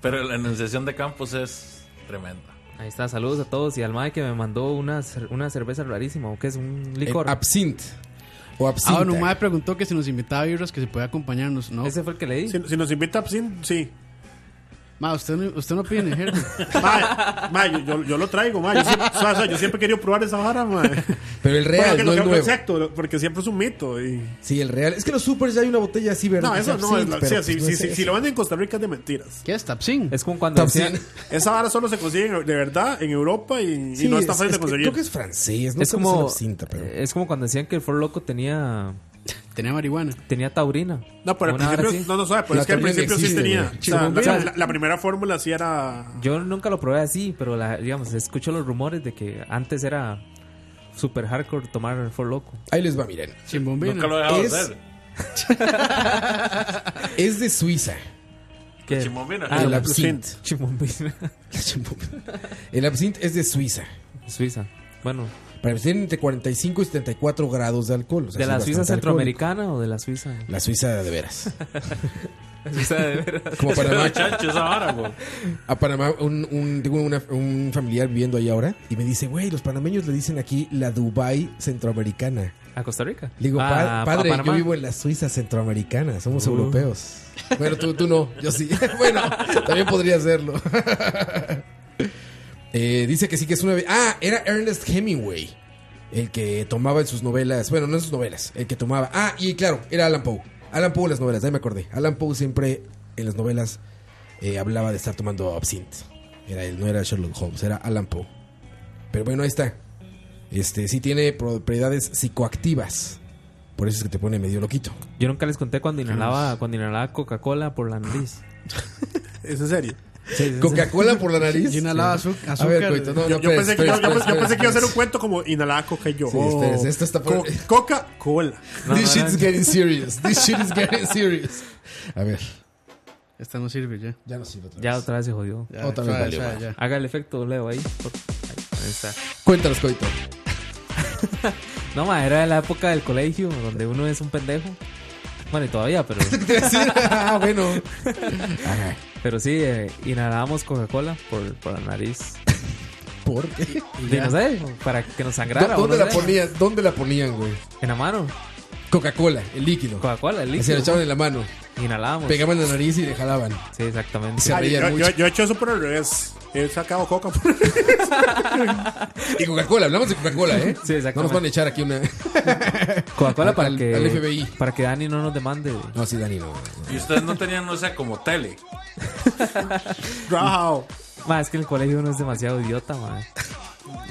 Speaker 4: Pero la enunciación de Campos es tremenda.
Speaker 3: Ahí está, saludos a todos. Y al Mae que me mandó una, cer- una cerveza rarísima, o que es un
Speaker 2: El
Speaker 3: licor.
Speaker 2: absinthe. O
Speaker 5: Ah,
Speaker 2: absinthe.
Speaker 5: bueno, Mae preguntó que si nos invitaba a Vibras, que si podía acompañarnos. No.
Speaker 3: Ese fue el que leí.
Speaker 6: Si, si nos invita Absin, sí.
Speaker 5: Ma, usted no, usted no pide ni Herbert.
Speaker 6: Ma, ma, yo, yo, yo lo traigo, ma. Yo siempre, o sea, o sea, yo siempre he querido probar esa vara, ma.
Speaker 2: Pero el
Speaker 6: Bueno,
Speaker 2: real,
Speaker 6: que
Speaker 2: no
Speaker 6: lo que-
Speaker 2: el nuevo.
Speaker 6: exacto, porque siempre es un mito. Y...
Speaker 2: Sí, el real. Es que en los supers ya hay una botella así, ¿verdad?
Speaker 6: No,
Speaker 2: Que
Speaker 6: eso
Speaker 2: sea
Speaker 6: no es.
Speaker 2: absinthe,
Speaker 6: la-
Speaker 2: pero,
Speaker 6: sí,
Speaker 2: pues,
Speaker 6: sí,
Speaker 2: no
Speaker 6: sí,
Speaker 2: es
Speaker 6: sí,
Speaker 2: eso.
Speaker 6: Si lo venden en Costa Rica es de mentiras.
Speaker 5: ¿Qué es Tapsin?
Speaker 3: Es como cuando decían.
Speaker 2: Absinthe.
Speaker 6: Esa vara solo se consigue de verdad en Europa y, y
Speaker 2: Sí,
Speaker 6: no está
Speaker 2: es-
Speaker 6: fácil
Speaker 2: es
Speaker 6: de
Speaker 2: que
Speaker 6: conseguir.
Speaker 2: Creo que es francés. No
Speaker 3: Es
Speaker 2: sé cómo se llama
Speaker 3: como.
Speaker 2: absinthe, pero...
Speaker 3: Es como cuando decían que el For Loco tenía.
Speaker 5: Tenía marihuana.
Speaker 3: Tenía taurina.
Speaker 6: No, pero al
Speaker 3: Una vara
Speaker 6: principio,
Speaker 3: así.
Speaker 6: no, no sabe, pero
Speaker 2: La
Speaker 6: es que al
Speaker 2: teoría
Speaker 6: principio sí
Speaker 2: existe,
Speaker 6: tenía.
Speaker 2: güey.
Speaker 6: O sea, la,
Speaker 3: Chirimoya.
Speaker 6: la- la primera fórmula sí era.
Speaker 3: Yo nunca lo probé así, pero la, digamos, escucho los rumores de que antes era super hardcore tomar For Loco.
Speaker 2: Ahí les va, miren.
Speaker 5: Sin bombina.
Speaker 4: Nunca lo he dejado
Speaker 2: Es-
Speaker 4: hacer.
Speaker 2: Es de Suiza.
Speaker 3: ¿Qué?
Speaker 4: Chimombina.
Speaker 3: Ah,
Speaker 2: el
Speaker 3: la-
Speaker 2: absinthe.
Speaker 3: Chimombina.
Speaker 2: El absinthe es de Suiza.
Speaker 3: Suiza. Bueno,
Speaker 2: Para que tienen entre 45 y 74 grados de alcohol. o sea,
Speaker 3: ¿de
Speaker 2: sí,
Speaker 3: la
Speaker 2: Pues bastante
Speaker 3: Suiza
Speaker 2: alcohólico.
Speaker 3: centroamericana o de la Suiza?
Speaker 2: La Suiza de veras.
Speaker 3: Suiza de veras.
Speaker 2: Como Panamá.
Speaker 4: Chancho esa vara, güey.
Speaker 2: A Panamá, un, un- tengo una- un familiar viviendo ahí ahora y me dice, güey, los panameños le dicen aquí la Dubai centroamericana.
Speaker 3: ¿A Costa Rica?
Speaker 2: Le digo, "Pa-
Speaker 3: Ah,
Speaker 2: padre,
Speaker 3: a Panamá. Uh.
Speaker 2: yo vivo en la Suiza centroamericana, somos europeos. Bueno, tú, tú no, yo sí. bueno, también podría hacerlo. Eh, dice que sí que es una... Ah, era Ernest Hemingway, el que tomaba en sus novelas, bueno, no en sus novelas, el que tomaba... Ah, y claro, era Alan Poe. Alan Poe en las novelas, ahí me acordé. Alan Poe siempre en las novelas eh, hablaba de estar tomando absinthe. Era él, no era Sherlock Holmes, era Alan Poe. Pero bueno, ahí está. Este, sí tiene propiedades psicoactivas. Por eso es que te pone medio loquito.
Speaker 3: Yo nunca les conté cuando inhalaba, cuando inhalaba Coca-Cola por la nariz.
Speaker 6: Es en serio.
Speaker 3: Sí, sí, sí.
Speaker 2: Coca-Cola por la nariz.
Speaker 5: Yo inhalaba azu-
Speaker 2: A ver,
Speaker 5: azúcar.
Speaker 2: coito, no,
Speaker 6: Yo,
Speaker 2: no,
Speaker 6: yo
Speaker 2: espera,
Speaker 6: pensé que,
Speaker 2: espera,
Speaker 6: yo, yo
Speaker 2: espera,
Speaker 6: pensé- yo pensé que iba a hacer
Speaker 2: espera.
Speaker 6: un cuento como inhalada coca y yo.
Speaker 2: pues, Sí,
Speaker 6: oh,
Speaker 2: espérese, esto está por-
Speaker 6: co- Coca-Cola.
Speaker 3: No,
Speaker 2: This
Speaker 3: no,
Speaker 2: shit's
Speaker 3: no.
Speaker 2: getting serious. This shit is getting serious. A ver,
Speaker 5: Esta no sirve ya.
Speaker 2: ya no sirve otra
Speaker 3: Ya
Speaker 2: vez.
Speaker 3: otra vez se jodió.
Speaker 5: Ya,
Speaker 2: Otra vez
Speaker 5: suave,
Speaker 2: valió,
Speaker 5: suave,
Speaker 2: ma.
Speaker 5: ya.
Speaker 3: Haga el efecto, Leo, ahí. por- ahí, ahí está.
Speaker 2: Cuéntanos, coito.
Speaker 3: No, ma, era la época del colegio donde uno es un pendejo. Bueno, y todavía, pero,
Speaker 2: ¿Qué te iba a decir? Ah, bueno. Ajá.
Speaker 3: pero sí, eh, inhalábamos Coca-Cola por, por la nariz.
Speaker 2: ¿Por qué?
Speaker 3: Y no sé, para que nos sangrara. o
Speaker 2: ¿Dónde
Speaker 3: no
Speaker 2: la
Speaker 3: sé.
Speaker 2: ponían? ¿Dónde la ponían, güey?
Speaker 3: En la mano.
Speaker 2: Coca-Cola, el líquido.
Speaker 3: Coca-Cola, el
Speaker 2: Se
Speaker 3: líquido. Pues.
Speaker 2: la echaban en la mano,
Speaker 3: Inhalábamos.
Speaker 2: pegaban la nariz y le jalaban.
Speaker 3: Sí, exactamente.
Speaker 2: Se
Speaker 6: Ay,
Speaker 2: reían
Speaker 6: yo,
Speaker 2: mucho.
Speaker 6: yo- yo he hecho eso por el revés. He sacado coca por
Speaker 2: Y Coca-Cola, hablamos de Coca-Cola, ¿eh?
Speaker 3: Sí, exactamente.
Speaker 2: No nos van a echar aquí una.
Speaker 3: Coca-Cola
Speaker 2: Al-
Speaker 3: para
Speaker 2: al-
Speaker 3: que.
Speaker 2: al FBI.
Speaker 3: Para que Dani no nos demande.
Speaker 2: No, sí, Dani, no.
Speaker 4: Y ustedes no tenían, no sé, como tele.
Speaker 6: Wow.
Speaker 3: Ma, es que en el colegio uno es demasiado idiota, ma.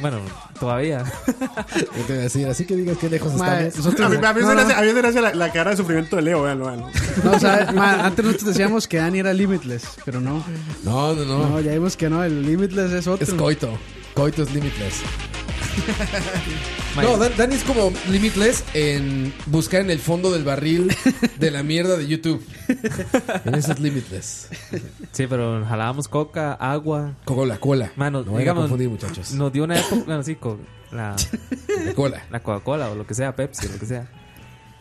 Speaker 3: Bueno, todavía.
Speaker 2: Yo te voy a decir, así que digas que lejos
Speaker 5: Ma,
Speaker 2: estamos.
Speaker 5: nosotros-
Speaker 6: A mí, a mí
Speaker 5: no,
Speaker 6: se le
Speaker 5: no,
Speaker 6: hace, a mí se le hace la, la cara de sufrimiento de Leo, véanlo, véanlo.
Speaker 5: no, o sea, ma, antes nosotros decíamos que Dani era Limitless, pero no.
Speaker 2: No, no, no.
Speaker 5: No, ya vimos que no, el Limitless es otro.
Speaker 2: es coito. Coito es limitless.
Speaker 3: Ma,
Speaker 2: No, Dan- Dani es como limitless en buscar en el fondo del barril de la mierda de YouTube. En eso es limitless.
Speaker 3: Sí, pero jalábamos coca, agua.
Speaker 2: Coca-Cola.
Speaker 3: Mano,
Speaker 2: no vayan a
Speaker 3: digamos.
Speaker 2: confundir, muchachos.
Speaker 3: Nos dio una época. Bueno, sí, co- la,
Speaker 2: Coca-Cola.
Speaker 3: la Coca-Cola o lo que sea, Pepsi, lo que sea.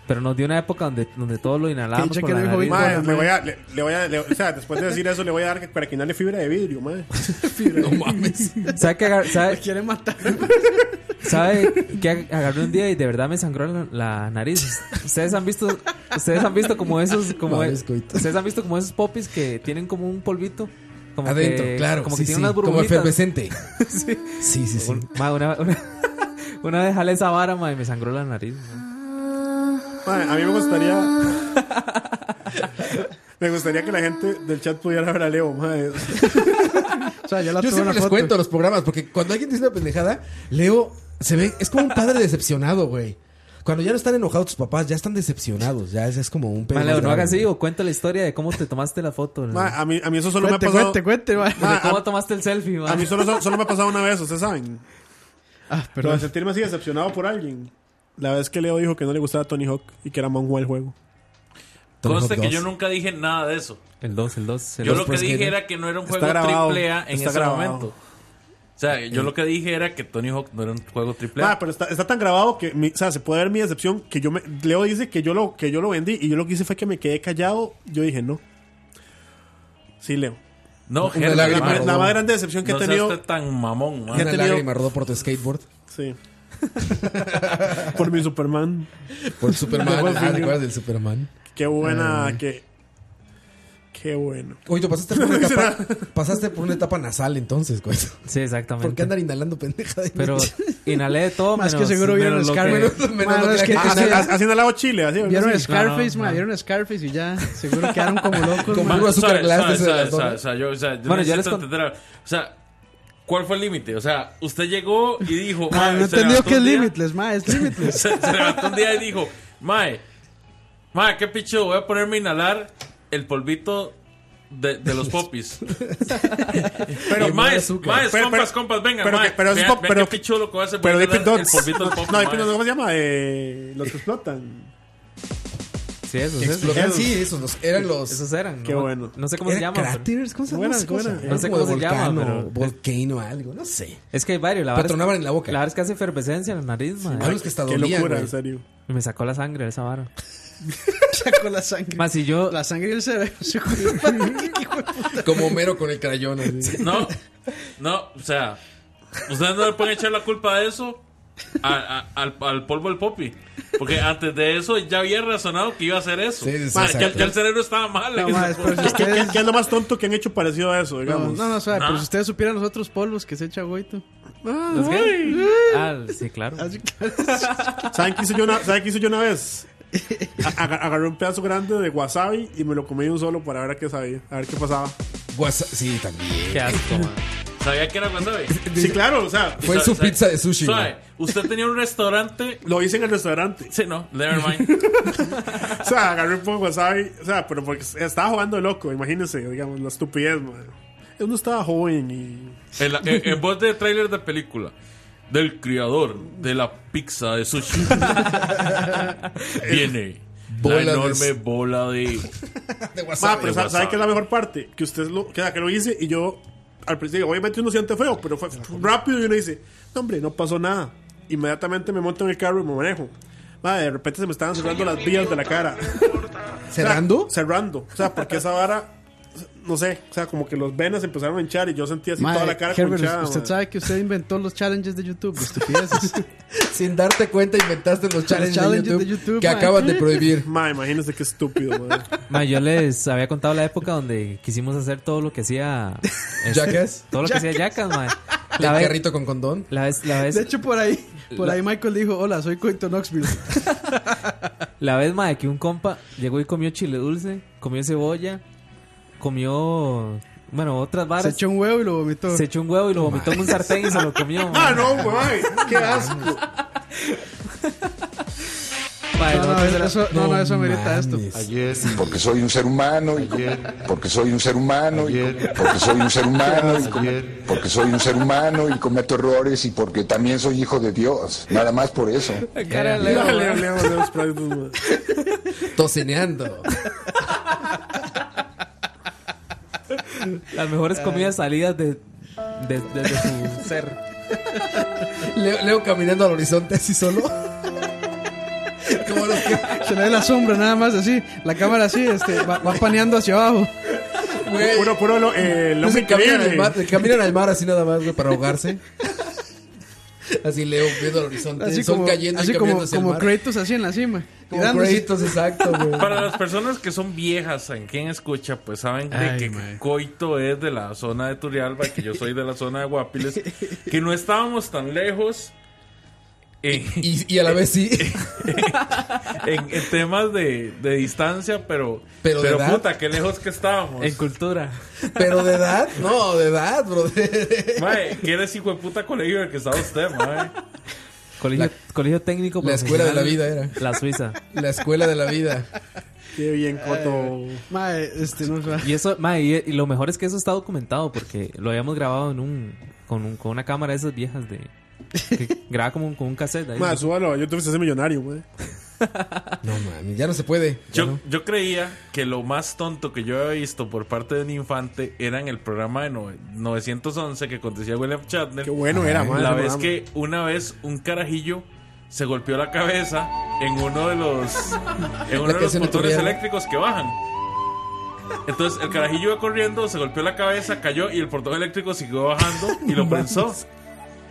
Speaker 3: Pero nos dio una época donde, donde todo lo inhalábamos.
Speaker 5: Qué dicha
Speaker 3: Por
Speaker 5: que
Speaker 3: la
Speaker 5: no dijo
Speaker 3: nariz.
Speaker 5: Bitcoin.
Speaker 6: Mae, le voy a, le, le voy a, le- o sea, después de decir eso, le voy a dar que- para que inhale fibra de vidrio, mae.
Speaker 2: No mames.
Speaker 3: ¿Sabe qué agar- sabe-
Speaker 5: Quiere matar.
Speaker 3: ¿Sabe que ag- agarré un día y de verdad me sangró la, la nariz? Ustedes han visto, ustedes han visto como esos, como
Speaker 2: Madre,
Speaker 3: e-
Speaker 2: escoito.
Speaker 3: ustedes han visto como esos popis que tienen como un polvito. Como
Speaker 2: Adentro,
Speaker 3: que-
Speaker 2: claro.
Speaker 3: Como
Speaker 2: sí,
Speaker 3: que tienen
Speaker 2: sí,
Speaker 3: unas
Speaker 2: Como
Speaker 3: burbujitas.
Speaker 2: efervescente. sí, sí, sí.
Speaker 3: Un- ma, una, una, una vez jalé esa vara, ma, y me sangró la nariz. ma.
Speaker 6: Mae, a mí me gustaría. me gustaría que la gente del chat pudiera ver a Leo, mae.
Speaker 5: O sea, ya la
Speaker 2: Yo
Speaker 5: tuvo en la
Speaker 2: siempre les
Speaker 5: foto.
Speaker 2: cuento los programas, porque cuando alguien dice una pendejada, Leo se ve, es como un padre decepcionado, güey. Cuando ya no están enojados tus papás, ya están decepcionados. Ya es, es como un pedo
Speaker 3: Mae,
Speaker 2: más
Speaker 3: Leo, no
Speaker 2: grave.
Speaker 3: hagas así o cuenta la historia de cómo te tomaste la foto. ¿no?
Speaker 6: Ma, a, mí, a mí eso solo
Speaker 5: Cuente,
Speaker 6: me ha pasado.
Speaker 5: cuente, cuente, ma.
Speaker 6: Ma,
Speaker 3: de cómo tomaste el selfie, mae.
Speaker 6: a, a mí solo, solo, solo me ha pasado una vez, ustedes saben.
Speaker 5: Ah,
Speaker 6: Pero de
Speaker 5: perdón.
Speaker 6: sentirme así decepcionado por alguien. La vez que Leo dijo que no le gustaba Tony Hawk y que era mongo el juego.
Speaker 2: Tony Hawk
Speaker 4: Conste que
Speaker 2: 2.
Speaker 4: yo nunca dije nada de eso.
Speaker 3: El 2, el 2.
Speaker 4: Yo lo que
Speaker 6: pues,
Speaker 4: dije
Speaker 6: que-
Speaker 4: era que no era un
Speaker 6: Está
Speaker 4: juego
Speaker 6: grabado,
Speaker 4: triple A en
Speaker 6: está
Speaker 4: ese
Speaker 6: grabado.
Speaker 4: momento. O sea, yo lo que dije era que Tony Hawk no era un juego triple
Speaker 6: Ah,
Speaker 4: A.
Speaker 6: pero está, está tan grabado que, mi- o sea, se puede ver mi decepción que yo me, Leo dice que yo lo que yo lo vendí y yo lo que hice fue que me quedé callado. Yo dije no. Sí, Leo.
Speaker 4: No,
Speaker 2: Una lágrima
Speaker 6: La,
Speaker 2: rodó.
Speaker 6: la más grande decepción que
Speaker 4: no
Speaker 6: he tenido.
Speaker 4: seas usted tan mamón, man.
Speaker 2: Una
Speaker 6: he tenido-
Speaker 2: lágrima rodó por tu skateboard.
Speaker 6: Sí. por mi Superman.
Speaker 2: Por el Superman.
Speaker 6: Luego,
Speaker 2: ah,
Speaker 6: sí.
Speaker 2: ¿recuerdas del Superman?
Speaker 6: Qué buena, que qué bueno.
Speaker 2: Oye, tú pasaste por una etapa, pasaste por una etapa nasal entonces, güey.
Speaker 3: Sí, exactamente.
Speaker 2: ¿Por qué andar inhalando pendeja? de
Speaker 3: Pero
Speaker 2: leche?
Speaker 3: inhalé de todo,
Speaker 5: Más que
Speaker 3: menos-
Speaker 5: seguro vieron
Speaker 3: menos lo
Speaker 5: Scarman.
Speaker 3: que-
Speaker 2: Menos- menos
Speaker 5: Ma,
Speaker 2: lo
Speaker 5: no,
Speaker 2: que
Speaker 5: es
Speaker 2: la
Speaker 5: que-
Speaker 2: gente
Speaker 5: ah,
Speaker 6: Ah,
Speaker 5: sí,
Speaker 6: así- así en el lado Chile, así.
Speaker 5: Vieron
Speaker 6: así.
Speaker 5: Scarface,
Speaker 3: no,
Speaker 5: ma,
Speaker 3: no.
Speaker 5: vieron Scarface y ya, seguro quedaron como locos,
Speaker 2: Como
Speaker 5: ma.
Speaker 2: algo azúcar
Speaker 4: Suave,
Speaker 2: glass
Speaker 4: suave,
Speaker 2: ese de
Speaker 4: suave,
Speaker 2: las donas.
Speaker 4: suave, suave, yo, o sea, yo
Speaker 3: Bueno, ya
Speaker 4: necesito
Speaker 3: les con-
Speaker 4: entender, O sea, ¿cuál fue el límite? O sea, usted llegó y
Speaker 3: Ah,
Speaker 4: dijo.
Speaker 5: Ma,
Speaker 4: "Mae,
Speaker 5: no
Speaker 4: se
Speaker 5: entendió
Speaker 4: levantó
Speaker 5: que es
Speaker 4: un día-
Speaker 5: Limitless, ma, es Limitless.
Speaker 4: se, se levantó un día y dijo: Mae, mae, qué picho, voy a ponerme a inhalar el polvito. De, de los popis. pero,
Speaker 6: Y
Speaker 4: maes,
Speaker 2: azúcar.
Speaker 4: maes,
Speaker 6: Pero-
Speaker 4: compas,
Speaker 6: pero-
Speaker 4: compas, venga,
Speaker 6: pero
Speaker 4: mae,
Speaker 6: que- pero es
Speaker 4: vean-
Speaker 6: pop-
Speaker 4: vean
Speaker 6: pero-
Speaker 4: qué pichudo lo que va a hacer.
Speaker 6: Pero
Speaker 4: voy a
Speaker 6: Dippin'
Speaker 4: inhalar el
Speaker 6: Dots.
Speaker 4: polvito del
Speaker 6: No,
Speaker 4: popo,
Speaker 6: no,
Speaker 4: mae.
Speaker 6: Dippin' Dots, ¿cómo se llama? Eh, los que explotan.
Speaker 3: Sí, esos, esos,
Speaker 2: Explotaron, sí, esos. los- eran los.
Speaker 3: pues, esos eran.
Speaker 6: Eh, Qué
Speaker 3: no,
Speaker 6: bueno.
Speaker 3: No sé cómo se llama.
Speaker 2: ¿Eran
Speaker 3: pero-
Speaker 2: cráteres? ¿Cómo se llama?
Speaker 6: Buena,
Speaker 2: esa cosa?
Speaker 6: buena.
Speaker 2: Era
Speaker 3: No sé
Speaker 2: como de
Speaker 3: cómo se llama,
Speaker 2: volcán o
Speaker 3: pero- Ah,
Speaker 2: Volcano, algo, no sé.
Speaker 3: Es que hay varios. La vara
Speaker 2: Patronaban
Speaker 3: es-
Speaker 2: en la boca.
Speaker 3: La verdad es que hace efervescencia en la nariz, mae.
Speaker 2: Algo que hasta
Speaker 6: Qué
Speaker 2: dolían,
Speaker 6: locura,
Speaker 2: güey.
Speaker 6: en serio.
Speaker 3: Y Me sacó la sangre esa vara.
Speaker 5: Sacó la sangre.
Speaker 3: Más si yo.
Speaker 5: La sangre y el cerebro.
Speaker 2: Como Homero con el crayón. así.
Speaker 4: No, no, o sea, ustedes no le pueden echar la culpa de eso a- a- al, al polvo del popi. Porque antes de eso ya había razonado que iba a hacer eso.
Speaker 2: Sí, sí, sí,
Speaker 4: Ma, ya,
Speaker 2: exacto.
Speaker 4: ya el cerebro estaba mal.
Speaker 5: No,
Speaker 4: en
Speaker 5: ma,
Speaker 4: ese
Speaker 5: después
Speaker 4: punto.
Speaker 5: de
Speaker 6: ¿Qué, qué,
Speaker 5: ustedes...
Speaker 6: qué es lo más tonto que han hecho parecido a eso,
Speaker 5: No,
Speaker 6: digamos?
Speaker 5: no, no, suave,
Speaker 4: Nah.
Speaker 5: pero si ustedes supieran los otros polvos que se echa Goito.
Speaker 3: ¿Los qué? Ah, sí, claro.
Speaker 5: Así que...
Speaker 6: ¿Saben qué hice yo una, ¿saben qué hice yo una vez? A- aga- agarré un pedazo grande de wasabi y me lo comí de un solo para ver a qué sabía, a ver qué pasaba.
Speaker 2: Guasa- sí, también.
Speaker 3: Qué asco, mae.
Speaker 4: Sabía que era wasabi.
Speaker 6: Sí, claro, o sea,
Speaker 2: Fue en su
Speaker 4: Sabe-
Speaker 2: pizza de sushi.
Speaker 4: Suave,
Speaker 2: güey.
Speaker 4: usted tenía un restaurante.
Speaker 6: lo hice en el restaurante.
Speaker 4: Sí, no, never mind.
Speaker 6: O sea, agarré un poco de wasabi, o sea, pero porque estaba jugando de loco, imagínense, digamos, la estupidez, man. Uno estaba joven y...
Speaker 4: En, la- en- en voz de tráiler de película. Del criador de la pizza de sushi. Viene
Speaker 2: Bola de-
Speaker 4: la enorme bola de
Speaker 2: De
Speaker 6: Ma,
Speaker 2: wasabi.
Speaker 6: Ah, pero
Speaker 4: wasabi.
Speaker 6: ¿sabes qué es la mejor parte? Que usted lo, que, que lo hice y yo, al principio, obviamente uno siente feo, pero fue rápido y uno dice, no, hombre, no pasó nada. Inmediatamente me monto en el carro y me manejo. Ma, de repente se me estaban cerrando las vías de la cara.
Speaker 2: ¿Cerrando?
Speaker 6: O sea, cerrando. O sea, porque esa vara, no sé, o sea, como que los venas empezaron a hinchar y yo sentía así toda la cara
Speaker 5: Herbert,
Speaker 6: conchada.
Speaker 5: usted
Speaker 6: ma.
Speaker 5: sabe que usted inventó los challenges de YouTube, estupideces.
Speaker 2: Sin darte cuenta, inventaste los challenges,
Speaker 5: challenges
Speaker 2: de, YouTube
Speaker 5: de YouTube,
Speaker 2: que
Speaker 5: man.
Speaker 2: acaban de prohibir.
Speaker 6: Ma, imagínese qué estúpido, ma.
Speaker 3: Ma, yo les había contado la época donde quisimos hacer todo lo que hacía. este,
Speaker 2: Jackass.
Speaker 3: Todo lo que hacía Jackass, mae.
Speaker 2: El
Speaker 3: La vez,
Speaker 2: carrito con condón.
Speaker 3: la vez, la
Speaker 5: De
Speaker 3: vez,
Speaker 5: hecho, por ahí, por ahí Michael dijo, hola, soy Coito Knoxville.
Speaker 3: la vez, mae, que un compa llegó y comió chile dulce, comió cebolla, comió, bueno, otras
Speaker 5: Se
Speaker 3: varas.
Speaker 5: echó un huevo y lo vomitó.
Speaker 3: Se echó un huevo y lo vomitó en un sartén y se lo comió. mae.
Speaker 6: Ah, no, ma, qué asco.
Speaker 3: Mae,
Speaker 5: No, no,
Speaker 3: nosotros era-
Speaker 5: eso, no, no, eso merita esto.
Speaker 2: mames.
Speaker 7: Porque soy un ser humano y porque soy un ser humano y porque soy un ser humano y porque soy un ser humano y cometo errores y porque también soy hijo de Dios. Nada más por eso.
Speaker 6: Leo, Leo, Leo, Leo, Sprite, ma.
Speaker 2: Tocineando.
Speaker 3: Las mejores comidas salidas de, de, de- de su ser.
Speaker 2: Leo, Leo caminando al horizonte así solo. Como los que,
Speaker 5: Se le ve la sombra nada más así, la cámara así, este, va, va paneando hacia abajo.
Speaker 2: güey,
Speaker 6: Puro, puro, lo- eh, el
Speaker 2: los
Speaker 6: hombre
Speaker 2: que caminan, al
Speaker 6: increíble.
Speaker 2: mar, caminan al mar así nada más, güey, para ahogarse. Así Leo viendo al horizonte.
Speaker 5: Así
Speaker 2: son
Speaker 5: como,
Speaker 2: cayendo
Speaker 5: así
Speaker 2: y caminando
Speaker 5: como,
Speaker 2: hacia
Speaker 5: como
Speaker 2: el mar.
Speaker 5: Kratos así en la cima.
Speaker 2: Como
Speaker 5: tirándose.
Speaker 2: créditos, exacto, güey.
Speaker 4: Para las personas que son viejas, en quien escucha, pues saben de
Speaker 5: Ay,
Speaker 4: que
Speaker 5: mae.
Speaker 4: Coito es de la zona de Turialba, que yo soy de la zona de Guapiles, que no estábamos tan lejos en,
Speaker 2: Y, y a la vez sí.
Speaker 4: en- en temas de, de distancia, pero,
Speaker 2: Pero
Speaker 4: pero,
Speaker 2: de edad.
Speaker 4: puta, qué lejos que estábamos.
Speaker 3: En cultura.
Speaker 2: Pero de edad, no, de edad, brother.
Speaker 4: Mae, que eres hijo de puta colegio en el que estaba usted, mae.
Speaker 3: Colegio, colegio técnico.
Speaker 2: la escuela de la
Speaker 3: profesional,
Speaker 2: vida era.
Speaker 3: La Suiza.
Speaker 2: La escuela de la vida.
Speaker 6: Qué bien, Coto.
Speaker 5: Mae, este no es
Speaker 3: Y eso, mae, y, y lo mejor es que eso está documentado porque lo habíamos grabado en un, con, un- con una cámara de esas viejas de. Que graba como un- con un cassette. Ahí,
Speaker 6: Mae, súbalo. Yo tuve que ser millonario, mae.
Speaker 2: No mami, ya no se puede. Ya
Speaker 4: Yo,
Speaker 2: no.
Speaker 4: yo creía que lo más tonto que yo había visto por parte de un infante era en el programa de nove- 911 que acontecía William Shatner.
Speaker 6: Qué bueno era,
Speaker 4: Ah,
Speaker 6: mae.
Speaker 4: La
Speaker 6: ese
Speaker 4: vez
Speaker 6: programa.
Speaker 4: que una vez un carajillo se golpeó la cabeza en uno de los en uno
Speaker 2: La
Speaker 4: de
Speaker 2: que
Speaker 4: los
Speaker 2: se
Speaker 4: motores
Speaker 2: notoriaba.
Speaker 4: eléctricos que bajan. Entonces el carajillo iba corriendo, se golpeó la cabeza, cayó y el portón eléctrico siguió bajando y lo prensó.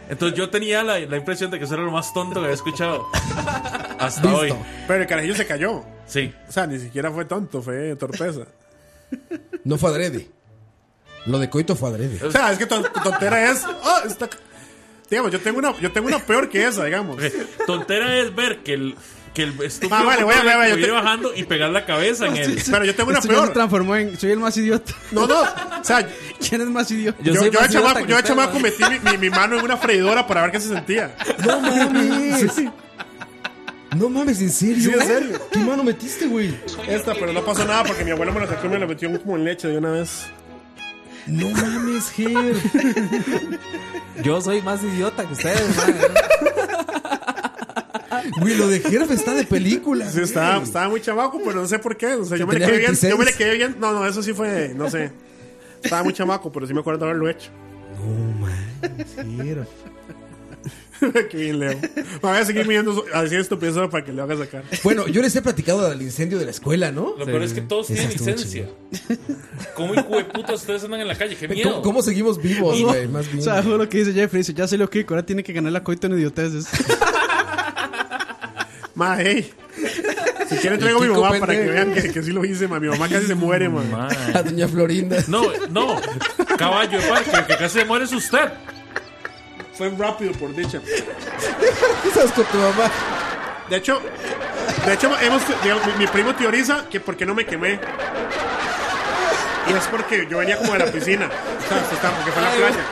Speaker 4: Entonces yo tenía la, la impresión de que eso era lo más tonto que había escuchado hasta hoy.
Speaker 6: Pero el carajillo se cayó.
Speaker 4: Sí.
Speaker 6: O sea, ni siquiera fue tonto, fue torpeza.
Speaker 2: No fue adrede. Lo de coito fue adrede.
Speaker 6: O sea, es que ton- tontera es. ah, está- Digamos, yo tengo, una, yo tengo una peor que esa, digamos.
Speaker 4: Ok, Tontera es ver que el que el estúpido
Speaker 6: Ah, vale, voy a- voy a- voy a- yo
Speaker 4: viene
Speaker 6: te-
Speaker 4: bajando y pegar la cabeza en él.
Speaker 6: Pero yo tengo una
Speaker 5: Esto ya este, se
Speaker 6: peor.
Speaker 5: transformó en soy el más idiota.
Speaker 6: No, no. O sea,
Speaker 5: ¿Quién es más idiota?
Speaker 6: yo,
Speaker 3: soy
Speaker 6: yo, de
Speaker 3: más idiota
Speaker 6: chamaco,
Speaker 3: que
Speaker 6: yo de
Speaker 3: usted,
Speaker 6: chamaco
Speaker 3: mae.
Speaker 6: metí mi, mi- mi mano en una freidora para ver qué se sentía.
Speaker 2: No mames. No mames, en serio. ¿Eh?
Speaker 6: Sí, en serio.
Speaker 2: ¿Qué mano metiste, güey?
Speaker 6: Esta, pero no pasó nada porque mi abuelo me lo sacó y me lo metió como en leche de una vez.
Speaker 2: No mames, Ger.
Speaker 3: Yo soy más idiota que ustedes, mae.
Speaker 2: Güey, lo de Gerf está de película.
Speaker 6: Sí, estaba, estaba muy chamaco, pero no sé por qué. O sea, yo me le
Speaker 2: Tenía
Speaker 6: quedé bien. Yo me le
Speaker 2: 26.
Speaker 6: quedé bien. No, no, eso sí fue. No sé. Estaba muy chamaco, pero sí me acuerdo de haberlo hecho.
Speaker 2: No mames, Ger.
Speaker 6: qué bien, Leo. Me voy a seguir midiendo así estupidez para que le haga sacar.
Speaker 2: Bueno, yo les he platicado del incendio de la escuela, ¿no?
Speaker 4: Lo peor es que todos
Speaker 2: Esa
Speaker 4: tienen
Speaker 2: estuvo
Speaker 4: licencia. ¿Cómo hijueputas ustedes andan en la calle? ¡Qué miedo!
Speaker 2: ¿Cómo, cómo seguimos vivos, güey? Más
Speaker 5: O
Speaker 2: bien.
Speaker 5: sea, fue lo que dice Jeffrey, dice, ya sé lo que ahora tiene que ganar la coita en idioteces.
Speaker 6: Ma, hey. Si quieren traigo a mi
Speaker 2: Kiko
Speaker 6: mamá para que
Speaker 2: pendejo.
Speaker 6: vean que, que sí lo hice, ma. Mi mamá casi se muere, ma.
Speaker 4: Mae.
Speaker 2: A Ah, doña Florinda.
Speaker 4: No, no. Caballo de parque, que casi se muere es usted.
Speaker 6: Fue rápido, por dicha.
Speaker 2: Estás con tu mamá.
Speaker 6: De hecho, de hecho hemos, digamos, mi, mi primo teoriza que por qué no me quemé. Y es porque yo venía como de la piscina. O sea, se está- porque fue en la playa.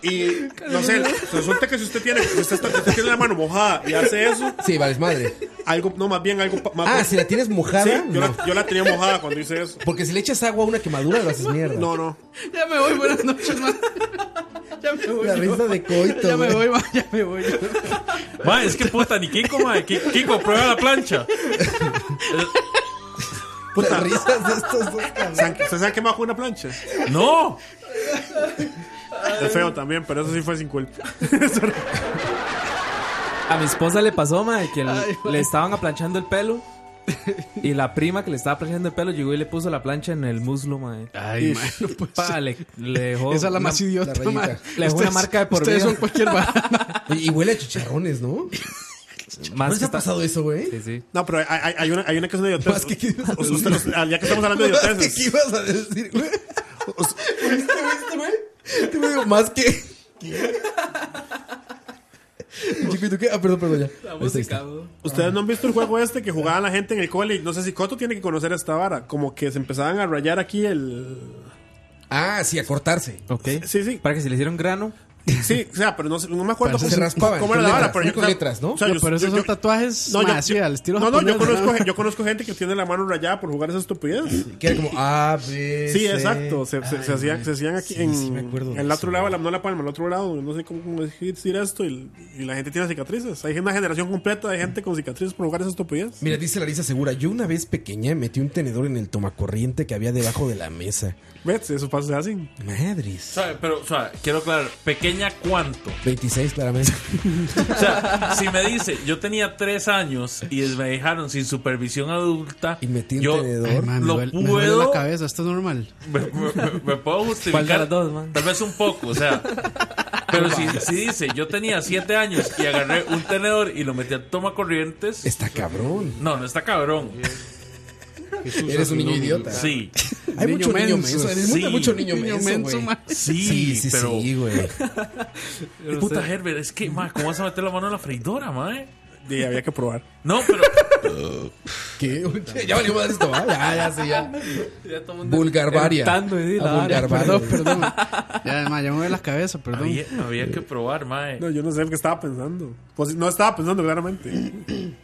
Speaker 6: Y no sé, resulta que si usted tiene, si usted, está- usted tiene la mano mojada y hace eso,
Speaker 2: Sí, vales madre.
Speaker 6: algo, no, más bien algo pa- más.
Speaker 2: Ah, si la tienes mojada.
Speaker 6: Sí, yo,
Speaker 2: no.
Speaker 6: la, yo la tenía mojada cuando hice eso.
Speaker 2: Porque si le echas agua a una quemadura, lo haces mierda.
Speaker 6: No, no.
Speaker 5: ya me voy, buenas noches, man. Ya me voy.
Speaker 2: La
Speaker 5: yo.
Speaker 2: risa de coito,
Speaker 5: Ya me
Speaker 2: güey.
Speaker 5: voy, man, ya me voy. yo.
Speaker 4: Mae, es que puta, ni Kiko, mae. Ki- Kiko, prueba la plancha.
Speaker 2: Las risas de estos dos cabrones.
Speaker 6: ¿Saben- ¿Ustedes saben que me bajó una plancha?
Speaker 4: ¡No!
Speaker 6: Es feo también, pero eso sí fue sin culpa.
Speaker 3: A mi esposa le pasó, mae, que el-
Speaker 5: Ay, mae.
Speaker 3: le estaban aplanchando el pelo. Y la prima que le estaba aplanchando el pelo llegó y le puso la plancha en el muslo, mae.
Speaker 5: Ay, man, no puede
Speaker 3: Pa,
Speaker 5: ser.
Speaker 3: le, le dejó.
Speaker 5: Esa es la
Speaker 3: una-
Speaker 5: más idiota,
Speaker 2: rayita.
Speaker 5: man.
Speaker 3: Le dejó una marca de por
Speaker 5: ustedes
Speaker 3: vida.
Speaker 5: son cualquier vara.
Speaker 2: Y, y huele a chicharrones, ¿no?
Speaker 3: Más
Speaker 2: ¿No
Speaker 3: que
Speaker 2: les ha
Speaker 3: está-
Speaker 2: pasado eso, güey?
Speaker 3: Sí, sí.
Speaker 6: No, pero hay, hay- hay una, hay una que es una idiotez.
Speaker 2: Más que-
Speaker 6: Us- ustedes- ya que estamos hablando de
Speaker 2: Más que,
Speaker 6: idioteces.
Speaker 2: ¿Qué ibas a decir, güey? ¿Viste, viste, güey? Te digo, más que... Chico, ¿y tú qué? Ah, perdón, perdón, ya. Ahí está, ahí está.
Speaker 6: Ustedes no han visto el juego este que jugaban la gente en el cole. No sé si Coto tiene que conocer esta vara. Como que se empezaban a rayar aquí el.
Speaker 2: Ah, sí, a cortarse.
Speaker 3: Ok.
Speaker 6: Sí, sí.
Speaker 3: Para que se le hiciera un grano.
Speaker 6: Sí, o sea, pero no, sé- no me acuerdo
Speaker 2: Parece que se raspaban,
Speaker 6: cómo era
Speaker 2: con
Speaker 6: la vara.
Speaker 2: letras,
Speaker 6: Pero
Speaker 2: ¿no?
Speaker 6: yo,
Speaker 2: Con letras, ¿no?
Speaker 5: No, pero esos son tatuajes,
Speaker 6: No, yo-
Speaker 5: man, así,
Speaker 6: yo-
Speaker 5: al estilo
Speaker 6: no, no, yo
Speaker 5: japonés,
Speaker 6: conozco, yo conozco gente que tiene la mano rayada por jugar esa estupidez.
Speaker 2: Que era como A, B,
Speaker 6: Sí,
Speaker 2: C.
Speaker 6: exacto. Se, se-
Speaker 2: Ay,
Speaker 6: se hacían,
Speaker 2: güey.
Speaker 6: se hacían aquí
Speaker 2: Sí,
Speaker 6: en,
Speaker 2: sí me acuerdo
Speaker 6: en
Speaker 2: de
Speaker 6: el otro
Speaker 2: eso.
Speaker 6: lado, la, no la palma, el otro lado. No sé cómo, cómo decir esto. Y, y la gente tiene cicatrices. Hay una generación completa de gente con cicatrices por jugar esa estupidez.
Speaker 2: Mira, dice Larisa Segura, yo una vez pequeña metí un tenedor en el tomacorriente que había debajo de la mesa.
Speaker 6: ¿Ves? Esos pasos se hacen.
Speaker 4: O
Speaker 2: Madres.
Speaker 4: sea, pero, o sea, quiero aclarar, pequeña cuánto.
Speaker 2: 26, claramente.
Speaker 4: O sea, si me dice, yo tenía tres años y me dejaron sin supervisión adulta.
Speaker 2: Y metí un
Speaker 4: yo
Speaker 2: tenedor.
Speaker 5: Ay, man, me
Speaker 4: Lo
Speaker 5: duele, me duele la
Speaker 4: puedo-
Speaker 5: cabeza, esto es normal.
Speaker 4: me, me- me puedo
Speaker 3: ¿Cuál de
Speaker 4: justificar.
Speaker 3: las dos, man?
Speaker 4: Tal vez un poco, o sea. Pero si, si dice, yo tenía siete años y agarré un tenedor y lo metí al toma corrientes.
Speaker 2: Está cabrón.
Speaker 4: No, no está cabrón.
Speaker 2: Eres un niño idiota.
Speaker 4: Sí,
Speaker 2: Hay
Speaker 5: Niño
Speaker 2: mucho niño
Speaker 5: menso,
Speaker 2: menso. Eres
Speaker 4: sí.
Speaker 2: mucho, mucho niño,
Speaker 5: Niño
Speaker 2: menso,
Speaker 5: menso,
Speaker 2: güey.
Speaker 5: man.
Speaker 4: sí,
Speaker 2: Sí, sí,
Speaker 4: pero.
Speaker 2: sí, güey.
Speaker 4: puta Herbert, es que, ma, ¿cómo vas a meter la mano en la freidora, ma? eh?
Speaker 6: Y había que probar.
Speaker 4: No, pero.
Speaker 2: ¿Qué? Ya valió madre esto, ¿va? Ya, ya, sí, ya.
Speaker 3: Ya todo el mundo
Speaker 2: Vulgarvaria.
Speaker 3: cantando, y la
Speaker 2: Ah,
Speaker 3: vara.
Speaker 2: vulgarvaria.
Speaker 5: Perdón, eh, perdón. Ya, ma, ya me duele la cabeza, perdón.
Speaker 4: Había, había que probar, mae.
Speaker 6: No, yo no sé qué estaba pensando. Pues no estaba pensando claramente.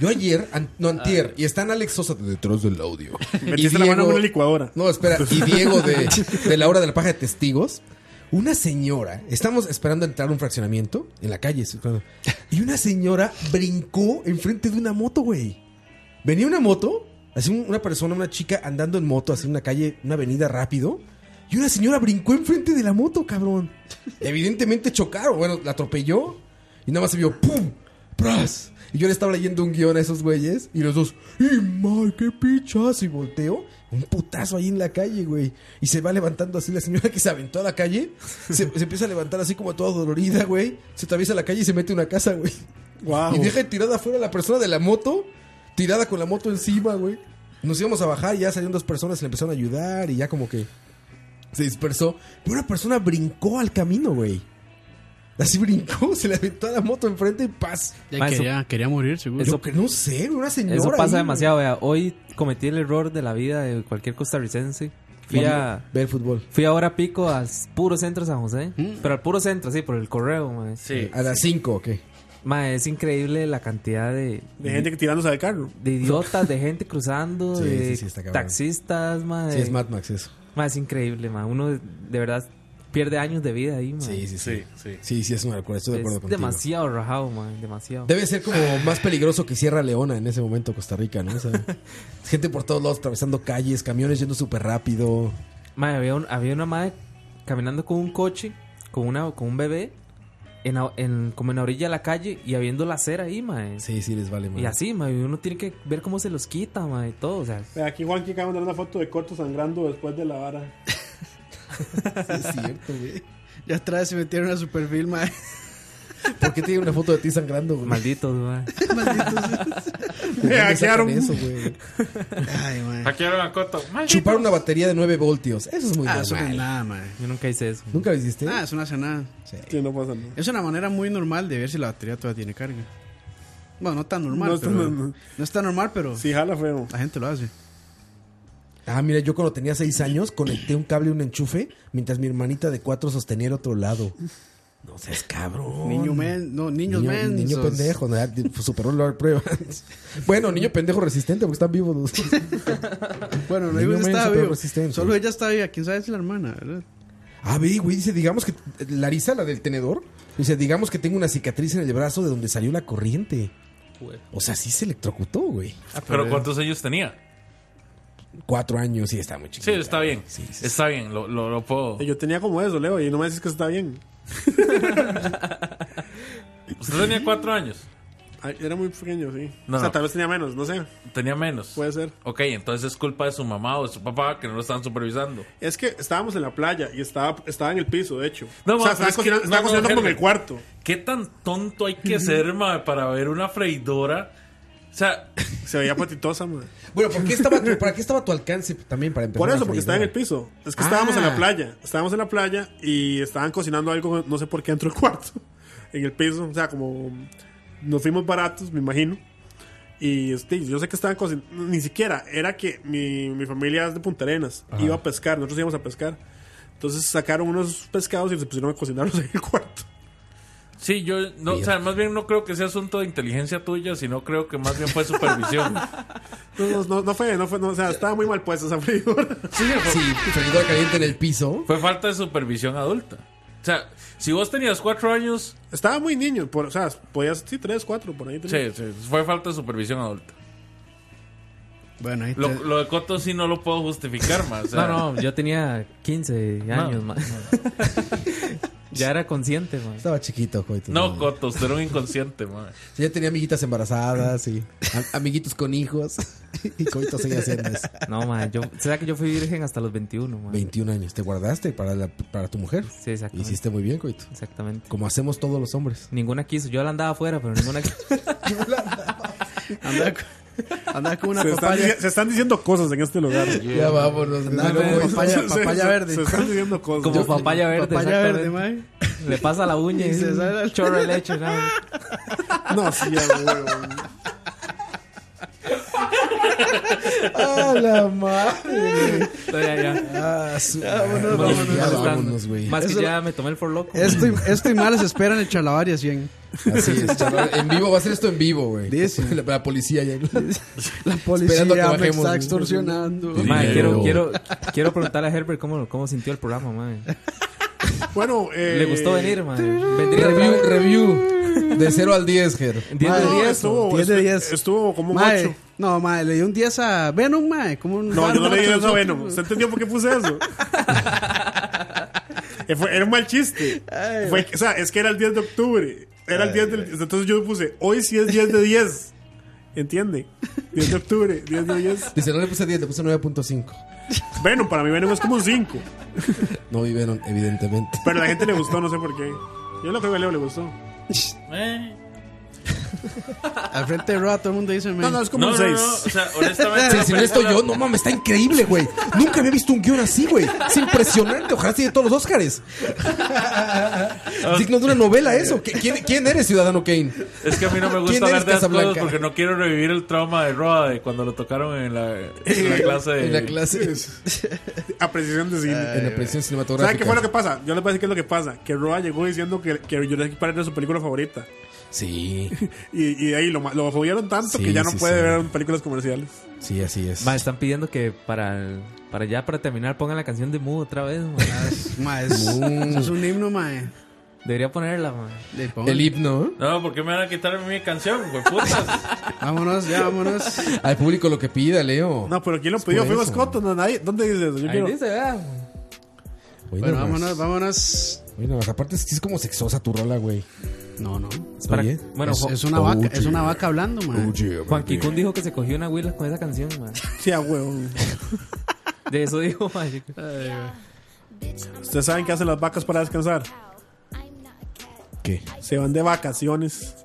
Speaker 2: Yo ayer, an- no antier, y están Alex Sosa de detrás del audio.
Speaker 6: Metiste la mano en una licuadora.
Speaker 2: No, espera, y Diego de, de la hora de la paja de testigos. Una señora, estamos esperando entrar a un fraccionamiento en la calle, esperando, y una señora brincó enfrente de una moto, güey. Venía una moto, así un- una persona, una chica andando en moto, así en una calle, una avenida rápido, y una señora brincó enfrente de la moto, cabrón. Evidentemente chocaron, bueno, la atropelló, y nada más se vio ¡pum! ¡pras! Y yo le estaba leyendo un guión a esos güeyes, y los dos, ¡y mal, qué pichazo! Y volteo, un putazo ahí en la calle, güey. Y se va levantando así la señora que se aventó a la calle, se, se empieza a levantar así como toda dolorida, güey. Se atraviesa la calle y se mete a una casa, güey.
Speaker 6: Wow.
Speaker 2: Y deja tirada afuera la persona de la moto, tirada con la moto encima, güey. Nos íbamos a bajar y ya salieron dos personas y le empezaron a ayudar y ya como que se dispersó. Pero una persona brincó al camino, güey. Así brincó, se le aventó a la moto enfrente y paz.
Speaker 5: Ya
Speaker 3: Ma, eso-
Speaker 5: quería, quería morir, seguro.
Speaker 2: Yo que no sé, güey, una señora.
Speaker 3: Eso pasa
Speaker 2: ahí,
Speaker 3: demasiado, vea. Hoy cometí el error de la vida de cualquier costarricense. Fui
Speaker 2: güey.
Speaker 3: a,
Speaker 2: Ve el fútbol.
Speaker 3: fui a hora pico al puro centro de San José. Pero al puro centro, sí, por el correo, mae.
Speaker 4: Sí.
Speaker 2: A las 5, ok.
Speaker 3: Mae, es increíble la cantidad de,
Speaker 6: De gente que tirándose del carro.
Speaker 3: de idiotas, de gente cruzando,
Speaker 2: Sí,
Speaker 3: de
Speaker 2: sí, sí, está cabrón.
Speaker 3: taxistas, mae.
Speaker 2: Sí, es Mad Max eso.
Speaker 3: Mae, es increíble, mae. Uno de, de verdad pierde años de vida ahí, mae.
Speaker 2: Sí, sí, sí.
Speaker 4: Sí, sí.
Speaker 2: Sí, sí, es una locura, estoy de acuerdo
Speaker 3: es
Speaker 2: contigo.
Speaker 3: demasiado rajado, mae. Demasiado.
Speaker 2: Debe ser como más peligroso que Sierra Leona en ese momento Costa Rica, ¿no? O sea, gente por todos lados atravesando calles, camiones yendo súper rápido.
Speaker 3: Mae, había, un- había una madre caminando con un coche, con, una, con un bebé, en, la- en- como en la orilla de la calle y habiendo la acera ahí, mae.
Speaker 2: Sí, sí, les vale, man.
Speaker 3: Y así, mae, uno tiene que ver cómo se los quita, mae, y todo, o sea.
Speaker 6: Aquí Juanqui acaba de mandar una foto de corto sangrando después de la vara.
Speaker 2: es cierto, güey.
Speaker 5: Ya atrás se metieron a su perfil, ma.
Speaker 2: ¿Por qué tiene una foto de ti sangrando, güey?
Speaker 3: Malditos, mae.
Speaker 2: ¿De dónde sacan
Speaker 6: hackearon.
Speaker 2: eso, güey?
Speaker 5: Ay, ma.
Speaker 4: Hackearon a Coto. Maldito.
Speaker 2: Chupar una batería de 9 voltios. Eso es muy
Speaker 5: Ah,
Speaker 2: normal.
Speaker 5: eso no es nada, ma.
Speaker 3: Yo nunca hice eso.
Speaker 2: ¿Nunca lo hiciste?
Speaker 5: Nada, eso no hace nada.
Speaker 6: Sí, no pasa nada.
Speaker 5: Es una manera muy normal de ver si la batería todavía tiene carga. Bueno, no tan normal,
Speaker 6: No
Speaker 5: no
Speaker 6: es
Speaker 5: pero.
Speaker 6: tan normal.
Speaker 5: No es tan normal, pero
Speaker 6: Sí, jala feo.
Speaker 5: la gente lo hace.
Speaker 2: Ah, mira, yo cuando tenía 6 años conecté un cable y un enchufe mientras mi hermanita de 4 sostenía el otro lado. No seas cabrón.
Speaker 5: Niño men, no, niños
Speaker 2: niño,
Speaker 5: men.
Speaker 2: niño
Speaker 5: sos-
Speaker 2: pendejo, Ah, nada, superó la prueba. bueno, niño pendejo resistente, porque están vivos los dos.
Speaker 5: Bueno, no
Speaker 2: Niño
Speaker 5: digo que
Speaker 2: men
Speaker 5: estaba
Speaker 2: súper
Speaker 5: vivo.
Speaker 2: resistente.
Speaker 5: Solo ella está viva. Quién sabe si la hermana, ¿verdad?
Speaker 2: Ah, ve, güey, dice, digamos que Larisa, la del tenedor, dice, digamos que tengo una cicatriz en el brazo de donde salió la corriente. O sea, sí se electrocutó, güey.
Speaker 4: Ah, Pero ¿cuántos años tenía?
Speaker 2: Cuatro años, sí, está muy chiquito.
Speaker 4: Sí, ah, está bien.
Speaker 2: Sí, sí, sí.
Speaker 4: Está bien, lo, lo, lo puedo.
Speaker 6: Yo tenía como eso, Leo, y no me decís que está bien.
Speaker 4: Usted tenía cuatro años.
Speaker 6: Ay, Era muy pequeño, sí.
Speaker 4: No,
Speaker 6: o sea,
Speaker 4: no.
Speaker 6: tal vez tenía menos, no sé.
Speaker 4: Tenía menos.
Speaker 6: Puede ser.
Speaker 4: Ok, entonces es culpa de su mamá o de su papá que no lo estaban supervisando.
Speaker 6: Es que estábamos en la playa y estaba, estaba en el piso, de hecho.
Speaker 4: No,
Speaker 6: o
Speaker 4: ma, pero
Speaker 6: sea, estaba
Speaker 4: es que-
Speaker 6: cocinando, estaba
Speaker 4: no, no,
Speaker 6: cocinando como en el
Speaker 4: Henry.
Speaker 6: cuarto.
Speaker 4: ¿Qué tan tonto hay que ser, mae, para ver una freidora? O sea,
Speaker 6: Se veía patitosa, man.
Speaker 2: Bueno, ¿por qué estaba tu, ¿para qué estaba a tu alcance también para empezar?
Speaker 6: Por
Speaker 2: la
Speaker 6: eso, porque
Speaker 2: freidora?
Speaker 6: estaba en el piso. Es que estábamos en
Speaker 2: Ah.
Speaker 6: la playa. Estábamos en la playa y estaban cocinando algo, no sé por qué, dentro del cuarto. En el piso. O sea, como nos fuimos baratos, me imagino. Y este, yo sé que estaban cocinando. Ni siquiera. Era que mi, mi familia es de Punta Arenas. Iba a pescar. Nosotros íbamos a pescar. Entonces sacaron unos pescados y se pusieron a cocinarlos en el cuarto.
Speaker 4: sí, yo. No, o sea, más bien no creo que sea asunto de inteligencia tuya, sino creo que más bien fue supervisión.
Speaker 6: No, no, no fue, no fue, no, o sea, estaba muy mal puesta esa figura.
Speaker 2: Sí, freidora caliente en el piso.
Speaker 4: fue falta de supervisión adulta. O sea, si vos tenías cuatro años,
Speaker 6: Estaba muy niño, por, o sea, podías, sí, tres, cuatro, por ahí. tenía.
Speaker 4: sí, sí, fue falta de supervisión adulta.
Speaker 5: Bueno, ahí
Speaker 4: Lo,
Speaker 5: está.
Speaker 4: lo de Coto sí no lo puedo justificar, más.
Speaker 3: No, no, yo tenía 15 años, mae. ya era consciente, mae.
Speaker 2: Estaba chiquito, coito.
Speaker 4: No, Coto, usted era un inconsciente, man.
Speaker 2: Sí, ya tenía amiguitas embarazadas y am- amiguitos con hijos. y coito seguía haciendo eso.
Speaker 3: No, mae, yo, o sea que yo fui virgen hasta los 21, mae.
Speaker 2: 21 años, te guardaste para, la- para tu mujer.
Speaker 3: Sí, exactamente.
Speaker 2: Hiciste muy bien, coito.
Speaker 3: Exactamente.
Speaker 2: Como hacemos todos los hombres.
Speaker 3: Ninguna quiso. Yo la andaba afuera, pero ninguna quiso.
Speaker 5: Andaba, con- andaba con una
Speaker 6: Se están,
Speaker 5: papaya.
Speaker 6: dic- se están diciendo cosas en este lugar.
Speaker 2: Ya vámonos,
Speaker 5: Andaba con
Speaker 2: güey.
Speaker 5: una papaya,
Speaker 6: Se-
Speaker 5: papaya
Speaker 6: se-
Speaker 5: verde.
Speaker 6: Se están diciendo cosas.
Speaker 3: Como papaya verde.
Speaker 5: Papaya verde,
Speaker 3: exactamente.
Speaker 5: mae.
Speaker 3: Le pasa la uña y,
Speaker 5: Y se
Speaker 3: se
Speaker 5: sale
Speaker 3: sale
Speaker 5: el-
Speaker 3: chorro de leche. ¿no?
Speaker 6: No, sí, ya, güey.
Speaker 11: ¡A la madre!
Speaker 3: No, ya, ya.
Speaker 11: Ah, su-
Speaker 3: Bueno,
Speaker 11: Bueno,
Speaker 3: ya
Speaker 11: ya
Speaker 3: están.
Speaker 11: vámonos, güey.
Speaker 3: Más que
Speaker 11: Eso-
Speaker 3: ya me tomé el for loco.
Speaker 5: Esto y, esto y más les espera en el Chalabaria 100.
Speaker 2: Así es, chaval. En vivo, va a ser esto en vivo, güey. La, la policía ya.
Speaker 5: La policía
Speaker 2: Esperando a que
Speaker 5: me
Speaker 2: bajemos,
Speaker 5: está
Speaker 2: güey.
Speaker 5: extorsionando.
Speaker 3: Mae, quiero,
Speaker 2: Dinero.
Speaker 3: quiero, quiero preguntarle a Herbert cómo, cómo sintió el programa, mae.
Speaker 6: Bueno, eh,
Speaker 3: ¿Le gustó venir, mae? Vendría otra
Speaker 2: Review,
Speaker 3: vez.
Speaker 2: review. De 0 al 10, Ger.
Speaker 3: 10 de
Speaker 5: Mae,
Speaker 3: 10.
Speaker 6: estuvo,
Speaker 5: 10 de
Speaker 6: estu-
Speaker 5: 10.
Speaker 6: Estuvo como un
Speaker 5: Mae,
Speaker 6: 8.
Speaker 5: no, mae, le di un 10 a Venom, mae. Como un
Speaker 6: No, yo no le dije eso a
Speaker 5: a
Speaker 6: Venom. ¿Usted entendió por qué puse eso? Eh, fue- era un mal chiste. Fue- o sea, es que era el 10 de octubre. Era el 10 del, Entonces yo puse, hoy sí es 10 de 10. ¿Entiende? 10 de octubre, 10 de 10.
Speaker 2: Dice, no le puse 10, le puse 9.5.
Speaker 6: Venom, para mí Venom es como un 5.
Speaker 2: No vivieron, evidentemente.
Speaker 6: Pero a la gente le gustó, no sé por qué. Yo lo creo que a Leo le gustó.
Speaker 4: Eh.
Speaker 5: Al frente de Roa todo el mundo dice, mae.
Speaker 6: No, no, es como
Speaker 4: No,
Speaker 6: un
Speaker 4: no,
Speaker 6: 6.
Speaker 4: no, o sea, honestamente.
Speaker 2: Sí, si no estoy yo, no mames, está increíble, güey. Nunca había visto un guión así, güey. Es impresionante. Ojalá se de todos los Óscares. Digno de una novela eso. ¿Qui- ¿Quién, quién eres, Ciudadano Kane?
Speaker 4: Es que a mí no me
Speaker 2: ¿Quién
Speaker 4: gusta hablar de
Speaker 2: eres,
Speaker 4: las cosas
Speaker 2: Casablanca?
Speaker 4: porque no quiero revivir el trauma de Roa de cuando lo tocaron en la, en la clase de.
Speaker 2: En la clase.
Speaker 6: Apreciación de cine.
Speaker 2: En la presión
Speaker 6: ¿Saben qué
Speaker 2: cinematográfica.
Speaker 6: fue lo que pasa? Yo les voy a decir qué es lo que pasa. Que Roa llegó diciendo que, que Jurassic Park era su película favorita.
Speaker 2: Sí,
Speaker 6: Y, y de ahí lo, ma- lo jodieron tanto
Speaker 2: Sí,
Speaker 6: que ya no
Speaker 2: sí,
Speaker 6: puede
Speaker 2: sí.
Speaker 6: ver películas comerciales.
Speaker 2: sí, así es.
Speaker 3: Mae, están pidiendo que para, el- para ya, para terminar, pongan la canción de Mood otra vez, mae.
Speaker 5: Mae, es,
Speaker 2: Mm.
Speaker 5: eso es un himno, mae.
Speaker 3: Debería ponerla, mae.
Speaker 5: Le pongo-
Speaker 2: El himno. ¿eh?
Speaker 4: No, ¿por qué me van a quitar mi canción, güey? Putas.
Speaker 5: Vámonos, ya, vámonos.
Speaker 2: Al público lo que pida, Leo.
Speaker 6: No, pero ¿quién lo pidió?
Speaker 2: por
Speaker 6: Fue
Speaker 2: eso.
Speaker 6: Scott, no, nadie. ¿Dónde dice eso? Yo
Speaker 3: Ahí
Speaker 6: quiero.
Speaker 3: dice, vea.
Speaker 2: Oye,
Speaker 5: Bueno,
Speaker 2: nomás.
Speaker 5: vámonos, vámonos.
Speaker 2: Oye, nomás, pues, Aparte, sí es como sexosa tu rola, güey.
Speaker 5: No, no.
Speaker 3: Es para-
Speaker 2: Oye,
Speaker 3: bueno,
Speaker 5: Es,
Speaker 3: Ju-
Speaker 5: es una
Speaker 2: Oh,
Speaker 5: vaca, es
Speaker 2: yeah.
Speaker 5: una vaca hablando, mae.
Speaker 3: Juan Kikun dijo que se cogió una huila con esa canción, mae.
Speaker 6: Sí, a huevo.
Speaker 3: De eso dijo, mae.
Speaker 6: Ustedes saben qué hacen las vacas para descansar.
Speaker 2: ¿Qué?
Speaker 6: Se van de vacaciones.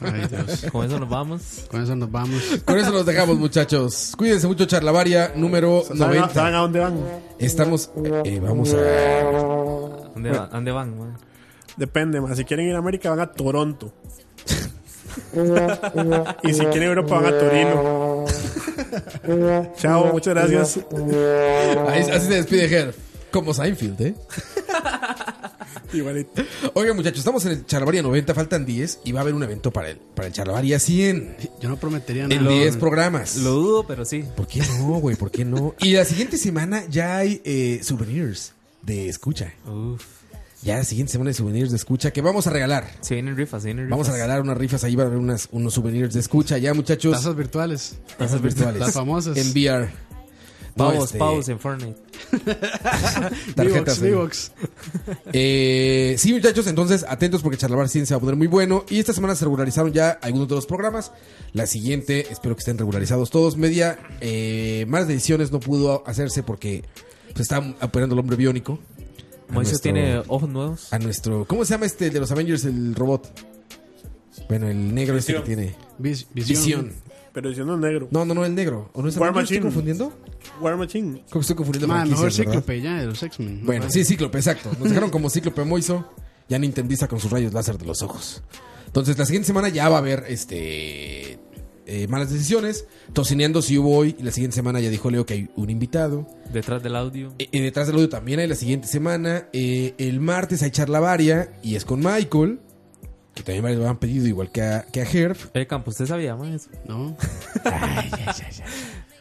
Speaker 5: Ay, Dios.
Speaker 3: Con eso nos vamos.
Speaker 5: Con eso nos vamos.
Speaker 2: Con eso nos dejamos, muchachos. Cuídense mucho, Charlavaria número
Speaker 6: ¿Saben, a,
Speaker 2: 90.
Speaker 6: saben a dónde van?
Speaker 2: Estamos. eh, eh, vamos a.
Speaker 3: ¿Dónde, va- dónde van, mae?
Speaker 6: Depende, más. Si quieren ir a América, van a Toronto. y si quieren Europa, van a Torino. Chao, muchas gracias.
Speaker 2: Ahí- así se despide Ger. Como Seinfeld, ¿eh?
Speaker 6: Igualito.
Speaker 2: Oigan, muchachos, estamos en el Charlavaria 90, faltan 10 y va a haber un evento para el, para el Charlavaria 100.
Speaker 5: Yo no prometería nada.
Speaker 2: En 10
Speaker 5: mae.
Speaker 2: programas.
Speaker 3: Lo dudo, pero sí.
Speaker 2: ¿Por qué no, güey? ¿Por qué no? Y la siguiente semana ya hay eh, souvenirs de escucha. Ya la siguiente semana hay souvenirs de escucha que vamos a regalar.
Speaker 3: Se vienen rifas, se vienen rifas.
Speaker 2: Vamos a regalar unas rifas ahí, va a haber unas, unos souvenirs de escucha. Ya, muchachos.
Speaker 5: Tazas virtuales.
Speaker 2: Tazas virtuales.
Speaker 5: Las famosas.
Speaker 2: En VR. No,
Speaker 3: Pavos,
Speaker 2: este,
Speaker 3: pavos en Fortnite.
Speaker 2: Tarjetas.
Speaker 5: Vivox,
Speaker 2: ahí.
Speaker 5: Vivox.
Speaker 2: Eh, sí, muchachos, entonces atentos porque Charlabar Ciencia va a poner muy bueno. Y esta semana se regularizaron ya algunos de los programas. La siguiente, espero que estén regularizados todos. Media, eh, más de ediciones no pudo hacerse porque se está operando el hombre biónico. A
Speaker 3: Moisés
Speaker 2: nuestro-
Speaker 3: tiene ojos nuevos.
Speaker 2: A nuestro. ¿Cómo se llama este el de los Avengers, el robot? Bueno, el negro ese que tiene.
Speaker 5: Vis- Visión.
Speaker 2: Visión.
Speaker 6: Pero diciendo negro.
Speaker 2: No, no, no, el negro. ¿O no es
Speaker 6: War
Speaker 2: Avengers? ¿Estoy
Speaker 6: Machine. Ah,
Speaker 2: confundiendo?
Speaker 6: War Machine.
Speaker 2: Creo que estoy confundiendo
Speaker 5: Mae, mejor
Speaker 2: franquicias, ¿verdad?
Speaker 5: Cíclope ya de los X-Men.
Speaker 2: Bueno, sí, cíclope, exacto. Nos dejaron como cíclope moiso, ya nintendiza con sus rayos láser de los ojos. Entonces, la siguiente semana ya va a haber este eh, malas decisiones. Tocineando si hubo hoy, y la siguiente semana ya dijo Leo que hay un invitado.
Speaker 3: Detrás del audio.
Speaker 2: Eh, eh, detrás del audio también hay la siguiente semana. Eh, el martes hay charla varia y es con Michael, que también varios lo han pedido, igual que a, que a Herb.
Speaker 3: Eh, Campo, ¿usted sabía, man? Eso?
Speaker 5: No.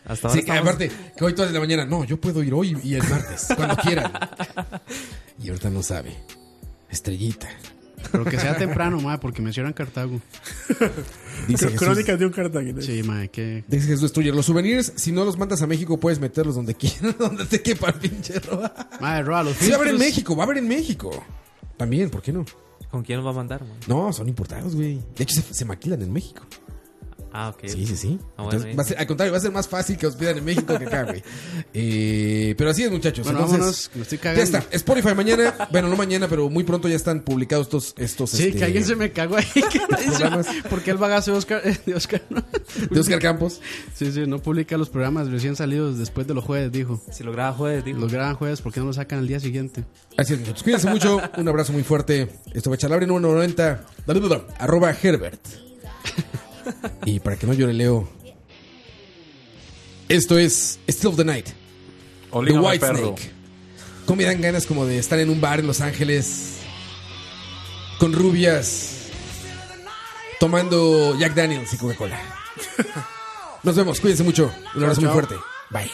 Speaker 3: Hasta ahora
Speaker 2: Sí,
Speaker 3: estamos-
Speaker 2: aparte, que hoy todas de la mañana, no, yo puedo ir hoy y el martes, cuando quieran. Y ahorita no sabe. Estrellita.
Speaker 5: Pero que sea temprano, mae, porque me cierran Cartago.
Speaker 2: Dice
Speaker 6: Cr-
Speaker 2: Jesús.
Speaker 6: Crónicas de un
Speaker 2: Pues
Speaker 6: cartaginés.
Speaker 5: Sí, mae, que.
Speaker 2: Dice Jesús Tuyer, los souvenirs, si no los mandas a México, puedes meterlos donde quieras, donde te quepa pinche roba.
Speaker 5: Mae, Roa, los
Speaker 2: Sí, va a haber en
Speaker 5: filtros.
Speaker 2: México, va a haber en México. También, ¿por qué no?
Speaker 3: ¿Con quién nos va a mandar, man?
Speaker 2: No, son importados, güey. De hecho, se, se maquilan en México.
Speaker 3: Ah, ok.
Speaker 2: Sí, sí, sí.
Speaker 3: Ah, bueno,
Speaker 2: Entonces,
Speaker 3: bien.
Speaker 2: va a ser- al contrario, va a ser más fácil que os pidan en México que acá, güey. Eh, pero así es, muchachos.
Speaker 5: Bueno,
Speaker 2: Entonces,
Speaker 5: vámonos, que me estoy
Speaker 2: ya
Speaker 5: cagando.
Speaker 2: está. Spotify mañana, bueno, no mañana, pero muy pronto ya están publicados estos. estos
Speaker 5: Sí,
Speaker 2: este,
Speaker 5: que alguien se me cagó ahí.
Speaker 2: programas.
Speaker 5: Porque el bagazo de Oscar, eh, de Oscar no.
Speaker 2: de Oscar Campos.
Speaker 5: Sí, sí, no publica los programas recién salidos después de los jueves, dijo.
Speaker 3: Si lo graba jueves, digo.
Speaker 5: Los graban jueves, ¿por qué no los sacan al día siguiente?
Speaker 2: Así es, muchachos. Cuídense mucho. Un abrazo muy fuerte. Esto va a charlar en 190. Dale, dale, dale, Arroba Herbert. Y para que no llore Leo, Esto es Still of the Night.
Speaker 4: Oblígame,
Speaker 2: the White
Speaker 4: perro.
Speaker 2: Snake. ¿Cómo me dan ganas como de estar en un bar en Los Ángeles? Con rubias. Tomando Jack Daniels y Coca-Cola. Nos vemos, cuídense mucho. Un abrazo muy
Speaker 1: Chao.
Speaker 2: fuerte. Bye.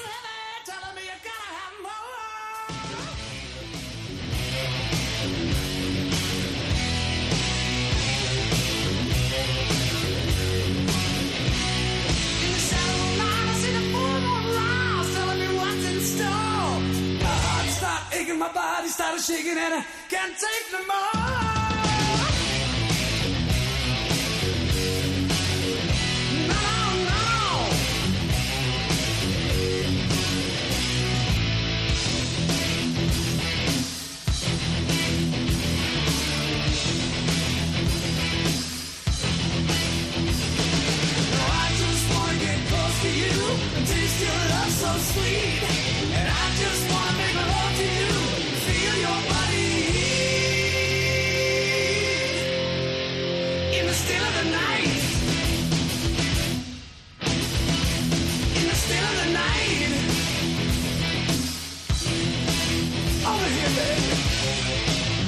Speaker 11: My body started shaking and I can't take no more. No, no. I just wanna get close to you and taste your love so sweet. And I just wanna make love to you and feel your body in the still of the night. In the still of the night. Over here, baby.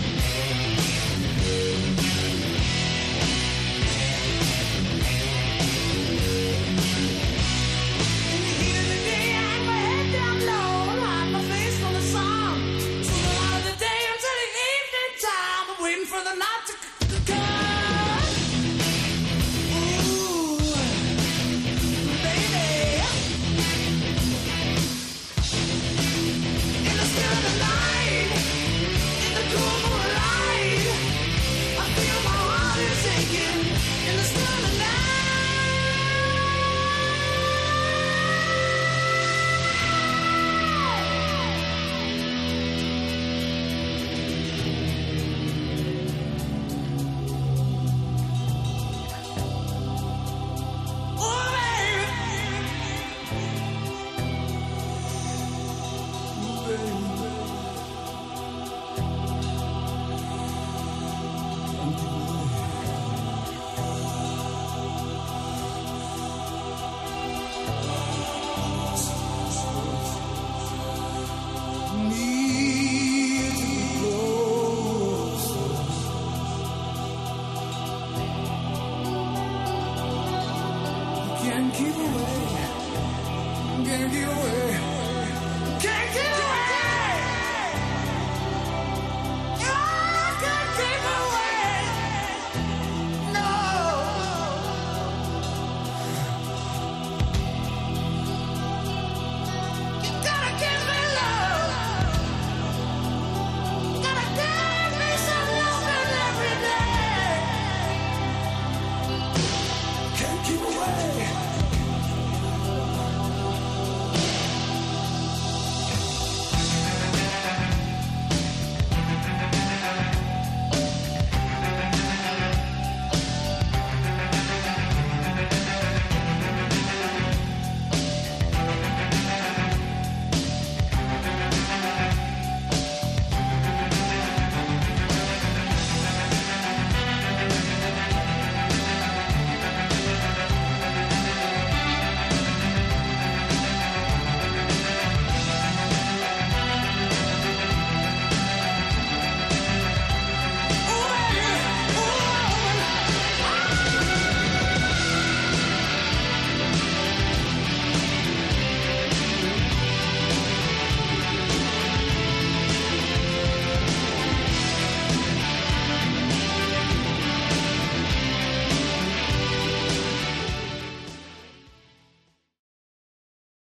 Speaker 11: Can't keep away. Can't get away.